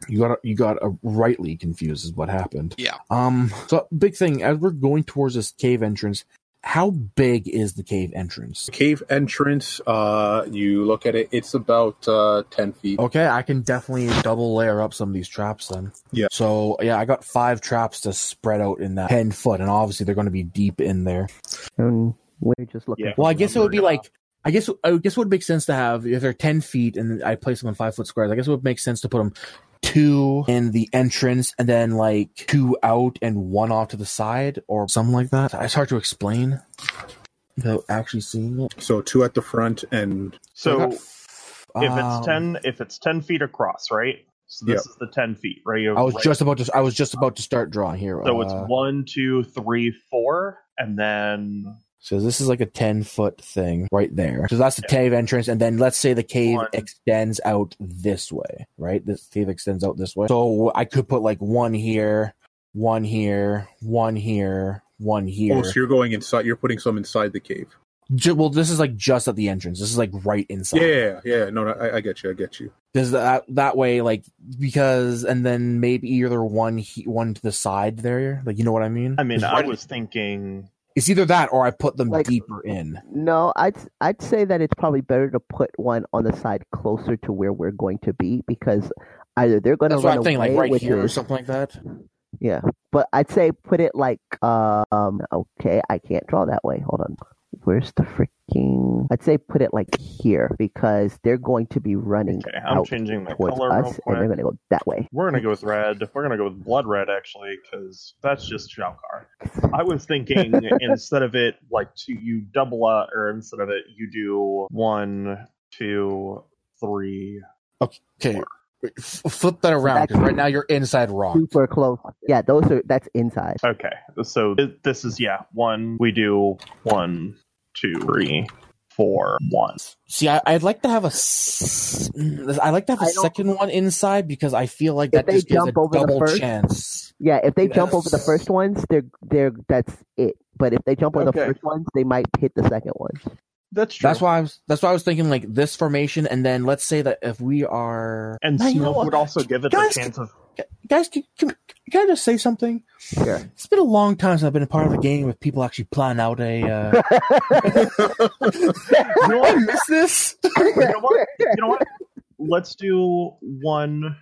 Speaker 8: You got you got uh rightly confused is what happened.
Speaker 2: Yeah.
Speaker 8: Um. So big thing as we're going towards this cave entrance. How big is the cave entrance?
Speaker 5: Cave entrance. Uh, you look at it. It's about uh, ten feet.
Speaker 8: Okay, I can definitely double layer up some of these traps then.
Speaker 5: Yeah.
Speaker 8: So yeah, I got five traps to spread out in that ten foot, and obviously they're going to be deep in there.
Speaker 4: and we're just looking.
Speaker 6: Yeah.
Speaker 4: for
Speaker 8: Well, I guess it would be
Speaker 6: Remember, uh,
Speaker 8: like I guess I guess it would make sense to have if they're ten feet and I place them on five foot squares. I guess it would make sense to put them two in the entrance and then like two out and one off to the side or something like that. It's hard to explain without actually seeing it.
Speaker 5: So two at the front and
Speaker 6: So
Speaker 8: I got-
Speaker 6: if
Speaker 8: um,
Speaker 6: it's ten if it's ten feet across, right? So this is the ten feet, right? You-
Speaker 8: I was
Speaker 6: right?
Speaker 8: just about to I was just about to start drawing here.
Speaker 6: so it's
Speaker 8: Uh,
Speaker 6: one, two, three, four, and then
Speaker 8: So this is like a ten foot thing right there. So that's the cave entrance, and then let's say the cave
Speaker 6: One.
Speaker 8: extends out this way, right? This cave extends out this way. So I could put like one here, one here, one here, one here.
Speaker 5: oh, so you're going inside. You're putting some inside the cave.
Speaker 8: Ju- well, this is like just at the entrance. This is like right inside.
Speaker 5: Yeah, yeah. No, no I, I get you. I get you. [laughs]
Speaker 8: Does that that way like because and then maybe either one he, one to the side there, like you know what I mean?
Speaker 6: I mean
Speaker 8: It's
Speaker 6: I
Speaker 8: right-
Speaker 6: was thinking
Speaker 8: it's either that or I put them
Speaker 4: Like-
Speaker 8: deeper in.
Speaker 4: No, I'd I'd say that it's probably better to put one on the side closer to where we're going to be because either they're going to
Speaker 8: That's what
Speaker 4: run
Speaker 8: I'm thinking, like
Speaker 4: away
Speaker 8: right
Speaker 4: with
Speaker 8: here or
Speaker 4: this-
Speaker 8: something like that.
Speaker 4: But I'd say put it like um okay, I can't draw that way. Hold on. Where's the freaking I'd say put it like here because they're going to be running
Speaker 6: Okay, I'm
Speaker 4: out
Speaker 6: changing my
Speaker 4: towards
Speaker 6: color real
Speaker 4: us and they're
Speaker 6: quick.
Speaker 4: going to go that way.
Speaker 6: We're gonna go with red. We're gonna go with blood red actually, because that's just Shalkar. I was
Speaker 8: [laughs]
Speaker 6: thinking instead of it like to you double up, or instead of it you do one, two, three.
Speaker 8: Okay, F- flip that around 'cause right now you're inside rock.
Speaker 4: Super close. Yeah, those are that's inside.
Speaker 6: Okay, so th- this is yeah one. We do one, two, three, four, one.
Speaker 8: See, I, I'd like to have a, s- I like to have a
Speaker 4: I don't-
Speaker 8: second one inside because I feel like
Speaker 4: If
Speaker 8: that
Speaker 4: they
Speaker 8: just gives a
Speaker 4: jump over the
Speaker 8: double
Speaker 4: first-
Speaker 8: chance.
Speaker 4: Yeah, if they jump over the
Speaker 8: Yes.
Speaker 4: first ones, they're they're that's it. But if they jump over
Speaker 6: Okay.
Speaker 4: the first ones, they might hit the second ones. [laughs]
Speaker 6: That's true.
Speaker 8: That's why I was. That's why I was thinking like this formation, and then let's say that if we are
Speaker 6: And
Speaker 8: Now, you know
Speaker 6: smoke
Speaker 8: what?
Speaker 6: would also give it
Speaker 8: Guys-
Speaker 6: the chance of
Speaker 8: guys, can, can, can I just say something?
Speaker 4: Sure.
Speaker 8: It's been a long time since I've been a part of a game with people actually plan out a.
Speaker 4: [laughs]
Speaker 8: Uh... Do I miss this?
Speaker 6: you know what? You know
Speaker 8: [laughs]
Speaker 6: what? Let's do one,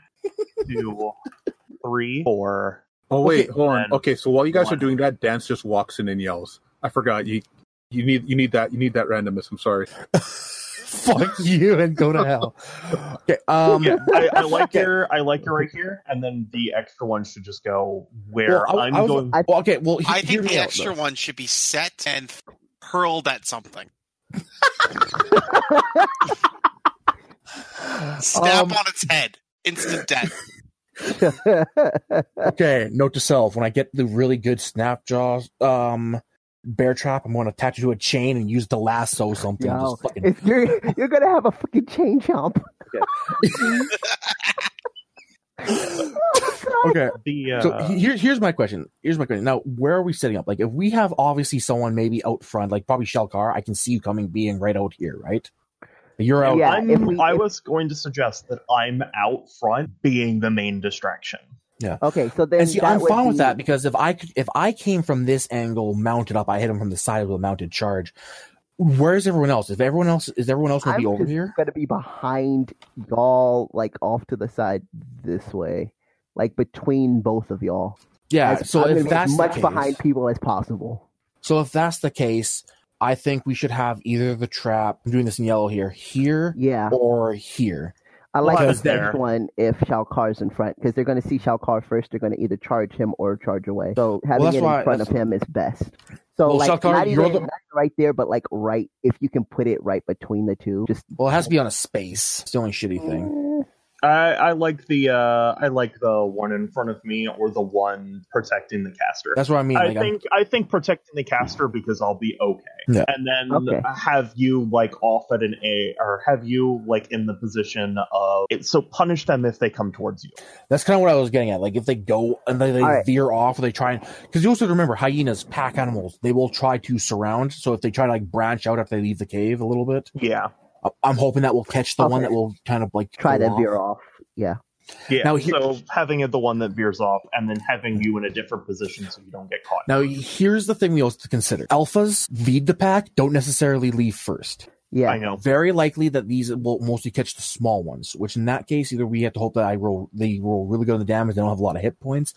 Speaker 6: two, three, four.
Speaker 5: Oh wait,
Speaker 8: Okay.
Speaker 5: hold on.
Speaker 6: And
Speaker 5: Okay, so while you guys are
Speaker 6: one.
Speaker 5: doing that, Dance just walks in and yells. I forgot you. You need you need that you need that randomness. I'm sorry.
Speaker 8: [laughs] fuck you and go to hell. Okay, um,
Speaker 6: Yeah, I, I like
Speaker 8: Okay.
Speaker 6: your I like your right here, and then the extra one should just go where
Speaker 8: well, I,
Speaker 6: I'm
Speaker 8: I was-
Speaker 6: going.
Speaker 4: I-
Speaker 8: well, okay, well, he-
Speaker 2: I think
Speaker 8: hear me
Speaker 2: the
Speaker 8: out,
Speaker 2: extra
Speaker 8: though.
Speaker 2: one should be set and hurled at something. Snap
Speaker 8: Um,
Speaker 2: on its head. Instant death.
Speaker 8: Okay, note to self: when I get the really good snap jaws, um, bear trap, I'm going to attach it to a chain and use the lasso something. and
Speaker 4: Yo,
Speaker 8: just fucking,
Speaker 4: if you're you're gonna have a fucking chain chomp. [laughs]
Speaker 8: okay.
Speaker 6: The uh,
Speaker 8: So he- here, here's my question. Here's my question. Now, where are we setting up? Like, if we have obviously someone maybe out front, like probably Shalkar, I can see you coming, being right out here, right? You're out.
Speaker 4: Yeah,
Speaker 6: I'm,
Speaker 4: if we-
Speaker 6: I
Speaker 4: if-
Speaker 6: was going to suggest that I'm out front being the main distraction.
Speaker 4: Okay, so then
Speaker 8: And see,
Speaker 4: that
Speaker 8: I'm
Speaker 4: would
Speaker 8: fine with
Speaker 4: be-
Speaker 8: that because if I could, if I came from this angle mounted up, I hit him from the side with a mounted charge. Where's everyone else? If everyone else is everyone else going to
Speaker 4: I'm
Speaker 8: be over
Speaker 4: just
Speaker 8: here?
Speaker 4: Gonna be behind y'all, like off to the side this way, like between both of y'all.
Speaker 8: Yeah.
Speaker 4: As-
Speaker 8: so
Speaker 4: I'm gonna
Speaker 8: if
Speaker 4: be
Speaker 8: that's
Speaker 4: as
Speaker 8: the
Speaker 4: much
Speaker 8: case-
Speaker 4: behind people as possible.
Speaker 8: so if that's the case, I think we should have either the trap. I'm doing this in yellow here, here,
Speaker 4: Yeah,
Speaker 8: or here.
Speaker 4: I like
Speaker 6: Because
Speaker 4: the
Speaker 6: they're-
Speaker 4: next one if Shao Kahr's in front because they're gonna see Shao Kahr first. They're gonna either charge him or charge away. So having
Speaker 8: that's
Speaker 4: it in
Speaker 8: why-
Speaker 4: front of
Speaker 8: that's-
Speaker 4: him is best. So
Speaker 8: Well,
Speaker 4: like
Speaker 8: Shao Kahr,
Speaker 4: not,
Speaker 8: you're
Speaker 4: even,
Speaker 8: the-
Speaker 4: not right there, but like right if you can put it right between the two, just Mm,
Speaker 8: Well, it has to be on a space. It's the only shitty thing.
Speaker 6: I, I like the uh, I like the one in front of me or the one protecting the caster.
Speaker 8: That's what I mean.
Speaker 6: I
Speaker 8: like, I'm-
Speaker 6: think i think protecting the caster because I'll be okay,
Speaker 8: Yeah.
Speaker 6: and then
Speaker 4: Okay.
Speaker 6: have you like off at an A or have you like in the position of it, so punish them if they come towards you.
Speaker 8: That's kind of what I was getting at. Like if they go and they, they
Speaker 4: All right.
Speaker 8: veer off, or they try and because you also have to remember hyenas, pack animals, they will try to surround. So if they try to like branch out after they leave the cave a little bit,
Speaker 6: Yeah,
Speaker 8: I- I'm hoping that will catch the one
Speaker 4: Okay.
Speaker 8: that will kind of like
Speaker 4: try
Speaker 8: go
Speaker 4: to
Speaker 8: off.
Speaker 4: veer off. Yeah.
Speaker 6: yeah.
Speaker 8: Now here-
Speaker 6: so having it the one that veers off, and then having you in a different position so you don't get caught.
Speaker 8: Now here's the thing we also have to consider: alphas lead the pack, don't necessarily leave first.
Speaker 4: Yeah.
Speaker 6: I know.
Speaker 8: Very likely that these will mostly catch the small ones, which in that case, either we have to hope that I roll they roll really good on the damage, they don't have a lot of hit points.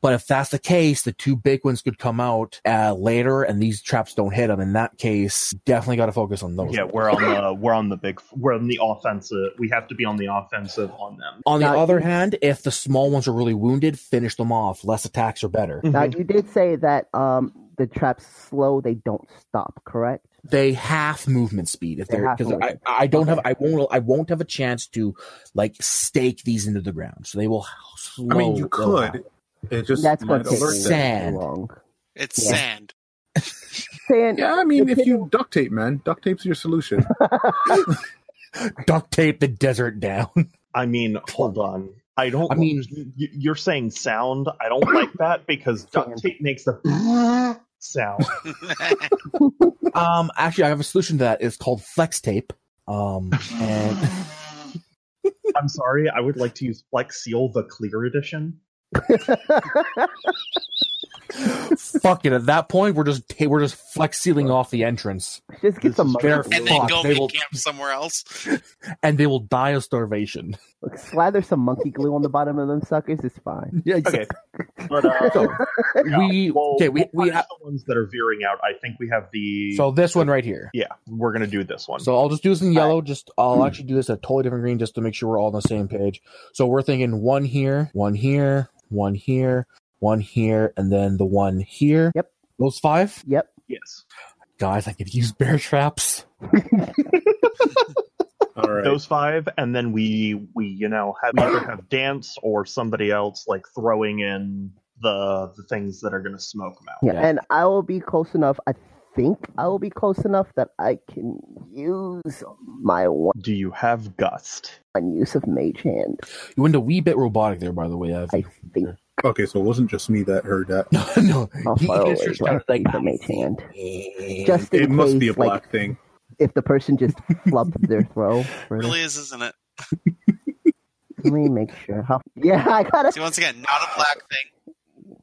Speaker 8: But if that's the case, the two big ones could come out uh, later, and these traps don't hit them. In that case, definitely got to focus on those.
Speaker 6: Yeah, we're on the we're on the big we're on the offensive. We have to be on the offensive on them.
Speaker 8: On the
Speaker 4: Now-
Speaker 8: other hand, if the small ones are really wounded, finish them off. Less attacks are better.
Speaker 5: Mm.
Speaker 4: Now you did say that um the traps slow, they don't stop, correct?
Speaker 8: they half movement speed if
Speaker 4: They
Speaker 8: they're
Speaker 4: half
Speaker 8: because I,
Speaker 4: movement.
Speaker 8: I don't have I won't I won't have a chance to like stake these into the ground so they will slow
Speaker 5: I mean, you
Speaker 8: go out.
Speaker 5: could. It just
Speaker 4: That's
Speaker 5: might
Speaker 4: going to take
Speaker 5: alert
Speaker 4: way
Speaker 5: them.
Speaker 8: Sand.
Speaker 4: too long.
Speaker 2: It's
Speaker 4: Yeah.
Speaker 2: sand. [laughs]
Speaker 4: Sand.
Speaker 5: Yeah, I mean, if
Speaker 4: [laughs]
Speaker 5: you duct tape, man, duct tape's your solution.
Speaker 8: duct tape the desert down [laughs]
Speaker 6: I mean, hold on. I don't.
Speaker 8: I mean-
Speaker 6: y- you're saying sound. I don't
Speaker 8: [coughs]
Speaker 6: like that because duct
Speaker 4: Sound.
Speaker 6: tape makes the sound.
Speaker 8: um actually I have a solution to that it's called flex tape um and
Speaker 6: I'm sorry. I would like to use Flex Seal, the clear edition.
Speaker 8: fuck it at that point we're just ta- we're just flex sealing off the entrance
Speaker 4: Just
Speaker 6: This
Speaker 4: get some
Speaker 6: is
Speaker 4: mustard
Speaker 8: very-
Speaker 4: on
Speaker 2: and
Speaker 4: it.
Speaker 2: then
Speaker 8: Fuck,
Speaker 2: go
Speaker 8: they
Speaker 2: make
Speaker 8: will-
Speaker 2: camp somewhere else.
Speaker 8: and they will die of starvation
Speaker 4: Look, slather some monkey glue on the bottom of them suckers, it's fine.
Speaker 8: yeah
Speaker 6: Okay,
Speaker 8: [laughs]
Speaker 6: but uh,
Speaker 8: so
Speaker 6: yeah,
Speaker 8: we
Speaker 6: we'll-
Speaker 8: okay we
Speaker 6: we'll
Speaker 8: we
Speaker 6: punch
Speaker 8: ha-
Speaker 6: the ones that are veering out. I think we have the.
Speaker 8: so this one right here
Speaker 6: yeah, we're gonna do this one.
Speaker 8: So I'll just do this in yellow. Just I'll actually do this a totally different green just to make sure we're all on the same page. So we're thinking one here, one here, one here, one here, and then the one here.
Speaker 4: Yep.
Speaker 8: Those five
Speaker 4: Yep.
Speaker 6: yes,
Speaker 8: guys, I could use bear traps.
Speaker 5: All right.
Speaker 6: those five, and then we we you know have we either have dance or somebody else like throwing in the the things that are gonna smoke them out.
Speaker 4: Yeah.
Speaker 8: Yeah.
Speaker 4: And I will be close enough, I think I will be close enough that I can use my one
Speaker 6: Do you have gust?
Speaker 4: use of mage hand.
Speaker 8: You went a wee bit robotic there, by the way. Ev.
Speaker 4: I think
Speaker 5: Okay, so it wasn't just me that heard that.
Speaker 8: [laughs] no, no.
Speaker 4: I'll
Speaker 8: He- he
Speaker 4: follow
Speaker 8: just
Speaker 4: it,
Speaker 8: reached
Speaker 4: like,
Speaker 8: out, like,
Speaker 4: the mage hand.
Speaker 8: eh.
Speaker 4: Just in
Speaker 5: It must
Speaker 4: case,
Speaker 5: be a
Speaker 4: like,
Speaker 5: black thing.
Speaker 4: if the person just flubbed their throw. further.
Speaker 2: really is, isn't it?
Speaker 4: Let me make sure. How... Yeah, I gotta
Speaker 2: See, once again, not a black thing.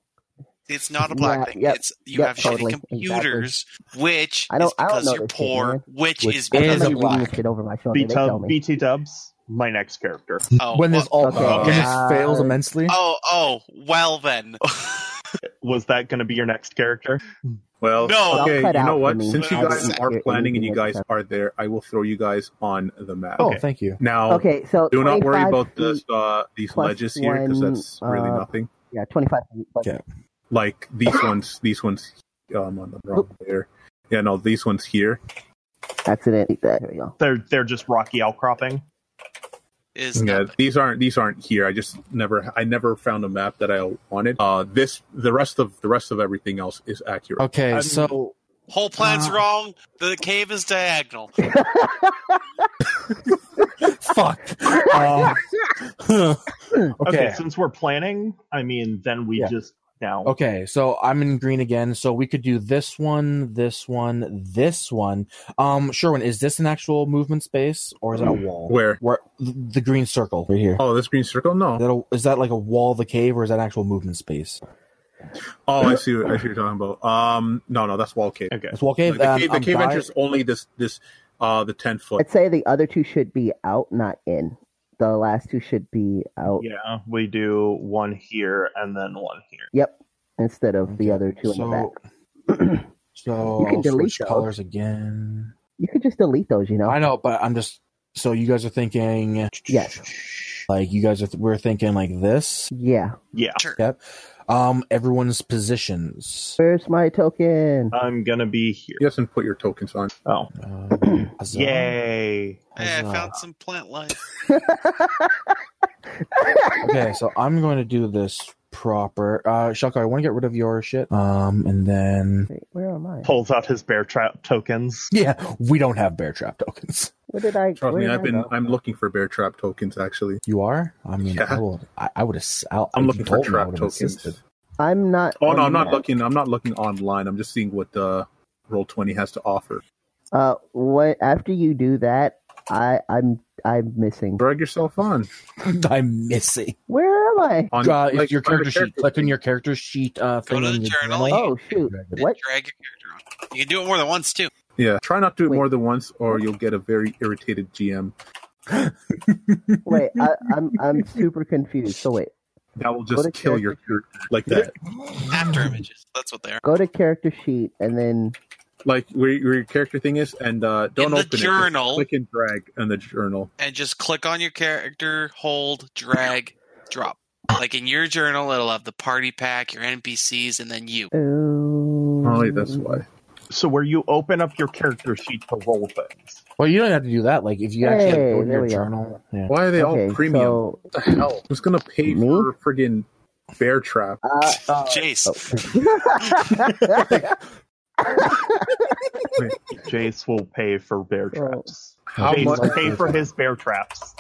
Speaker 2: It's not a black
Speaker 4: Yeah,
Speaker 2: thing.
Speaker 4: yep,
Speaker 2: it's you
Speaker 4: yep,
Speaker 2: have
Speaker 4: totally,
Speaker 2: shitty computers, which
Speaker 4: I don't-
Speaker 2: is
Speaker 4: I don't
Speaker 2: because
Speaker 4: know
Speaker 2: you're
Speaker 4: this shit,
Speaker 2: poor,
Speaker 4: man.
Speaker 2: which,
Speaker 8: Which
Speaker 2: is
Speaker 8: is
Speaker 2: because
Speaker 4: Somebody
Speaker 2: of
Speaker 8: a
Speaker 4: reading
Speaker 2: black.
Speaker 4: this shit over my shoulder.
Speaker 6: B
Speaker 4: They tell
Speaker 6: tub,
Speaker 4: me.
Speaker 6: BT Dubs, my next character.
Speaker 2: Oh,
Speaker 8: when this
Speaker 2: well-
Speaker 8: all
Speaker 4: Okay.
Speaker 8: when this
Speaker 4: Uh,
Speaker 8: fails immensely.
Speaker 2: oh, oh, well then.
Speaker 6: Was that going to be your next character?
Speaker 5: Well,
Speaker 2: No.
Speaker 5: okay,
Speaker 4: I'll cut
Speaker 5: you know
Speaker 4: out
Speaker 5: what?
Speaker 4: for me.
Speaker 5: Since you
Speaker 2: I'll
Speaker 5: guys
Speaker 2: second
Speaker 5: are planning and you
Speaker 4: anything
Speaker 5: guys
Speaker 4: that's-
Speaker 5: are there, I will throw you guys on the map.
Speaker 3: Oh, thank you.
Speaker 5: Now,
Speaker 4: Okay, so
Speaker 5: do not worry
Speaker 4: 25
Speaker 5: about
Speaker 4: feet-
Speaker 5: this, uh, these
Speaker 4: plus
Speaker 5: ledges here because
Speaker 4: one,
Speaker 5: that's really
Speaker 4: uh,
Speaker 5: nothing.
Speaker 4: Yeah, twenty-five feet. But
Speaker 8: Okay.
Speaker 5: Like these ones, these ones um, on the wrong there. Yeah, no, these ones here.
Speaker 4: Accident. There we go.
Speaker 6: They're they're just rocky outcropping.
Speaker 2: Is
Speaker 5: Yeah,
Speaker 2: nothing.
Speaker 5: these aren't these aren't here. I just never I never found a map that I wanted. Uh, this the rest of the rest of everything else is accurate.
Speaker 8: Okay,
Speaker 5: [laughs]
Speaker 6: I'm-
Speaker 8: so
Speaker 2: whole plan's
Speaker 8: Ah.
Speaker 2: wrong. The cave is diagonal.
Speaker 8: fuck.
Speaker 4: [laughs]
Speaker 8: [laughs] Uh, okay.
Speaker 6: Okay.
Speaker 8: okay,
Speaker 6: since we're planning, I mean, then we
Speaker 8: Yeah.
Speaker 6: just now.
Speaker 8: so I'm in green again. So we could do this one, this one, this one. Um, Sherwin, is this an actual movement space or is that a wall?
Speaker 5: Mm. Where?
Speaker 8: Where th- the green circle right here?
Speaker 5: Oh, this green circle? No.
Speaker 8: Is that, a, is that like a wall of the cave or is that an actual movement space?
Speaker 5: Oh, I see. What, I see what you're talking about. Um, no, no, that's wall cave.
Speaker 6: Okay.
Speaker 8: It's wall cave.
Speaker 5: Like, the
Speaker 8: um,
Speaker 5: cave, the
Speaker 8: I'm
Speaker 5: cave
Speaker 8: di-
Speaker 5: entrance only this this uh the ten foot.
Speaker 4: I'd say the other two should be out, not in. The last two should be out
Speaker 6: Yeah, we do one here and then one here.
Speaker 4: instead of the other two in the back.
Speaker 8: So, so
Speaker 4: You can
Speaker 8: I'll
Speaker 4: delete
Speaker 8: switch
Speaker 4: those.
Speaker 8: colors again.
Speaker 4: You could just delete those, you know.
Speaker 8: I know, but I'm just. So you guys are thinking,
Speaker 4: Yes.
Speaker 8: like you guys are. Th- we're thinking like this.
Speaker 4: Yeah.
Speaker 6: Yeah.
Speaker 2: Sure.
Speaker 8: Yep. Um, everyone's positions.
Speaker 4: Where's my
Speaker 5: Uh,
Speaker 4: token?
Speaker 6: I'm going to be here.
Speaker 5: You haven't put your tokens on.
Speaker 6: Oh.
Speaker 5: [clears throat]
Speaker 8: Uh, huzzah.
Speaker 6: Yay.
Speaker 2: Hey, I
Speaker 8: Huzzah.
Speaker 2: found some plant life.
Speaker 8: Okay, so I'm going to do this proper. Uh, Shucko, I want to get rid of your shit. Um, and then
Speaker 4: Wait, where am I?
Speaker 6: Pulls out his bear trap tokens.
Speaker 8: yeah, we don't have bear trap tokens.
Speaker 4: Where did I?
Speaker 5: Trust
Speaker 4: where
Speaker 5: me,
Speaker 4: did
Speaker 5: I've
Speaker 4: I
Speaker 5: been
Speaker 4: go?
Speaker 5: I'm looking for bear trap tokens actually.
Speaker 8: You are? I mean,
Speaker 5: Yeah.
Speaker 8: I will. I, I would have.
Speaker 5: I'm looking for trap tokens.
Speaker 4: I'm not.
Speaker 5: Oh no, I'm
Speaker 4: on
Speaker 5: not
Speaker 4: that.
Speaker 5: looking. I'm not looking online. I'm just seeing what uh, roll twenty has to offer.
Speaker 4: Uh, what after you do that, I I'm I'm missing.
Speaker 5: Drag yourself on
Speaker 8: [laughs] I'm missing.
Speaker 4: Where am I?
Speaker 5: on
Speaker 8: Uh, it's your
Speaker 5: on the
Speaker 8: character sheet. Click on your character sheet. Uh,
Speaker 2: Go
Speaker 8: thing
Speaker 2: to
Speaker 8: on
Speaker 2: the
Speaker 8: your
Speaker 2: journal.
Speaker 4: Oh shoot!
Speaker 2: and
Speaker 4: What?
Speaker 2: Drag your character on. You can do it more than once too.
Speaker 5: Yeah, try not to do it
Speaker 4: Wait.
Speaker 5: more than once, or you'll get a very irritated GM.
Speaker 4: Wait, I, I'm I'm super confused. So wait,
Speaker 5: That will
Speaker 4: What
Speaker 5: just
Speaker 4: a
Speaker 5: kill your your- like that,
Speaker 8: [clears throat]
Speaker 2: After images. That's what they are.
Speaker 4: go to character sheet and then
Speaker 5: like where, where your character thing is, and uh, don't
Speaker 2: In the
Speaker 5: open it. Just
Speaker 2: journal.
Speaker 5: click and drag on the journal.
Speaker 2: and just click on your character, hold, drag, drop. Like in your journal, it'll have the party pack, your NPCs, and then you.
Speaker 4: oh,
Speaker 5: Oh, wait, that's why.
Speaker 6: So where you open up your character sheet to roll things.
Speaker 8: Well, you don't have to do that. Like if you actually
Speaker 4: Hey,
Speaker 8: go to
Speaker 4: there
Speaker 8: your
Speaker 4: we go.
Speaker 8: journal. Yeah.
Speaker 5: Why are they
Speaker 4: Okay,
Speaker 5: all premium?
Speaker 4: so,
Speaker 5: what the hell? Who's gonna pay
Speaker 4: Me?
Speaker 5: for friggin' bear trap?
Speaker 8: [laughs]
Speaker 4: uh, uh, [laughs]
Speaker 2: Jace,
Speaker 6: Oh, [laughs] Jace will pay for bear traps.
Speaker 5: How
Speaker 6: Jace
Speaker 5: much?
Speaker 6: will pay for his bear traps.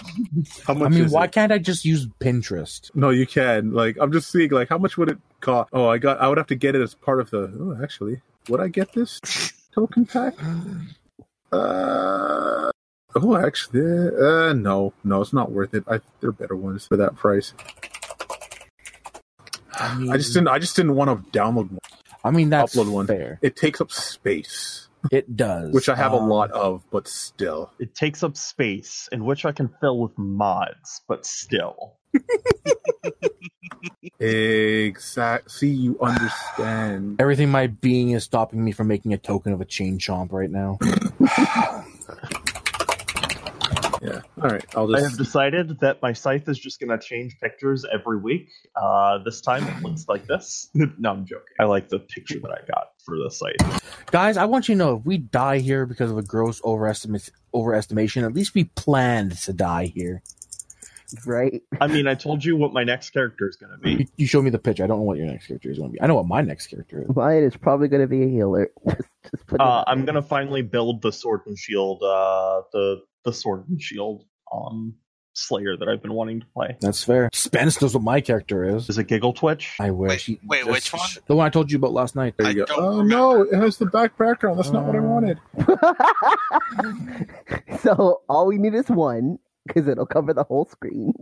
Speaker 5: How much?
Speaker 8: I mean,
Speaker 5: is
Speaker 8: why
Speaker 5: it?
Speaker 8: can't I just use Pinterest?
Speaker 5: No, you can. Like, I'm just seeing. Like, how much would it cost? Oh, I got. I would have to get it as part of the. Oh, actually, would I get this token pack? Uh. Oh, actually, uh, no, no, it's not worth it. I, there are better ones for that price.
Speaker 8: I, mean,
Speaker 5: I just didn't. I just didn't want to download one.
Speaker 8: I mean, that's
Speaker 5: upload one.
Speaker 8: fair.
Speaker 5: It takes up space,
Speaker 8: It does.
Speaker 5: which I have a
Speaker 8: Um,
Speaker 5: lot of, but still.
Speaker 6: It takes up space, in which I can fill with mods, but still.
Speaker 5: Exact. See, you understand.
Speaker 8: Everything my being is stopping me from making a token of a chain chomp right now. [clears throat]
Speaker 5: Yeah. All right. I'll
Speaker 6: I
Speaker 5: just.
Speaker 6: have decided that my scythe is just going to change pictures every week. Uh, this time it looks like this. [laughs] no, I'm joking. I like the picture that I got for the scythe.
Speaker 8: Guys, I want you to know if we die here because of a gross overestimate overestimation, at least we planned to die here.
Speaker 4: right?
Speaker 6: I mean, I told you what my next character is going to
Speaker 8: You,
Speaker 6: be.
Speaker 8: you show me the picture. I don't know what your next character is going to be. I know what my next character is.
Speaker 4: Mine is probably going to be a healer. [laughs] just, just put it
Speaker 6: Uh,
Speaker 4: out
Speaker 6: I'm
Speaker 4: there.
Speaker 6: going to finally build the sword and shield, uh, the the sword and shield um, slayer that I've been wanting to play.
Speaker 8: That's fair. Spence knows what my character is.
Speaker 6: Is it Giggle Twitch?
Speaker 8: I wish.
Speaker 2: Wait,
Speaker 8: He
Speaker 2: wait, which one?
Speaker 8: The one I told you about last night.
Speaker 5: There
Speaker 2: I
Speaker 5: you go.
Speaker 2: don't
Speaker 5: Oh
Speaker 2: remember.
Speaker 5: no! It has the back background. That's not what I
Speaker 8: Um,
Speaker 5: wanted.
Speaker 4: [laughs]
Speaker 6: [laughs]
Speaker 4: so all we need is one because it'll cover the whole screen.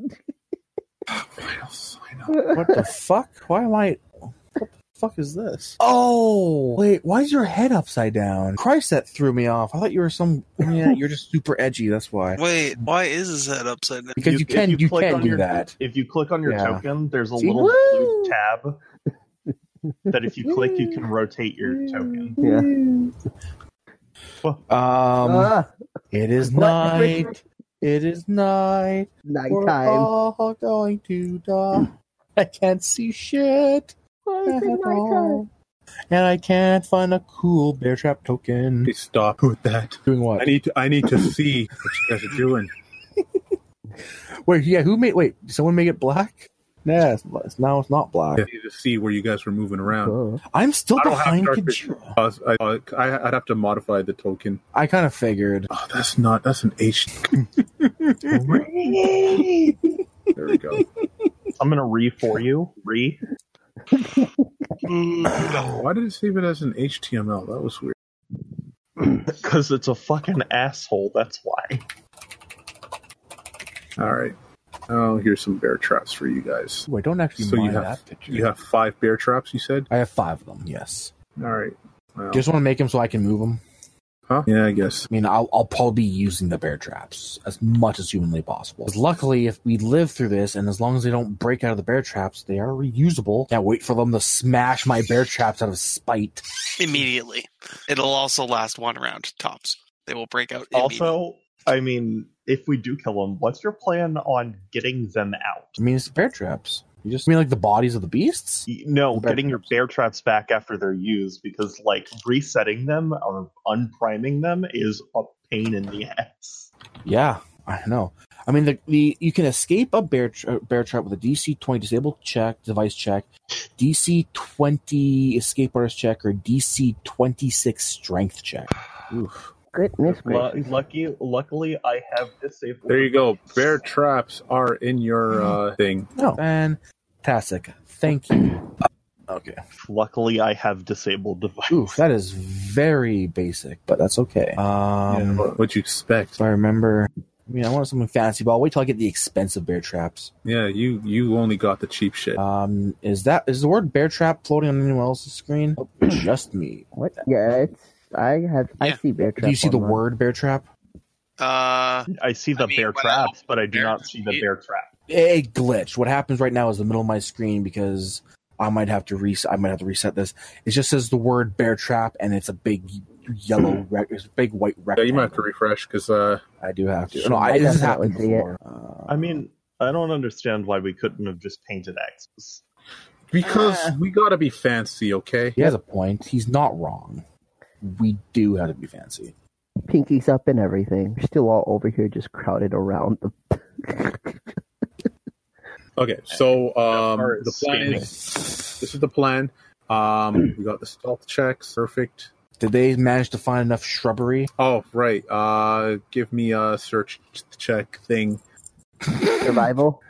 Speaker 8: What the fuck? Why am I? What the fuck is this? Oh, wait. Why is your head upside down? Christ, that threw me off. I thought you were some. [laughs] Yeah, you're just super edgy. That's why.
Speaker 2: wait, why is his head upside down?
Speaker 8: Because you,
Speaker 6: if
Speaker 8: can you,
Speaker 6: click
Speaker 8: can
Speaker 6: on
Speaker 8: [laughs] do
Speaker 6: your-
Speaker 8: that.
Speaker 6: If you click on your
Speaker 8: Yeah.
Speaker 6: token, there's a
Speaker 4: See?
Speaker 6: little
Speaker 4: Woo!
Speaker 6: blue tab that if you click, you can rotate your token.
Speaker 4: [laughs] Yeah.
Speaker 8: Um,
Speaker 4: Ah,
Speaker 8: it is
Speaker 4: What?
Speaker 8: [laughs] night. It is night. We're
Speaker 4: nighttime.
Speaker 8: all going to [laughs] die. I can't see shit at all. and I can't find a cool bear trap token.
Speaker 5: Please stop with that.
Speaker 8: Doing
Speaker 5: I
Speaker 8: what?
Speaker 5: need to, I need to see what you guys are doing.
Speaker 8: Wait, yeah, who made? Wait, someone make it black? Nah, it's, it's- now it's not black.
Speaker 5: I need to see where you guys were moving around.
Speaker 4: Cool.
Speaker 8: I'm still
Speaker 5: I don't have
Speaker 8: behind
Speaker 5: dark
Speaker 8: Kajira.
Speaker 5: Uh, I, uh, I, I'd have to modify the token.
Speaker 8: I kind of figured.
Speaker 5: Oh, that's not. That's an H. There we go.
Speaker 6: I'm gonna re for you. Re.
Speaker 5: Why did it save it as an HTML? That was weird.
Speaker 6: Because it's a fucking asshole, that's why.
Speaker 5: All right. Oh, here's some bear traps for you guys.
Speaker 8: Wait, don't actually
Speaker 5: So you
Speaker 8: mind
Speaker 5: have-
Speaker 8: that picture.
Speaker 5: You have five bear traps. You said.
Speaker 8: I have five of them. Yes.
Speaker 5: All right. Well,
Speaker 8: Just want to make them so I can move them.
Speaker 5: huh? Yeah, I guess.
Speaker 8: I mean, I'll, I'll probably be using the bear traps as much as humanly possible. 'Cause luckily, if we live through this, and as long as they don't break out of the bear traps, they are reusable. Can't wait for them to smash my bear traps out of spite.
Speaker 2: [laughs] immediately. It'll also last one round tops. They will break out. immediately.
Speaker 6: Also, I mean, if we do kill them, what's your plan on getting them out?
Speaker 8: I mean, it's bear traps. You just I mean like the bodies of the beasts?
Speaker 6: Y- E, No,
Speaker 8: Bear
Speaker 6: getting your bear traps back after they're used because, like, resetting them or unpriming them is a pain in the ass.
Speaker 8: Yeah, I know. I mean, the, the you can escape a bear tra- bear trap with a DC twenty disabled check, device check, DC twenty escape artist check, or DC twenty six strength check.
Speaker 4: Goodness
Speaker 6: Lu-
Speaker 4: gracious.
Speaker 6: lucky, luckily, I have disabled.
Speaker 5: There you go. Bear traps are in your uh, thing.
Speaker 8: No, fantastic. Thank you. [clears throat] Okay.
Speaker 6: Luckily, I have disabled device.
Speaker 8: Oof, that is very basic, but that's okay. Um,
Speaker 5: Yeah, what you expect?
Speaker 8: if I remember, I mean, I wanted something fancy, but I'll wait till I get the expensive bear traps.
Speaker 5: Yeah, you you only got the cheap shit.
Speaker 8: Um, is that is the word bear trap floating on anyone else's [clears throat] screen? Oh, just me.
Speaker 4: What? Yeah, it's. I have. I
Speaker 2: Yeah.
Speaker 4: see bear trap.
Speaker 8: Do you see the
Speaker 4: online.
Speaker 8: word bear trap?
Speaker 2: uh,
Speaker 6: I see the
Speaker 2: I mean,
Speaker 6: bear
Speaker 2: when I
Speaker 6: traps,
Speaker 2: open
Speaker 6: but I do
Speaker 2: bear
Speaker 6: not see the
Speaker 2: trap,
Speaker 6: bear trap.
Speaker 8: A glitch. What happens right now is the middle of my screen because I might have to reset. I might have to reset this. It just says the word bear trap, and it's a big yellow, rec- it's a big white
Speaker 5: Yeah,
Speaker 8: rectangle.
Speaker 5: you might have to refresh because uh,
Speaker 8: I do have to. No, I, this has happened before. Uh,
Speaker 6: I mean, I don't understand why we couldn't have just painted X's.
Speaker 5: because
Speaker 2: Uh.
Speaker 5: we gotta be fancy, okay?
Speaker 8: He has a point. He's not wrong. We do have to be fancy.
Speaker 4: Pinkies up and everything. We're still all over here, just crowded around the. [laughs]
Speaker 5: Okay, so um,
Speaker 6: Or
Speaker 5: the plan
Speaker 6: scanning.
Speaker 5: is this is the plan. Um, we got the stealth checks, perfect.
Speaker 8: Did they manage to find enough shrubbery?
Speaker 5: Oh right, uh, give me a search ch- check
Speaker 8: [gasps]
Speaker 5: thing.
Speaker 4: Survival.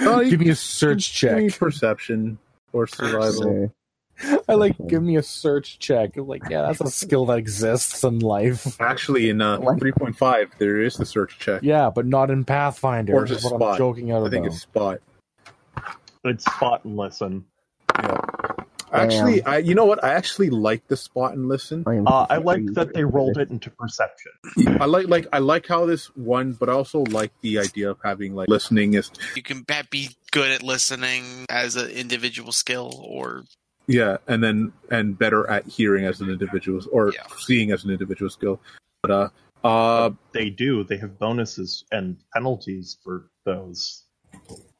Speaker 5: Oh, you
Speaker 8: [laughs] Give me a search
Speaker 5: give me
Speaker 8: check.
Speaker 5: perception or survival.
Speaker 4: Sure.
Speaker 8: [laughs] I like give me a search check. I'm like, yeah, that's a skill that exists in life.
Speaker 5: Actually, in uh,
Speaker 4: What?
Speaker 5: three point five, there is the search check.
Speaker 8: Yeah, but not in Pathfinder.
Speaker 5: Or
Speaker 8: which is
Speaker 5: just
Speaker 8: what I'm
Speaker 5: spot.
Speaker 8: joking out
Speaker 5: I think
Speaker 8: about.
Speaker 5: it's spot.
Speaker 6: It's spot and listen.
Speaker 5: Actually, I you know what? I actually like the spot and listen.
Speaker 4: am
Speaker 6: Uh, I
Speaker 4: confused.
Speaker 6: like that they rolled it into perception.
Speaker 5: I like like I like how this one, but I also like the idea of having like listening is
Speaker 2: you can ba- be good at listening as an individual skill, or
Speaker 5: yeah, and then and better at hearing as an individual or
Speaker 2: Yeah.
Speaker 5: seeing as an individual skill. But uh, uh,
Speaker 6: They do. They have bonuses and penalties for those.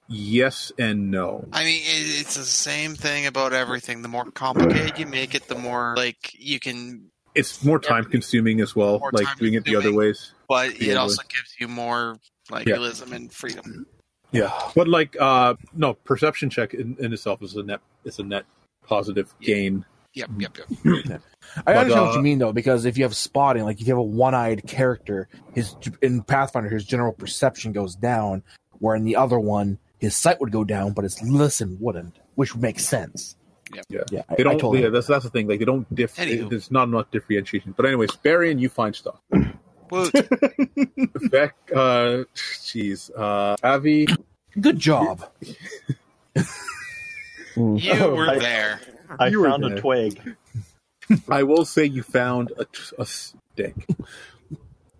Speaker 5: yes and no.
Speaker 2: I mean, it, it's the same thing about everything. The more complicated you make it, the more like you can.
Speaker 5: It's more time consuming as well,
Speaker 2: More
Speaker 5: like
Speaker 2: time
Speaker 5: doing it the other
Speaker 2: consuming.
Speaker 5: ways.
Speaker 2: But it
Speaker 5: Yeah,
Speaker 2: also gives you more like
Speaker 5: Yeah.
Speaker 2: realism and freedom.
Speaker 5: Yeah, but like uh, no perception check in, in itself is a net is a net positive gain.
Speaker 2: Yep, yep, yep.
Speaker 8: I
Speaker 5: But,
Speaker 8: understand what
Speaker 5: uh,
Speaker 8: you mean though, because if you have spotting, like if you have a one-eyed character, his in Pathfinder, his general perception goes down, where in the other one, his sight would go down, but his listen wouldn't, which would make sense.
Speaker 2: Yep.
Speaker 5: Yeah.
Speaker 8: yeah. I,
Speaker 5: They
Speaker 8: I
Speaker 5: don't.
Speaker 8: totally
Speaker 5: yeah, that's that's the thing. Like they don't diff.
Speaker 2: Anywho.
Speaker 5: There's not enough differentiation. But anyways, Barian, you find
Speaker 2: [laughs]
Speaker 5: stuff.
Speaker 2: Woot.
Speaker 5: Beck, uh, jeez, uh, Avi,
Speaker 8: Good job.
Speaker 2: [laughs] You were there.
Speaker 6: I
Speaker 5: You were
Speaker 6: found
Speaker 5: there.
Speaker 6: a twig.
Speaker 5: I will say you found a, a stick.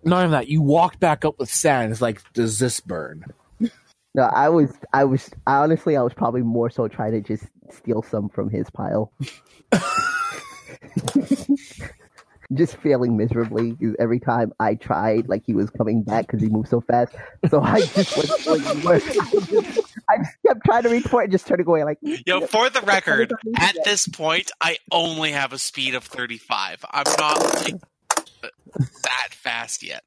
Speaker 8: Not even that. You walked back up with sand. It's like, does this burn?
Speaker 4: No, I was, I was, I honestly, I was probably more so trying to just steal some from his pile. [laughs] just failing miserably 'cause every time I tried, like he was coming back because he moved so fast. So I just was like, worse. I, just, I just kept trying to reach for it, and just turned away. Like,
Speaker 2: Yo, for the record, at this point, I only have a speed of 35. I'm not like that fast yet.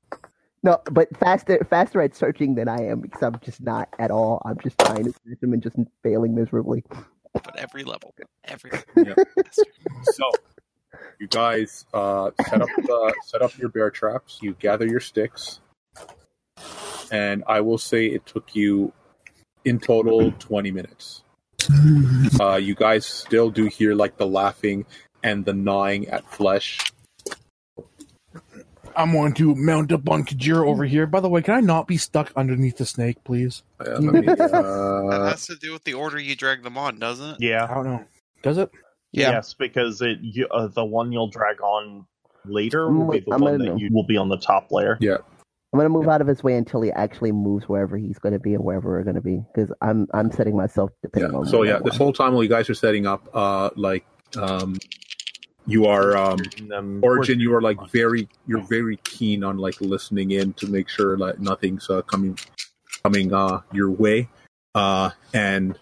Speaker 4: no, but faster, faster at searching than I am because I'm just not at all. I'm just trying to catch him and just failing miserably.
Speaker 2: But every level, every
Speaker 5: So you guys uh, set up uh, set up your bear traps. You gather your sticks, and I will say it took you in total twenty minutes. Uh, you guys still do hear like the laughing and the gnawing at flesh.
Speaker 8: I'm going to mount up on Kajira over here. By the way, can I not be stuck underneath the snake, please?
Speaker 5: Uh, let me,
Speaker 2: that
Speaker 5: uh,
Speaker 2: has to do with the order you drag them on, doesn't it?
Speaker 6: Yeah.
Speaker 5: [laughs]
Speaker 8: I don't know. Does it?
Speaker 6: Yes, because it you, uh, the one you'll drag on later will be the
Speaker 4: I'm
Speaker 6: one
Speaker 4: gonna-
Speaker 6: that you will be on the top layer.
Speaker 5: yeah.
Speaker 4: I'm gonna move out of his way until he actually moves wherever he's gonna be and wherever we're gonna be because I'm I'm setting myself depending
Speaker 5: yeah.
Speaker 4: on.
Speaker 5: So
Speaker 4: where
Speaker 5: yeah,
Speaker 4: I'm
Speaker 5: this
Speaker 4: at.
Speaker 5: whole time while you guys are setting up, uh, like um, you are um,
Speaker 6: And then-
Speaker 5: Origin, you are like very, you're very keen on like listening in to make sure that nothing's uh, coming, coming uh, your way, uh, and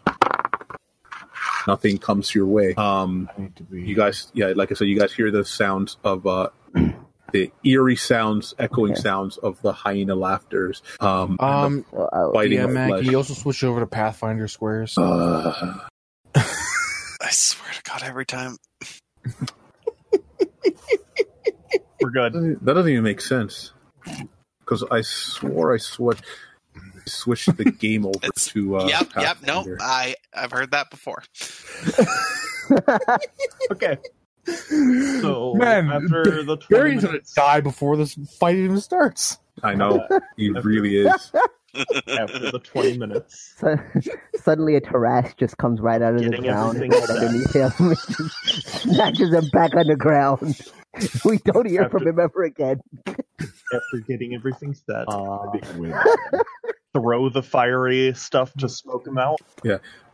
Speaker 5: nothing comes your way. Um,
Speaker 8: I need to be.
Speaker 5: you guys, yeah, like I said, you guys hear the sounds of uh, [clears throat] the eerie sounds, echoing
Speaker 4: Okay.
Speaker 5: sounds of the hyena laughters. Um, and
Speaker 8: Um,
Speaker 4: Well, I-
Speaker 5: the biting
Speaker 8: yeah,
Speaker 5: of
Speaker 8: man. Can
Speaker 5: flesh.
Speaker 8: you also switch over to Pathfinder
Speaker 5: [gasps]
Speaker 8: squares?
Speaker 5: Uh,
Speaker 2: I swear to God, every time.
Speaker 5: [laughs]
Speaker 6: We're good.
Speaker 5: that doesn't even make sense because I swore I switched switched
Speaker 8: [laughs]
Speaker 5: the game over
Speaker 2: It's-
Speaker 5: to uh,
Speaker 2: yep, yep, nope.
Speaker 5: Pathfinder.
Speaker 2: I, I've heard that before.
Speaker 6: Okay. So
Speaker 5: [laughs]
Speaker 8: Man,
Speaker 6: after the 20
Speaker 8: Barry's gonna
Speaker 6: minutes,
Speaker 8: die before this fight even starts.
Speaker 5: I know he really is.
Speaker 6: after the 20 minutes,
Speaker 4: su- uh, [laughs] suddenly a terrace just comes right out of the
Speaker 6: Getting
Speaker 4: ground and
Speaker 6: everything
Speaker 4: right underneath him, and just smashes him back on the ground. [laughs] We don't hear from him ever again.
Speaker 6: after getting everything set,
Speaker 10: Uh,
Speaker 6: [laughs] throw the fiery stuff to smoke them out.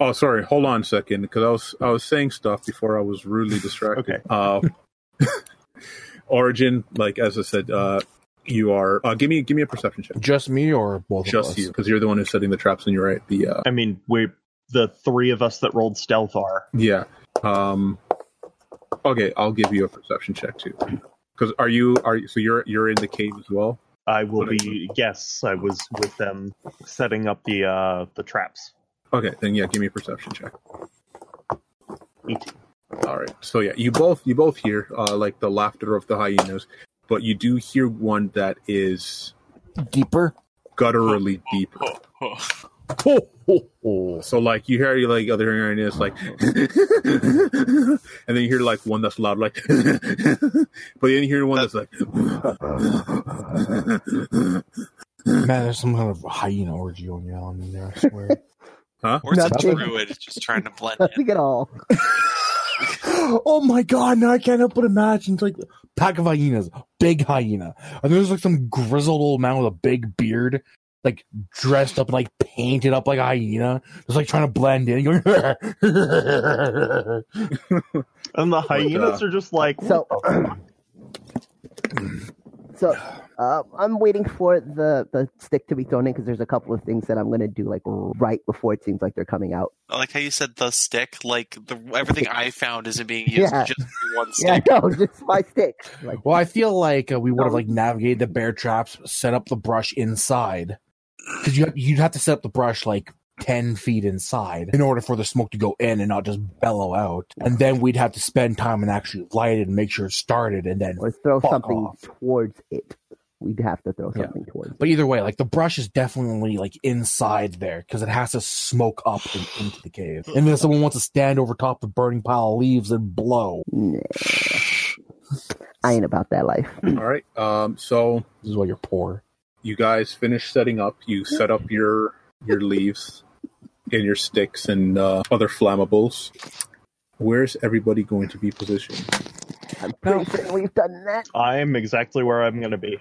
Speaker 5: Oh, sorry. Hold on a second, because I was I was saying stuff before I was rudely distracted.
Speaker 6: Okay.
Speaker 5: Uh, [laughs] Origin, like as I said, uh, you are. Uh, give me give me a perception check.
Speaker 8: Just me or both of
Speaker 5: Just
Speaker 8: us?
Speaker 5: you, because you're the one who's setting the traps, and you're at the uh,
Speaker 6: I mean, we the three of us that rolled stealth are.
Speaker 5: yeah. Um, okay, I'll give you a perception check too. Because are you are you- so you're you're in the cave as well?
Speaker 6: I will be. Yes, I was with them setting up the uh the traps.
Speaker 5: Okay, then yeah, give me a perception check.
Speaker 6: Eighteen.
Speaker 5: All right. So yeah, you both you both hear uh, like the laughter of the hyenas, but you do hear one that is
Speaker 8: [clears throat]
Speaker 11: Deeper.
Speaker 5: gutturally deeper. So like you hear like other hyenas like, [laughs] and then you hear like one that's loud like, [laughs] but then you hear one that's like, [laughs]
Speaker 8: Man, there's some kind of hyena orgy going on in there. I swear.
Speaker 2: Or it's a
Speaker 4: Nothing.
Speaker 2: druid just trying to blend
Speaker 4: [laughs]
Speaker 2: in.
Speaker 4: Nothing at all.
Speaker 8: [laughs] oh my god, now I can't help but imagine it's like pack of hyenas, big hyena. And there's like some grizzled old man with a big beard, like dressed up and like painted up like a hyena, just like trying to blend in. [laughs] Going,
Speaker 6: And the hyenas are just like,
Speaker 4: So, so uh, I'm waiting for the, the stick to be thrown in because there's a couple of things that I'm gonna do like right before it seems like they're coming out.
Speaker 2: I like how you said the stick. Like the, everything I found isn't being used.
Speaker 4: Yeah.
Speaker 2: Just the one
Speaker 4: Yeah,
Speaker 2: stick.
Speaker 4: [laughs] no, just my stick. Like,
Speaker 8: well, I feel like uh, we would have like navigated the bear traps, set up the brush inside, because you you'd have to set up the brush like. 10 feet inside in order for the smoke to go in and not just bellow out. And then we'd have to spend time and actually light it and make sure it started and then
Speaker 4: or throw
Speaker 8: Fuck
Speaker 4: something
Speaker 8: off.
Speaker 4: towards it. We'd have to throw
Speaker 8: Yeah.
Speaker 4: something towards. it.
Speaker 8: But either way, like the brush is definitely like inside there because it has to smoke up and into the cave. And then someone wants to stand over top the burning pile of leaves and blow.
Speaker 4: Nah. I ain't about that life.
Speaker 5: all right. Um, so
Speaker 8: This is why you're poor.
Speaker 5: you guys finish setting up. You set up your your leaves and your sticks and uh, other flammables. Where's everybody going to be positioned?
Speaker 4: I'm pretty sure we've done that.
Speaker 6: I'm exactly where I'm going to be.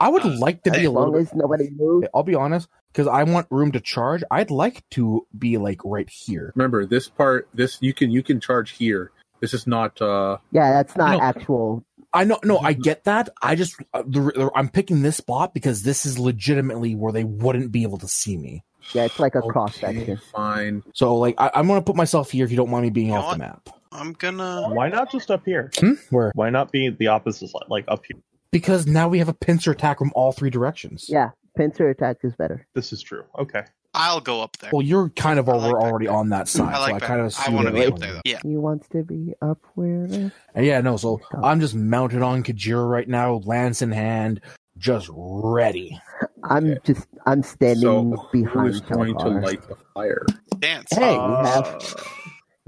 Speaker 8: I would like to be a
Speaker 4: As
Speaker 8: little
Speaker 4: long
Speaker 8: bit
Speaker 4: as nobody moves.
Speaker 8: I'll be honest, because I want room to charge. I'd like to be like right here.
Speaker 5: Remember this part. This you can you can charge here. This is not. uh
Speaker 4: Yeah, that's not
Speaker 8: No.
Speaker 4: actual.
Speaker 8: I know, no, I get that. I just uh, the, the, I'm picking this spot because this is legitimately where they wouldn't be able to see me.
Speaker 4: Yeah, it's like a
Speaker 5: okay,
Speaker 4: cross section.
Speaker 5: Fine.
Speaker 8: So like, I, I'm gonna put myself here if you don't mind me being
Speaker 2: You know
Speaker 8: off the
Speaker 2: what?
Speaker 8: map.
Speaker 2: I'm
Speaker 8: Oh.
Speaker 2: gonna.
Speaker 6: Why not just up here?
Speaker 8: Hmm? Where?
Speaker 6: Why not be the opposite side, like up here?
Speaker 8: Because now we have a pincer attack from all three directions.
Speaker 4: Yeah, pincer attack is better.
Speaker 6: This is true. Okay.
Speaker 2: I'll go up there.
Speaker 8: Well, you're kind of
Speaker 2: I
Speaker 8: al-
Speaker 2: like
Speaker 8: we're
Speaker 2: that.
Speaker 8: already on that side,
Speaker 2: I like
Speaker 8: so I
Speaker 2: that.
Speaker 8: kind of
Speaker 2: I
Speaker 8: see
Speaker 2: want to
Speaker 8: that
Speaker 2: be up
Speaker 8: one.
Speaker 2: there though. Yeah.
Speaker 4: He wants to be up where.
Speaker 8: And yeah, no. So I'm just mounted on Kajira right now, lance in hand, just ready.
Speaker 4: I'm just I'm standing
Speaker 5: So who
Speaker 4: behind.
Speaker 5: is going to
Speaker 4: Telgar.
Speaker 5: light the fire?
Speaker 2: Dance.
Speaker 4: Hey, we
Speaker 6: Uh,
Speaker 4: have,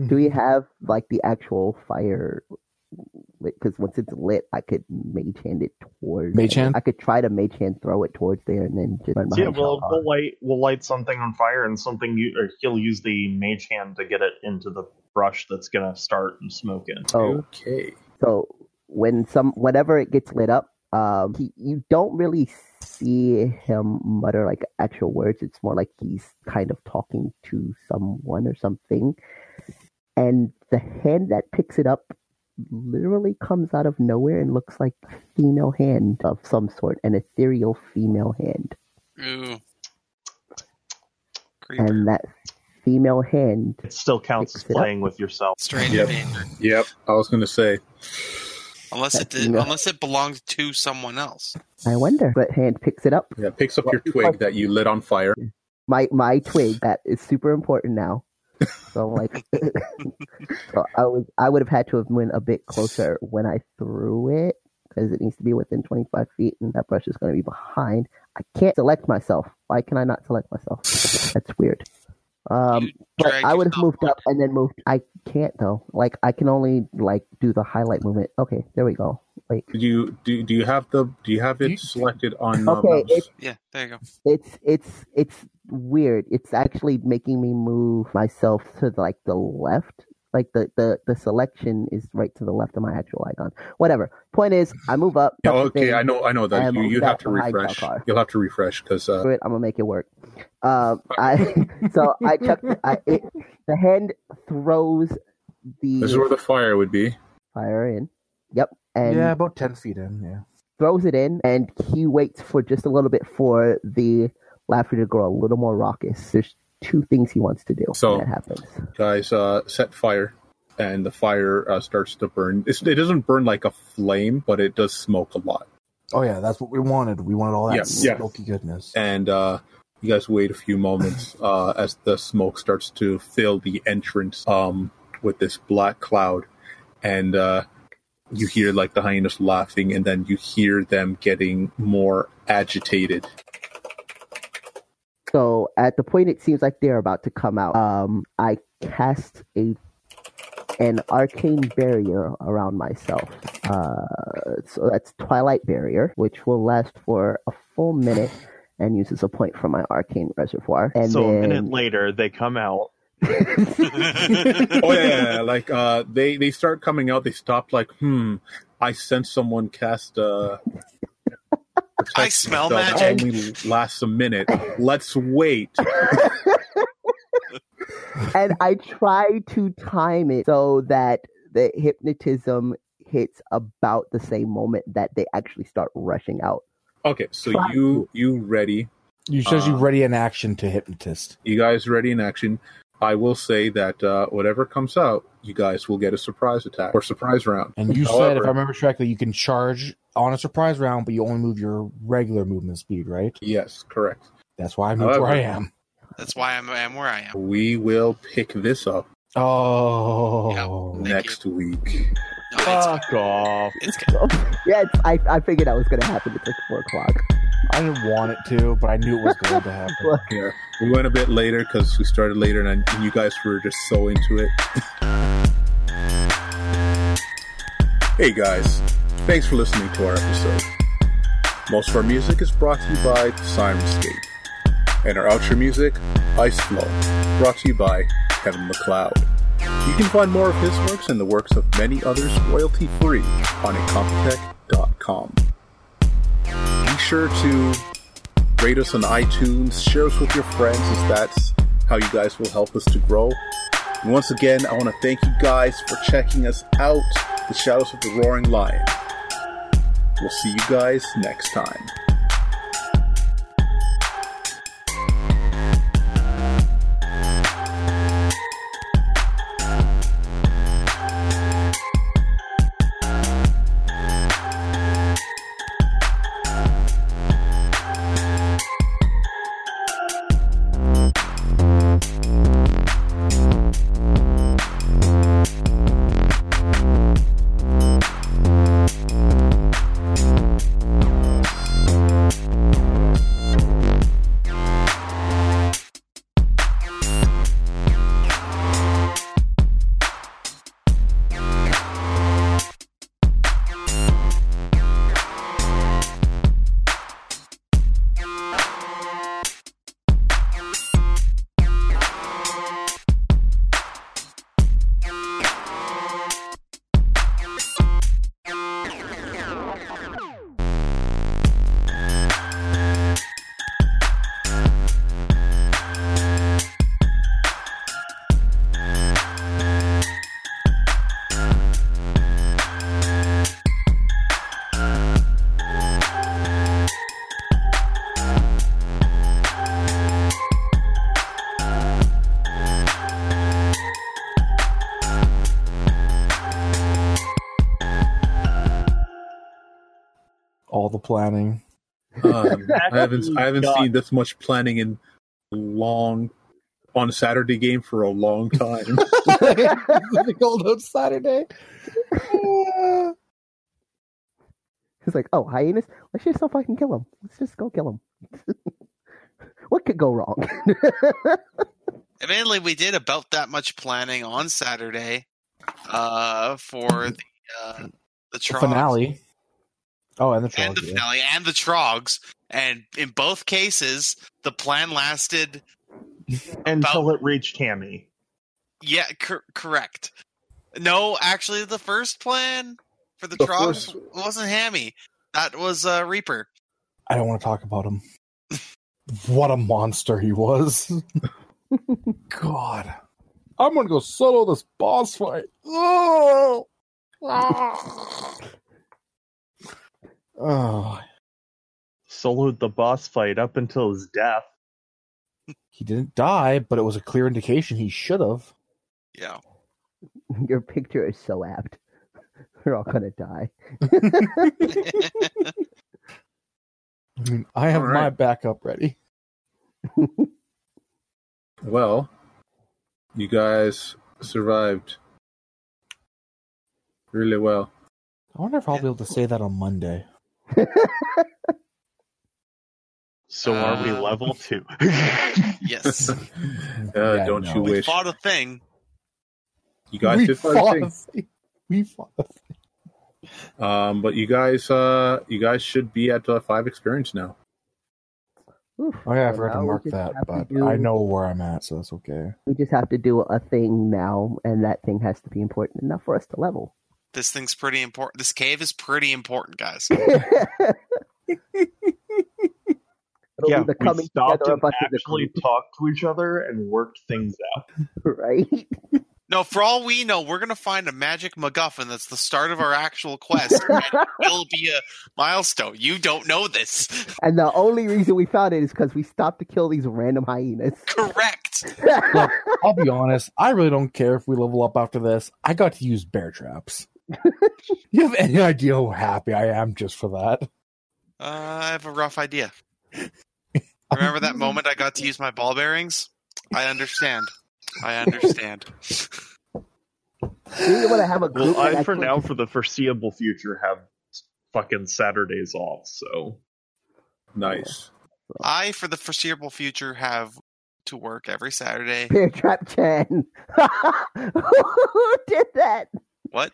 Speaker 4: do we have like the actual fire? Because once it's lit, I could mage hand it towards.
Speaker 8: Mage hand?
Speaker 4: I could try to mage hand throw it towards there, and then just run
Speaker 6: yeah,
Speaker 4: behind
Speaker 6: we'll,
Speaker 4: Telgar.
Speaker 6: we'll light we'll light something on fire and something you or he'll use the mage hand to get it into the brush that's gonna start and smoke in.
Speaker 4: Oh,
Speaker 5: Okay.
Speaker 4: So when some whenever it gets lit up, um, he, you don't really see him mutter like actual words. It's more like he's kind of talking to someone or something, and the hand that picks it up literally comes out of nowhere and looks like a female hand of some sort, an ethereal female hand,
Speaker 2: Ooh. Creeper.
Speaker 4: and that female hand
Speaker 6: It still counts as
Speaker 4: Mix it up.
Speaker 6: playing with yourself.
Speaker 2: Strange
Speaker 5: Yep.
Speaker 2: danger.
Speaker 5: Yep. I was going to say.
Speaker 2: Unless it did,
Speaker 4: Yeah.
Speaker 2: unless it belonged to someone else.
Speaker 4: I wonder, but hand picks it up.
Speaker 5: Yeah. Picks up your twig that you lit on fire.
Speaker 4: my my twig that is super important now. So I'm like, [laughs] so I was I would have had to have been a bit closer when I threw it because it needs to be within 25 feet, and that brush is going to be behind. I can't select myself. Why can I not select myself? That's weird. Um,
Speaker 2: You
Speaker 4: but
Speaker 2: dragged
Speaker 4: I would have
Speaker 2: yourself
Speaker 4: moved up and then moved. I can't though. Like I can only like do the highlight movement. Okay, there we go. Wait,
Speaker 5: Did you do? Do you have the? Do you have it selected on? uh,
Speaker 4: Okay,
Speaker 5: mouse?
Speaker 2: Yeah, there you go.
Speaker 4: it's it's it's weird. It's actually making me move myself to like the left. Like the the the selection is right to the left of my actual icon. Whatever. Point is, I move up.
Speaker 5: Yeah,
Speaker 4: touch the
Speaker 5: okay,
Speaker 4: thing,
Speaker 5: I know, I know
Speaker 4: I
Speaker 5: that
Speaker 4: am
Speaker 5: you, you
Speaker 4: back
Speaker 5: have to
Speaker 4: behind
Speaker 5: refresh.
Speaker 4: Valkar.
Speaker 5: You'll have to refresh because uh,
Speaker 4: Screw it, I'm gonna make it work. Um, I [laughs] so I chuck. I, it, the hand throws the
Speaker 5: this is where the fire would be.
Speaker 4: fire in. Yep, and
Speaker 8: yeah, about ten feet in. Yeah.
Speaker 4: throws it in, and he waits for just a little bit for the laughter to grow a little more raucous. There's two things he wants to do.
Speaker 5: So-
Speaker 4: when that happens.
Speaker 5: Guys, uh, set fire, and the fire uh, starts to burn. It's, it doesn't burn like a flame, but it does smoke a lot.
Speaker 8: Oh yeah, that's what we wanted. We wanted all that
Speaker 5: Yeah, yeah.
Speaker 8: smoky goodness.
Speaker 5: And uh, you guys wait a few
Speaker 4: [laughs]
Speaker 5: moments uh, as the smoke starts to fill the entrance um, with this black cloud, and uh, you hear like the hyenas laughing, and then you hear them getting more agitated.
Speaker 4: So at the point it seems like they're about to come out, um, I cast a an arcane barrier around myself. Uh, so that's Twilight Barrier, which will last for a full minute and uses a point from my arcane reservoir. And
Speaker 6: so a
Speaker 4: then,
Speaker 6: minute later they come out.
Speaker 5: oh yeah, yeah, yeah. like uh, they they start coming out. They stop. Like, hmm, I sense someone cast. Uh, protect
Speaker 2: I smell
Speaker 5: spell that
Speaker 2: magic.
Speaker 5: Only lasts a minute. Let's wait.
Speaker 4: and I try to time it so that the hypnotism hits about the same moment that they actually start rushing out.
Speaker 5: Okay, so you you ready?
Speaker 8: you says you
Speaker 5: uh,
Speaker 8: ready in action to hypnotist.
Speaker 5: You guys ready in action? I will say that uh, whatever comes out, you guys will get a surprise attack or surprise round.
Speaker 8: And you said, if
Speaker 5: however-
Speaker 8: I remember correctly, you can charge on a surprise round, but you only move your regular movement speed, right?
Speaker 5: Yes, correct.
Speaker 8: That's why I moved where I am.
Speaker 2: That's why I'm, I'm where I am.
Speaker 5: We will pick this up
Speaker 8: Oh,
Speaker 2: Thank
Speaker 5: next week.
Speaker 2: No, it's,
Speaker 6: Fuck off.
Speaker 2: it's,
Speaker 4: Yes, I, I figured that was going to happen at like 4 o'clock.
Speaker 8: I didn't want it to, but I knew it was going to happen.
Speaker 5: Yeah, we went a bit later because we started later, and, I, and you guys were just so into it. hey guys, thanks for listening to our episode. Most of our music is brought to you by Sirenscape, and our outro music, Ice Flow, brought to you by Kevin McLeod. You can find more of his works and the works of many others royalty free on incompetech.com. Be sure to rate us on iTunes, share us with your friends, as that's how you guys will help us to grow. And once again, I want to thank you guys for checking us out, The Shadows of the Roaring Lion. We'll see you guys next time.
Speaker 8: All the planning.
Speaker 5: Um,
Speaker 8: [laughs]
Speaker 5: I haven't I haven't seen this much planning in long on a Saturday game for a long
Speaker 8: [laughs]
Speaker 5: time.
Speaker 12: the Gold Oats Saturday.
Speaker 4: He's like, oh, hyenas? Let's just so fucking kill him. Let's just go kill him. [laughs] what could go wrong? [laughs]
Speaker 2: Admittedly, we did about that much planning on Saturday uh, for the uh, the trogs
Speaker 8: Finale. Oh, and the
Speaker 2: and the
Speaker 8: trilogy.
Speaker 2: finale and the trogs, and in both cases, the plan lasted.
Speaker 6: until it reached Tammy.
Speaker 2: Yeah, cor- correct. No, actually, the first plan for the,
Speaker 13: The
Speaker 2: trogs
Speaker 13: first-
Speaker 2: wasn't Hammy. That was uh, Reaper.
Speaker 8: I don't want to talk about him. what a monster
Speaker 4: [laughs]
Speaker 8: he was. God. I'm going to go solo this boss fight.
Speaker 12: Oh.
Speaker 4: Ah.
Speaker 12: oh.
Speaker 8: Ah.
Speaker 6: Soloed the boss fight up until his death.
Speaker 8: He didn't die, but it was a clear indication he should have.
Speaker 2: Yeah,
Speaker 4: Your picture is so apt. We're all gonna die.
Speaker 8: I mean, I have
Speaker 5: All right.
Speaker 8: my backup ready.
Speaker 5: well, you guys survived really well.
Speaker 8: I wonder if I'll be able to say that on Monday.
Speaker 6: So are we
Speaker 2: Uh.
Speaker 4: [laughs]
Speaker 6: level two?
Speaker 2: yes.
Speaker 5: Uh,
Speaker 8: Yeah,
Speaker 5: don't
Speaker 8: no.
Speaker 5: you
Speaker 2: we
Speaker 5: wish?
Speaker 2: fought a thing.
Speaker 5: You guys
Speaker 8: we
Speaker 5: did fight
Speaker 8: fought
Speaker 5: things.
Speaker 8: a thing. [laughs] We fought a thing.
Speaker 5: Um, but you guys, uh, you guys should be at uh, five experience now.
Speaker 4: Oof.
Speaker 8: Oh, yeah, I
Speaker 4: So
Speaker 8: forgot
Speaker 4: now
Speaker 8: to
Speaker 4: we
Speaker 8: mark
Speaker 4: just
Speaker 8: that,
Speaker 4: have to
Speaker 8: but
Speaker 4: do-
Speaker 8: I know where I'm at, so that's okay.
Speaker 4: We just have to do a thing now, and that thing has to be important enough for us to level. [laughs]
Speaker 2: This thing's pretty important. This cave is pretty important, guys.
Speaker 4: It'll
Speaker 6: yeah,
Speaker 4: be the
Speaker 6: we
Speaker 4: coming
Speaker 6: stopped
Speaker 4: together
Speaker 6: and
Speaker 4: of us as a
Speaker 6: actually
Speaker 4: group,
Speaker 6: talked to each other and worked things out.
Speaker 4: right? [laughs]
Speaker 2: No, for all we know, we're gonna find a magic MacGuffin that's the start of our actual quest. and it'll be a milestone. You don't know this. [laughs]
Speaker 4: And the only reason we found it is because we stopped to kill these random hyenas.
Speaker 2: Correct.
Speaker 8: I'll be honest. I really don't care if we level up after this. I got to use bear traps. you have any idea how happy I am just for that?
Speaker 2: Uh, I have a rough idea. Remember that moment I got to use my ball bearings? I understand. I understand.
Speaker 4: We want to have a group.
Speaker 6: Well, I
Speaker 4: that
Speaker 6: for
Speaker 4: actually-
Speaker 6: now, for the foreseeable future, have fucking Saturdays off. So
Speaker 5: Nice.
Speaker 2: I, for the foreseeable future, have to work every Saturday.
Speaker 4: Bear Trap Chan. [laughs] Who did that?
Speaker 2: What?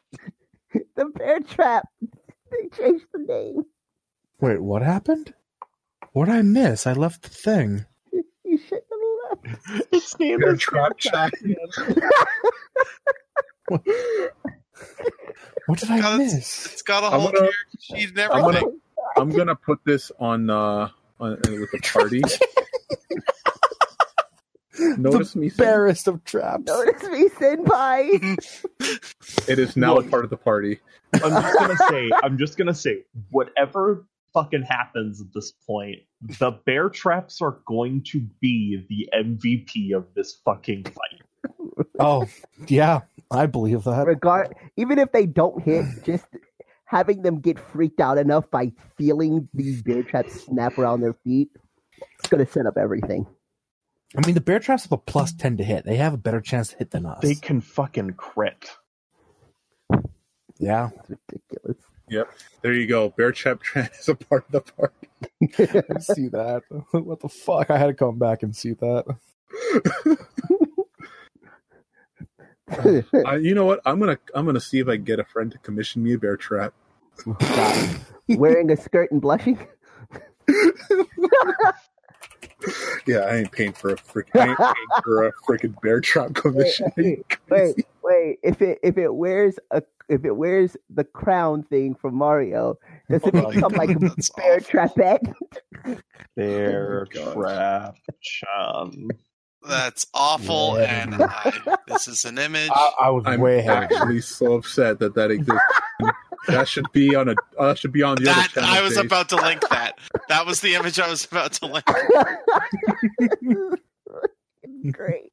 Speaker 4: The Bear Trap. They changed the name.
Speaker 8: Wait, what happened? What did I miss? I left the thing.
Speaker 4: You shouldn't have left.
Speaker 6: it's name
Speaker 5: Bear trap check.
Speaker 8: What did I
Speaker 2: God, it's-
Speaker 8: miss?
Speaker 2: It's got a
Speaker 5: I'm
Speaker 2: whole
Speaker 5: gonna-
Speaker 2: character sheet and
Speaker 5: I'm
Speaker 2: everything.
Speaker 5: gonna, I'm I'm gonna put this on uh on, with the party. Notice me. saying
Speaker 8: Barest of traps.
Speaker 4: [laughs] Notice me, Senpai.
Speaker 5: [laughs] It is now
Speaker 6: Look.
Speaker 5: a part of the party.
Speaker 6: I'm just gonna say, I'm just gonna say, whatever fucking happens at this point, the bear traps are going to be the MVP of this fucking fight.
Speaker 8: Oh, yeah, I believe that.
Speaker 4: Regard, even if they don't hit, just having them get freaked out enough by feeling these bear traps snap around their feet, it's gonna set up everything.
Speaker 8: I mean, the bear traps have a plus ten to hit. They have a better chance to hit than us.
Speaker 6: They can fucking crit.
Speaker 8: yeah,
Speaker 4: It's ridiculous.
Speaker 5: There you go. Bear Trap Tran is a part of the party.
Speaker 8: I see that. [laughs] What the fuck? I had to come back and see that.
Speaker 5: Uh, you know what? I'm gonna I'm gonna see if I can get a friend to commission me a bear trap.
Speaker 4: God. [laughs] Wearing a skirt and blushing.
Speaker 5: Yeah, I ain't paying for a freaking I ain't paying for a freaking bear trap commission.
Speaker 2: [laughs]
Speaker 4: Wait, wait. If it if it wears a if it wears the crown thing from Mario, does it
Speaker 5: [laughs]
Speaker 2: Oh my
Speaker 4: become like a
Speaker 2: God, that's
Speaker 4: bear
Speaker 2: awful. [laughs]
Speaker 4: trapette?
Speaker 6: Bear
Speaker 5: Oh my
Speaker 6: trap chum.
Speaker 2: That's awful. And I, this is an image.
Speaker 5: Uh,
Speaker 8: I, I was
Speaker 5: I'm
Speaker 8: way ahead. of you.
Speaker 5: actually so upset that that exists. that should be on a uh, that should be on the
Speaker 2: that
Speaker 5: other channel.
Speaker 2: I was
Speaker 5: Dave.
Speaker 2: about to link that. That was the image I was about to link. [laughs]
Speaker 4: Great.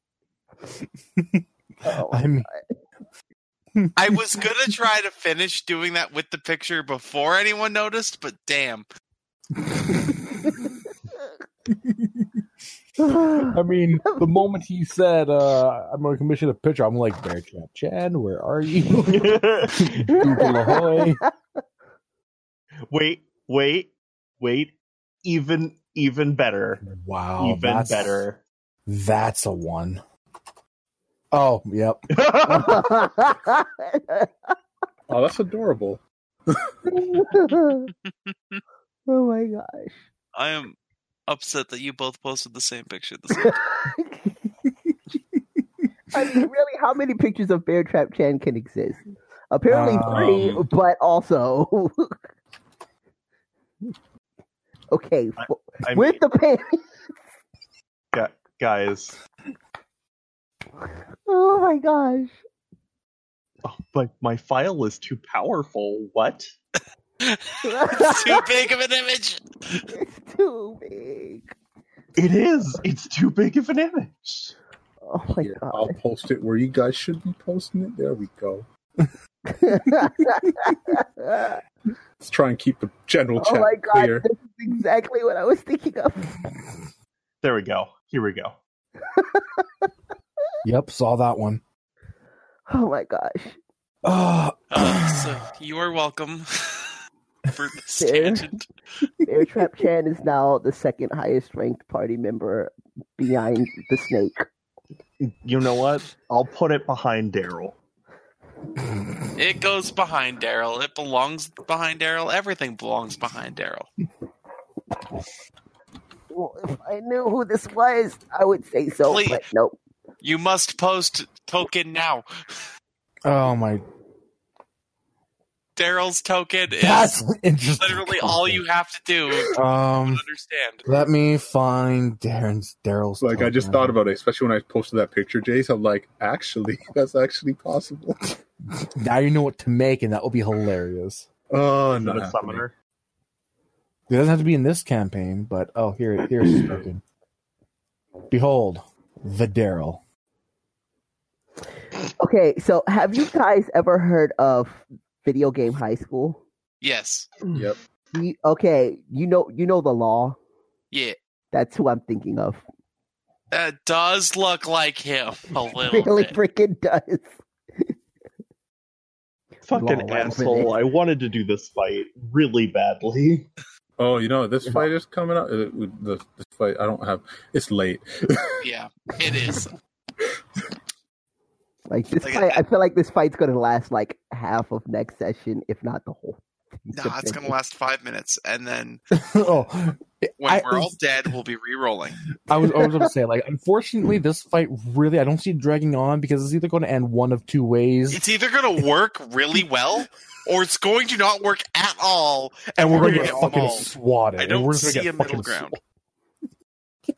Speaker 4: Oh,
Speaker 8: I mean,
Speaker 2: I was gonna try to finish doing that with the picture before anyone noticed, but damn.
Speaker 3: I mean, the moment he said, uh, "I'm going to commission a picture," I'm like, "Bear Trap Chan, where are
Speaker 8: [laughs]
Speaker 3: you?"
Speaker 5: [laughs]
Speaker 3: Google ahoy.
Speaker 6: wait, wait, wait. Even even better.
Speaker 8: Wow,
Speaker 6: even
Speaker 8: Oh, that's-
Speaker 6: better.
Speaker 8: That's a one. Oh, yep.
Speaker 5: Oh, that's adorable.
Speaker 4: [laughs] oh my gosh.
Speaker 2: I am upset that you both posted the same picture. at
Speaker 5: [laughs]
Speaker 2: The same time.
Speaker 4: [laughs] I mean, really, how many pictures of Bear Trap Chan can exist? Apparently three,
Speaker 5: Um.
Speaker 4: but also. [laughs] okay,
Speaker 6: I-
Speaker 4: f-
Speaker 6: I
Speaker 4: with
Speaker 6: mean,
Speaker 4: the pants.
Speaker 6: gu- guys.
Speaker 4: [laughs] Oh my gosh. [laughs]
Speaker 6: Oh, but my file is too powerful. What?
Speaker 2: It's too big of an image.
Speaker 4: it's too big.
Speaker 6: It is. It's too big of an image.
Speaker 4: Oh my
Speaker 5: Here,
Speaker 8: uh,
Speaker 4: [laughs]
Speaker 5: I'll post it where you guys should be posting it. There we go.
Speaker 4: god.
Speaker 5: Let's try and keep the general
Speaker 4: oh
Speaker 5: chat
Speaker 4: my god.
Speaker 5: clear.
Speaker 4: This is exactly what I was thinking of. [laughs]
Speaker 6: There we go. Here we go.
Speaker 8: Yep, saw that one. [sighs]
Speaker 4: Oh my gosh.
Speaker 8: Uh,
Speaker 2: Uh, so you are welcome [laughs] for this
Speaker 4: Fair.
Speaker 2: tangent.
Speaker 4: Bear Trap Chan is now the second highest ranked party member behind the snake.
Speaker 6: You know what? I'll put it behind Daryl.
Speaker 2: It goes behind Daryl. It belongs behind Daryl. Everything belongs behind Daryl.
Speaker 4: Well, if I knew who this was, I would say so,
Speaker 2: Please.
Speaker 4: but nope.
Speaker 2: You must post token now.
Speaker 8: oh my,
Speaker 2: Daryl's token is
Speaker 8: that's interesting.
Speaker 2: literally all you have to do to
Speaker 8: Um,
Speaker 2: understand.
Speaker 8: let me find Darren's Daryl's.
Speaker 5: Like I just
Speaker 8: token.
Speaker 5: thought about it, especially when I posted that picture, Jace. I'm like, actually, [laughs] that's actually
Speaker 8: [laughs]
Speaker 5: possible.
Speaker 8: Now you know what to make, and that will be hilarious.
Speaker 5: Oh,
Speaker 6: Is it
Speaker 5: no.
Speaker 6: a summoner?
Speaker 8: It doesn't have to be in this campaign, but oh, here, here's his token. Behold, the Daryl.
Speaker 4: Okay, so have you guys ever heard of video game high school?
Speaker 2: Yes.
Speaker 5: Yep.
Speaker 4: You- okay, you know you know the law.
Speaker 2: Yeah.
Speaker 4: That's who I'm thinking of.
Speaker 2: That does look like him a
Speaker 3: [laughs]
Speaker 2: little
Speaker 4: [laughs] Really
Speaker 2: bit.
Speaker 4: freaking does.
Speaker 6: Fucking
Speaker 4: Lol,
Speaker 6: asshole. I wanted to do this fight really badly.
Speaker 5: Oh, you know this fight is coming up. Uh, with the- This fight, I don't have. It's
Speaker 8: [laughs]
Speaker 5: late.
Speaker 2: Yeah, it is.
Speaker 4: Like this
Speaker 2: Like,
Speaker 4: fight,
Speaker 2: I-
Speaker 4: I feel like this fight's gonna last like half of next session, if not the whole
Speaker 2: nah, it's gonna last five minutes, and then
Speaker 3: [laughs] oh,
Speaker 2: when
Speaker 3: I-
Speaker 2: we're all dead, we'll be re-rolling.
Speaker 3: I was, I was going to say, like, unfortunately, this fight really, I don't see it dragging on because it's either going to end one of two ways,
Speaker 2: It's either gonna work really well, or it's going to not work at all.
Speaker 3: and we're going to
Speaker 2: We're
Speaker 3: get
Speaker 2: gonna
Speaker 3: fucking
Speaker 2: mauled.
Speaker 3: swatted.
Speaker 2: I
Speaker 3: and
Speaker 2: don't
Speaker 3: we're just gonna
Speaker 2: see a
Speaker 3: get
Speaker 2: middle
Speaker 3: fucking
Speaker 2: ground.
Speaker 3: sw-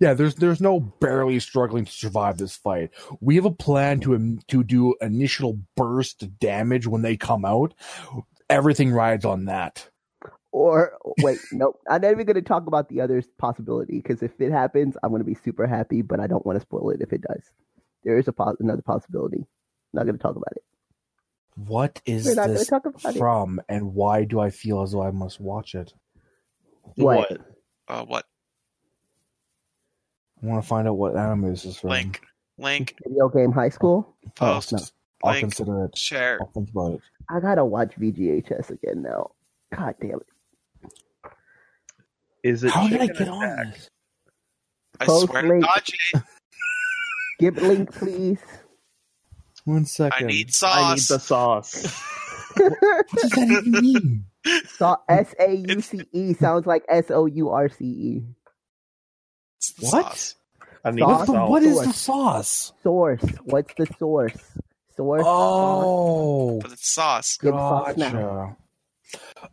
Speaker 3: yeah, there's there's no barely struggling to survive this fight. We have a plan to im- to do initial burst of damage when they come out. Everything rides on that.
Speaker 8: [laughs]
Speaker 4: Or wait, nope. I'm not even going to talk about the other possibility because if it happens, I'm going to be super happy, but I don't want to spoil it if it does. There is a pos- another possibility. not going to talk about it.
Speaker 8: What is
Speaker 4: We're not going to
Speaker 8: this
Speaker 4: talk about it.
Speaker 8: from, and why do I feel as though I must watch it?
Speaker 4: What?
Speaker 2: Uh, what
Speaker 8: I want to find out what anime this is from.
Speaker 2: link? Link
Speaker 4: Video game high school.
Speaker 8: Oh,
Speaker 2: post
Speaker 8: no. Oh, I'll
Speaker 2: link.
Speaker 8: consider it.
Speaker 2: share.
Speaker 8: I'll think about it.
Speaker 4: I gotta watch VGHS again now. God damn it!
Speaker 6: Is it
Speaker 8: How did I
Speaker 6: chicken
Speaker 8: get on
Speaker 6: attack?
Speaker 8: this?
Speaker 2: I
Speaker 4: Post
Speaker 2: swear
Speaker 4: link.
Speaker 2: to God, Jay,
Speaker 4: Give link, please. [laughs]
Speaker 8: One
Speaker 2: I
Speaker 8: second.
Speaker 2: need
Speaker 6: I need
Speaker 2: sauce.
Speaker 6: the sauce.
Speaker 8: What does that even mean?
Speaker 4: So S A U C E sounds like S O U R C E.
Speaker 2: It's the
Speaker 8: What?
Speaker 2: sauce.
Speaker 6: I need
Speaker 4: Sauce?
Speaker 6: the
Speaker 8: What, the,
Speaker 6: sauce.
Speaker 8: what is the sauce?
Speaker 4: Source. What's the source? Source.
Speaker 8: Oh,
Speaker 2: But it's sauce.
Speaker 4: Give sauce now.
Speaker 8: gotcha.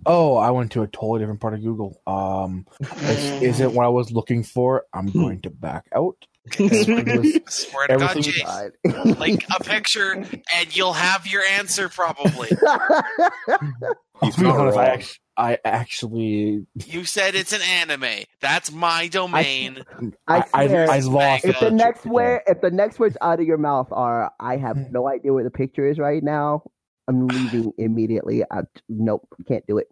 Speaker 8: Oh, I went to a totally different part of Google. Um,
Speaker 6: Mm.
Speaker 8: this isn't what I was looking for. I'm going to back out. [laughs] Everything was-
Speaker 2: I swear to God,
Speaker 8: Everything-
Speaker 2: Jay,
Speaker 4: God.
Speaker 2: link a picture, and you'll have your answer probably.
Speaker 8: I'll
Speaker 5: He's
Speaker 8: be
Speaker 5: not
Speaker 8: honest, I
Speaker 5: wrong.
Speaker 8: actually, I actually,
Speaker 2: You said it's an anime. That's my domain.
Speaker 4: [laughs] I
Speaker 8: I, I,
Speaker 4: swear.
Speaker 8: I lost.
Speaker 4: if
Speaker 2: uh,
Speaker 4: the
Speaker 8: it.
Speaker 4: next word, if the next words out of your mouth are, I have
Speaker 8: Hmm.
Speaker 4: no idea where the picture is right now.
Speaker 8: [sighs]
Speaker 4: I'm leaving immediately. I, nope, can't do it.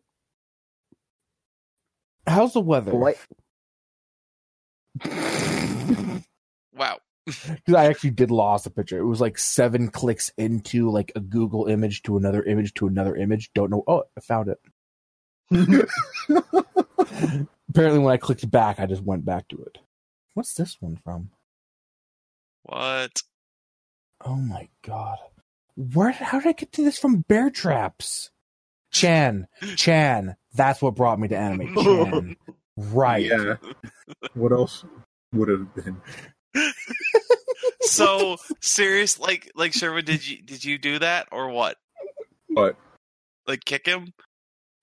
Speaker 8: how's the weather?
Speaker 4: Boy,
Speaker 2: Wow.
Speaker 8: Because I actually did lost the picture. It was like seven clicks into like a Google image to another image to another image. Don't know. Oh, I found it. Apparently, when I clicked back, I just went back to it. What's this one from?
Speaker 2: What?
Speaker 8: Oh my god. Where how did I get to this from bear traps? Chan. Chan. That's what brought me to anime. Chan. Right.
Speaker 5: Yeah.
Speaker 2: [laughs]
Speaker 5: What else would have been?
Speaker 2: So serious? Like, like Sherman? Did you did you do that or what?
Speaker 5: What?
Speaker 2: Like kick him?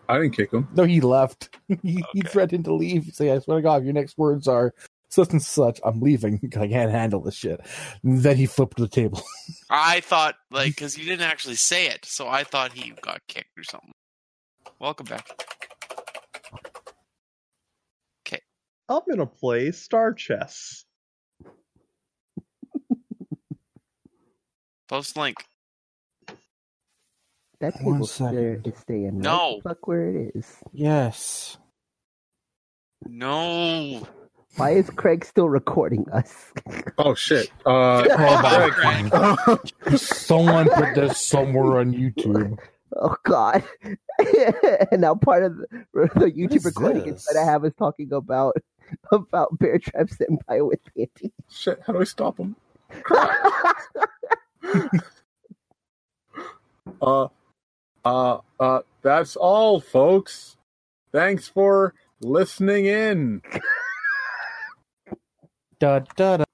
Speaker 5: I didn't kick him.
Speaker 8: No, he left. [laughs] he, he
Speaker 2: Okay.
Speaker 8: threatened to leave. He said, I swear to God, if your next words are such and such, I'm leaving [laughs] 'cause I can't handle this shit. Then he flipped the table.
Speaker 2: I thought like because you didn't actually say it, so I thought he got kicked or something. Welcome back.
Speaker 6: I'm gonna play Star Chess.
Speaker 2: Post link.
Speaker 4: that table
Speaker 8: One
Speaker 4: there
Speaker 8: second.
Speaker 4: is staying.
Speaker 2: No.
Speaker 4: right the fuck where it is.
Speaker 8: Yes.
Speaker 2: No.
Speaker 4: Why is Craig still recording us? [laughs]
Speaker 5: Oh shit. [laughs] Uh,
Speaker 8: Oh my
Speaker 2: Craig.
Speaker 8: God. Someone put this somewhere on YouTube.
Speaker 4: Oh God! [laughs] and now part of the, [laughs] the YouTube
Speaker 8: is
Speaker 4: recording is going
Speaker 8: this?
Speaker 4: to have us talking about [laughs] about Bear Trap Senpai with
Speaker 8: [laughs]
Speaker 4: [laughs] Andy.
Speaker 5: [laughs] shit. How do I stop him? Uh, uh, uh. That's all, folks. Thanks for listening in.
Speaker 8: Da, da, da.